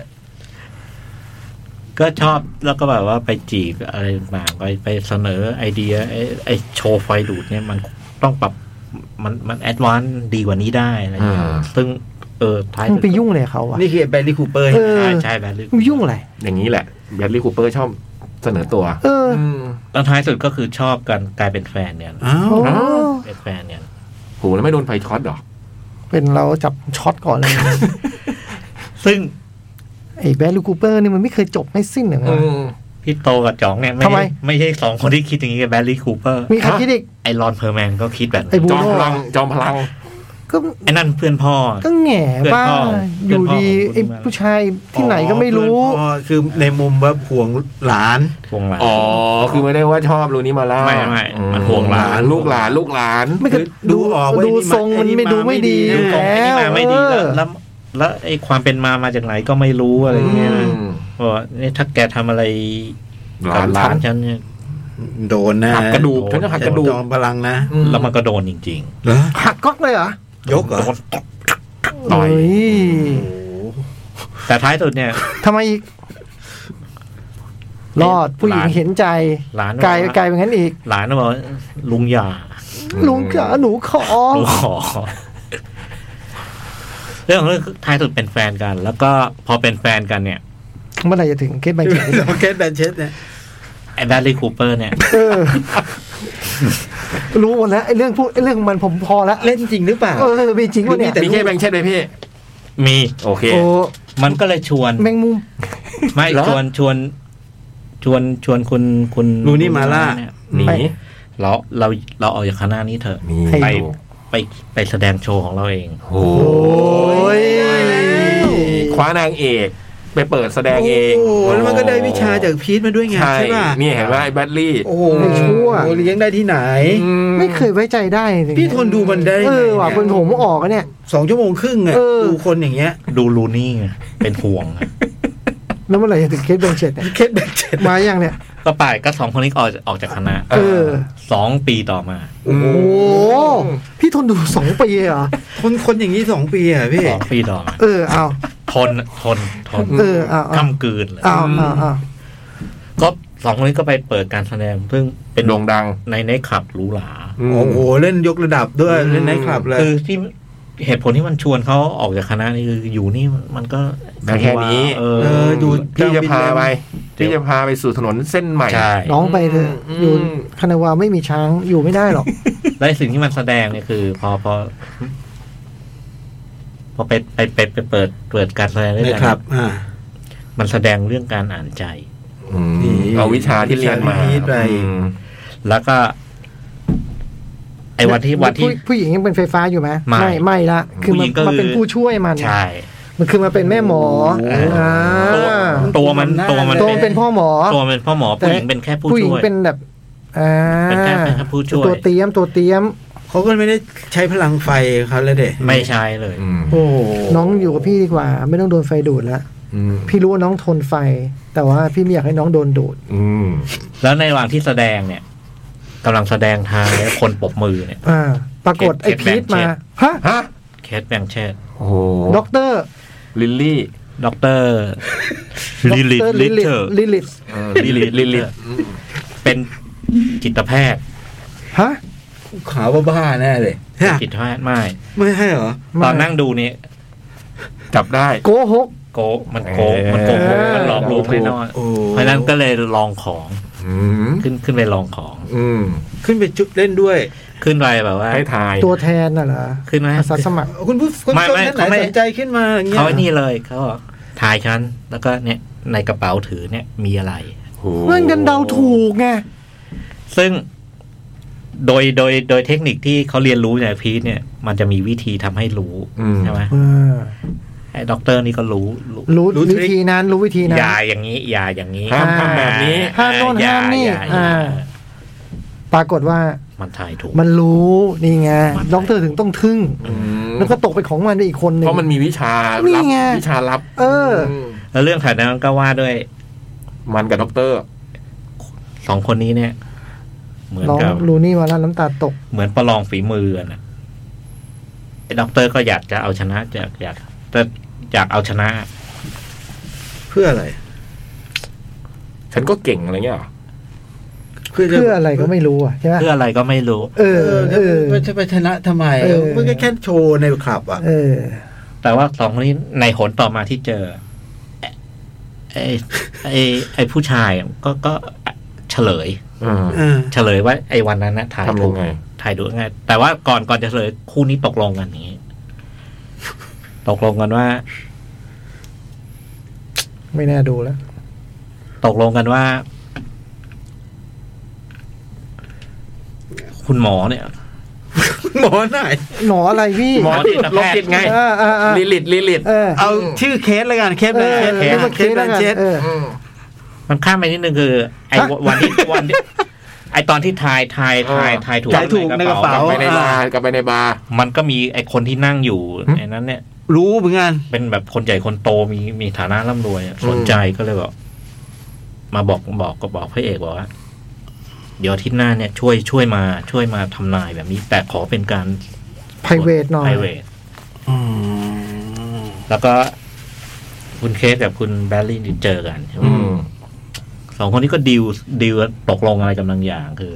Speaker 3: ก็ชอบแล้วก็แบบว่าไปจีบอะไรต่างๆไปไปเสนอไอเดียไอ้ไอโชว์ไฟดูดเนี่ยมันต้องปรับมันมันแอดวานซ์ดีกว่านี้ได้อะไรอย่างเงี้ย
Speaker 2: อ่า
Speaker 3: ซึ่งเออท้าย
Speaker 4: มันไปยุ่งเลยเขาอะ
Speaker 1: นี่คือแบรนดี้คูเปอร์
Speaker 4: เออ
Speaker 3: ใช่ใช่แบบ
Speaker 4: มันยุ่งอะไร
Speaker 2: อย่างนี้แหละแบดลี่คูเปอร์ชอบเสนอตัว
Speaker 4: เออ
Speaker 2: ม
Speaker 3: แล้วท้ายสุดก็คือชอบกันกลายเป็นแฟนกัน
Speaker 1: อ้า
Speaker 4: อ
Speaker 1: ว
Speaker 4: โอ้
Speaker 3: เป็นแฟนกัน
Speaker 2: โหแล้วไม่โดนไฟช็อตเหรอ
Speaker 4: เป็นเราจับช็อตก่อนเลย
Speaker 3: ซึ่ง
Speaker 4: ไอ้แบลูคูเปอร์นี่มันไม่เคยจบไม่สิ้นหนึ่ง
Speaker 2: อืม
Speaker 3: พี่โตกับจ๋องเนี่ยไม่
Speaker 4: ทำไม
Speaker 3: ใช่ไม่ใช่สองคนที่คิดอย่างนี้กับแบลลี่คูเปอร์
Speaker 4: มีใครคิดอีก
Speaker 3: ไอรอนเพอร์แมนก็คิดแบบ
Speaker 4: ไอ้
Speaker 3: นั้น
Speaker 4: บู
Speaker 2: จอม
Speaker 4: โน่
Speaker 2: พลังจอมพลัง
Speaker 4: ก็
Speaker 3: ไอ้นั่นเพื่อนพ่อ
Speaker 4: ก็แง่บ้าง
Speaker 3: เพื่อน
Speaker 4: อยู่
Speaker 3: พ่อ
Speaker 4: ดี
Speaker 3: เพื่
Speaker 4: ไอ้
Speaker 3: อนพ่อ
Speaker 4: ผู้ชายที่ไหนก็ไม่รู้
Speaker 1: อ๋อคือในมุมว่าห่วงหลาน
Speaker 3: วงหลาน
Speaker 2: อ๋อ คือไม่ได้ว่าชอบรูนี้มาล่า
Speaker 3: ไม่ไม่
Speaker 2: อื
Speaker 3: มันห่วงหลาน
Speaker 2: ลูกหลานลูกหลาน
Speaker 4: ไม่เคย
Speaker 1: ดูออกว่า
Speaker 4: ดู
Speaker 1: ไอ้นี่มา
Speaker 4: ทรงมัน
Speaker 1: ไอ้นี่
Speaker 4: ไม่ดู
Speaker 1: มาไม่
Speaker 4: ไม่
Speaker 1: ดี
Speaker 4: ดี
Speaker 3: เรื่องของไอ้นี่มาไม่ดี
Speaker 4: เอ
Speaker 3: แล้ว
Speaker 4: อ
Speaker 3: แล้วแล้วไอ้ความเป็นมามาจากไหนก็ไม่รู้อะไรเงี้ยนะ
Speaker 2: ม
Speaker 3: บอกว่าเนี่ยถ้าแกทำอะไร
Speaker 2: ห
Speaker 3: กั
Speaker 2: ลา
Speaker 3: บ
Speaker 2: นหลา
Speaker 3: ฉั
Speaker 2: น
Speaker 3: นฉันเนี่ย
Speaker 1: โดนนะ
Speaker 2: หักกระดูกฉันจะหักกระดูก
Speaker 1: จอมพลังนะ
Speaker 2: อื
Speaker 3: แล้วมันก็โดนจริง
Speaker 1: เหรอ
Speaker 4: หักก๊อกเลยเหรอย
Speaker 1: กเหรอ
Speaker 2: ต่
Speaker 4: เฮ้ย
Speaker 3: ๆ แต่ท้ายสุดเนี่ย
Speaker 4: ทำไมอีก รอดผู้หญิง
Speaker 2: หลาน
Speaker 4: เห็นใจ
Speaker 3: หลาน
Speaker 4: กลายกลายเป็นงั้นอีก
Speaker 3: หลานก็บอกว่าลุงหยา
Speaker 2: อืม
Speaker 4: ลุงขาหนูขอ
Speaker 3: ลุงขอเรื่องของเรื่องคือท้ายสุดเป็นแฟนกัน แล้วก็พอเป็นแฟนกันเนี่ย
Speaker 4: เมื่อไหร่จะถึงเคสบัญชี
Speaker 1: เราเคสแบนเชสเนี่ย
Speaker 3: ไอ้แบลลี่คูเปอร์เนี่ย
Speaker 4: เออ รู้หมดแล้วไอ้เรื่องพวกไอ้เรื่องมันผมพอแล้ว
Speaker 1: เล่นจริงหรือเปล่า
Speaker 4: เออมีจริงวะเนี่ย
Speaker 1: แต่
Speaker 2: มีแค่แบงค์เช็ดไหมพี่
Speaker 3: มี
Speaker 2: โอเค
Speaker 4: โอ้
Speaker 3: มันก็เลยชวน
Speaker 4: แมงมุม
Speaker 3: ไม่
Speaker 2: เหรอ
Speaker 3: ชวนชวนชวนชวนคุณคุณ
Speaker 1: ลูนี่มาล่า
Speaker 3: เนี่ย
Speaker 2: หนี
Speaker 4: ไป
Speaker 3: เราเราเราออกจากคณะนี้เถอะ
Speaker 2: หนี
Speaker 4: ไป
Speaker 3: ไปไปแสดงโชว์ของเราเอง
Speaker 2: โอ้
Speaker 4: โอ้ย
Speaker 2: คว้านางเอก ไปเปิดแสดงเอง
Speaker 1: โอ้โหแล้วมันก็ได้วิชาจากพีทมาด้วยไง
Speaker 2: ใช่
Speaker 1: ใช่ป่ะ
Speaker 2: นี่เห็นว่าไอ้แบดลี่
Speaker 1: โอ้โห
Speaker 4: ไม่ชั่ว
Speaker 1: โอ้โหเลี้ยงได้ที่ไหน
Speaker 2: อื
Speaker 4: ไม่เคยไว้ใจได้จริงๆ
Speaker 1: พี่ทนดูมันได้ยังไง
Speaker 4: เออว่ะ
Speaker 1: เนี่ย
Speaker 4: เป็นผมออกอะเนี่ย
Speaker 1: สองชั่วโมงครึ่งอะ
Speaker 4: เออ
Speaker 1: ดูคนอย่างเงี้ย
Speaker 3: ดูลูนี่ไงเป็นห่วง
Speaker 4: แล้วเมื่อไหร่จะถึงเคสเบนเชตเนี่ย
Speaker 1: เคสแบนเชส
Speaker 4: มาอย่างเนี่ย
Speaker 3: ก็ไปก็สองคนนี้ออกออกจากคณะ
Speaker 4: เออ
Speaker 3: สองปีต่อมา
Speaker 2: อืม
Speaker 4: โอ้พี่ทนดูสองปีเหรอ
Speaker 1: คนคนอย่างนี้สองปีอะพี่
Speaker 3: สองปีต่อมา
Speaker 4: เออเอา
Speaker 3: ทนทนทน
Speaker 4: เออเอาเอา
Speaker 3: ก้ำกืนเลย
Speaker 4: เอาเอาเอา
Speaker 3: ก็สองคนนี้ก็ไปเปิดการแสดง ซึ่งเป็น
Speaker 2: โด่งดัง
Speaker 3: ในในขับหรูหรา
Speaker 1: โอ้โหเล่นยกระดับด้วย
Speaker 2: อืม
Speaker 1: เล่นไนท์คลับเลย
Speaker 3: คือที่เหตุผลที่มันชวนเขาออกจากคณะนี่คืออยู่นี่มันก็
Speaker 2: ได้แค่นี้
Speaker 3: เอ
Speaker 1: เอ
Speaker 3: อ
Speaker 1: อดู
Speaker 2: พี่จะพาไป
Speaker 3: เดี๋ยว
Speaker 2: พี่จะพาไปสู่ถนนเส้นใหม่
Speaker 3: ใช่
Speaker 4: น้องไปเถอะ
Speaker 2: อืม
Speaker 4: อยู่คานาวาไม่มีช้างอยู่ไม่ได้หรอก
Speaker 3: และสิ่งที่มันแสดงเนี่ยคือ พอพอ พอไปไปไปไปเปิดเปิดการแสดงด้วย
Speaker 1: นะ
Speaker 3: กัน
Speaker 1: ครับ อ่า
Speaker 3: มันแสดงเรื่องการอ่านใจ
Speaker 2: อืม
Speaker 1: นี่
Speaker 2: เอาวิชาที่เรียนมา
Speaker 1: วิชาที่ไป
Speaker 2: อืม
Speaker 3: แล้วก็ ไอ้วันที่วันที่
Speaker 4: ผู้ผู้หญิงยังเป็นไฟฟ้าอยู่ไหม
Speaker 3: ไม่
Speaker 4: ไม่ละคือ
Speaker 3: ผู้ห
Speaker 4: มั
Speaker 3: ญิ
Speaker 4: น
Speaker 3: งก็คือ
Speaker 4: มันเป็นผู้ช่วยมัน
Speaker 3: ใช่
Speaker 4: มันคือมาเป็นแม่หมออ่า
Speaker 3: ตัวตัวมันตัวมัน
Speaker 4: ตัวมันเป็นพ่อหมอ
Speaker 3: ตัวมันเป็นพ่อหมอ
Speaker 4: แต่
Speaker 3: ผู้หญิงเป็นแค่ผู้
Speaker 4: ผู้หญิง
Speaker 3: ช่วย
Speaker 4: เป็นแบบอ่า
Speaker 3: เป็นแค่เป็นแค่ผู้ช่วย
Speaker 4: ตัวเตรียมตัวเตรียม
Speaker 1: เขาก็ไม่ได้ใช้พลังไฟเขาเลยเด็
Speaker 3: ไม่ใช่เลย
Speaker 2: อืม
Speaker 1: โอ้โห
Speaker 4: น้องอยู่กับพี่ดีกว่า ไม่ต้องโดนไฟดูดละ
Speaker 2: อืม
Speaker 4: พี่รู้ว่าน้องทนไฟ แต่ว่าพี่ไม่อยากให้น้องโดนดูด
Speaker 2: อืม
Speaker 3: แล้วในระหว่างที่แสดงเนี่ยกำลังแสดงทางเนี่ยคนปรบมือเนี่ย
Speaker 4: อ่า ปรากฏ
Speaker 3: เก็
Speaker 4: ไอ้
Speaker 3: ตเก็
Speaker 4: พี
Speaker 3: ต
Speaker 4: ท
Speaker 3: แบงค์
Speaker 4: มา
Speaker 3: เช็ด
Speaker 4: ฮะ
Speaker 2: ฮะ
Speaker 3: เคสแบงเชต
Speaker 2: โอ้โห
Speaker 4: ด็อกเตอร์
Speaker 2: ลิลลี่
Speaker 3: ด็อกเตอร์ลิลิ
Speaker 4: ด็อกเตอร์
Speaker 3: ลิ
Speaker 4: ลิลิ
Speaker 3: เต
Speaker 4: ต
Speaker 3: อร์
Speaker 4: ลิลิต
Speaker 2: เออลิลลี่ลิลลี่
Speaker 3: เป็นจิตแพทย์
Speaker 4: ฮะ
Speaker 1: ขาวบ้าๆแน่เลย
Speaker 3: เป็น
Speaker 1: ฮะ
Speaker 3: จิตแพทย์ไม่
Speaker 1: ไม่ให้เหรอ
Speaker 4: มา
Speaker 3: ตอนนั่งดูเนี่ย
Speaker 2: จับได้
Speaker 4: โกหก
Speaker 3: โกะมันโกะมันโกะ
Speaker 4: เออ
Speaker 3: มันหลอกลวงแน่นอน
Speaker 1: โอ้
Speaker 3: เพราะฉะนั้นก็เลยลองของ
Speaker 2: อืม
Speaker 3: ขึ้นขึ้นไปลองของ
Speaker 2: อืม
Speaker 1: ขึ้นไปจุดเล่นด้วย
Speaker 3: ขึ้นไปแบบว่า
Speaker 2: ให้ทาย
Speaker 4: ตัวแทนน่ะเหรอ
Speaker 3: ขึ้นไหม
Speaker 4: อาสาสมัคร
Speaker 1: คุณผู้คุณ
Speaker 3: ไม่
Speaker 1: ผู้ชม
Speaker 3: ไม่
Speaker 1: ท่านไห
Speaker 3: เขา
Speaker 1: น
Speaker 3: ไม่
Speaker 1: สนใจขึ้นมาอย่างเงี้ย
Speaker 3: เขาไอ้นี่เลยเขาบอกถ่ายฉันแล้วก็เนี่ยในกระเป๋าถือเนี่ยมีอะไร
Speaker 4: เรื่องกันเดาถูกไง
Speaker 3: ซึ่งโดยโดยโดยเทคนิคที่เขาเรียนรู้เนี่ยพีทเนี่ย มันจะมีวิธีทำให้รู้
Speaker 2: อืม
Speaker 3: ใช่ไหม
Speaker 4: อ่า
Speaker 3: ไอ้ด็อกเตอร์นี่ก็รู้รู้
Speaker 4: รู้วิธีนั้นรู้วิธีนั้น
Speaker 3: ยาอย่างนี้ยาอย่างนี้
Speaker 2: ห้ามทำแบบนี้
Speaker 4: ห้ามโน่น
Speaker 3: อย่
Speaker 4: ห้ามนี่
Speaker 3: อย่อย่า
Speaker 4: อ่า ปรากฏว่า
Speaker 3: มันถ่ายถูก
Speaker 4: มันรู้นี่ไง
Speaker 3: มัน
Speaker 4: ด็อกเตอร์ถึงต้องทึ่ง
Speaker 2: อืม
Speaker 4: แล้วก็ตกเป็นของมันไปอีกคนหนึ่ง
Speaker 2: เพราะมันมีวิชา
Speaker 4: นี่
Speaker 2: ลับ
Speaker 4: ไง
Speaker 2: วิชาลับ
Speaker 4: เออ
Speaker 2: ม
Speaker 3: แล้วเรื่องถ่ายนั้นก็ว่าด้วย
Speaker 2: มันกับด็อกเตอร์
Speaker 3: สองคนนี้เนี่ย เหมือน
Speaker 4: น้อง
Speaker 3: กับ
Speaker 4: ลูนี่มาแล้วน้ำตาตก
Speaker 3: เหมือนประลองฝีมือกันนะไอ้ด็อกเตอร์ก็อยากจะเอาชนะอยากอยากแต่อยากเอาชนะ
Speaker 1: เพื่ออะไร
Speaker 2: ฉันก็เก่งอะไรเงี้ยเหรอ
Speaker 1: จ
Speaker 4: เพื่ออะไรก็ไม่รู้อ่ะใช่ไหม
Speaker 3: เพื่ออะไรก็ไม่รู้
Speaker 4: เอ
Speaker 1: เอ
Speaker 4: อ
Speaker 1: อ
Speaker 4: เออ
Speaker 1: จะไปชนะทำไม
Speaker 4: เออ
Speaker 1: มันก็แค่โชว์ในคลับอ่ะ
Speaker 4: เออ
Speaker 3: แต่ว่าสองคนนี้ในหนต่อมาที่เจอไอ้ไอ้ไอ้ผู้ชายอะก็ก็เฉลย
Speaker 2: อืม
Speaker 1: เอ อ
Speaker 3: เฉลยว่าไอ้วันนั้นนะถ่าย
Speaker 2: ทำยั
Speaker 3: ถูก
Speaker 2: งไง
Speaker 3: ถ่ายดูไง แต่ว่าก่อนก่อนจะเฉลยคู่นี้ตกลงกันอย่างนี้ ตกลงกันว่า
Speaker 4: ไม่น่าดูแล้ว
Speaker 3: ตกลงกันว่า คุณหมอเนี่ย
Speaker 1: หมอไหน
Speaker 4: หนออะไรพี่
Speaker 2: หมอจิต
Speaker 3: หม
Speaker 2: ล
Speaker 3: อบจิ
Speaker 2: จิ
Speaker 3: ต
Speaker 2: ต
Speaker 3: แพท
Speaker 2: ไง
Speaker 3: ย์
Speaker 4: เออเออเออ
Speaker 2: ลิลิตลิลิต
Speaker 4: เออ
Speaker 1: เอาชื่อเคสแล้วกันเคส
Speaker 4: เอ
Speaker 1: แบน
Speaker 4: อ
Speaker 1: เชส
Speaker 4: เรียกว่า
Speaker 1: เค
Speaker 4: เค
Speaker 1: ส
Speaker 4: ส
Speaker 1: แบ
Speaker 4: แล้ว
Speaker 1: น
Speaker 4: กัน
Speaker 1: เชส
Speaker 4: เออ
Speaker 3: มันข้ามไปนิดนึงคือ ไอ้วันที่วันที่ไอ้ตอนที่ทายทายทายทายถูก
Speaker 1: จ่ายถูกในกระเป๋า
Speaker 2: ไปในบา
Speaker 1: อ่า
Speaker 2: ร์กลับไปในบาร์
Speaker 3: มันก็มีไอ้คนที่นั่งอยู่
Speaker 2: หึ
Speaker 3: ในนั้นเนี่ย
Speaker 1: รู้เหมือนกัน
Speaker 3: เป็นแบบคนใหญ่คนโตมีมีฐานะร่ำรวยอะสนใจก็เลยบอกมาบอกบอกก็บอกพระเอกบอกว่า เดี๋ยวอาที่หน้าเนี่ย ช่วยช่วยมาช่วยมาทำนายแบบนี้ แต่ขอเป็นการ
Speaker 4: private หน่อย
Speaker 3: private แล้วก็ คุณเคสกับคุณแบลลี่นี่เจอกันใช่ไหม
Speaker 2: อืม
Speaker 3: สองคนนี้ก็ดีลดีลตกลงอะไรกันบางอย่างคือ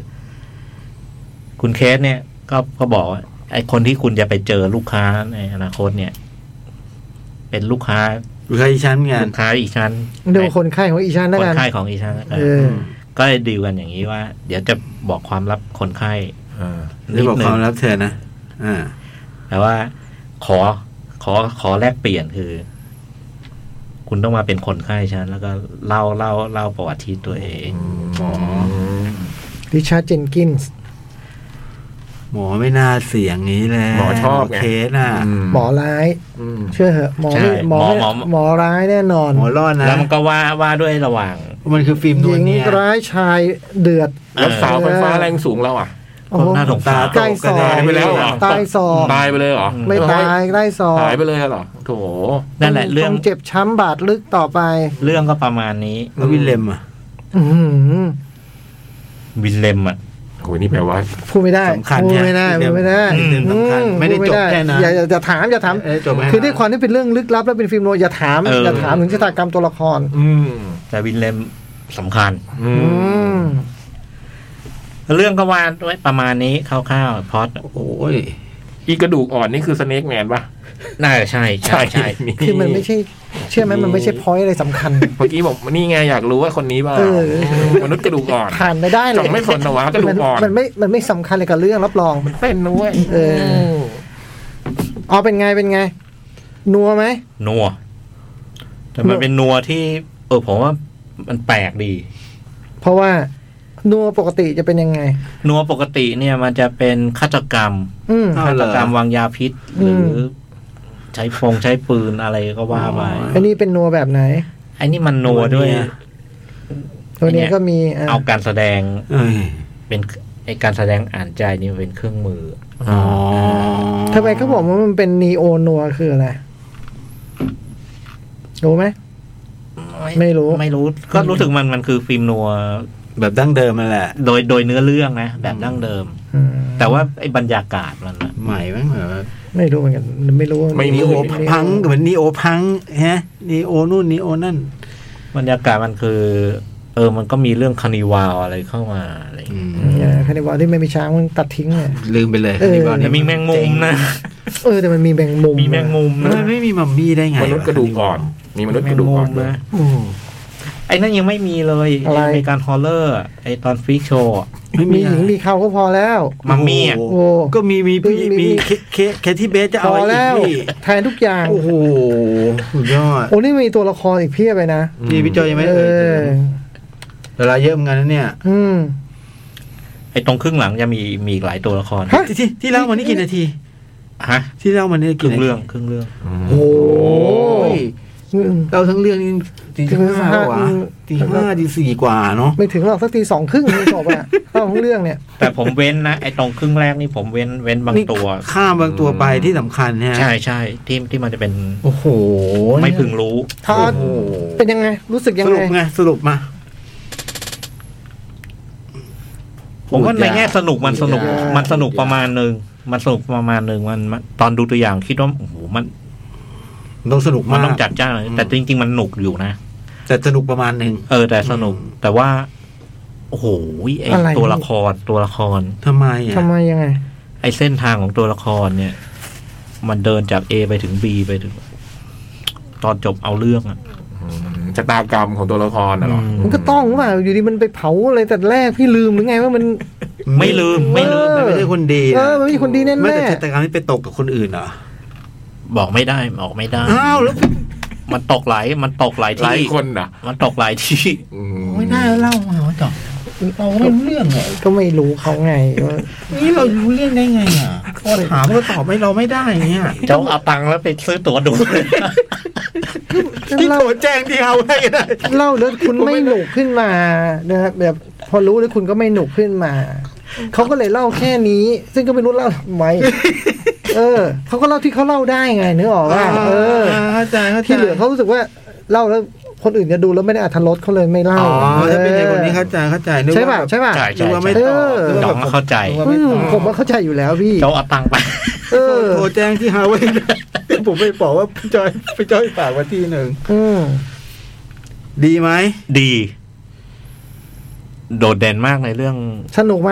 Speaker 3: คุณเคสเนี่ย ก็ก็บอกว่าไอ้คนที่คุณจะไปเจอลูกค้าในอนาคตเนี่ย เป็นลูกค้า
Speaker 1: ใครชั้นงาน
Speaker 3: ลูกค้าอีกชั้น
Speaker 4: เดี๋ยวคนไข้ของอีชัน
Speaker 3: ค
Speaker 4: แล้ว
Speaker 3: น
Speaker 4: กัน
Speaker 3: ไข้ของอีกชั้นแล้วกัน
Speaker 4: เออ
Speaker 3: ก็เลยดีลกันอย่างนี้ว่า เดี๋ยวจะบอกความลับคนไข้
Speaker 2: อ่า
Speaker 1: ได้
Speaker 3: นิด
Speaker 1: บอก
Speaker 3: หนึ
Speaker 1: ควาง มลับเธอนะอ่า
Speaker 3: แต่ว่า ขอขอขอแลกเปลี่ยนคือ คุณต้องมาเป็นคนไข้ฉันแล้วก็เล่าเล่าเล่าประวัติที่ตัวเอง
Speaker 1: หมอ
Speaker 4: ริชาร์ดเจนกินส์
Speaker 1: หมอไม่น่าเสียงนี้แหละ
Speaker 2: หมอชอบไง
Speaker 1: เคสอ่ะ
Speaker 2: ม
Speaker 4: หมอร้าย
Speaker 2: อืม
Speaker 4: เชื่อเหอะหมอ
Speaker 3: ใช่
Speaker 4: ไม่หมอไม่
Speaker 3: หมอ
Speaker 4: หมอร้ายแน่นอน
Speaker 1: หมอรอดนะ
Speaker 3: แล้วมันก็ว่าว่าด้วยระหว่าง
Speaker 1: มันคือฟิล์มน
Speaker 4: ห
Speaker 1: ว
Speaker 4: ญิ
Speaker 1: ล
Speaker 4: ง
Speaker 1: เนี่ย
Speaker 4: ร้ายชายเดือด
Speaker 2: แล้วเสาวไฟฟ้าแรงสูงเราอ่ะ
Speaker 4: โอ้โห
Speaker 3: หน้าสงสาร
Speaker 4: ใกล้ศอก
Speaker 2: หายไปแล้วเหรอ
Speaker 4: ใต้ศอก
Speaker 2: ตายไปเลยเหรอ
Speaker 4: ไม่ตายใกล้ศอก
Speaker 2: หายไปเลยเหรอโถ
Speaker 3: นั่นแหละ เรื่อง
Speaker 4: ต้เจ็บช้ำบาดลึกต่อไป
Speaker 3: เรื่องก็ประมาณนี้
Speaker 1: แล้ววิลเลมอ่ะ
Speaker 4: อื้อหือ
Speaker 3: วินเลมอ่ะ
Speaker 2: โหนี่แปลว่า
Speaker 4: พูดไม่ได้
Speaker 1: สำคัญ
Speaker 4: พูด
Speaker 1: เนี่ย
Speaker 4: ไม่ได้พูดไม่ได้
Speaker 1: เรื่องสำคัญ
Speaker 4: อื
Speaker 1: ไม่ได้
Speaker 4: พู
Speaker 1: จบแค่นั้น
Speaker 4: อย่าอย่าอย่าถามอย่าถาม
Speaker 1: เอ้ยจบไหม
Speaker 4: คือด้วยความที่เป็นเรื่องลึกลับและเป็นฟิล์มโนอย่าถาม
Speaker 3: เอออ
Speaker 4: อย่าถามถึงชะตากรรมตัวละคร
Speaker 2: อืม
Speaker 3: แต่วินเลมสำคัญ
Speaker 2: อื
Speaker 4: อื
Speaker 2: ม
Speaker 4: ม
Speaker 3: เรื่องก็ว่าด้วยประมาณนี้คร่าวๆพอด
Speaker 1: โอ้ย
Speaker 2: อีกระดูกอ่อนนี่คือสเนกแมนปะ
Speaker 3: น่าจะใช่ใช่ใช่
Speaker 4: คือมันไม่ใช่ เชื่อไหมมันไม่ใช่พอยอะไรสำคัญ
Speaker 2: เมื่อกี้บอกนี่ไงอยากรู้ว่าคนนี้บ้า
Speaker 4: เออ
Speaker 2: มนุษย์กระดูกอ่อน
Speaker 4: ผ่านไม่ได้เล
Speaker 2: จ่อง
Speaker 4: ย
Speaker 2: ไม่สนแต่ว่ากระดู
Speaker 4: มัน
Speaker 2: กอ่อน
Speaker 4: มันไม่มันไม่สำคัญเลยกับเรื่องรับรอง
Speaker 2: เป็นนุ้ย
Speaker 4: เออ อ๋อเป็นไงเป็นไง นัวไหม
Speaker 3: นัว แต่มัน
Speaker 4: นัว
Speaker 3: เป็นนัวที่ เออผมว่ามันแปลกดี
Speaker 4: เพราะว่านัวปกติจะเป็นยังไง
Speaker 3: นัวปกติเนี่ยมันจะเป็นฆาตกรรม
Speaker 4: อืม
Speaker 1: อ้าว
Speaker 3: ฆา
Speaker 1: เหร
Speaker 3: ต
Speaker 1: อ
Speaker 3: กรรมวางยาพิษห
Speaker 4: อื
Speaker 3: รื
Speaker 4: ม
Speaker 3: อ ใช้ฟงใช้ปืนอะไรก็ว่าไป
Speaker 4: อันนี้เป็นนัวแบบไหน
Speaker 3: ไอ้นี่มันนัวด้วย
Speaker 4: ตัวเนี้ยก็มีอ่ะ
Speaker 3: เอาการแสดง
Speaker 1: เอ้ย
Speaker 3: เป็นไอการแสดงอ่านใจนี่เป็นเครื่องมือ
Speaker 1: อ๋อ
Speaker 4: ทำไมเขาบอกว่ามันเป็นนีโอนัวคืออะไรรู้ไหม ไม่รู้
Speaker 3: ไม่รู้ ก็รู้สึกมันมันคือฟิล์มนัว
Speaker 1: แบบดั้งเดิมมันแหละ
Speaker 3: โดยโดยเนื้อเรื่องนะ แบบดั้งเดิม
Speaker 4: อืม
Speaker 3: แต่ว่าไอ้บรรยากาศมันอะ
Speaker 1: ใหม่มั้งเหรอ
Speaker 4: ไม่รู้เหมือนกัน ไม่รู้ว่า
Speaker 2: ไม่รู้
Speaker 1: นีโอพังเหมือนนีโอพังฮะนีโอนู่นนีโอนั่น
Speaker 3: บรรยากาศมันคือ เออ มันก็มีเรื่องคานิวาลอะไรเข้ามาอะไรอย่างเงี้ย
Speaker 4: เนี่ยคานิบอลที่ไม่มีช้างมันตัดทิ้งเนี่ย
Speaker 1: ลืมไปเลย
Speaker 4: เอ
Speaker 1: คา
Speaker 4: อ
Speaker 1: นิบาล
Speaker 3: แต่มีแมงมุมนะ
Speaker 4: เออแต่มันมีแมงมุม
Speaker 3: มีแมงมุมนะ
Speaker 1: มันไม่มีมัมมี่ได้ไง
Speaker 2: มนุษย์กระดูกอ่อน มีมนุษย์กระดูกอ่อน
Speaker 3: แมงมุม
Speaker 2: ด้วย
Speaker 3: นะ
Speaker 1: โอ้
Speaker 3: ไอ้นั่นยังไม่มีเลย
Speaker 4: อะไร
Speaker 3: มีการฮอลเลอร์ ไอ้ตอนฟรีโชว์
Speaker 1: ไม่
Speaker 4: มีหญิงมีเขาก็พอแล้ว
Speaker 3: มัมมี่อะ
Speaker 1: โอ้
Speaker 4: โอ้
Speaker 1: โหก็มีมีพี่
Speaker 4: มี
Speaker 1: มีเคเคเคที่เบสจะ
Speaker 4: พ
Speaker 1: เอา
Speaker 4: อ
Speaker 1: อะไร
Speaker 4: แล้ว
Speaker 1: อีกพี่
Speaker 4: แทนทุกอย่าง
Speaker 1: โอ้โหสุดยอด
Speaker 4: โอ้นี่มีตัวละครอีกเพียบเลยนะ
Speaker 1: พี่พี่จอยยังไม่
Speaker 4: เอ
Speaker 1: เอ่ย
Speaker 4: อ
Speaker 1: เวลาเยอะเหมือนกันนะเนี่ย
Speaker 4: อืม
Speaker 3: ไอ้ตรงครึ่งหลังจะมีมีอีกหลายตัวละคร
Speaker 4: ฮะ
Speaker 1: ที่ที่ที่เล่ามานี่กี่นาที
Speaker 3: ฮะ
Speaker 1: ที่เล่ามานี่
Speaker 3: ค
Speaker 1: กี่นา
Speaker 3: รึ่ง
Speaker 1: ที
Speaker 3: เรื่องครึ่งเรื่อง
Speaker 4: โอ้
Speaker 1: ย
Speaker 4: อืม
Speaker 1: เล่าทั้งเรื่องนี่ตี
Speaker 4: ถึง
Speaker 1: ห้า
Speaker 4: ห้า
Speaker 1: กว่าตีห้าตีสี่กว่าเนาะ
Speaker 4: ไม่ถึงหรอกสักตีสองครึ่งไม่จบอ่ะ เล่าทั้งเรื่องเนี่ย
Speaker 3: แต่ผมเว้นนะ ไอ้ตรงครึ่งแรกนี่ผมเว้นเว้นบาง
Speaker 1: นี่
Speaker 3: ตัว
Speaker 1: ข้ามบางตัวไปที่สำคัญเนี่ย
Speaker 3: ใช่ใช่ที่ที่มันจะเป็น
Speaker 1: โอ้โห
Speaker 3: ไม่พึงรู้
Speaker 4: ถ้า
Speaker 1: โอ้โห
Speaker 4: เป็นยังไง รู้สึกยัง
Speaker 1: สรุ
Speaker 4: ไง
Speaker 1: ปไงสรุปมา
Speaker 3: ผมว่าในแง่สนุกมันสนุก
Speaker 4: พูดยาก
Speaker 3: มันสนุกประมาณหนึ่งมันสนุกประมาณหนึ่งมันมันตอนดูตัวอย่างคิดว่าโอ้โหมัน
Speaker 1: ต้องสนุก
Speaker 3: มั
Speaker 1: มาน ก
Speaker 3: ต้องจัดจ้านหน่อย
Speaker 1: อืม
Speaker 3: แต่จริง ๆ มันหนุกอยู่นะ
Speaker 1: แต่สนุกประมาณหนึ่ง
Speaker 3: เออ แต่สนุก
Speaker 1: อืม
Speaker 3: แต่ว่า โอ้โหไอ
Speaker 4: อะไร
Speaker 3: ตัวละครตัวละคร
Speaker 1: ทำไมอ่ะ
Speaker 4: ทำไมยังไง
Speaker 3: ไอเส้นทางของตัวละครเนี่ย มันเดินจาก A ไปถึง B ไปถึง ตอนจบเอาเรื่องอะ
Speaker 2: ชะตากรรมของตัวละครน่ะเหรอ
Speaker 4: มันก็ต้องว่าอยู่ดีมันไปเผาอะไรแต่แรกพี่ลืมหรือไงว่ามัน
Speaker 3: ไม่ลืมไม่ลืม
Speaker 1: ไม่ใช่คนดีะ
Speaker 4: เออมันไม่ใช่คนดีแน่ๆ
Speaker 1: ไม่แต่ชะตากรรมที่ไปตกกับคนอื่นเหรอ
Speaker 3: บอกไม่ได้บอกไม่ได้
Speaker 1: อ้าวแล้ว
Speaker 3: มันตกหลายมันตกหลาย
Speaker 2: หลาย
Speaker 3: ที่
Speaker 2: คนน่ะ
Speaker 3: มันตกหลายที่
Speaker 2: อื
Speaker 1: ไม่น่าเล่ามาจ่อเราไม่รู้เรื่องเลย
Speaker 4: ก็ไม่รู้เขาไงว่า
Speaker 1: นี่เรารู้เรื่องได้ไงอ่ะก็ถามก็ตอบไม่เราไม่ได้เนี่ย
Speaker 3: เจ้าเอาตังค์แล้วไปซื้อตั๋วดู
Speaker 1: ที่
Speaker 4: เล่า
Speaker 1: โทรแจ้งที่เอาให้ก็ได้
Speaker 4: เล่าแล้วคุณไม่หนุกขึ้นมานะครับแบบพอรู้แล้วคุณก็ไม่หนุกขึ้นมา เขาก็เลยเล่าแค่นี้ ซึ่งก็ไม่รู้เล่า ทำไมเออเขาก็เล่าที่เขาเล่าได้ไงนึกออกว่าเออ
Speaker 1: เข้าใจเข้าใจ
Speaker 4: ที่เหลือเขารู้สึกว่าเล่าแล้วคนอื่นจะดูแล้วไม่ได้อัธรสเขาเลยไม่เล่า
Speaker 1: อ๋อถ้าเป็นในคนนี้เข้าใจเข้าใจนึก
Speaker 4: ใช่ป่ะ
Speaker 1: ว่า
Speaker 4: ใช่ป่ะ
Speaker 3: ใช่
Speaker 1: นึ
Speaker 3: ใช่
Speaker 1: กว่าไม่
Speaker 3: ใช่
Speaker 1: ตอบ
Speaker 4: เออ
Speaker 1: นึก
Speaker 3: น้
Speaker 1: ว่า
Speaker 3: อง
Speaker 1: แบบ
Speaker 3: เข้าใจ
Speaker 4: อืมผมว่าเข้าใจอยู่แล้วพี่
Speaker 3: เจ้าเอาตังค์ไป
Speaker 4: เออ
Speaker 1: โทรแจ้งที่ฮาไว้ ผมไปบอกว่าพี่จอยพี่จอยฝากไว้ที่หนึ่ง
Speaker 4: อืม
Speaker 1: ดีไหม
Speaker 3: ดี โดดเด่นมากในเรื่อง
Speaker 4: สนุกไหม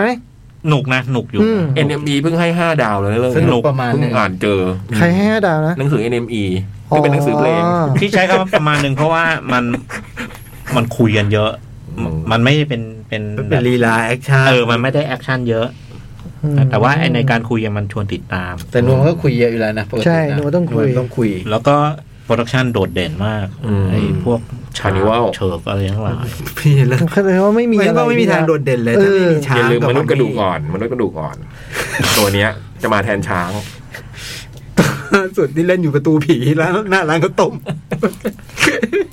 Speaker 3: หนุกนะหนุกอยู่
Speaker 4: อืม
Speaker 3: เอ็น
Speaker 2: NME เพิ่งให้ห้าดาวเลยนะเรื่อง
Speaker 1: ส
Speaker 2: นี้
Speaker 1: นุกประมาณหนึ่
Speaker 2: เพิ่
Speaker 1: ง
Speaker 2: งอ่านเจอ
Speaker 4: ใครให้ห้าดาวนะ
Speaker 2: หนังสือ NME ที่เป็นหนังสือเพลง
Speaker 3: ที่ใช้คำว่าประมาณหนึ่งเพราะว่ามันมันคุยกันเยอะ มันมันไม่ได้เป็นเป็น
Speaker 1: มัน
Speaker 3: แบ
Speaker 1: เป็น
Speaker 3: บ
Speaker 1: ลีลาแอคชั่น
Speaker 3: เออ มันไม่ได้แอคชั่นเยอะ
Speaker 4: อืม
Speaker 3: แต่ว่าไอ้ในการคุยกันมันชวนติดตาม
Speaker 1: แต่นวมก็คุยเยอะอยู่แล้วนะปกติะ
Speaker 4: ใช่นวมต้องคุย
Speaker 1: นวมต้องคุย
Speaker 3: แล้วก็โปรดักชันโดดเด่นมาก
Speaker 2: อืม
Speaker 3: ไอ้พวกฉก
Speaker 2: Carnival
Speaker 3: เฉิกอะไรทั้งหลาย
Speaker 1: พี่เลิก
Speaker 4: เขาเลยว่าไม่มี
Speaker 1: ไม่
Speaker 4: อะไร
Speaker 1: ว่าไม่มีทางโดดเด่นเลยถ้าไม่มีช้าง
Speaker 2: อย่าลืม
Speaker 1: บ
Speaker 2: มนุษย์กระดูกอ่อนมนุษย์กระดูกอ่อน ตัวเนี้ย จะมาแทนช้าง
Speaker 1: ล่าสุดนี่เล่นอยู่ประตูผีแล้วหน้าร้านข้าวต้ม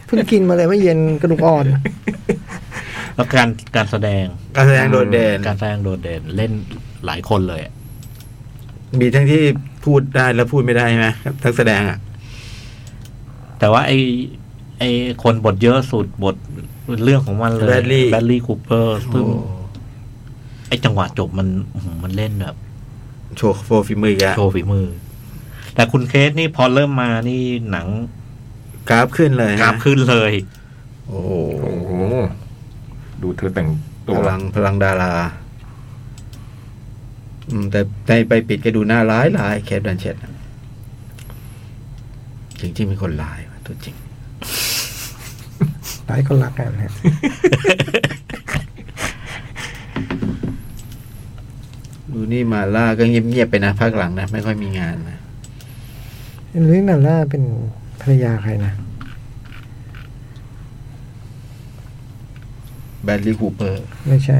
Speaker 4: เพิ่งกินมาเลยไม่เย็นกระดูก อ่อน
Speaker 3: แล้วการการแสดง
Speaker 1: การแสดงโดดเด่น
Speaker 3: การแสดงโดดเด่นเล่นหลายคนเลยอะ
Speaker 1: มีทั้งที่พูดได้และพูดไม่ได้ใช่ไหมทั้งแสดงอ่ะ
Speaker 3: แต่ว่าไอ้ไอ้คนบทเยอะสุดบทเรื่องของมันเลย
Speaker 1: แบดลี่
Speaker 3: แบดลี่คูเปอร์ซึ่ง
Speaker 1: โอ้
Speaker 3: ไอ้จังหวะจบมันอื้อหือมันเล่นแบบ
Speaker 1: โชว์โฟร์ฝีมือกัน
Speaker 3: โชว์ฝีมือ แต่คุณเคสนี่พอเริ่มมานี่หนัง
Speaker 1: กราฟขึ้นเลย
Speaker 3: กราฟขึ้นเลย
Speaker 1: โอ้โห
Speaker 2: โอ้โห ดูเธอแต่ง
Speaker 1: พ
Speaker 2: ตัว
Speaker 1: ลังพลังดาราอืมแต่ในไปปิดก็ดูหน้าร้ายร้ายแคทแบนเชตจริงๆเป็นคนร้ายว่ะตัวจริง
Speaker 4: หลายคนรักกันฮะ
Speaker 1: ดูนี่มาล่าก็เงียบๆไปนะภาคหลังนะ ไม่ค่อยมีงานนะ
Speaker 4: เรื่องนาล่าเป็นภรรยาใครนะ
Speaker 1: แบดลีคูเปอร์
Speaker 4: ไม่ใช่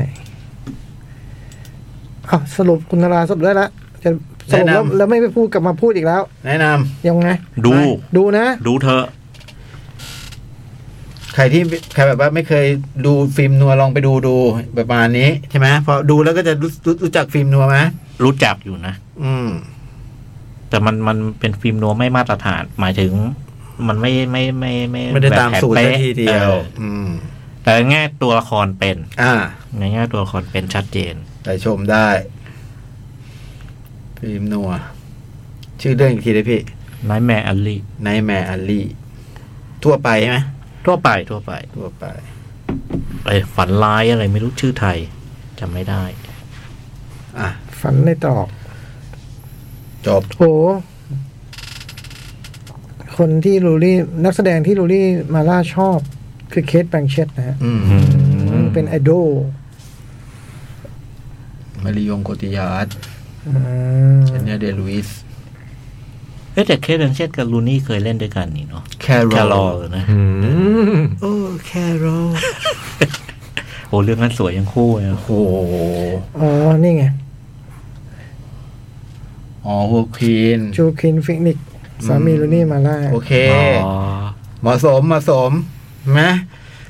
Speaker 4: อ้าวสรุปคุณนาราสรุปได้ละจะสรุปแล้ว
Speaker 1: แนะนำ
Speaker 4: แล้วไม่ไปพูดกลับมาพูดอีกแล้ว
Speaker 1: แนะนำ
Speaker 4: ยังไง
Speaker 3: ดู
Speaker 4: ดูนะ
Speaker 3: ดูเธอะ
Speaker 1: ใครที่ใครแบบว่าไม่เคยดูฟิล์มนัวลองไปดูดูแบบประมาณนี้ใช่ไหมพอดูแล้วก็จะรู้รู้รู้จักฟิล์มนัวไหม
Speaker 3: รู้จักอยู่นะ
Speaker 1: อืม
Speaker 3: แต่มันมันเป็นฟิล์มนัวไม่มาตรฐาน หมายถึง มันไม่ไม่ไม่ไม่
Speaker 1: ไม่ได้ตาม
Speaker 3: แบบแผน
Speaker 1: สูตรซะ
Speaker 3: ป๊ะ
Speaker 1: ทีเดีย
Speaker 3: อ
Speaker 1: ว
Speaker 3: อ
Speaker 1: อืม
Speaker 3: แต่แง่ตัวละครเป็น
Speaker 1: อ่า
Speaker 3: ในแง่ตัวละครเป็นชัดเจน
Speaker 1: ไปชมได้ ฟิล์มนัว ชื่อเรื่องอีกทีเลยพี่
Speaker 3: Nightmare Alley
Speaker 1: ไนแมร์อัลลี่ทั่วไปใช่ไหม
Speaker 3: ทั่วไปทั่วไป
Speaker 1: ทั่วไป
Speaker 3: ไอ้ฝันร้ายอะไรไม่รู้ชื่อไทยจำไม่ได้
Speaker 1: อ่ะ
Speaker 4: ฝันในตรอก
Speaker 1: จบ
Speaker 4: โห คนที่ลูลี่ นักแสดงที่ลูลี่มาล่าชอบ คือเคสแบงเชตนะฮะ
Speaker 1: อืม
Speaker 4: เป็นไอดอล
Speaker 1: มาริยงโกติยาร์ด
Speaker 4: อืม
Speaker 1: เชนเนยเดลุิส
Speaker 3: เอ้ยแต่เคสเดนเชตกับลูนี่เคยเล่นด้วยกันนี่เนาะ
Speaker 1: แคร
Speaker 3: แคล
Speaker 1: อ
Speaker 3: อ
Speaker 1: ล
Speaker 3: นะ
Speaker 2: อืม
Speaker 1: โอ้แครอล
Speaker 3: โอ้เรื่องนั้นสวยยังคู่เลย
Speaker 1: โอ้โห
Speaker 4: อ๋อ นี่ไง
Speaker 1: อ๋อหัวควีน
Speaker 4: จูคินฟิกนิก สามีลูนี่มาล่า
Speaker 1: โอเค
Speaker 3: อ๋อ
Speaker 1: เหมาะสมเหมาะสมไหม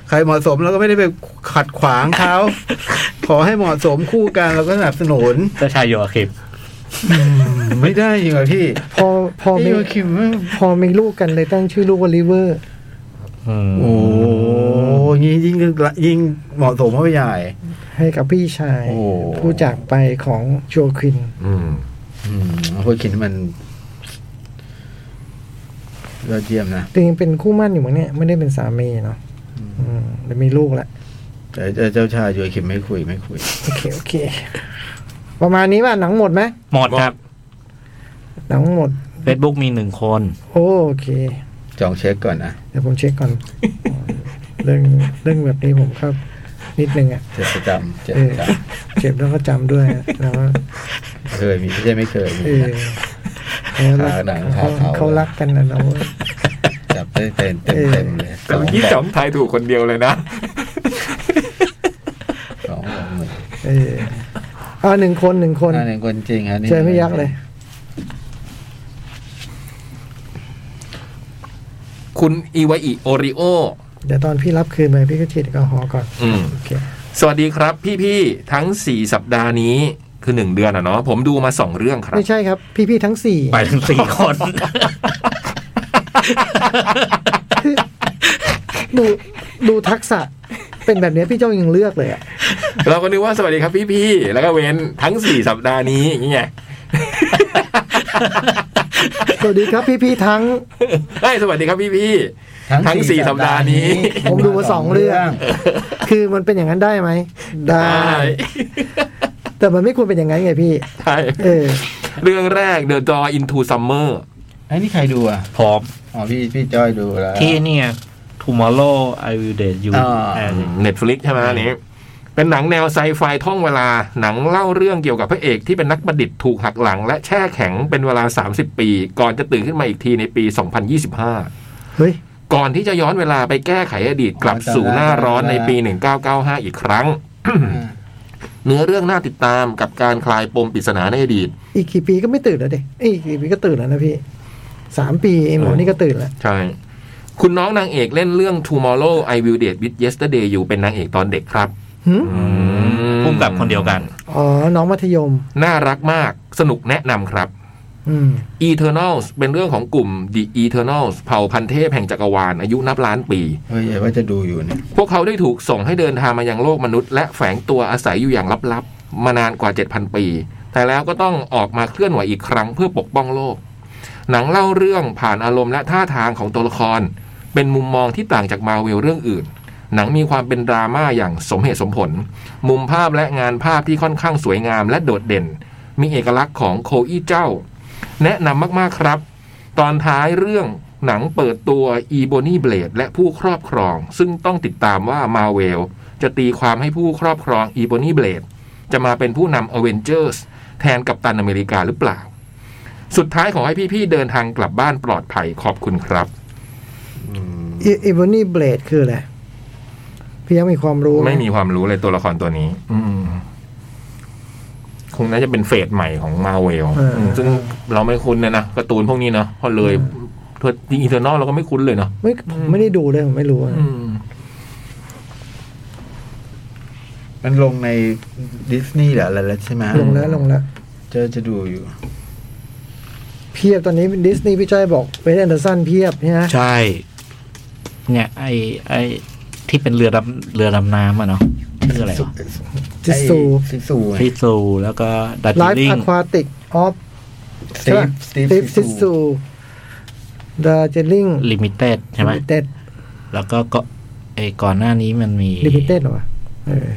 Speaker 1: ใครเหมาะสมเราก็ไม่ได้ไปขัดขวางเขา ขอให้เหมาะสมคู่กันเราก็สนับสนุน
Speaker 3: ก็ชายโยอาคิม
Speaker 1: ไม่ได้จริงเหรอพี่
Speaker 4: พอพอมี
Speaker 1: พี่โยคิมว่า
Speaker 4: พอมีลูกกันเลยตั้งชื่อลูกว่าลิเวอร์
Speaker 3: อืม
Speaker 1: โอ้ยยิ่งยิ่งยิ่งเหมาะสมเข้าไปใหญ่
Speaker 4: ให้กับพี่ชาย
Speaker 1: โอ้
Speaker 4: ผู้จากไปของจูคิน
Speaker 2: อืม
Speaker 1: อืมพวกคิดมันยอดเยี่ยมนะ
Speaker 4: จริงๆเป็นคู่หมั่นอยู่มั้งเนี่ยไม่ได้เป็นสามีเนาะอืมแต่มีลูกแล้ว
Speaker 1: แต่เจ้าเจ้าชายโยคิมไม่คุยไม่คุย
Speaker 4: โอเค โอเค ประมาณนี้ป่ะ หนังหมดไหม
Speaker 3: หมดครับ
Speaker 4: หนังหมด
Speaker 3: Facebook มีหนึ่งคน
Speaker 4: โอ้โอเค
Speaker 1: จองเช็คก่อนนะ
Speaker 4: เดี๋ยวผมเช็คก่อน เรื่องเรื่องแบบนี้ผมครับ นิดนึงอ่ะ
Speaker 1: เจ็บประจำเจ็บ
Speaker 4: เอ
Speaker 1: ป
Speaker 4: อ
Speaker 1: ระจ
Speaker 4: เจ็บแล้วก็จำด้วยอะแล้วก็
Speaker 1: ำเคยมีไม่ใช่ไม่เคยมี
Speaker 4: เออ
Speaker 1: นะ
Speaker 4: เขา
Speaker 1: ขาหนัง
Speaker 4: เขา
Speaker 1: ขาเขา
Speaker 4: เขารักกันนะเรา
Speaker 1: จับได้เต็มเต็มเต็มเลยส
Speaker 2: แต่
Speaker 1: อง
Speaker 2: เมื่อกี้
Speaker 1: แบบ
Speaker 2: จอมทายถูกคนเดียวเลยนะ
Speaker 1: สองแบบหนึ่ง
Speaker 4: เออเอาหนึ่งคนหนึ่งคน
Speaker 1: อันนี้คนจริงอันนี้
Speaker 4: เจอไม่ยักษ์เลย
Speaker 2: คุณอีวาอิโอริโอ
Speaker 4: เดี๋ยวตอนพี่รับคืนไปพี่ก็ฉีดแอลก็หอล์ก่อน
Speaker 2: อืม
Speaker 4: โอเค
Speaker 2: สวัสดีครับ พี่ๆทั้ง 4 สัปดาห์นี้คือ 1 เดือนอะเนาะผมดูมา 2 เรื่องครับ
Speaker 4: ไม่ใช่ครับ พี่พี่ๆทั้งสี่
Speaker 3: ไปทั้งสี่คน
Speaker 4: ดูดูทักษะ เป็นแบบเนี้ยพี่เจ้ายังเลือกเลยอ่ะ
Speaker 2: เราก็นึกว่าสวัสดีครับพี่ๆแล้วก็เว้นทั้ง 4 สัปดาห์นี้อย่างเงี้ ย
Speaker 4: สวัสดีครับพี่พี่ๆทั้ง
Speaker 2: เฮ้ยสวัสดีครับพี่ ทั้งสี่สัปดาห์นี้
Speaker 4: ผมดูมาสองเรื่อง คือมันเป็นอย่างนั้นได้ไหม
Speaker 2: ๆ
Speaker 4: ได้ แต่มันไม่ควรเป็นอย่างนั้นไงพี่
Speaker 2: ใช่
Speaker 4: เออ
Speaker 2: เรื่องแรก The Door Into Summer
Speaker 1: ไอ้นี่ใครดูอ่ะ
Speaker 3: พร้อม
Speaker 1: อ๋อพี่พี่จอยดูแล้ว
Speaker 3: ที่เนี่ย Tomorrow I will date you
Speaker 1: อ่า
Speaker 3: อะไร
Speaker 2: Netflix ใช่ไหมอันนี้ เป็นหนังแนวไซไฟท่องเวลาหนังเล่าเรื่องเกี่ยวกับพระเอกที่เป็นนักประดิษฐ์ถูกหักหลัง และแช่แข็งเป็นเวลา 30 ปี ก่อนจะตื่นขึ้นมาอีกทีในปี 2025
Speaker 4: เฮ้ย
Speaker 2: ก่อนที่จะย้อนเวลาไปแก้ไขอดีตกลับสู่หน้าร้อนในปี 1995 อีกครั้ง เนื้อเรื่องน่าติดตามกับการคลายปมปริศนาในอดีต
Speaker 4: อีกกี่ปีก็ไม่ตื่นแล้วเด็กอีกกี่ปีก็ตื่นแล้วนะพี่ สามปีไอ้หมอนี่ก็ตื่นแล้ว
Speaker 2: ใช่ คุณน้องนางเอกเล่นเรื่อง Tomorrow I Will Date with Yesterday อยู่เป็นนางเอกตอนเด็กครับ
Speaker 4: หืม
Speaker 3: พุ่มกับคนเดียวกัน
Speaker 4: อ๋อ น้องมัธยม
Speaker 2: น่ารักมากสนุกแนะนำครับ
Speaker 4: อืม
Speaker 2: Eternals เป็นเรื่องของกลุ่ม The Eternals เผ่าพันธุ์เทพแห่งจักรวาลอายุนับล้านปี
Speaker 1: เฮ้ยไอ้ว่าจะดูอยู่เนี่ย
Speaker 2: พวกเขาได้ถูกส่งให้เดินทางมายังโลกมนุษย์ และแฝงตัวอาศัยอยู่อย่างลับๆ มานานกว่า 7,000 ปี แต่แล้วก็ต้องออกมาเคลื่อนไหวอีกครั้งเพื่อปกป้องโลก หนังเล่าเรื่องผ่านอารมณ์และท่าทางของตัวละคร เป็นมุมมองที่ต่างจากมาเวลเรื่องอื่น หนังมีความเป็นดราม่าอย่างสมเหตุสมผล มุมภาพและงานภาพที่ค่อนข้างสวยงามและโดดเด่น มีเอกลักษณ์ของโคอี้เจ้า แนะนำมากๆครับ ตอนท้ายเรื่องหนังเปิดตัว e b o n y Blade และผู้ครอบครอง ซึ่งต้องติดตามว่ามาเวลจะตีความให้ผู้ครอบครอง e b o n y Blade จะมาเป็นผู้นำ Avengers แทนกับตันอเมริกาหรือเปล่า สุดท้ายขอให้พี่ๆเดินทางกลับบ้านปลอดภัยขอบคุณครับ
Speaker 4: อีโวนี่เบลดคืออะไรพี่ยังมีความรู้ห
Speaker 2: ไม่มีความรู้เลยตัวละครตัวนี้ อืมคงน่าจะเป็นเฟสใหม่ของมาเวลซึ่งเราไม่คุ้นนะนะการ์ตูนพวกนี้เนาะพอเลยทัวอินเทอร์นอลเราก็ไม่คุ้นเลยเนาะ
Speaker 4: ไม่ผมไม่ได้ดูเลยผมไม่รู้อะ
Speaker 2: อืม
Speaker 1: มันลงในดิสนีย์หรืออะไรแล้วใช่ไหม
Speaker 4: ลงแล้วลงแล้ว
Speaker 1: เจะจะดูอยู่
Speaker 4: เพียบตอนนี้ดิสนีย์พี่จ้อยบอกเวสแอนเดอร์สันเพียบใช่ไหม
Speaker 3: ใช่ เนี่ย ไอไอที่เป็นเรือดำเรือดำน้ำอะเนาะชื่ออะไรวะ
Speaker 4: จิสู
Speaker 1: ซิสูไง
Speaker 3: พิซูแล้วก็ดัต
Speaker 4: ไล
Speaker 3: ลิ
Speaker 4: ฟ์
Speaker 3: ง
Speaker 4: อะควาติกออฟ
Speaker 1: สตีฟสตีฟ
Speaker 4: ติฟซิสูดาเจลิง
Speaker 3: ลิมิเต็ดใช่ไหม
Speaker 4: ลิมิเต็ด
Speaker 3: แล้วก็ก็ไอก่อนหน้านี้มันมี
Speaker 4: ลิมิเต็ดหรอวะเออ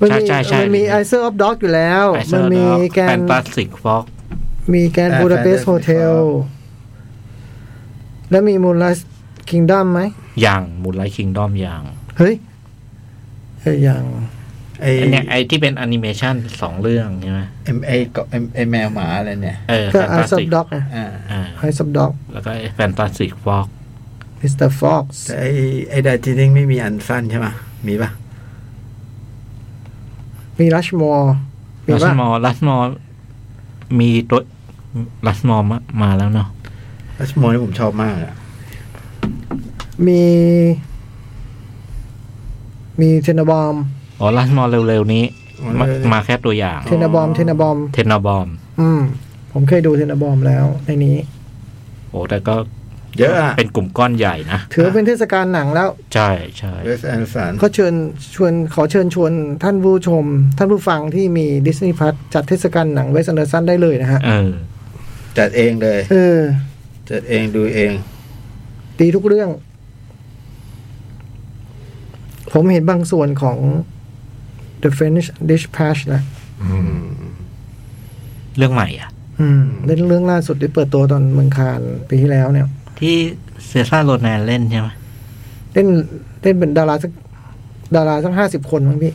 Speaker 4: มันมี
Speaker 3: ใช่ใช่ใช่
Speaker 4: มันมีไอเซอร์ออฟด็อกอยู่แล้ว
Speaker 3: ไอเซ
Speaker 4: มั
Speaker 3: อนร์
Speaker 4: มี
Speaker 3: ด็อก
Speaker 4: แก
Speaker 3: แฟ
Speaker 4: น
Speaker 3: นตาสติกฟอก
Speaker 4: มีแกนบูดาเปสต์โฮเทลแล้วมีมูนไลท์คิงดัมไหม
Speaker 3: อย่างมูนไลคิงดอมอย่าง
Speaker 4: เฮ้ยเอ้ยยัง
Speaker 1: ไอ้
Speaker 3: อันเนี้ยไอที่เป็นแอนิเมชันสองเรื่องใช่ไหม
Speaker 1: เอ็มไอ้ก็เอ็มไอ้แมวหมาอะไรเนี่ย
Speaker 3: เออ
Speaker 4: ก็
Speaker 3: แฟน
Speaker 4: ไอ
Speaker 3: ตาส
Speaker 4: ซับ
Speaker 3: ติก
Speaker 4: ด็อกนะ
Speaker 1: อ่า
Speaker 3: อ่า
Speaker 4: ไอซับด็อก
Speaker 3: แล้วก็แฟนตาสติกฟอก
Speaker 4: มิสเตอร์ฟ็อกซ์
Speaker 1: แต่ไอ้ไอ้ดาจิลิงไม่มีอันสั้นใช่ไหมมีปะ
Speaker 4: มีรัชมอร์มี
Speaker 3: ลัส
Speaker 4: ป่ะ
Speaker 3: มอลัสมอมีตัวลัสมอมามาแล้วเนาะ
Speaker 1: รัชมอนี่ผมชอบมากอะ
Speaker 4: มี มีเทนบอม
Speaker 3: อ๋อลัสมอเร็วๆนี้มามาแค่ตัวอย่าง
Speaker 4: เทนบอม เทนบอม
Speaker 3: เทนนอบอม
Speaker 4: อืม ผมเคยดูเทนบอมแล้วในนี้
Speaker 3: โอ้แต่ก็
Speaker 1: เยอะอะ
Speaker 3: เป็นกลุ่มก้อนใหญ่นะ
Speaker 4: ถือเป็นเทศกาลหนังแล้ว
Speaker 3: ใช่ใช่
Speaker 1: เวสแอนด์สัน
Speaker 4: ก็เชิญชวนขอเชิญชวนท่านผู้ชม ท่านผู้ฟังที่มีดิสนีย์พัทจัดเทศกาลหนังเวส a อนเดอร์สันได้เลยนะฮะ
Speaker 3: เออ
Speaker 1: จัดเองเลย
Speaker 4: เออ
Speaker 1: จัดเองดูเอง
Speaker 4: ดีทุกเรื่อง ผมเห็นบางส่วนของ The French Dispatch นะ
Speaker 2: อืม
Speaker 3: เรื่องใหม่อ่ะ
Speaker 4: อืมเล่นเรื่องล่าสุดที่เปิดตัวตอนเมืองคานปีที่แล้วเนี่ย
Speaker 3: ที่เซซ่าโรแนนเล่นใช่ไหม
Speaker 4: เล่นเล่นเป็นดาราสักดาราสักห้าสิบคนมั้งพี่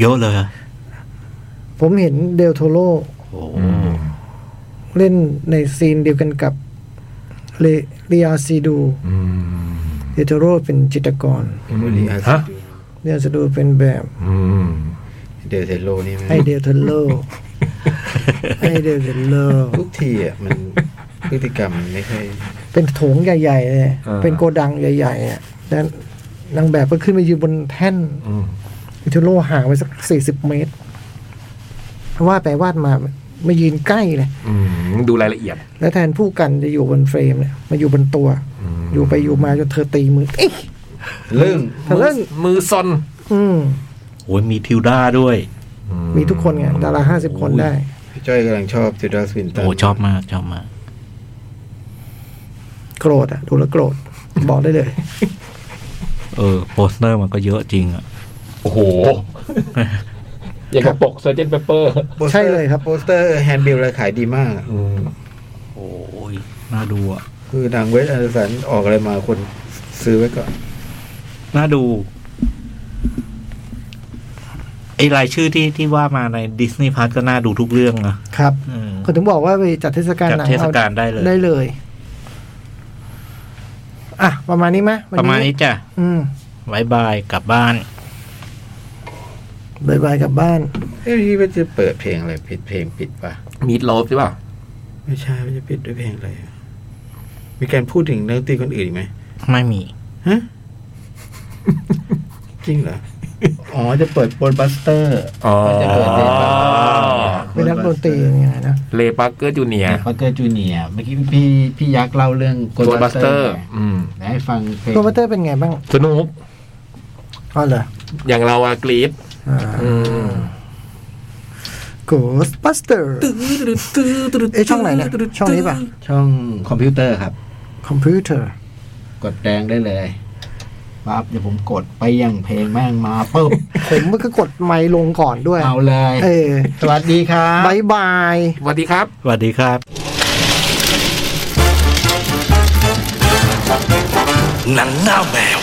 Speaker 3: เยอะเลยอะ
Speaker 4: ผมเห็นเดลโทโล
Speaker 3: โอ้
Speaker 2: อืม
Speaker 4: เล่นในซีนเดียวกันกับเลเรียซีดู
Speaker 2: อืม
Speaker 4: เดลโทโลเป็นจิตรกร
Speaker 2: อืมฮะ
Speaker 4: เรียซีดูเป็นแบบ
Speaker 2: อืม
Speaker 1: เดลเทโลนี่มัน
Speaker 4: ไอเดลโทโล ไอเดลโทโล
Speaker 1: ทุกทีอะมันพฤติกรรมมันไม่ค่อย
Speaker 4: เป็นโถงใหญ่ๆเลย
Speaker 2: อ่า
Speaker 4: เป็นโกดังใหญ่ๆอ่ะแล้วนางแบบก็ขึ้นไปยืนบนแท่น
Speaker 2: อืม
Speaker 4: อิทูโร่ห่างไปสักสี่สิบเมตรวาดไปวาดมามายืนใกล้เลย
Speaker 2: อืมดูรายละเอียด
Speaker 4: แล้วแทนผู้กันจะอยู่บนเฟรมเนี่ยมาอยู่บนตัว
Speaker 2: อืม
Speaker 4: อยู่ไปอยู่มาจนเธอตีมือเอ๊ะ
Speaker 1: เรื่อง
Speaker 4: ทะลึ่ง
Speaker 2: มือซน
Speaker 4: อืม
Speaker 3: โหมีทิวด้าด้วย
Speaker 2: อื
Speaker 4: มีทุกคนไงดาราห้าสิบคนได้
Speaker 1: พี่จ้อยกำลังชอบจูดาสวินตัน
Speaker 3: โอ้ชอบมากชอบมาก
Speaker 4: โกรธอ่ะ ดูแล้วโกรธ บอกได้เลย
Speaker 3: เออ โปสเตอร์มันก็เยอะจริงอ่ะ
Speaker 2: โอ้โห อย่างกับปกเซอร์เจนเปเปอร์
Speaker 1: โปสตอ
Speaker 4: ใช่เลยครับ
Speaker 1: โปสเตอร์แฮนด์บิลอะไรขายดีมากอะ
Speaker 3: โอ้ยน่าดูอ่ะ
Speaker 1: คือหนังเวสแอนเดอร์สันออกอะไรมาคนซื้อไว้ก่อน
Speaker 3: น่าดู ไอรายชื่อที่ที่ว่ามาในดิสนีย์พาร์ก็น่าดูทุกเรื่องนะครับ เออ
Speaker 4: ก็ถึงบอกว่าไปจัดเทศกาล
Speaker 3: จัด
Speaker 4: หนัง
Speaker 3: เทศกาลได้เลย
Speaker 4: ได้เลย อ่ะ ประมาณนี้ไหมวัน
Speaker 3: ประมาณนี้จ้ะ
Speaker 4: อืม
Speaker 3: บายบายกลับบ้าน
Speaker 4: บายบายกลับบ้าน
Speaker 1: เอ้ยพี่ว่าจะเปิดเพลงอะไรปิดเพลงปิดปะ
Speaker 2: มีดโลฟใช่ป่ะ
Speaker 1: ไม่ใช่ว่าจะปิดด้วยเพลงอะไรอะมีการพูดถึงนักดนตรีคนอื่นอีกไหม
Speaker 3: ไม่มี
Speaker 1: ฮ ะ จริงเหรอ อ๋อจะเปิดโปนบัสเตอร์
Speaker 2: อ๋อ
Speaker 1: จะเปิดเดบัสเตอร์
Speaker 4: เป็นนักดนตรียังไงนะ
Speaker 2: เลปาร์เกอร์จูเนีย
Speaker 1: ฟักเกอร์จูเนียเมื่อกี้พี่พี่ยักษ์เล่าเรื่อง
Speaker 2: โกลบัสเตอร์ อืม
Speaker 1: ไหนให้ฟังเพลง
Speaker 4: โรเบอร์เตอร์เป็นไงบ้าง
Speaker 2: สนุก
Speaker 4: อ๋อเหรอ
Speaker 2: อย่างเราอะกรีดอืม
Speaker 4: โกสบัสเตอร์เอ้ช่องไหนเนี่ย ช่องนี้ป่ะ
Speaker 1: ช่องคอมพิวเตอร์ครับ
Speaker 4: คอมพิวเตอร์
Speaker 1: กดแดงได้เลยปั๊บเดี๋ยวผมกดไปยังเพลงแม่งมาปุ๊บ
Speaker 4: ผมมันก็กดไมค์ลงก่อนด้วย
Speaker 1: เอาเลย
Speaker 4: เออ
Speaker 1: สวัสดีครับ
Speaker 4: บายบาย
Speaker 2: สวัสดีครับ
Speaker 3: สวัสดีครับ
Speaker 6: หนังหน้าแมว